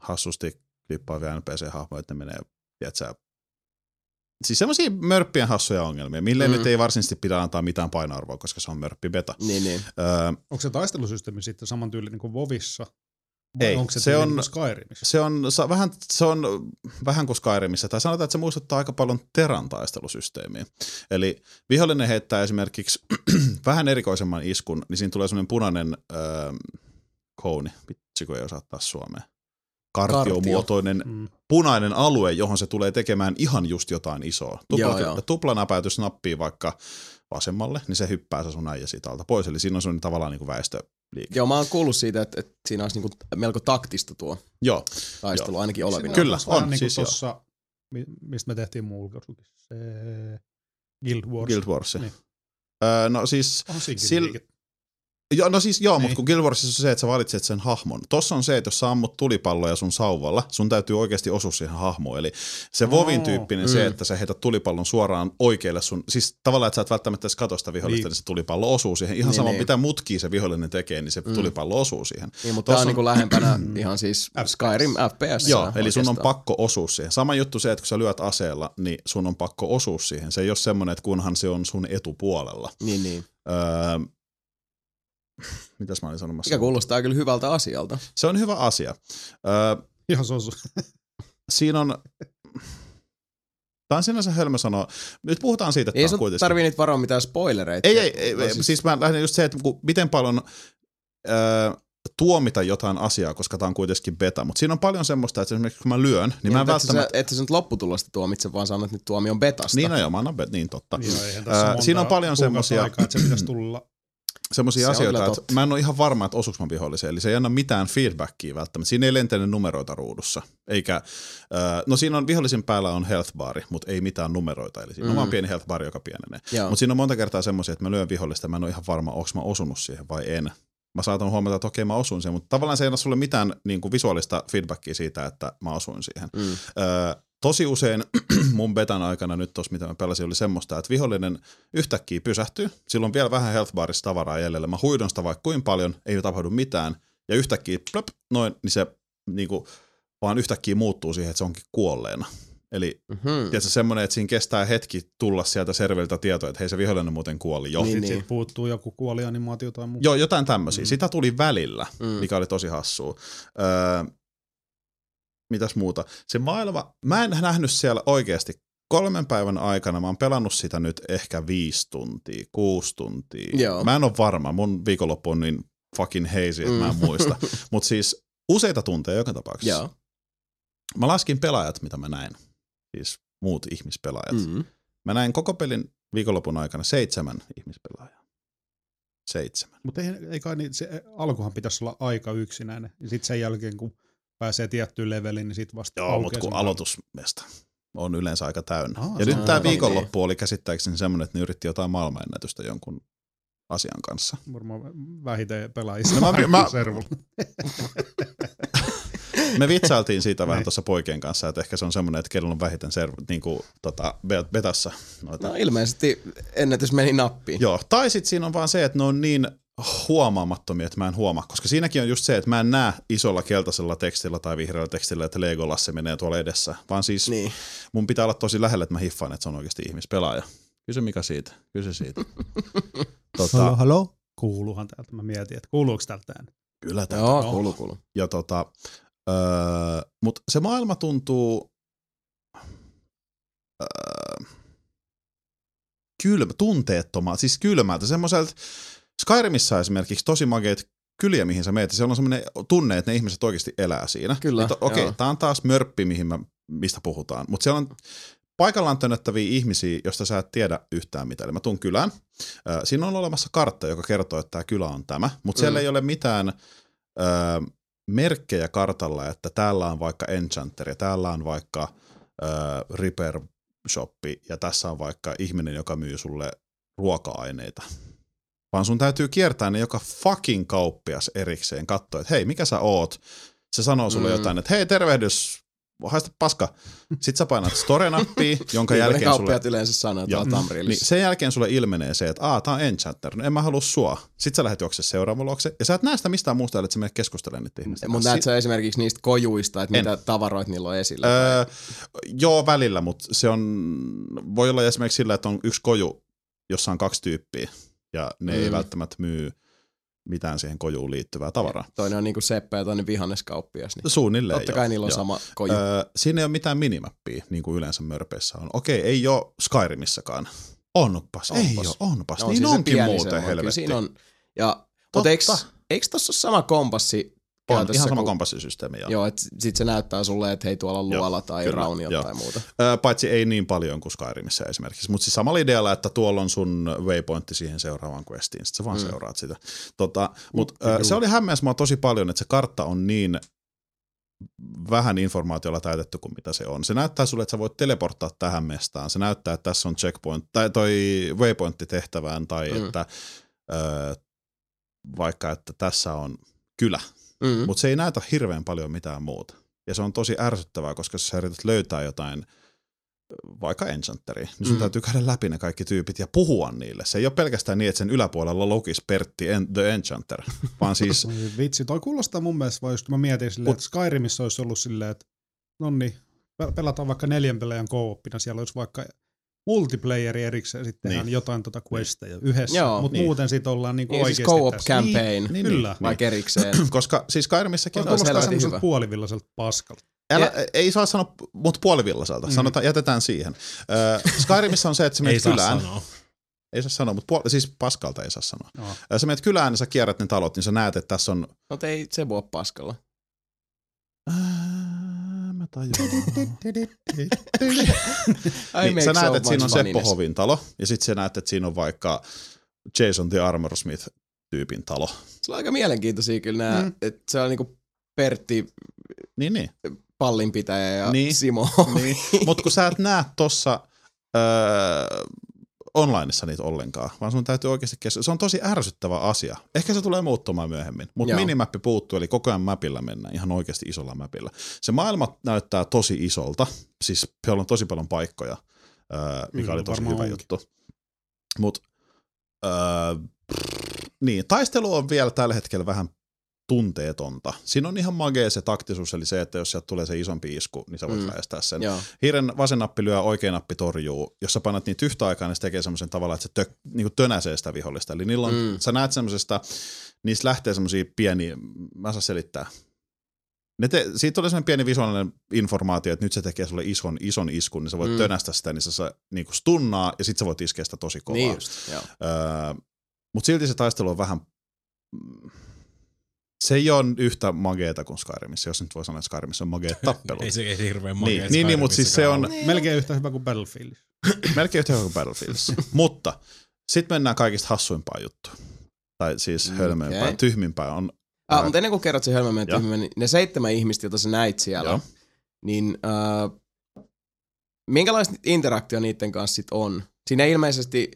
hassusti klippaavia NPC-hahmoja, että ne menee, tiedätkö, siis semmoisia mörppien hassuja ongelmia, mille Mm. mm. nyt ei varsinaisesti pidä antaa mitään painoarvoa, koska se on mörppi beta. Niin, niin. Öö, Onko se taistelusysteemi sitten saman tyylinen kuin Vovissa? Ei, onko se, se tyylinen on- kuin Skyrimissä? Se on, sa, vähän, se on vähän kuin Skyrimissä, tai sanotaan, että se muistuttaa aika paljon Teran taistelusysteemiä. Eli vihollinen heittää esimerkiksi vähän erikoisemman iskun, niin siinä tulee semmoinen punainen öö, kouni, vitsi kun ei osaa taas suomea, kartiomuotoinen Kartio. Mm. punainen alue, johon se tulee tekemään ihan just jotain isoa. Tupla, Joo, joo. tuplanäpäytys nappia vaikka vasemmalle, niin se hyppää se sun äijä siitä alta pois. Eli siinä on sun tavallaan niinku väestöliike. Joo, mä oon kuullut siitä, että, että siinä olisi niinku melko taktista tuo Joo. taistelu Joo. ainakin olevina. Kyllä, Vähän on, niinku siis joo. tossa, mi- mistä me tehtiin muulkasukin, se Guild Wars. Guild Wars. Niin. Öö, no siis, On siinkin Sil- liike. joo, no siis joo, mutta Niin. kun Guild Warsissa on se, että sä valitset sen hahmon. Tossa on se, että jos sä ammut tulipalloja sun sauvalla, sun täytyy oikeasti osua siihen hahmoon. Eli se Vovin Oo. tyyppinen Mm. se, että sä heität tulipallon suoraan oikealle sun, siis tavallaan, että sä et välttämättä edes katso sitä vihollista, Niin. niin. niin se tulipallo osuu siihen. Ihan Niin, niin, sama, niin. niin. mitä mutkia se vihollinen tekee, niin se Mm. mm. tulipallo osuu siihen. Niin, mutta tämä on Tossa- niinku lähempänä ihan siis FPS. Skyrim FPS. Joo, eli sun on pakko osua siihen. Sama juttu se, että kun sä lyöt aseella, niin sun on pakko osua siihen. Se ei ole semmoinen, että kunhan se on sun etupuolella. Niin, niin. Öö, mitäs mä olin sanomassa? Mikä kuulostaa kyllä hyvältä asialta. Se on hyvä asia. Öö, Ihan se on su- siinä on... Tämä on sinänsä hölmö sanoa. Nyt puhutaan siitä, että Ei tää on sun kuitenkin... tarvii nyt varoa mitään spoilereita. Ei, ei, ei, No ei siis... siis mä lähden just se, että ku- miten paljon öö, tuomita jotain asiaa, koska tämä on kuitenkin beta. Mutta siinä on paljon semmoista, että esimerkiksi kun mä lyön, niin, Niin, mä en mutta et sä- välttämättä... Et sä nyt lopputulosta tuomitse, vaan sanot, että nyt tuomion betasta. Niin, no joo, mä annan bet, niin totta. Niin, no, eihän tässä Ää, monta siinä on paljon kuukautta semmosia- Aikaa, että se pitäisi tulla. Se semmoisia on asioita, kyllä että totta. mä en ole ihan varma, että osuks mä viholliseen, eli se ei anna mitään feedbackia välttämättä. Siinä ei lentele numeroita ruudussa, eikä, äh, no siinä on vihollisen päällä on health bari, mutta ei mitään numeroita, eli siinä on Mm. vaan pieni health bari, joka pienenee. Joo. Mutta siinä on monta kertaa semmoisia, että mä lyön vihollista, mä en ole ihan varma, onko mä osunut siihen vai en. Mä saatan huomata, että okei mä osun siihen, mutta tavallaan se ei anna sulle mitään niin kuin visuaalista feedbackia siitä, että mä osuin siihen. Mm. Öö, tosi usein mun betan aikana nyt tuossa, mitä mä pelasin, oli semmoista, että vihollinen yhtäkkiä pysähtyy, sillä on vielä vähän health barissa tavaraa jäljellä, mä huidon sitä vaikka kuinka paljon, ei tapahdu mitään, ja yhtäkkiä plöp, noin, niin se niinku, vaan yhtäkkiä muuttuu siihen, että se onkin kuolleena. Eli Mhm. tiedätkö, semmoinen, että siinä kestää hetki tulla sieltä serveriltä tietoa, että hei se vihollinen muuten kuoli jo. Niin, Niin, niin. niin. puuttuu joku kuolianimaatio tai muu. Joo, jotain tämmöisiä. Mm. Mm. Sitä tuli välillä Mm. mikä oli tosi hassua. Öö, mitäs muuta? Se maailma, mä en nähnyt siellä oikeasti kolmen päivän aikana, mä oon pelannut sitä nyt ehkä viisi tuntia, kuusi tuntia. Joo. Mä en ole varma, mun viikonloppu on niin fucking hazy, että mä en Mm. muista. Mutta siis useita tunteja joka tapauksessa. Joo. Mä laskin pelaajat, mitä mä näin. Siis muut ihmispelaajat. Mm. Mm. Mä näin koko pelin viikonlopun aikana seitsemän ihmispelaajaa. Seitsemän. Mutta ei, ei kai niin, se alkuhan pitäisi olla aika yksinäinen. Ja sitten sen jälkeen, kun pääsee tiettyyn leveliin, niin sitten vasta Joo, aukeaa mutta kun sen- aloitusmesta on yleensä aika täynnä. Aa, ja se nyt on tämä hyvä. viikonloppu oli käsittääkseni semmoinen, että ne yritti jotain maailmanennätystä jonkun asian kanssa. Varmaan vähiten pelaajista. No mä- mä- servulla. Me vitsailtiin siitä vähän Niin. tuossa poikien kanssa, että ehkä se on semmoinen, että kello on vähiten serv, niin kuin, tota, be- betassa. Noita. No ilmeisesti ennätys meni nappiin. Joo, tai sitten siinä on vaan se, että ne on niin huomaamattomia, että mä en huomaa, koska siinäkin on just se, että mä en näe isolla keltaisella tekstillä tai vihreällä tekstillä, että Legolas se menee tuolla edessä, vaan siis niin. Niin. mun pitää olla tosi lähellä, että mä hiffaan, että se on oikeasti ihmispelaaja. Kysy mikä siitä, kysy siitä. tota, halo. Kuuluuhan täältä. Mä mietin, että kuuluuko täältä ääni. Kyllä tämä. Joo, on. kuulu, kuulu. Ja tota, öö, mutta se maailma tuntuu öö, kylmä, tunteettomalta, siis kylmältä, semmoiselta Skyrimissä on esimerkiksi tosi makeet kyliä, mihin sä meet, ja siellä on semmoinen tunne, että ne ihmiset oikeasti elää siinä. Kyllä, Että Okei, Niin joo. okay, tämä on taas mörppi, mihin mä, mistä puhutaan, mutta siellä on paikallaan tönöttäviä ihmisiä, josta sä et tiedä yhtään mitään. Eli mä tuun kylään. Ö, Siinä on olemassa kartta, joka kertoo, että tämä kylä on tämä, mutta siellä Mm. ei ole mitään ö, merkkejä kartalla, että täällä on vaikka Enchanter ja täällä on vaikka ö, Repair Shoppi ja tässä on vaikka ihminen, joka myy sulle ruoka-aineita. Vaan sun täytyy kiertää ne joka fucking kauppias erikseen, katsoa, että hei, mikä sä oot? Se sanoo sulle Mm. mm. jotain, että hei, tervehdys, haista paska. Sitten sä painat store-nappia, jonka Niin kuin ne jälkeen sulle... kauppiaat yleensä sanoo Joo. tuolla Niin Tamriilissa. sen jälkeen sulle ilmenee se, että aah, tää on Enchanter, no en mä halua sua. Sitten sä lähdet juokse seuraavan luokse, ja sä et näe sitä mistään muusta, ellei sä mene keskustelemaan niiden ihmisten Mutta kanssa. näet sä esimerkiksi niistä kojuista, että Niin, En. mitä tavaroita niillä on esillä? Öö, joo, välillä, mutta se on, voi olla esimerkiksi sillä, että on yksi koju, jossa on kaksi tyyppiä, ja ne mm. ei Mm. välttämättä myy mitään siihen kojuun liittyvää tavaraa. Toinen on niinku seppä ja toinen vihanneskauppias. Niin. Suunnilleen Totta No, joo, kai niillä on joo. sama koju. Öö, siinä ei ole mitään minimappia, niin kuin yleensä mörpeissä on. Okei, ei ole Skyrimissäkaan. Onpas, onpas. ei Onpas. ole, onpas. No, No, niin siis se onkin pieni muuten, semmoinen. Kyllä helvetti. Siinä on. Ja, Totta. mutta eikö, eikö tossa ole sama kompassi On, käytössä ihan sama kuin- kompassisysteemi. Joo. Joo, että sit se näyttää sulle, että hei tuolla on Joo, luola tai kyllä, raunio joo. tai muuta. Ö, Paitsi ei niin paljon kuin Skyrimissä esimerkiksi, mutta siis samalla idealla, että tuolla on sun waypointti siihen seuraavaan questiin, sit sä vaan mm. seuraat sitä. Tota, mut, ö, se oli hämmäis mua tosi paljon, että se kartta on niin vähän informaatiolla täytetty kuin mitä se on. Se näyttää sulle, että sä voit teleporttaa tähän mestaan. Se näyttää, että tässä on checkpoint, tai toi waypointti tehtävään, tai Mm. mm. että ö, vaikka, että tässä on kylä, Mm. Mm-hmm. mutta se ei näytä hirveän paljon mitään muuta. Ja se on tosi ärsyttävää, koska jos sä yrität löytää jotain, vaikka enchanteria, niin sun Mm-hmm. Mm. mm. täytyy käydä läpi ne kaikki tyypit ja puhua niille. Se ei ole pelkästään niin, että sen yläpuolella lukisi Pertti en, the Enchanter, vaan siis Voi vitsi, toi kuulostaa mun mielestä vaan just, kun mä mietin silleen, että Skyrimissä olisi ollut silleen, että no niin, pe- pelataan vaikka neljän pelaajan co-opina, siellä olisi vaikka multiplayeri erikseen, sitten tehdään Niin. jotain tota questeja yhdessä, Joo, mutta niin. muuten siitä ollaan niinku Niin, oikeasti siis co-op tässä. campaign, niin, Kyllä. Niin, vaikka erikseen. koska siis Skyrimissäkin Toi on Olisi kuulostaa helvetin semmoiselta hyvä. puolivillaiselta paskalta. Älä, ei saa sanoa, mutta puolivillaselta. Mm. Mm. Sanotaan, jätetään siihen. Ö, Skyrimissä on se, että sä Mm-hmm. Ei menet saa kylään. sanoa. Ei saa sanoa, mutta puol- siis paskalta ei saa sanoa. Joo. Ö, Sä menet kylään ja sä kierrät ne talot, niin sä näet, että tässä on... No te ei se voi paskalla. Ää, mä tajuan. I Niin, make sä so näet, että siinä much on Seppo funniness. Hovin talo, ja sitten sä näet, että siinä on vaikka Jason the Armorsmith tyypin talo. Se on aika mielenkiintoisia kyllä nää, Mm. mm. että se on niinku Pertti Niin, niin. pallinpitäjä ja Niin. niin. Simo. niin. Mutta kun sä et näe tossa öö, onlineissa niitä ollenkaan, vaan sun täytyy oikeasti keskustella. Se on tosi ärsyttävä asia. Ehkä se tulee muuttumaan myöhemmin, mutta Joo. minimappi puuttuu, eli koko ajan mapilla mennään, ihan oikeasti isolla mapilla. Se maailma näyttää tosi isolta, siis siellä on tosi paljon paikkoja, öö, mikä Kyllä, oli tosi Mm, varmaan hyvä onkin. juttu. Mutta öö, niin, taistelu on vielä tällä hetkellä vähän tunteetonta. Siinä on ihan magee se taktisuus, eli se, että jos sieltä tulee se isompi isku, niin sä voit Mm. mm. estää sen. Joo. Hiiren vasen nappi lyö, oikea nappi torjuu. Jos sä painat niitä yhtä aikaa, niin se tekee semmoisen tavalla, että se tök, niin kuin tönäsee sitä vihollista. Eli niillä on, mm. Mm. sä näet semmoisesta, niistä lähtee semmoisia pieniä, mä en saa selittää. Ne te, siitä tulee semmoinen pieni visuaalinen informaatio, että nyt se tekee sulle ison, ison iskun, niin sä voit mm. Mm. tönästä sitä, niin sä, sä niin kuin stunnaa, ja sit sä voit iskeä sitä tosi kovaa. Niin just, joo. Öö, Mutta silti se taistelu on vähän... Se ei ole yhtä mageeta kuin Skyrimissä, jos nyt voi sanoa, että Skyrimissä on mageet tappelut. Ei se, ei se hirveän niin, makea. niin, niin mutta siis se on Melkein yhtä hyvä kuin Battlefield. melkein yhtä hyvä kuin Battlefields. mutta sitten mennään kaikista hassuimpaan juttuun. Tai siis Mm, hölmöimpään, okay. okei. tyhmimpään on. Ah, mutta ennen kuin kerrot sen hölmömeen Joo. tyhmän, niin ne seitsemän ihmistä, joita sä näit siellä, Joo. niin äh, minkälaista interaktio niiden kanssa sit on? Siinä ei ilmeisesti,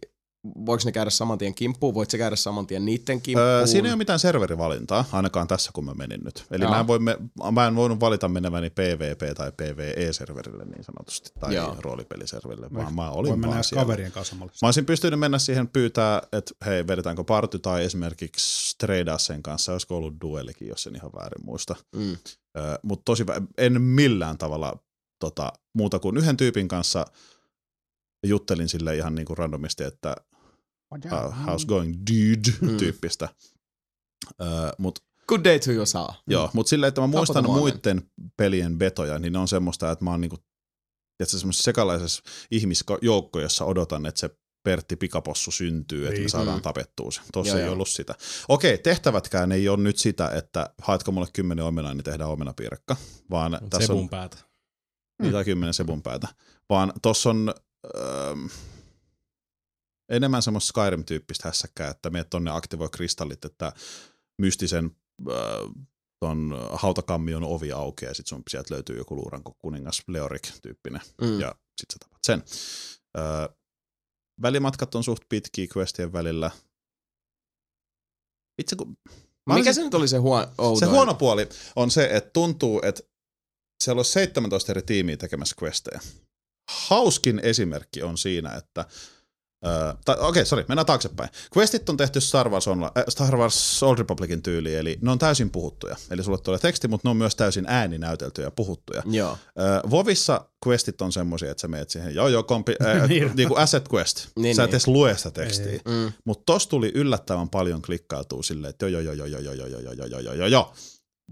voiko ne käydä saman tien kimppuun, voit sä käydä saman tien niiden kimppuun? Öö, siinä ei ole mitään serverivalintaa, ainakaan tässä kun mä menin nyt. Eli Joo. mä en, voi, me- mä en voinut valita meneväni PvP- tai PvE-serverille niin sanotusti, tai Joo. roolipeliserverille, Voi- vaan mä Voi olin mennä vaan edes siellä. kaverien kanssa samalla. Mä olisin pystynyt mennä siihen pyytää, että hei, vedetäänkö party tai esimerkiksi treidaa sen kanssa, olisiko ollut duellikin, jos en ihan väärin muista. Mm. Mutta tosi vä- en millään tavalla tota, muuta kuin yhden tyypin kanssa juttelin sille ihan niinku randomisti, että uh, how's going dude Mm. tyyppistä. Öö, mut, Good day to you, saa. joo, mut silleen, että mä muistan Tapaturmainen. muiden pelien vetoja, niin ne on semmoista, että mä oon niinku, tiedätkö, semmoisessa sekalaisessa ihmisjoukko, jossa odotan, että se Pertti Pikapossu syntyy, että me Niin. saadaan Mm. tapettua se. Tuossa Joo, ei joo. ollut sitä. Okei, tehtävätkään ei ole nyt sitä, että haetko mulle kymmenen omenaa, niin tehdään omenapiirakka, vaan tässä on Sebun päätä. niin, tai kymmenen sebun päätä. Vaan tossa on öö, enemmän semmoista Skyrim-tyyppistä hässäkkää, että me tonne aktivoi kristallit, että mystisen öö, ton hautakammion ovi aukeaa ja sit sun sieltä löytyy joku luuranko kuningas Leorik-tyyppinen Mm. ja sit sä tapat sen. Öö, välimatkat on suht pitkiä questien välillä. Itse kun mä Mikä olisin- se nyt oli se huono? se huono puoli on se, että tuntuu, että siellä on 17 eri tiimiä tekemässä questejä. Hauskin esimerkki on siinä, että Öö, tai, Okei, okay, sori, mennään taaksepäin. Questit on tehty Star Wars, Onla- äh, Star Wars Old Republicin tyyliin, eli ne on täysin puhuttuja. Eli sulle tulee teksti, mutta ne on myös täysin ääninäyteltyjä ja puhuttuja. Joo, Öö, Vovissa questit on semmoisia, että sä meet siihen, joo joo, kompi, äh, Niin. niin kuin asset quest. Niin, Niin, sä et niin. edes lue sitä tekstiä. Ei. mm. Mutta tossa tuli yllättävän paljon klikkailtua silleen, että joo, joo, joo, joo, joo, joo, joo, joo, joo, joo, joo, joo, joo,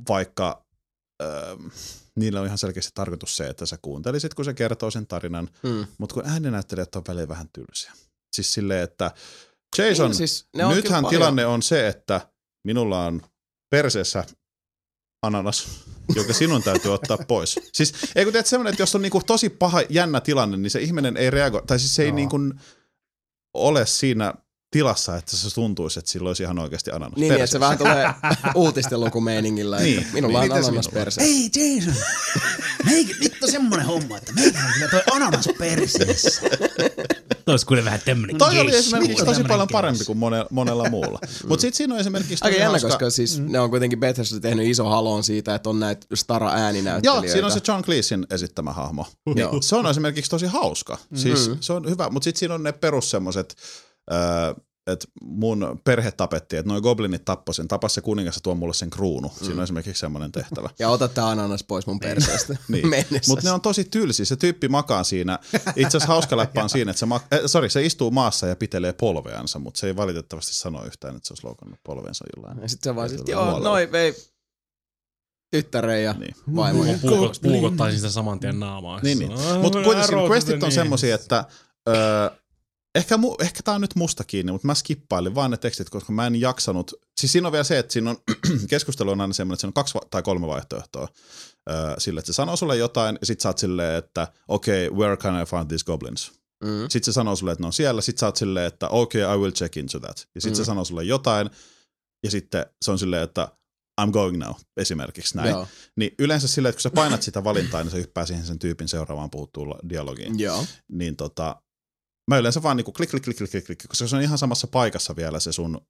vaikka ähm, niillä on ihan selkeästi tarkoitus se, että sä kuuntelisit, kun se kertoo sen tarinan, Mm. mutta kun ääninäyttelijät on väliin vähän tylsiä. Siis silleen, että Jason, Niin, siis, siis, ne on nythän kyllä tilanne on se, että minulla on perseessä ananas, joka sinun täytyy ottaa pois. Siis ei kun tiedät semmoinen, että jos on niinku tosi paha, jännä tilanne, niin se ihminen ei reagoi, tai siis se ei Joo. niinku ole siinä tilassa, että se tuntuisi, että sillä olisi ihan oikeasti ananas. Niin, niin, että perseessä. se vähän tulee uutistelukumeiningillä, että Niin, minulla on niin. Miten se ananas minulla on? perse. Ei Jason, meikä, nyt on semmonen homma, että meikä on kyllä toi ananas perseessä. Tois kuule vähän tämmönen Toi oli Jees, esimerkiksi mikä tosi tämmönen paljon keissi? parempi kuin monella, monella muulla. Mutta sitten siinä on esimerkiksi Mm. Aika tosi jännä, hauska- Mm. koska siis ne on kuitenkin Bethesda tehnyt iso halon siitä, että on näitä stara Joo, ääninäyttelijöitä. siinä on se John Cleesin esittämä hahmo. Joo. Niin, se on esimerkiksi tosi hauska. Siis se on hyvä, mutta sitten siinä on ne perus semmoset, äh, että mun perhe tapettiin, että noin goblinit tappoi sen, tapas se kuningas ja tuo mulle sen kruunu. Siinä on esimerkiksi semmoinen tehtävä. Ja ota tää ananas pois mun perseestä. Niin. Mennessä. Mutta ne on tosi tylsiä. Se tyyppi makaa siinä. Itse asiassa hauska läppä on siinä, että se, mak- äh, sorry, se istuu maassa ja pitelee polveansa, mutta se ei valitettavasti sano yhtään, että se olisi loukannut polveensa jollain. Ja sit se vaan Ei sit, tule joo, huolella. noi vei tyttären ja Niin. vaimoja. Puukot, puukottaisin sitä saman tien naamaan. Niin, Siis, niin. "Aa, Mutta kuitenkin ärsytä ne questit on niin." semmosia, että öö, ehkä, mu, ehkä tää on nyt musta kiinni, mutta mä skippailin vaan ne tekstit, koska mä en jaksanut. Siis siinä on vielä se, että siinä on, keskustelu on aina semmoinen, että siinä on kaksi va- tai kolme vaihtoehtoa. Öö, sille, että se sanoo sulle jotain, ja sit sä oot silleen, että okei, okay, where can I find these goblins? Mm. Sitten se sanoo sulle, että ne on siellä. Sitten sä oot silleen, että okay, I will check into that. Ja sitten Mm. se sanoo sulle jotain. Ja sitten se on silleen, että I'm going now, esimerkiksi näin. Joo. Niin yleensä silleen, että kun sä painat sitä valintaa, niin se hyppää siihen sen tyypin seuraavaan puhuttuun dialogiin. Joo. Niin tota, mä yleensä vaan niinku klik, klik, klik, klik, klik, klik, koska se on ihan samassa paikassa vielä se sun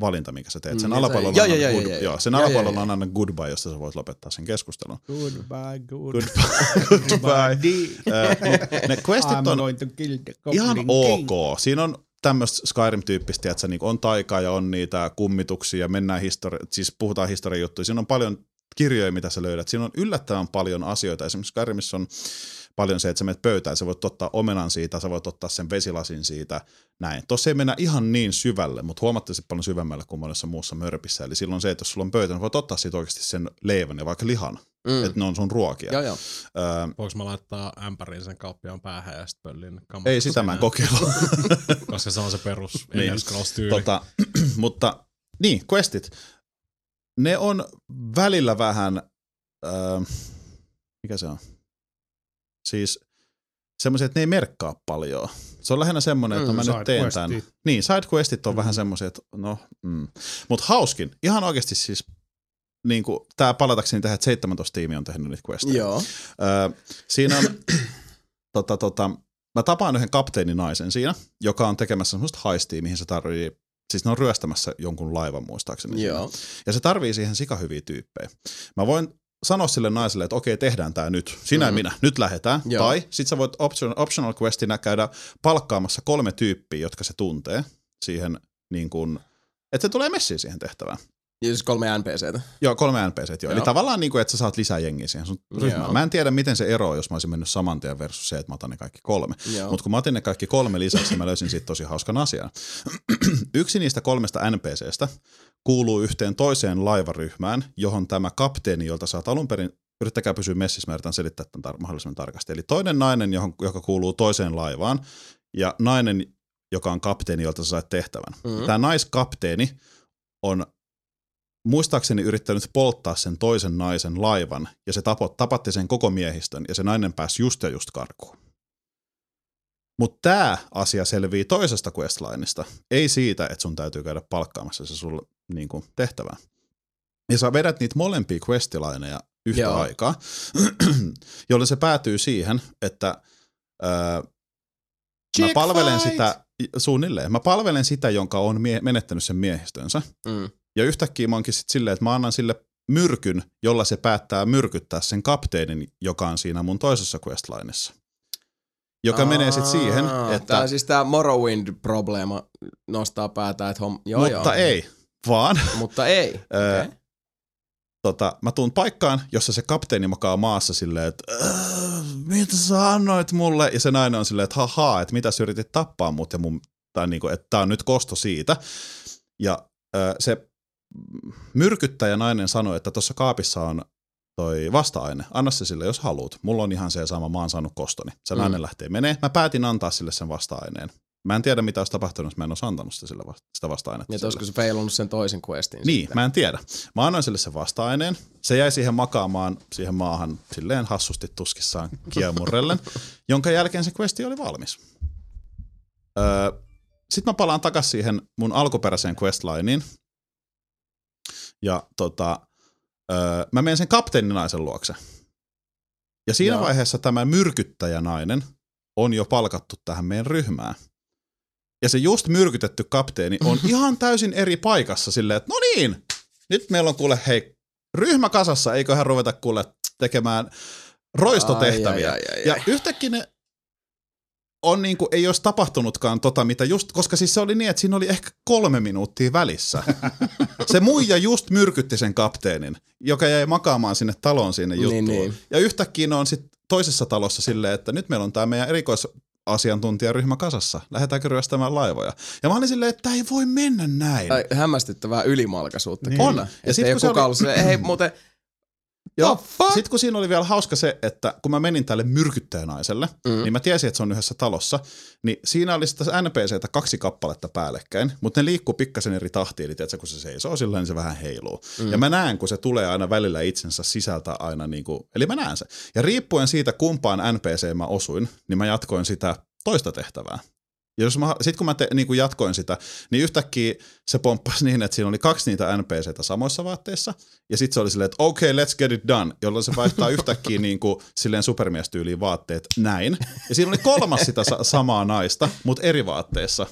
valinta, minkä sä teet. Sen Mm, alapuolella joo, on joo, aina joo, good- joo, joo, joo. sen Joo, joo, alapuolella joo. on aina goodbye, josta sä voit lopettaa sen keskustelun. Goodbye, good. Goodbye. Goodbye. Ö, mut niin ne questit I'm on going to kill the ihan goblin king. ok. Siinä on tämmöistä Skyrim-tyyppistä, että se niinku on taikaa ja on niitä kummituksia, mennään histori- siis puhutaan historian juttuja. Siinä on paljon kirjoja, mitä sä löydät. Siinä on yllättävän paljon asioita. Esimerkiksi Skyrimissa on paljon se, että sä menet pöytään, sä voit ottaa omenan siitä, sä voit ottaa sen vesilasin siitä, näin. Tossa ei mennä ihan niin syvälle, mutta huomattavasti paljon syvemmälle kuin monessa muussa mörpissä. Eli silloin se, että jos sulla on pöytä, niin voit ottaa siitä oikeasti sen leivän ja vaikka lihan, Mm. mm. että ne on sun ruokia. Joo, joo. Öö, Voinko mä laittaa ämpärin sen kauppiaan päähän ja sitten pöllin kamat? ei sitä mä en kokeillut. Koska se on se perus Niin. Elder Scrolls-tyyli. Tota, mutta niin, questit. Ne on välillä vähän, öö, mikä se on? Siis semmoisia, että ne ei merkkaa paljon. Se on lähinnä semmoinen, että Mm, mä nyt side teen questit. tämän. Niin, sidequestit on mm. vähän semmoisia, että no, mm. Mutta hauskin, ihan oikeasti siis, niin kuin, tää palatakseni tähän, että 17 tiimi on tehnyt niitä questeja. Joo. Öö, siinä on, tota, tota, mä tapaan yhden kapteeninaisen siinä, joka on tekemässä semmoista haistia, mihin se tarvii, siis ne on ryöstämässä jonkun laivan muistaakseni. siinä. Joo. Ja se tarvii siihen sikahyviä tyyppejä. Mä voin sanoa sille naiselle, että okei, tehdään tämä nyt. Sinä mm. ja Mm. minä, nyt lähdetään. Joo. Tai sit sä voit option, optional questina käydä palkkaamassa kolme tyyppiä, jotka se tuntee siihen niin kuin, että se tulee messiin siihen tehtävään. Ja siis kolme NPCtä. Joo, kolme NPCt joo. Eli Joo. tavallaan niin kuin, että sä saat lisää jengiä siihen sun ryhmään. Joo. Mä en tiedä, miten se eroaa, jos mä olisin mennyt saman tien versus se, että mä otan ne kaikki kolme. Joo. Mutta kun mä otin ne kaikki kolme lisäksi, niin mä löysin siitä tosi hauskan asian. Yksi niistä kolmesta NPCstä kuuluu yhteen toiseen laivaryhmään, johon tämä kapteeni, jolta saat alun perin, yrittäkää pysyä messissä, mä yritän selittää tämän tar- mahdollisimman tarkasti. Eli toinen nainen, johon, joka kuuluu toiseen laivaan, ja nainen, joka on kapteeni, jolta sä sait tehtävän. Mm. Tämä Mm-hmm. naiskapteeni on muistaakseni yrittänyt polttaa sen toisen naisen laivan, ja se tapo, tapatti sen koko miehistön, ja se nainen pääsi just ja just karkuun. Mutta tämä asia selvii toisesta questlineista, ei siitä, että sun täytyy käydä palkkaamassa se sulle niin kuin, tehtävään. Ja sä vedät niitä molempia questlineja yhtä Joo. Joo. aikaa, jolloin se päätyy siihen, että öö, mä Chick palvelen fight! sitä, suunnilleen, mä palvelen sitä, jonka on mie- menettänyt sen miehistönsä. Mm. Ja yhtäkkiä mä oonkin sitten silleen, että mä annan sille myrkyn, jolla se päättää myrkyttää sen kapteenin, joka on siinä mun toisessa questlineissa. Joka Aa, menee sitten siihen, Tää että... on siis tää Morrowind-probleema nostaa päätä, että homma... Joo, mutta joo. ei, vaan Mutta ei. Öö, Okei. tota, mä tuun paikkaan, jossa se kapteeni makaa maassa silleen, että "Äh, mitä sä annoit mulle? Ja se nainen on silleen, että hahaa, että mitä sä yritit tappaa mut ja mun, tai niinku, että tää on nyt kosto siitä. Ja ö, se myrkyttäjä nainen sanoi, että tuossa kaapissa on toi vasta-aine, anna se sille, jos haluat. Mulla on ihan se sama, mä oon saanut kostoni. Se Mm. nainen lähtee menee. Mä päätin antaa sille sen vasta-aineen. Mä en tiedä, mitä olisi tapahtunut, jos mä en olisi antanut sitä, sille vasta- sitä vasta-ainetta. Niin, että sille. olisiko se feilannut sen toisen questin Niin, sitten. mä en tiedä. Mä annoin sille sen vasta-aineen. Se jäi siihen makaamaan siihen maahan silleen hassusti tuskissaan kiemurrellen, jonka jälkeen se questi oli valmis. Öö, Sitten mä palaan takaisin siihen mun alkuperäiseen questlineen. Ja tota, öö, mä menen sen kapteeninaisen luokse. Ja siinä Joo. vaiheessa tämä myrkyttäjänainen on jo palkattu tähän meidän ryhmään ja se just myrkytetty kapteeni on ihan täysin eri paikassa silleen, että no niin, nyt meillä on kuule hei, ryhmä kasassa, eiköhän ruveta kuule tekemään roistotehtäviä. Ai, ai, ai, ai, Ja ai. yhtäkkiä ne on niin kuin, ei olisi tapahtunutkaan tota, mitä just, koska siis se oli niin, että siinä oli ehkä kolme minuuttia välissä. se muija just myrkytti sen kapteenin, joka jäi makaamaan sinne taloon sinne Niin, juttuun. niin. Ja yhtäkkiä ne on sitten toisessa talossa silleen, että nyt meillä on tämä meidän erikoisasiantuntijaryhmä kasassa. Lähdetäänkö ryöstämään laivoja? Ja mä olin silleen, että tämä ei voi mennä näin. Tai hämmästyttävää ylimalkaisuutta Niin. niin. On. kyllä. Ja Ja sit sitten ei kun ole se kukaan oli- Mm. ollut silleen, hei muuten, Joo. the fuck? Sitten kun siinä oli vielä hauska se, että kun mä menin tälle myrkyttäjänaiselle, mm. Mm. niin mä tiesin, että se on yhdessä talossa, niin siinä oli sitä NPCtä kaksi kappaletta päällekkäin, mutta ne liikkuu pikkasen eri tahtiin, eli tiedätkö, kun se seisoo sillä, niin se vähän heiluu. Mm. Ja mä näen, kun se tulee aina välillä itsensä sisältä aina, niin kuin, eli mä näen se. Ja riippuen siitä, kumpaan NPC mä osuin, niin mä jatkoin sitä toista tehtävää. Ja jos mä, sit kun mä te, niin kun jatkoin sitä, niin yhtäkkiä se pomppasi niin, että siinä oli kaksi niitä NPCtä samoissa vaatteissa, ja sitten se oli silleen, että okei, okay, let's get it done, jolloin se vaihtaa yhtäkkiä niin kuin, silleen supermiestyyliin vaatteet näin. Ja siinä oli kolmas sitä sa- samaa naista, mutta eri vaatteissa.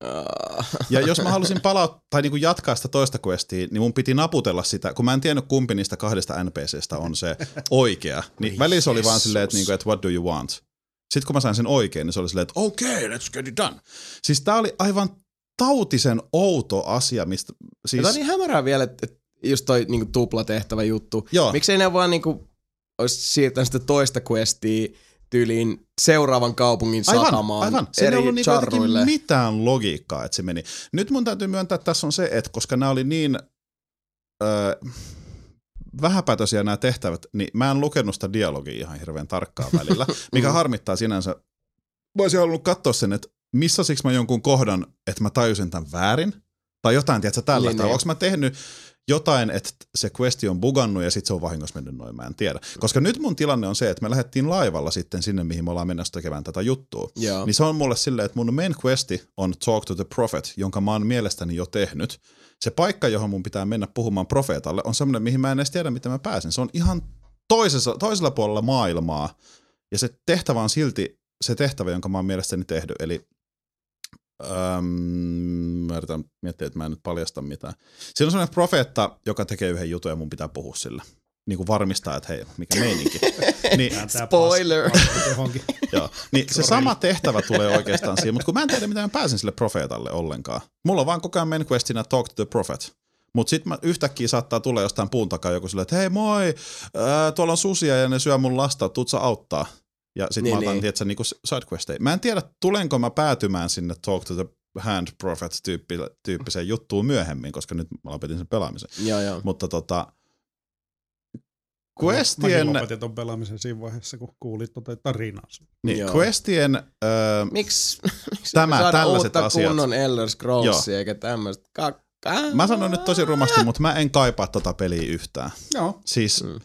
Ah, Ja jos mä halusin palauttaa tai niin kuin jatkaa sitä toista questia, niin mun piti naputella sitä, kun mä en tiennyt kumpi niistä kahdesta NPCstä on se oikea. Niin välissä oli vaan silleen, että, niin kuin, että what do you want? Sitten kun mä sain sen oikein, niin se oli silleen, että okei, okay, let's get it done. Siis tää oli aivan tautisen outo asia, mistä siis... Tämä on niin hämärää vielä, että että just toi niinku tuplatehtävä juttu. Joo. Miksei ne vaan niinku olisi siirtänyt sitä toista questia tyyliin seuraavan kaupungin satamaan Aivan, aivan. Siinä ei ollut eri niinku jotenkin charruille. mitään logiikkaa, että se meni. Nyt mun täytyy myöntää, että tässä on se, että koska nämä oli niin öö, vähäpätöisiä nämä tehtävät, niin mä en lukenut sitä dialogia ihan hirveän tarkkaan välillä, mikä harmittaa sinänsä. Mä olisin halunnut katsoa sen, että missä siksi mä jonkun kohdan, että mä tajusin tämän väärin, tai jotain, tiedätkö, Niin, tällaista. Niin, niin. Onko mä tehnyt jotain, että se questi on bugannut ja sitten se on vahingossa mennyt noin, mä en tiedä. Koska nyt mun tilanne on se, että me lähdettiin laivalla sitten sinne, mihin me ollaan menossa tekemään tätä juttua. Joo. Niin se on mulle silleen, että mun main questi on Talk to the Prophet, jonka mä oon mielestäni jo tehnyt. Se paikka, johon mun pitää mennä puhumaan profeetalle, on semmoinen, mihin mä en edes tiedä, miten mä pääsen. Se on ihan toisessa, toisella puolella maailmaa. Ja se tehtävä on silti se tehtävä, jonka mä oon mielestäni tehnyt. Eli Öm, mä yritän miettiä, että mä en nyt paljasta mitään. Siinä on sellainen profeetta, joka tekee yhden jutun ja mun pitää puhua sillä. Niin kuin varmistaa, että hei, mikä meininki. niin, Spoiler. Johonkin. Joo. Niin se sama tehtävä tulee oikeastaan siihen, mutta kun mä en tiedä, mitä mä pääsen sille profeetalle ollenkaan. Mulla on vaan koko ajan main questina talk to the prophet. Mutta sitten yhtäkkiä saattaa tulla jostain puun takaa joku silleen, että hei moi, ää, tuolla on susia ja ne syö mun lasta, tuut sä auttaa. Ja sitten niin, Niin, mä otan, niin. niin. tiedätkö, niinku sidequesteja. Mä en tiedä, tulenko mä päätymään sinne talk to the hand prophet tyyppi- tyyppiseen juttuun myöhemmin, koska nyt mä lopetin sen pelaamisen. joo, joo. Mutta tota, Mäkin questien, lopetin ton pelaamisen siinä vaiheessa, kun kuulit tota tarinaa. niin, Joo. questien öö, Miksi miksi Tämä, me saada tällaiset uutta asiat. kunnon Elder Scrollsia eikä tämmöistä kakkaa? Mä sanon nyt tosi rumasti, mutta mä en kaipaa tota peliä yhtään. Joo. Siis Mm.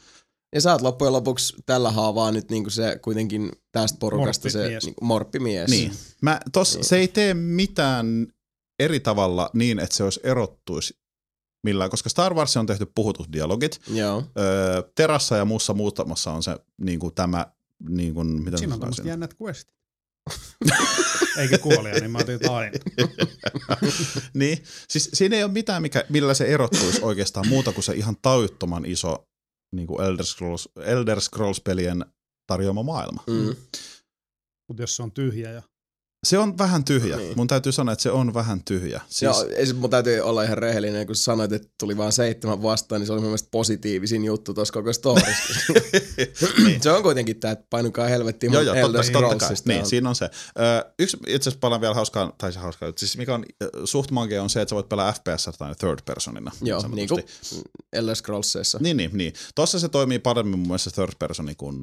Ja sä oot loppujen lopuksi tällä haavaa nyt niinku se kuitenkin tästä porukasta Morppimies. se niinku morppimies. niin, mä tos, Niin. se ei tee mitään eri tavalla niin, että se olisi erottuisi millään, koska Star Wars on tehty puhutut dialogit. Joo. Öö, terassa ja muussa muutamassa on se niin kuin tämä, niin kuin, mitä Siinä mä on tämmöiset sanoisin. jännät questit. Eikä kuolia, niin mä otin tain. Niin, siis siinä ei ole mitään, mikä, millä se erottuisi oikeastaan muuta kuin se ihan tajuttoman iso niin kuin Elder, Scrolls, Elder Scrolls-pelien tarjoama maailma. Mm. Mutta jos se on tyhjä ja Se on vähän tyhjä. Niin. Niin. Mun täytyy sanoa, että se on vähän tyhjä. Siis, Siis... Joo, ei, se- mun täytyy olla ihan rehellinen, kun sä sanoit, että tuli vaan seitsemän vastaan, niin se oli mun mielestä positiivisin juttu tuossa koko storissa. Niin. Se on kuitenkin tää, että painukaa helvettiin Joo, mun joo, Elder totta, totta kai. Scrollsista. Niin, siinä on se. Ö, yksi itse asiassa palaan vielä hauskaan, tai se hauskaan, siis mikä on ö, suht mankea on se, että sä voit pelaa FPS tai third personina. Joo, sanotusti. niin kuin Elder Scrollsissa. Niin, niin, niin. Tossa se toimii paremmin mun mielestä third personi kuin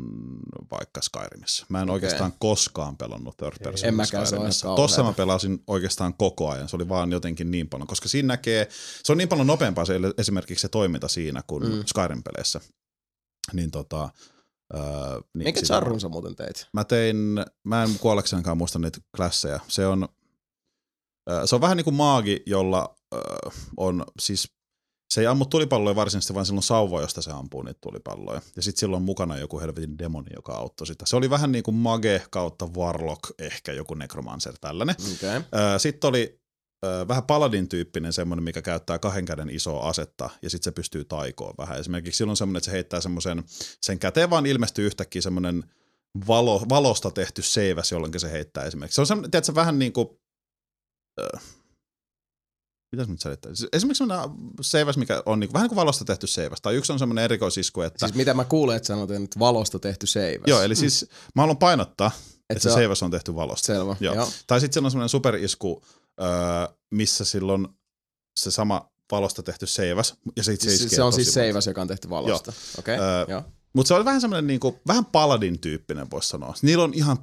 vaikka Skyrimissä. Mä en okay. Okei. oikeastaan koskaan pelannut third personi En mäkään se on ihan tarinassa. kauheata. Tossa mä pelasin oikeastaan koko ajan, se oli vaan jotenkin niin paljon, koska siinä näkee, se on niin paljon nopeampaa se, esimerkiksi se toiminta siinä kuin Mm. mm. Skyrim-peleissä. Niin tota... Öö, niin Minkä sitä- charrun sä muuten teit? Mä tein, mä en kuolleksenkaan muista niitä klasseja. Se on, ö, se on vähän niin kuin maagi, jolla ö, on siis, se ei ammu tulipalloja varsinaisesti, vaan silloin sauva, josta se ampuu niitä tulipalloja. Ja sitten silloin on mukana joku helvetin demoni, joka auttoi sitä. Se oli vähän niin kuin mage kautta warlock, ehkä joku necromancer tällainen. Okei. Okay. Ö, Sitten oli ö, vähän paladin tyyppinen semmoinen, mikä käyttää kahden käden isoa asetta ja sitten se pystyy taikoon vähän. Esimerkiksi silloin semmoinen, että se heittää semmoisen, sen käteen vaan ilmestyy yhtäkkiä semmoinen valo, valosta tehty seiväs, jolloin se heittää esimerkiksi. Se on semmoinen, tiedätkö, vähän niin kuin, äh, mitäs mä nyt selittäisin? Esimerkiksi semmoinen seiväs, mikä on niin kuin, vähän niin kuin valosta tehty seiväs. Tai yksi on semmoinen erikoisisku, että... Siis mitä mä kuulen, että sanotaan, että valosta tehty seiväs. joo, eli siis mä haluan painottaa, Et että se seiväs on tehty valosta. Selvä, joo. Joo. siis joo. Tai sitten siellä on semmoinen superisku, öö, missä silloin se sama valosta tehty seiväs, ja sit se Siis, iskee se on tosi siis monta. seiväs, joka on tehty valosta. Okei, okay. Öö, joo. Mutta se oli vähän semmoinen niinku, vähän paladin tyyppinen voisi sanoa. Niillä on ihan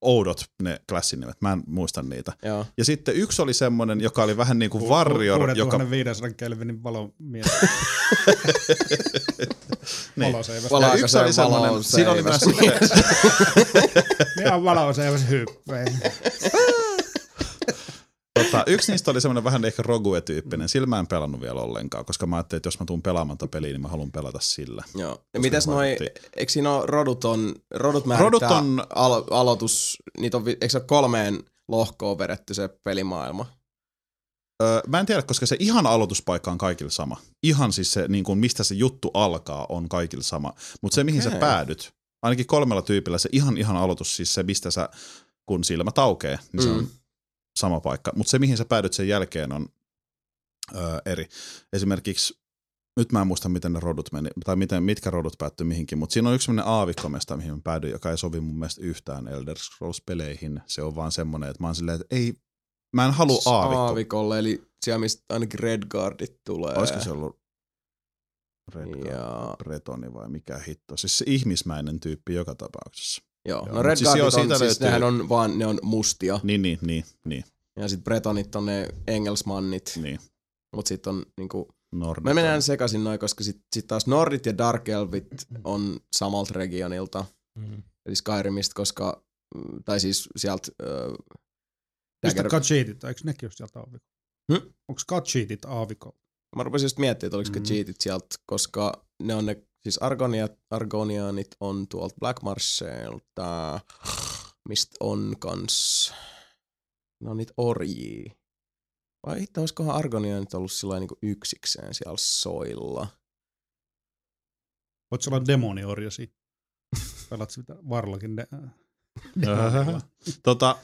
oudot ne klassin nimet, mä en muista niitä. joo. Ja sitten yksi oli semmoinen, joka oli vähän niin kuin Warrior, joka... 6500 Kelvinin valomies. Niin. Valoseiväs. Val- Ja yksi oli semmoinen, siinä oli myös... Ihan valoseiväs hyppää. Tota, yksi niistä oli semmoinen vähän ehkä Rogue-tyyppinen. Sillä mä en pelannut vielä ollenkaan, koska mä ajattelin, että jos mä tuun pelaamatta peliä, niin mä haluan pelata sillä. Joo. Ja mitäs ne noi, vaikutti. eikö siinä ole rodut on, rodut määrittää rodut Rodut on... on- Alo- aloitus, niitä on, vi- eikö se ole kolmeen lohkoon vedetty se pelimaailma? Öö, mä en tiedä, koska se ihan aloituspaikka on kaikilla sama. Ihan siis se, niin kuin, mistä se juttu alkaa, on kaikilla sama. Mutta se, mihin Okei. sä päädyt, ainakin kolmella tyypillä se ihan ihan aloitus, siis se, mistä sä, kun silmä taukee, niin mm. se Mm. on sama paikka. Mutta se, mihin sä päädyt sen jälkeen, on öö, eri. Esimerkiksi, nyt mä en muista, miten ne rodut meni, tai miten, mitkä rodut päättyi mihinkin, mutta siinä on yksi sellainen aavikkomesta, mihin mä päädyin, joka ei sovi mun mielestä yhtään Elder Scrolls-peleihin. Se on vaan semmoinen, että mä oon silleen, että ei, mä en Siis halua aavikko Aavikolle, eli siellä mistä ainakin Red Guardit tulee. Olisiko se ollut Red Guard, Ja, Bretoni vai mikä hitto? Siis se ihmismäinen tyyppi joka tapauksessa. joo. Joo, No mut Red siis Guardit joo, on, siitä siis löytyy- nehän on vaan, ne on mustia. Niin, niin, niin, niin, Ja sitten Bretonit on ne Engelsmannit. niin. Mut sit on niinku, Nordnet. Mä menen sekaisin noin, koska sit, sit taas Nordit ja Dark Elvit on samalta regionilta, mm-hmm. Mm. eli Skyrimistä, koska, mm, tai siis sieltä äh, Mistä Dagger- kachiitit? Eikö nekin ole sieltä aavikolla? Hm? Hmm? Onko kachiitit aavikolla? mä rupesin just miettimään, että oliko mm-hmm. Mm. cheatit sieltä, koska ne on ne, siis Argoniat, Argonianit on tuolta Black Marshalta, mistä on kans, ne on niitä orjia. Vai hitto, olisikohan Argonianit ollut sillä niinku yksikseen siellä soilla? Voit sä olla demoniorja siinä. Pelat sitä varlokin. De- tota,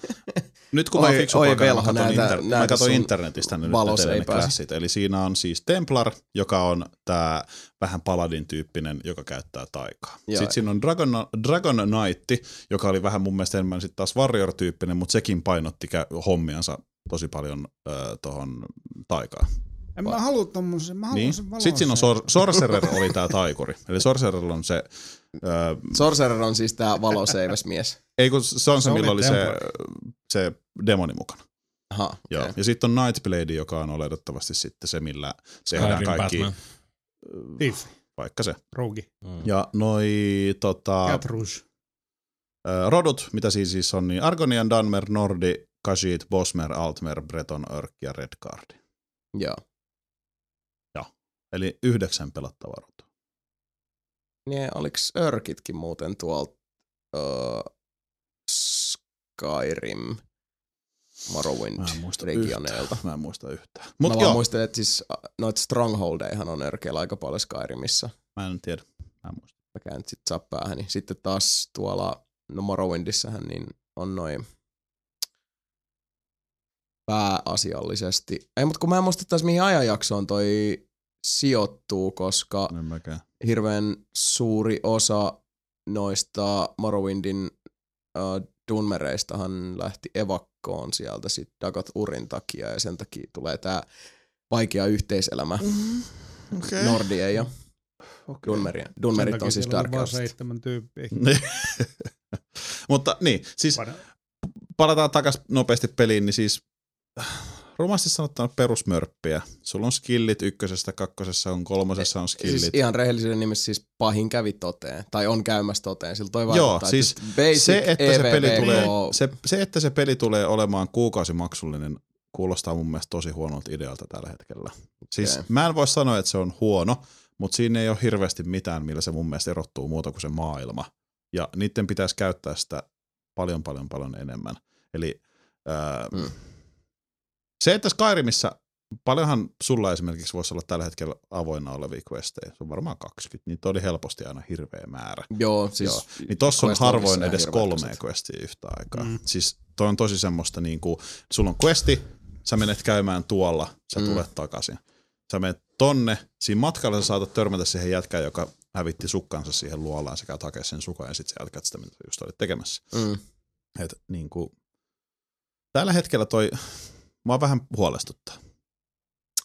nyt kun mä Oi- oon fiksu oi poika, velho, mä katson, näitä- inter- mä näitä katson sun internetistä nyt valos ne ei teidän pääse. klassit. Eli siinä on siis Templar, joka on tää vähän paladin tyyppinen, joka käyttää taikaa. Joo. Joo. Sitten siinä on Dragon, Dragon Knight, joka oli vähän mun mielestä enemmän sitten taas Warrior-tyyppinen, mutta sekin painotti kä- hommiansa tosi paljon äh, tuohon taikaan. en mä halua tommosen. Mä haluan Niin. sen valon. Sitten siinä on sor- Sorcerer oli tää taikuri. Eli Sorcerer on se, öö, Sorcerer on siis tää valoseiväs mies. ei kun se on se, Se oli millä oli se, Templar. se demoni mukana. Aha, Joo. okei. Ja sitten on Nightblade, joka on oletettavasti sitten se, millä tehdään Skyrim kaikki, äh, Batman. Niin. Thief, vaikka se. Rogi, Ja noi tota, Cat Rouge. ö, rodut, mitä siinä siis on, niin Argonian, Danmer, Nordi, Kashit, Bosmer, Altmer, Breton, Örk ja Redguard. Joo. Eli yhdeksän pelattavaa rotua. Niin, oliks örkitkin muuten tuolta uh, Skyrim Morrowind Mä en muista regioneilta? Mä en muista yhtään. Mut mä Mutta vaan joo, muistan, että siis ä, noita strongholdeihan on örkeillä aika paljon Skyrimissa. mä en tiedä. Mä en muista. Mä nyt sit saa päähäni. Sitten taas tuolla no Morrowindissähän niin on noin pääasiallisesti. Ei, mutta kun mä en muista taas mihin ajanjaksoon toi sijoittuu, koska En mäkään. hirveän suuri osa noista Morrowindin äh, dunmereistahan lähti evakkoon sieltä sit Dagot Urin takia ja sen takia tulee tää vaikea yhteiselämä Mm, Okei. okay. Nordien ja dunmerien. Dunmerit on siis Sen takia siellä oli Niin. Dark vaan Elfit. seitsemän tyyppiä. Mutta niin, siis Vaan- palataan takaisin nopeasti peliin, niin siis rumasti sanottuna perusmörppiä. Sulla on skillit ykkösestä, kakkosessa on, kolmosessa on skillit. Siis ihan rehellisyyden nimessä siis pahin kävi toteen, tai on käymässä toteen. Sillä toi Joo, vaikuttaa, siis että basic, E se, että se, peli EVVK, tulee, se, se, että se peli tulee olemaan kuukausimaksullinen, kuulostaa mun mielestä tosi huonolta idealta tällä hetkellä. Siis Okei. mä en voi sanoa, että se on huono, mutta siinä ei ole hirveästi mitään, millä se mun mielestä erottuu muuta kuin se maailma. Ja niiden pitäisi käyttää sitä paljon, paljon, paljon enemmän. Eli ää, Mm. mm. se, että Skyrimissa paljonhan sulla esimerkiksi voisi olla tällä hetkellä avoinna olevia questejä, se on varmaan 20, niitä oli helposti aina hirveä määrä. Joo, siis Joo. Niin tossa on quest logissa harvoin ihan edes hirveät kolmea toset. questia yhtä aikaa. Mm. Mm. Siis toi on tosi semmoista niinku, sulla on questi, sä menet käymään tuolla, sä Mm. mm. tulet takaisin. Sä menet tonne, siinä matkalla sä saatat törmätä siihen jätkään, joka hävitti sukkansa siihen luolaan, sä käyt hakea sen sukan ja sit sä jatkat sitä, mitä sä just olit tekemässä. Mm. Et niinku, tällä hetkellä toi, mua vähän huolestuttaa.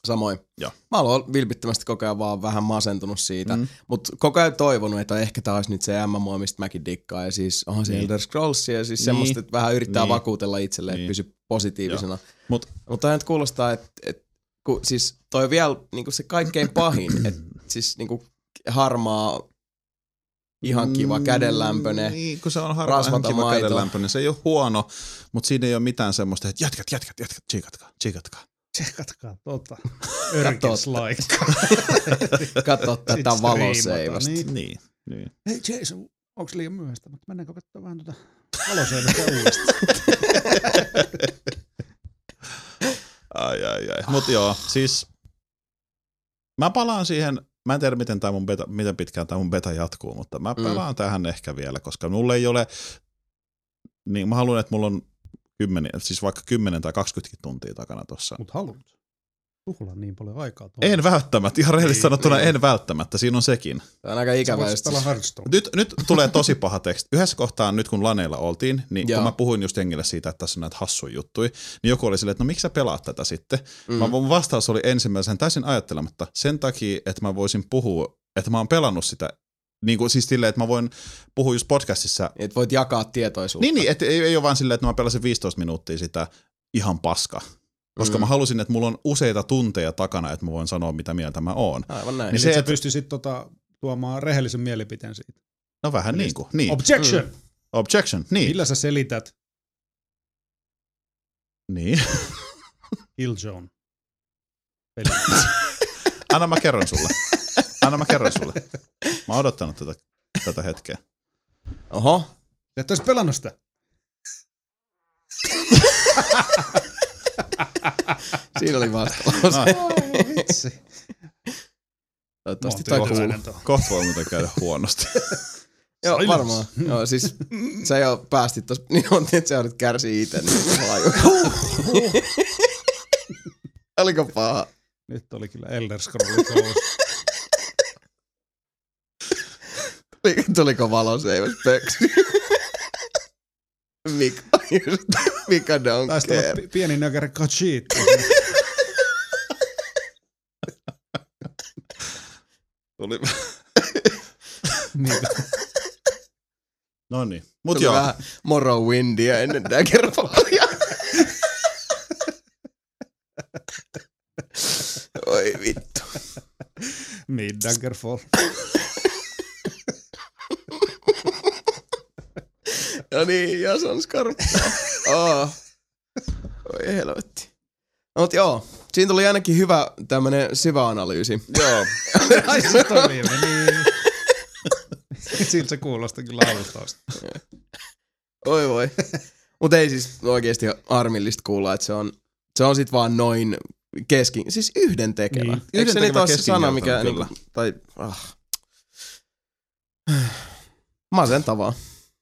Samoin. Joo. Mä oon vilpittömästi koko ajan vaan vähän masentunut siitä. Mm. Mm. Mutta koko ajan toivonut, että ehkä tää olisi nyt se MMO, mistä mäkin dikkaan. Ja siis onhan se Niin. Elder Scrolls ja siis niin. Niin. semmoista, että vähän yrittää niin. Niin. vakuutella itselleen, niin. Niin. että pysy positiivisena. Mut- Mutta nyt kuulostaa, että et, ku, siis toi on vielä niinku se kaikkein pahin. että siis niinku harmaa, ihan kiva, Mm, kädenlämpöinen. Niin, kun se on rasvata harvaan kiva maito. kädenlämpöinen. Se ei ole huono, mutta siinä ei ole mitään semmoista, että jätkät, jätkät, jätkät, tsiikatkaa, tsiikatkaa. Tsekatkaa tota. Katsotte. Örkis laikka. Katso tätä Sit valoseivästä. striimata, niin. Niin. niin. Hei Jason, onks liian myöhäistä? Mutta mennäänkö katsomaan vähän tuota valoseivästä uudestaan? Ai, ai, ai. Mutta joo, siis mä palaan siihen, mä en tiedä miten, tää mun beta, miten pitkään tämä mun beta jatkuu, mutta mä Mm. palaan tähän ehkä vielä, koska mulle ei ole, niin mä haluan, että mulla on kymmeni, siis vaikka 10 tai 20 tuntia takana tuossa. Mut haluut. Tuhlaa niin paljon aikaa tuolla. En välttämättä, ihan rehellisesti Niin, sanottuna niin. en välttämättä, siinä on sekin. Tää on aika Sä ikävä voisit just. siis, pelaa Hearthstone. Nyt, nyt tulee tosi paha teksti. Yhdessä kohtaa nyt kun laneilla oltiin, niin Joo. kun mä puhuin just jengille siitä, että tässä on näitä hassuja juttuja, niin joku oli silleen, että no miksi sä pelaat tätä sitten? Mm. Mm. Mä, mun vastaus oli ensimmäisen täysin ajattelematta sen takia, että mä voisin puhua, että mä oon pelannut sitä, niin kuin siis silleen, että mä voin puhua just podcastissa. Niin, Et voit jakaa tietoisuutta. Niin, niin että ei, ei ole vaan silleen, että mä pelasin 15 minuuttia sitä ihan paska. Koska Mm. mm. mä halusin, että mulla on useita tunteja takana, että mä voin sanoa, mitä mieltä mä oon. Aivan näin. Niin Niin se, se, et- että... pystyisit tota, tuomaan rehellisen mielipiteen siitä. No vähän niin kuin, niin. Objection! Mm. Objection, niin. Millä sä selität Niin. Killzone? Peli. Anna mä kerron sulle. Anna mä kerron sulle. Mä oon odottanut tätä, tätä hetkeä. Oho. Sä et ois pelannut sitä. Siinä oli vastaus. Ah. Vitsi. Toivottavasti Mä toi kuuluu. oon tyytyväinen tuohon. Kohta voi muuten käydä huonosti. Joo, Silence. varmaan. Joo, siis sä jo päästit tossa, niin on, että sä nyt kärsii itse. Niin laaju. Oliko paha? Nyt oli kyllä Elder Scrolls Ghost. Tuliko- Tuliko valoseiväs pöksy? Mika, just, Mika Taisi don't tulla care. pi- pieni nökärä kachit. Tuli. niin. No niin. Mut Tuli joo. vähän Morrowindia ennen tää kerpaalia. Oi vittu. Mid Daggerfall. No niin, ja se on skarppaa. Oh. Oi helvetti. No, mut joo, siinä tuli ainakin hyvä tämmönen syvä analyysi. Joo. Ai se toi niin. Siltä se kuulosti kyllä alusta asti. Oi voi. Mut ei siis oikeesti harmillista kuulla, että se on, se on sit vaan noin keski, siis yhden tekevä. Niin. Niin, Eikö se yhdentekevä nyt ole se sana, keskinkertainen, mikä niinku, tai ah. Masentavaa.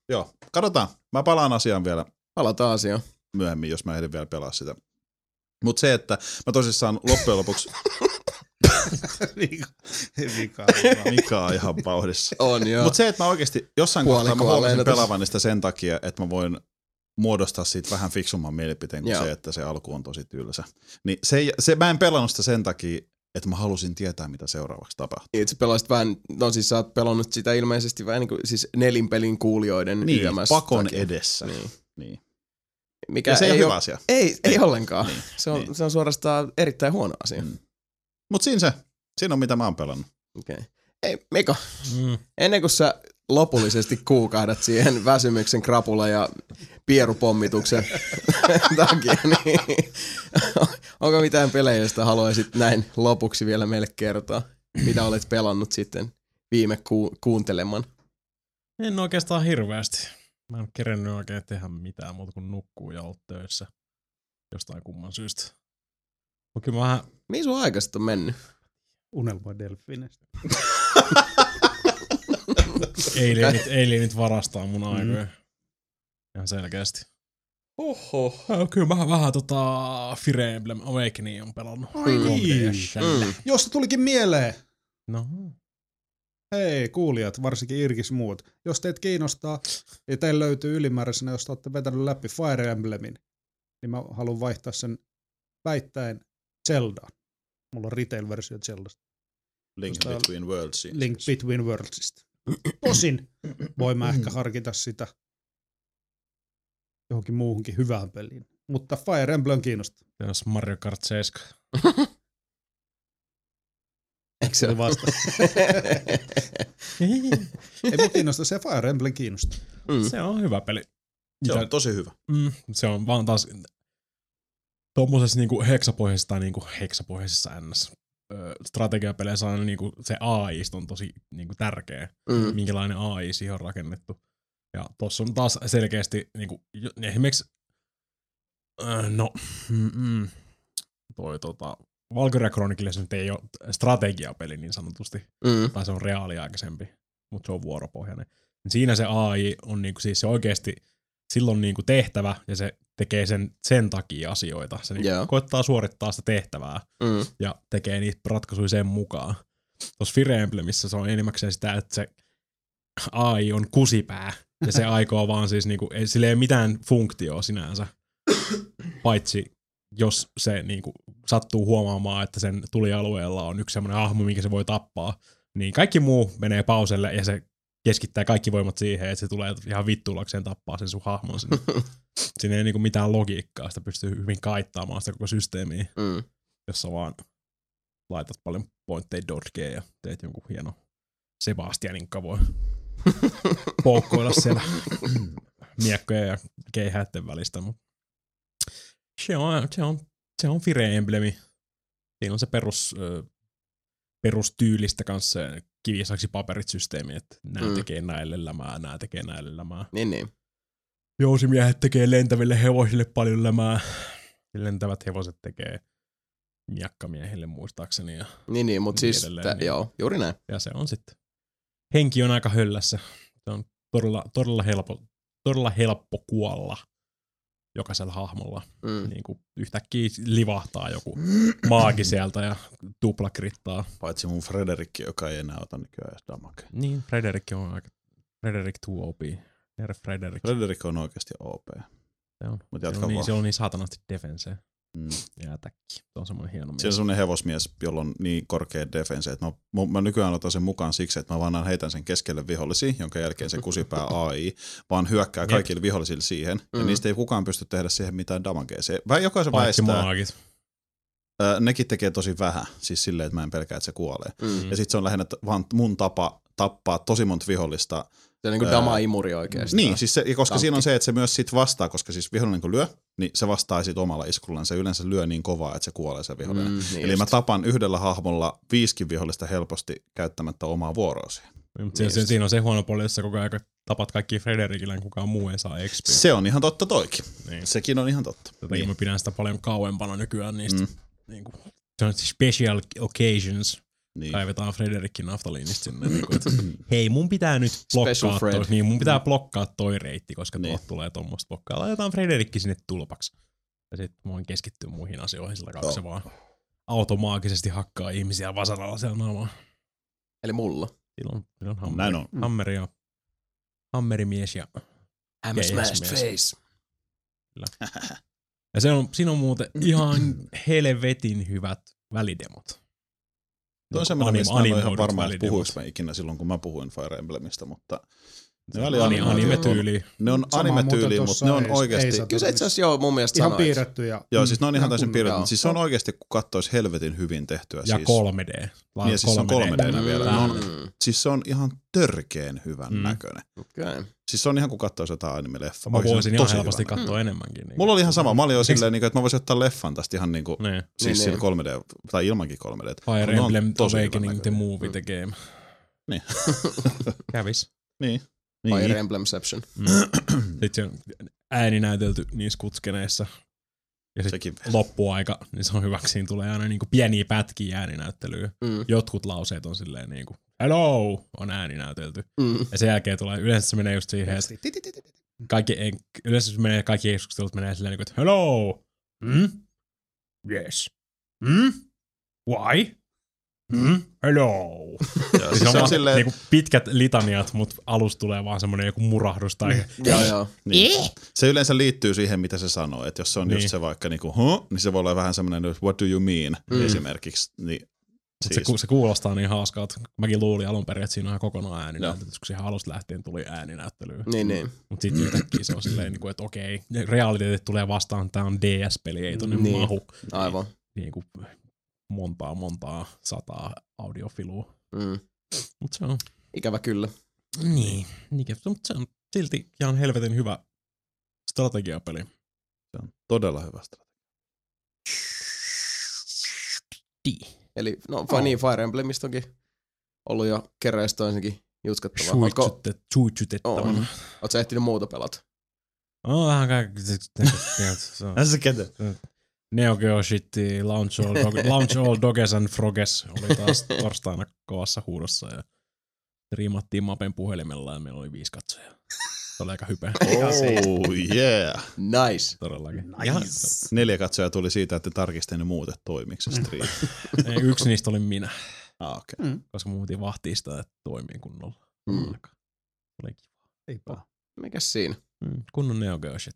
Joo. Katsotaan. Mä palaan asiaan vielä Palataan asiaan. myöhemmin, jos mä ehdin vielä pelaa sitä. Mut se, että mä tosissaan loppujen lopuksi Vika. Vika. Mika on ihan vauhdissa. On joo. Mut se, että mä oikeasti jossain Puoli kohtaa mä kuolleena huomasin tossa. pelaavan sitä sen takia, että mä voin muodostaa siitä vähän fiksumman mielipiteen kuin Joo. Joo. se, että se alku on tosi tylsä. Niin se, ei- se, mä en pelannut sitä sen takia, että mä halusin tietää, mitä seuraavaksi tapahtuu. Niin, että sä pelasit vähän, no siis sä oot pelannut sitä ilmeisesti vähän niin kuin, siis nelinpelin kuulijoiden Niin, YMS pakon takia. edessä. Niin. Niin. mikä Ja se ei ole ei, hyvä ole, asia. ei, ei ollenkaan. Niin, se, on, niin. niin. se on suorastaan erittäin huono asia. Mm. Mut siinä se. Siinä on mitä mä oon pelannut. Okei. Okay. Ei, Miko, mm. ennen kuin sä lopullisesti kuukahdat siihen väsymyksen krapula ja pierupommituksen takia, niin onko mitään pelejä, joista haluaisit näin lopuksi vielä meille kertoa? Mitä olet pelannut sitten viime ku- kuunteleman? En oikeastaan hirveästi. Mä en kerennyt oikein tehdä mitään muuta kuin nukkuu ja olla töissä. Jostain kumman syystä. Mutta kyllä mä vähän Mihin sun aikaisesti on mennyt? Unelma delfinestä. alienit, alienit varastaa mun aikoja. Mm. Ihan selkeästi. Oho. Äh, Kyllä mä vähän tota Fire Emblem Awakening on pelannut. niin. Mm. Mm. Josta tulikin mieleen. No. Hei kuulijat, varsinkin Irkis muut. Jos teet kiinnostaa ja teillä löytyy ylimääräisenä, jos te olette vetänyt läpi Fire Emblemin, niin mä haluan vaihtaa sen väittäen Zeldaan. Mulla on retail-versio Zeldasta, Link Tota, Between Worldsiin. Link Between Worldsista. Tosin voin mä ehkä harkita sitä johonkin muuhunkin hyvään peliin. Mutta Fire Emblem kiinnostaa. Se olisi Mario Kart 7. Eikö se ole? Vasta. Ei mun kiinnosta, se Fire Emblem kiinnostaa. mm. Se on hyvä peli. Se Mitä- on tosi hyvä. Mm, se on vaan taas tuommoisessa niinku heksapohjaisessa tai niinku heksapohjaisessa ns ö, strategiapeleissä on niinku se AI on tosi niinku tärkeä, Mm. minkälainen AI siihen on rakennettu. Ja tossa on taas selkeästi niinku, jo- esimerkiksi ö, no mm-mm, toi tota Valkyria Chronicles nyt ei ole strategiapeli niin sanotusti, Mm. tai se on reaaliaikaisempi, mutta se on vuoropohjainen. Siinä se AI on niinku, siis se oikeasti silloin niinku tehtävä ja se tekee sen, sen takia asioita. Se niinku Joo. koittaa suorittaa sitä tehtävää Mm. ja tekee niitä ratkaisuja sen mukaan. Tuossa Fire Emblemissä se on enimmäkseen sitä, että se AI on kusipää ja se aikoo vaan siis niinku, ei, sillä ei ole mitään funktioa sinänsä, paitsi jos se niinku sattuu huomaamaan, että sen tulialueella on yksi semmoinen hahmo, minkä se voi tappaa, niin kaikki muu menee pauselle ja se keskittää kaikki voimat siihen, että se tulee ihan vittulakseen tappaa sen sun hahmon sinne. Siinä ei niinku mitään logiikkaa, sitä pystyy hyvin kaittaamaan sitä koko systeemiä Mm. jossa vaan laitat paljon pointteja dodgeen ja teet jonkun hieno Sebastianin kavoi poukkoilla siellä miekkojen ja keihäiden välistä. Mut. Se, on, se, on, se on Fire Emblemi. Siinä on se perus, ö, perustyylistä kanssa se kivisaksi paperit systeemi, että nämä Mm. mm. tekee näille lämää, nämä tekee näille lämää. Niin, niin. Jousimiehet tekee lentäville hevosille paljon lämää. Lentävät hevoset tekee miakkamiehille muistaakseni. Ja, Niin, niin, mutta Niin siis, edelleen, tä, niin. joo, juuri näin. ja se on sitten. Henki on aika höllässä. Se on todella, todella, helppo, todella helppo kuolla jokaisella hahmolla. Mm. Niin kuin yhtäkkiä livahtaa joku maagi sieltä ja tuplakrittaa. Paitsi mun Frederikki, joka ei enää ota nykyään edes damage. Niin, Frederik on aika... Frederik 2 OP. Herra Frederik. Frederikki on oikeasti OP. Se on. Mut Se jatka on, niin, vaan. se on niin saatanasti defense Mm. ja täkki. Se on semmoinen hieno Se on semmonen hevosmies, jolla on niin korkea defense, että mä, mu- mä nykyään otan sen mukaan siksi, että mä vaan heitän sen keskelle vihollisia, jonka jälkeen se kusipää AI, vaan hyökkää kaikille vihollisille siihen, mm. ja Mm. niistä ei kukaan pysty tehdä siihen mitään damagea. Se, vai jokaisen Paitsi väistää, maagit. ö, nekin tekee tosi vähän, siis silleen, että mä en pelkää, että se kuolee. Mm. Ja sit se on lähinnä t- vaan mun tapa tappaa tosi monta vihollista. Se on niinku Ää, dama-imuri oikeesti. Niin, siis se, ja koska Tankki. siinä on se, että se myös sit vastaa, koska siis vihollinen kun lyö, niin se vastaa sit omalla iskullaan. Se yleensä lyö niin kovaa, että se kuolee se vihollinen. Mm, niin Eli just. mä tapan yhdellä hahmolla viiskin vihollista helposti käyttämättä omaa vuoroosia. Mut se, Niin se, just. siinä on se huono puoli, jos sä koko ajan tapat kaikki Frederikillä, niin kukaan muu ei saa XP. Se on ihan totta toikin. Niin. Sekin on ihan totta. Jotenkin niin. mä pidän sitä paljon kauempana nykyään niistä. Mm, Mm. Niin kuin, se on special occasions. niin. Kaivetaan Frederikin naftaliinista sinne. Niin kuin, että, hei, mun pitää nyt Special blokkaa Fred. toi, niin mun pitää blokkaa toi reitti, koska Niin. niin. tuolta tulee tuommoista blokkaa. Laitetaan Frederikki sinne tulpaksi. Ja sit mä voin keskittyä muihin asioihin sillä kautta, se vaan automaagisesti hakkaa ihmisiä vasaralla siellä naamaa. Eli mulla. Silloin, silloin hammeri, Näin on. hammeri ja hammerimies ja I'm Ja a smashed jäsmies. face. Ja se on, siinä on muuten ihan helvetin hyvät välidemot. Toi on Niinku semmoinen, anim- mistä mä en ole ihan animoidut varma, että välidemot. puhuinko mä ikinä silloin, kun mä puhuin Fire Emblemistä, mutta Ne oli Ani, animaatio. anime-tyyli. Ne on Samaa muuten anime-tyyli, mutta tossa ne on ei- ei oikeasti... saa- Kyllä se itse asiassa joo mun mielestä Ihan sanoit. piirretty ja Joo, siis ne Mm, on ihan täysin kun- piirretty, joo. mutta siis se on oikeasti, kun kattois helvetin hyvin tehtyä. Ja siis. 3D. Vaan Niin, ja siis se on 3D Mm, -nä vielä. Tää- No, Siis se on ihan törkeen hyvän Mm. mm. näköinen. Okay. Siis se on ihan kuin kattois jotain anime-leffaa. Mä Oikeesti se voisin on ihan tosi helposti hyvän näköinen. katsoa enemmänkin. Niin. Mulla oli ihan sama. Mä olin jo Eikö- silleen, niinku, että mä voisin ottaa leffan tästä ihan niinku, Niin. siis Niin, sillä 3D, tai ilmankin 3D. Fire Ne on Emblem tosi hyvän Awakening the näköisiä. Movie the Game. Niin. Kävis. Fire Niin. Emblemception. Mm. Sitten se on ääni näytelty niissä kutskeneissa. Ja sitten Sekin. loppuaika, niin se on hyväksi. Siinä tulee aina niinku pieniä pätkiä ääninäyttelyä. Mm. Jotkut lauseet on silleen niinku, hello, on ääninäytelty. Mm. Ja sen jälkeen tulee, yleensä se menee just siihen, että kaikki, en- yleensä se menee, kaikki keskustelut menee silleen, niinku, että hello, mm? yes, mm? why, mm? hello. Joo, siis se on silleen, niinku pitkät litaniat, mutta alus tulee vaan semmoinen joku murahdus tai Joo, joo. Niin. Se yleensä liittyy siihen, mitä se sanoo. Että jos se on niin. Niin. just se vaikka niinku, huh, niin se voi olla vähän semmoinen, what do you mean, Mm. mm. esimerkiksi. Niin, Mut siis, Se, ku- se, kuulostaa niin haaskalta. Mäkin luulin alun perin, että siinä on ihan kokonaan ääninäyttely, Joo. kun siihen alusta lähtien tuli ääninäyttelyä. Niin, niin. Mutta sitten yhtäkkiä se on silleen, niinku, että okei, ne realiteetit tulee vastaan, tämä on DS-peli, ei tonne Niin. niin. mahu Aivan. niinku, montaa, montaa, sataa audiofilua. Mm. Mutta se on, Ikävä kyllä. niin, niin mutta se on silti ihan helvetin hyvä strategiapeli. se on todella hyvästä. Eli no, no. niin, Fire Emblemistäkin ollut jo kerreistä ensinnäkin jutskattavaa. Ootko, Suitsutet- Suitsutettavana. on. Oot sä ehtinyt muuta pelata? On vähän kaikki. se on- se käteen. Neo Geo Shit, Launch All, Dog- Launch All Doges and Froges oli taas torstaina kovassa huudossa ja riimattiin Mapen puhelimella ja meillä oli viisi katsojaa. Se oli aika hypeä. Oh yeah. Nice. Todellakin. Nice. Neljä katsojaa tuli siitä, että tarkistin ne muutet toimiksi Mm. se striimi. Ei, yksi niistä oli minä, Ah, okay. Hmm, koska me muutin vahtiin sitä, että toimii kunnolla. Mm. Oli kiva. ei paha. Mikäs siinä? Mm, kunnon Neo Geo Shit.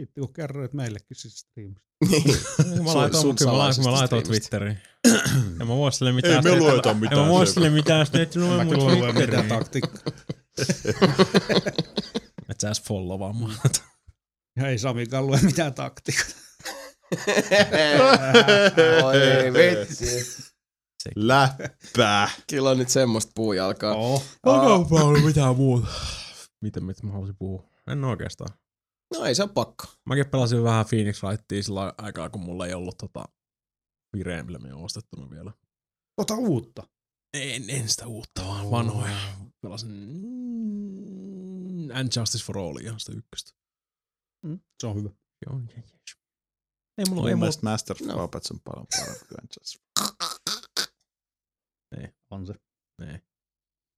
Sitten kun kerroit meillekin siis striimistä. Mä Sun- laitoin, sun mutta mä laitoin, salaisesta mä laitoin striimistä. Twitteriin. en mä voi sille mitään. sitä- En mä voi sille mitään. sitä, että lue Mä mun kyllä luen Twitteriin. mitään taktiikkaa. Et sä edes followaa mua. Ja ei Samikaan lue mitään taktiikkaa. Oi vitsi. Läppää. Kyllä on nyt semmoista puujalkaa. Oh. No, Onko paljon mitään muuta? Mitä, mitä mä haluaisin puhua? En oikeastaan. No ei se on pakko. Mäkin pelasin vähän Phoenix Wrightia sillä aikaa, kun mulla ei ollut tota Fire Emblemia ostettuna vielä. Ota Tota uutta. En, en sitä uutta, vaan vanhoja. Pelasin mm, And Justice for Allia, sitä ykköstä. Se on hyvä. Joo, niin, jee, jee. Ei mulla, Mun ei mulla. mielestä Master of No. Puppets on paljon parempi kuin Angels. On se. Niin. Ei.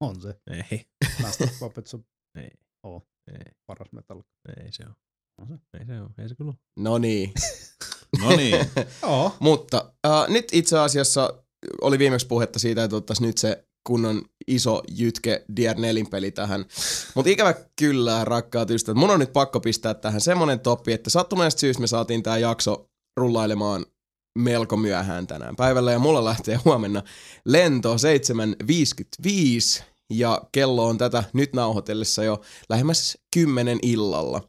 On se. Ei, Master of Puppets on Ei. Oo. Ei. paras metalli. ei se oo. On se. Ei se oo, ei se kyllä oo. No niin. No niin. Joo. Mutta äh, nyt itse asiassa oli viimeksi puhetta siitä, että ottaisiin nyt se kunnon iso jytke DR4 peli tähän. Mutta ikävä kyllä, rakkaat ystävät, mun on nyt pakko pistää tähän semmonen toppi, että sattuneesta syystä me saatiin tämä jakso rullailemaan melko myöhään tänään päivällä ja mulla lähtee huomenna lento 7.55 ja kello on tätä nyt nauhoitellessa jo lähemmäs 10 illalla.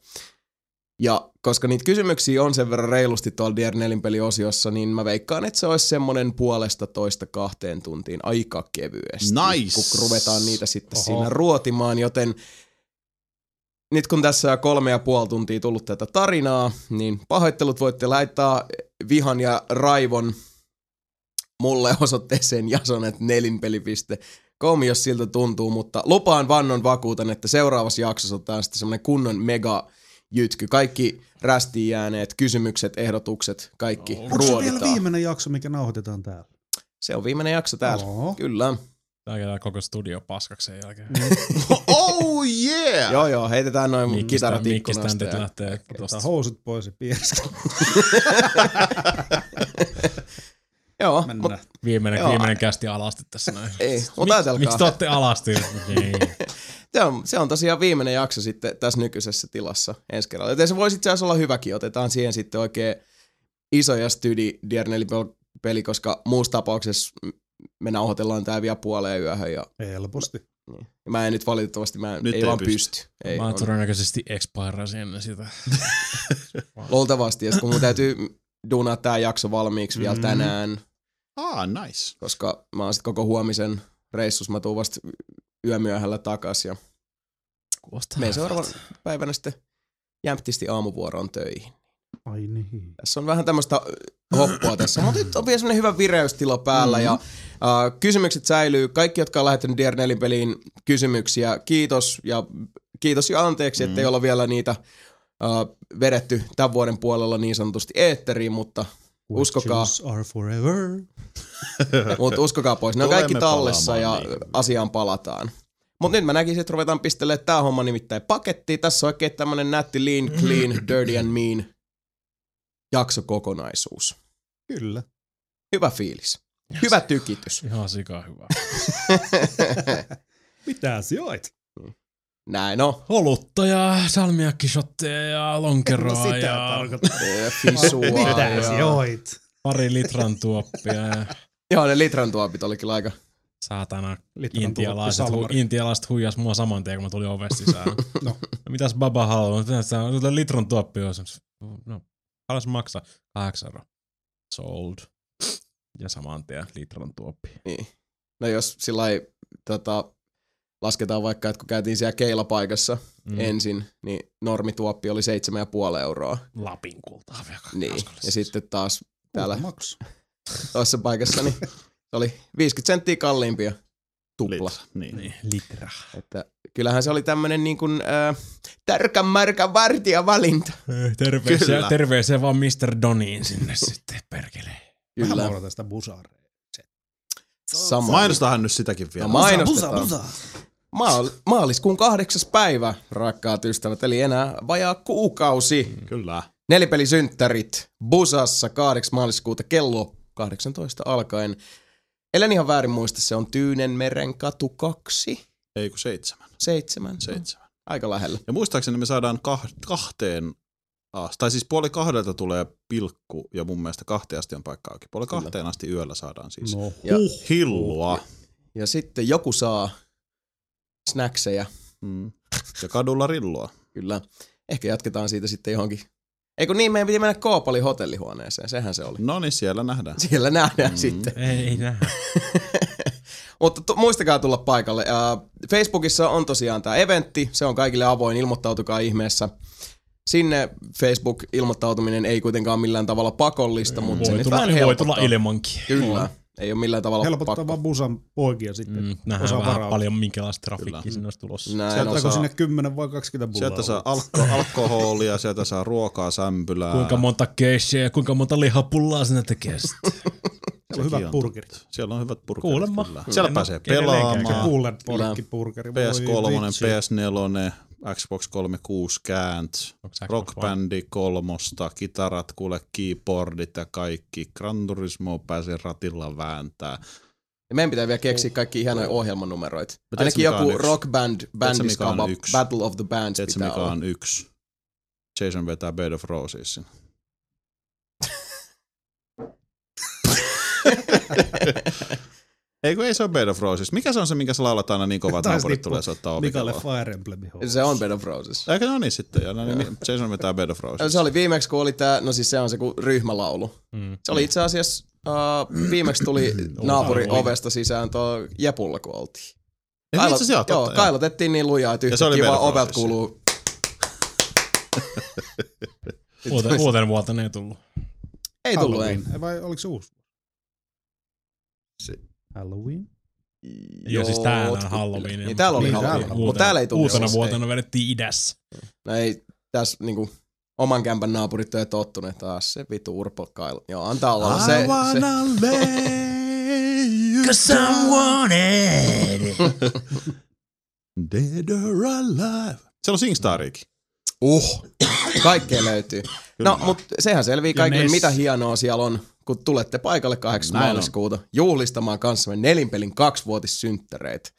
Ja koska niitä kysymyksiä on sen verran reilusti tuolla DR4 peliosiossa, niin mä veikkaan, että se olisi semmonen puolesta toista kahteen tuntiin aika kevyesti. Nice. Kun ruvetaan niitä sitten Oho. Oho. siinä ruotimaan, joten nyt kun tässä on kolme ja puoli tuntia tullut tätä tarinaa, niin pahoittelut voitte laittaa vihan ja raivon mulle osoitteeseen jasonet nelinpeli.com, jos siltä tuntuu, mutta lupaan vannon vakuutan, että seuraavassa jaksossa otetaan sitten semmoinen kunnon mega jytky. Kaikki rästiin jääneet kysymykset, ehdotukset, kaikki Onko no, Onko se vielä ruoditaan. Se, viimeinen jakso, mikä nauhoitetaan täällä? se on viimeinen jakso täällä. No. Oho. Kyllä. Tää käydään koko studio paskaksi sen jälkeen. Oh yeah! Joo, joo, heitetään noin Mikkistä, kitarat mikkistä ikkunasta. ja- lähtee tota Ota tosta housut pois ja pierska. Joo, mutta Mennään. viimeinen, Joo. viimeinen kästi alasti tässä näin. ei, mutta ajatelkaa. Miksi te ootte alasti? Niin. Ei. Se on, se on tosiaan viimeinen jakso sitten tässä nykyisessä tilassa ensi kerralla. Joten se voisi itse asiassa olla hyväkin. Otetaan siihen sitten oikein iso ja stydi Diernelli-peli, koska muussa tapauksessa me nauhoitellaan tämä vielä puoleen yöhön ja Helposti. Niin. Mä en nyt valitettavasti, mä Nyt nyt ei, ei vaan pysty. pysty. pysty. Ei, Mä on. todennäköisesti expirasin ennen sitä. Luultavasti, ja sit kun mun täytyy duunaa tää jakso valmiiksi vielä Mm. Mm-hmm. tänään, Ah, nice. koska mä oon sit koko huomisen reissus, mä tuun vasta yömyöhällä takas ja Kuulostaa menen hyvältä. seuraavana päivänä sitten jämptisti aamuvuoroon töihin. Ai niin. Tässä on vähän tämmöistä hoppoa tässä, mutta nyt on vielä semmoinen hyvä vireystila päällä ja Mm-hmm. äh, kysymykset säilyy. Kaikki, jotka on lähettänyt DR4-peliin kysymyksiä, kiitos ja kiitos ja anteeksi, ettei Mm-hmm. olla vielä niitä äh, vedetty tämän vuoden puolella niin sanotusti eetteriin, mutta Uskokaa. Questions are forever. Mutta uskokaa pois, ne on kaikki Tulemme tallessa ja palaamaan niihin. asiaan palataan. Mutta nyt mä näkisin, että ruvetaan pistelemään tää homma nimittäin pakettiin. Tässä on oikein tämmönen nätti lean, clean, dirty and mean jaksokokonaisuus. Kyllä. Hyvä fiilis. Hyvä tykitys. Ihan sika hyvä. Mitä sijoit? Näin on. Olutta ja salmiakkishotteja ja lonkeroa no ja tarkoittaa. Ö, Fisua. Mitä ja... sijoit? pari litran tuoppia ja Joo, ne litran tuopit oli kyllä aika. saatana Litran intialaiset, tuoppi, hu, salmari. intialaiset huijas mua saman tien, kun mä tulin ovesta sisään. No. Mitäs baba haluaa? Mitä sä- Otetaan litran tuoppi. on se. No, haluais maksaa kahdeksan euroa. Sold. Ja saman tien litran tuoppi. Niin. No jos sillä ei, tota, lasketaan vaikka, että kun käytiin siellä keilapaikassa mm. ensin, niin normituoppi oli 7,5 euroa. Lapin kultaa vielä. Niin. kaskalle Ja siis. sitten taas täällä Maksu. toisessa paikassa, niin se oli 50 senttiä kalliimpi ja tupla. Litra. Niin. Niin, litra. Että kyllähän se oli tämmönen niin kuin äh, tärkän märkän vartijavalinta. Kyllä. Terveisiä, terveisiä vaan Mr. Doniin sinne sitten, perkele. Vähän Kyllä, mä tästä busaare. sama. Mainostahan nyt sitäkin vielä. No No, Busa, mainostetaan. busa. Maal- maaliskuun kahdeksas päivä, rakkaat ystävät, eli enää vajaa kuukausi. Kyllä. Nelipelisynttärit Busassa 8. maaliskuuta kello 18 alkaen. Ellen ihan väärin muista, se on Tyynenmeren katu 2, Ei kun No. seitsemän. 7, Seitsemän. aika lähellä. Ja muistaakseni me saadaan kah- kahteen asti, tai siis puoli kahdelta tulee pilkku ja mun mielestä kahteen asti on paikka auki. Puoli kahteen asti yöllä saadaan siis No. Ja, hillua. ja sitten joku saa snackseja, Mm. Ja kadulla rillua. kyllä. Ehkä jatketaan siitä sitten johonkin. Eikö niin, meidän piti mennä Koopalin hotellihuoneeseen, sehän se oli. No niin, siellä nähdään. Siellä nähdään Mm. mm. sitten. Ei, ei nähdä. Mutta tu- muistakaa tulla paikalle. Äh, Facebookissa on tosiaan tämä eventti, se on kaikille avoin, ilmoittautukaa ihmeessä. Sinne Facebook-ilmoittautuminen ei kuitenkaan millään tavalla pakollista, mutta se Voi nyt tulla, vähän voi helpottaa. tulla ilmankin. Kyllä, ei ole millään tavalla Helpottaa pakko. vaan busan poikia sitten. Mm, nähdään Osaa vähän varautua. paljon, minkälaista trafikkiä Kyllä. sinne olisi tulossa. Näin Sieltä osaa. Saatako osaa- sinne 10 vai 20 bullaa? Sieltä saa alko- alkoholia, sieltä saa ruokaa, sämpylää. Kuinka monta keissiä ja kuinka monta lihapullaa sinä tekee sitten. Siellä on Sekin hyvät burgerit. Siellä on hyvät burgerit. Kuulemma. Kyllä. Siellä En pääsee oo edelleenkään Se pelaamaan. kuulet porkki burgeri. Voi PS3, vitsi. PS4, Xbox 360 käänt, Onko se Xbox Rock Bandi kolmosta, kitarat, kuule, keyboardit ja kaikki. Gran Turismo pääsee ratilla vääntää. Ja meidän pitää vielä keksiä kaikki hienoja ohjelmanumeroita. tiedätkö, Ainakin mikä on joku yksi? rock band, mikä bandiskaba, on yksi? Battle of the Bands Tiedätkö, pitää mikä olla. on yksi? Jason vetää Bed of Rosesin. Ei kun ei se ole Bed of Roses. Mikä se on se, minkä sä laulat aina niin kovat Taisi naapurit tippua tulee soittaa Mikalle ovikelloa? Fire Emblem Se on Bed of Roses. Eikö no niin sitten? Ja, no, niin, Jason vetää Bed of Roses. Se oli viimeksi, kun oli tää, no siis se on se kun ryhmälaulu. Mm. Se oli itse asiassa, uh, viimeksi tuli naapuri ovesta sisään tuo Jepulla, kun oltiin. Niin, Ei, Kailot- itse asiassa, joo, totta, joo, joo. kailotettiin niin lujaa, että Ja se oli yhtäkkiä vaan Velcro ovelta siis. kuuluu. Uuten, uuten vuotta ne ei tullut. Ei tullut, ei. Vai oliko se uusi? Se- Halloween? Joo, siis täällä on tkut- Halloween. Niin, täällä oli Niin, Halloween, täällä. mutta täällä ei tullut. Uutena siis, vuotena vedettiin idässä. Ei, no ei tässä niinku oman kämpän naapurit on tottuneet taas se vitu urpo kailu. Joo, antaa olla. Se, I se, wanna lay you down. Dead or alive. Siellä on Singstariikin. uh, kaikkea löytyy. No, mutta sehän selvii kaikille, Ness. mitä hienoa siellä on, kun tulette paikalle 8. Näin on. maaliskuuta juhlistamaan kanssamme nelinpelin kaksivuotissynttäreitä.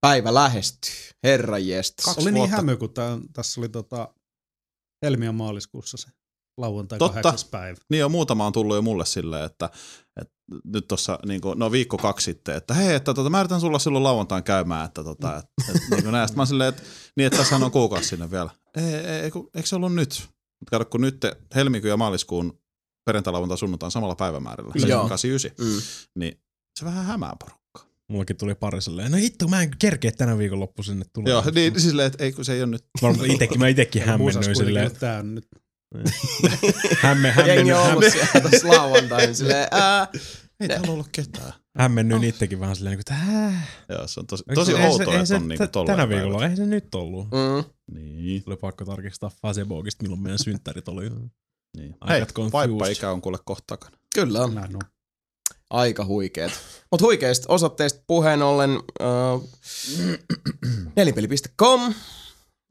Päivä lähestyy, herra jestas. Kaksi Oli niin vuotta. hämy, kun tää, tässä oli tota, helmi on maaliskuussa se lauantai Totta. kahdeksas päivä. Niin jo muutama on tullut jo mulle silleen, että, että nyt tuossa niin kuin, no viikko kaksi sitten, että hei, että tota, mä yritän sulla silloin lauantain käymään, että tota, et, et, niin kuin näin. Sitten mä oon silleen, että niin, että tässä on kuukausi sinne vielä. Ei, ei, ei, kun, eikö se ollut nyt? Mutta kato, kun nyt te- helmikuun ja maaliskuun perjantai, lauantai, sunnuntai on samalla päivämäärällä, Joo. 89, Mm. niin se vähän hämää porukka. Mullakin tuli pari silleen, no hitto, mä en kerkeä tänä viikonloppu sinne tulla. Joo, niin silleen, että ei kun se ei ole nyt. Varmaan itekin, mä itekin hämmennyin silleen, että... Tää on nyt hämme, Jengi hämmennyin, on hämme, ollut siellä tässä lauantain. Silleen, ää, Niin. Ei täällä ollut ketään. hämmennyin itsekin vähän silleen, niin että hää. Joo, se on tosi, tosi Ei se- outoa, ei että se on niinku tä- tolleen Tänä päivät. viikolla, eihän se nyt ollut. mm. Niin. Tuli pakko tarkistaa Facebookista, milloin meidän synttärit oli. Niin. I Hei, got confused. vaippaikä on kuule kohta takana. Kyllä on. näin on. Aika huikeet. Mutta huikeista osoitteista puheen ollen uh, nelipeli.com.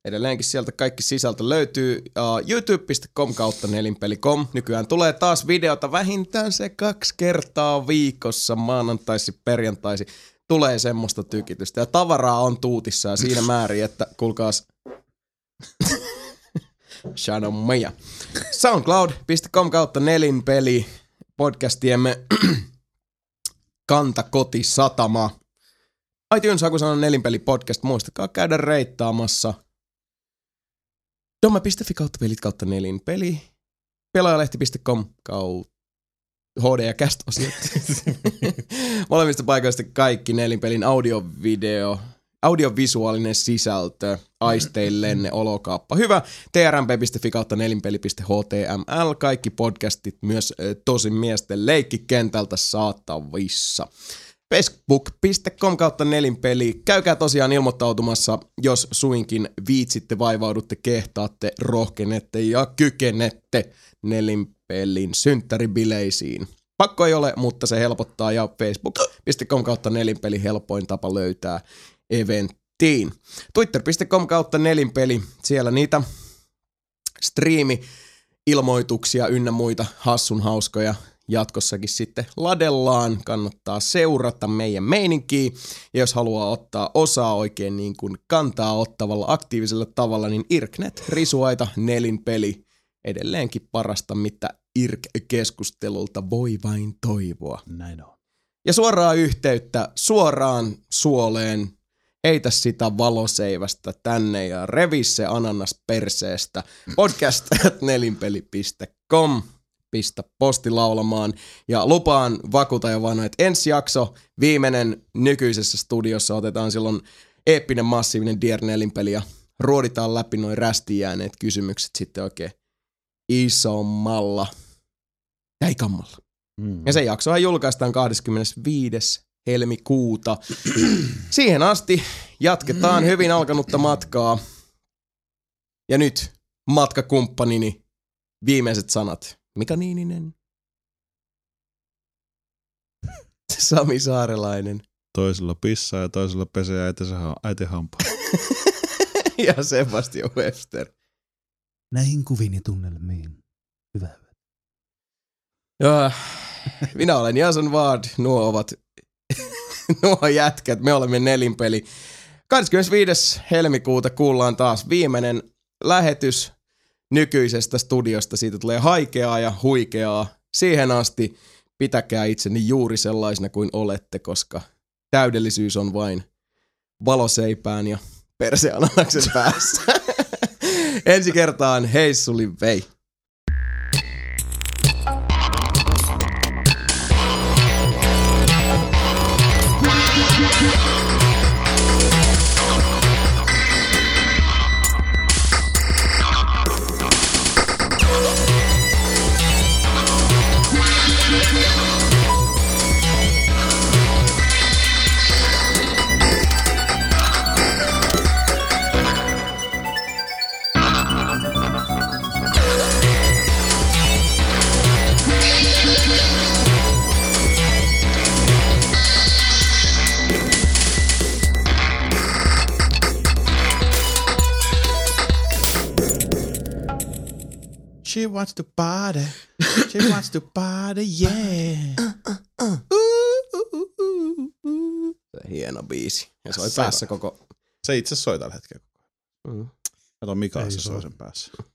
Edelleenkin sieltä kaikki sisältö löytyy. Uh, YouTube.com kautta nelinpeli.com. Nykyään tulee taas videota vähintään se kaksi kertaa viikossa maanantaisi perjantaisi. Tulee semmoista tykitystä ja tavaraa on tuutissa ja siinä määrin, että kuulkaas Shannon Meja. Soundcloud.com kautta nelinpeli podcastiemme kantakoti satama. iTunes kun sanon nelinpeli podcast, muistakaa käydä reittaamassa. Dome.fi kautta pelit kautta nelinpeli. Pelaajalehti.com kautta HD ja cast osiot. Molemmista paikoista kaikki nelinpelin audiovideo, audiovisuaalinen sisältö, aisteillenne, olokaappa. Hyvä, trmp.fi kautta nelinpeli.html. Kaikki podcastit myös ö, tosi miesten leikkikentältä saatavissa. Facebook.com kautta nelinpeli. Käykää tosiaan ilmoittautumassa, jos suinkin viitsitte, vaivaudutte, kehtaatte, rohkenette ja kykenette nelinpelin synttäribileisiin. Pakko ei ole, mutta se helpottaa ja facebook.com kautta nelinpeli helpoin tapa löytää eventtiin. Twitter.com kautta nelinpeli, siellä niitä striimi ilmoituksia ynnä muita hassun hauskoja jatkossakin sitten ladellaan. Kannattaa seurata meidän meininkiä. Ja jos haluaa ottaa osaa oikein niin kuin kantaa ottavalla aktiivisella tavalla, niin Irknet, Risuaita, Nelinpeli. Edelleenkin parasta, mitä Irk-keskustelulta voi vain toivoa. Näin on. Ja suoraa yhteyttä suoraan suoleen. Heitä sitä valoseivästä tänne ja revi se ananas perseestä. Podcast nelinpeli.com. Pistä posti laulamaan ja lupaan vakuuta ja vanhoa, että ensi jakso viimeinen nykyisessä studiossa otetaan silloin eeppinen massiivinen Dier nelinpeli ja ruoditaan läpi noin rästi jääneet kysymykset sitten oikein isommalla jäikammalla. Mm. Ja se jaksohan julkaistaan 25. helmikuuta. Siihen asti jatketaan hyvin alkanutta matkaa. Ja nyt matkakumppanini viimeiset sanat. Mika Niininen. Sami Saarelainen. Toisella pissaa ja toisella pesee äitinsä ha- äiti hampaa. Ja Sebastian Webster. Näihin kuviin ja tunnelmiin. Hyvä, hyvä. Ja, minä olen Jason Ward, nuo ovat nuo jätkät, me olemme nelinpeli. 25. helmikuuta kuullaan taas viimeinen lähetys nykyisestä studiosta. Siitä tulee haikeaa ja huikeaa. Siihen asti pitäkää itseni juuri sellaisena kuin olette, koska täydellisyys on vain valoseipään ja perseananaksen päässä. Ensi kertaan, hei suli vei. She wants to party. She wants to party, yeah. Se hieno biisi. Ja soi Sairaan. päässä koko... Se itse soi tällä hetkellä. Mm. Kato Mika, Ei se soi. soi sen päässä.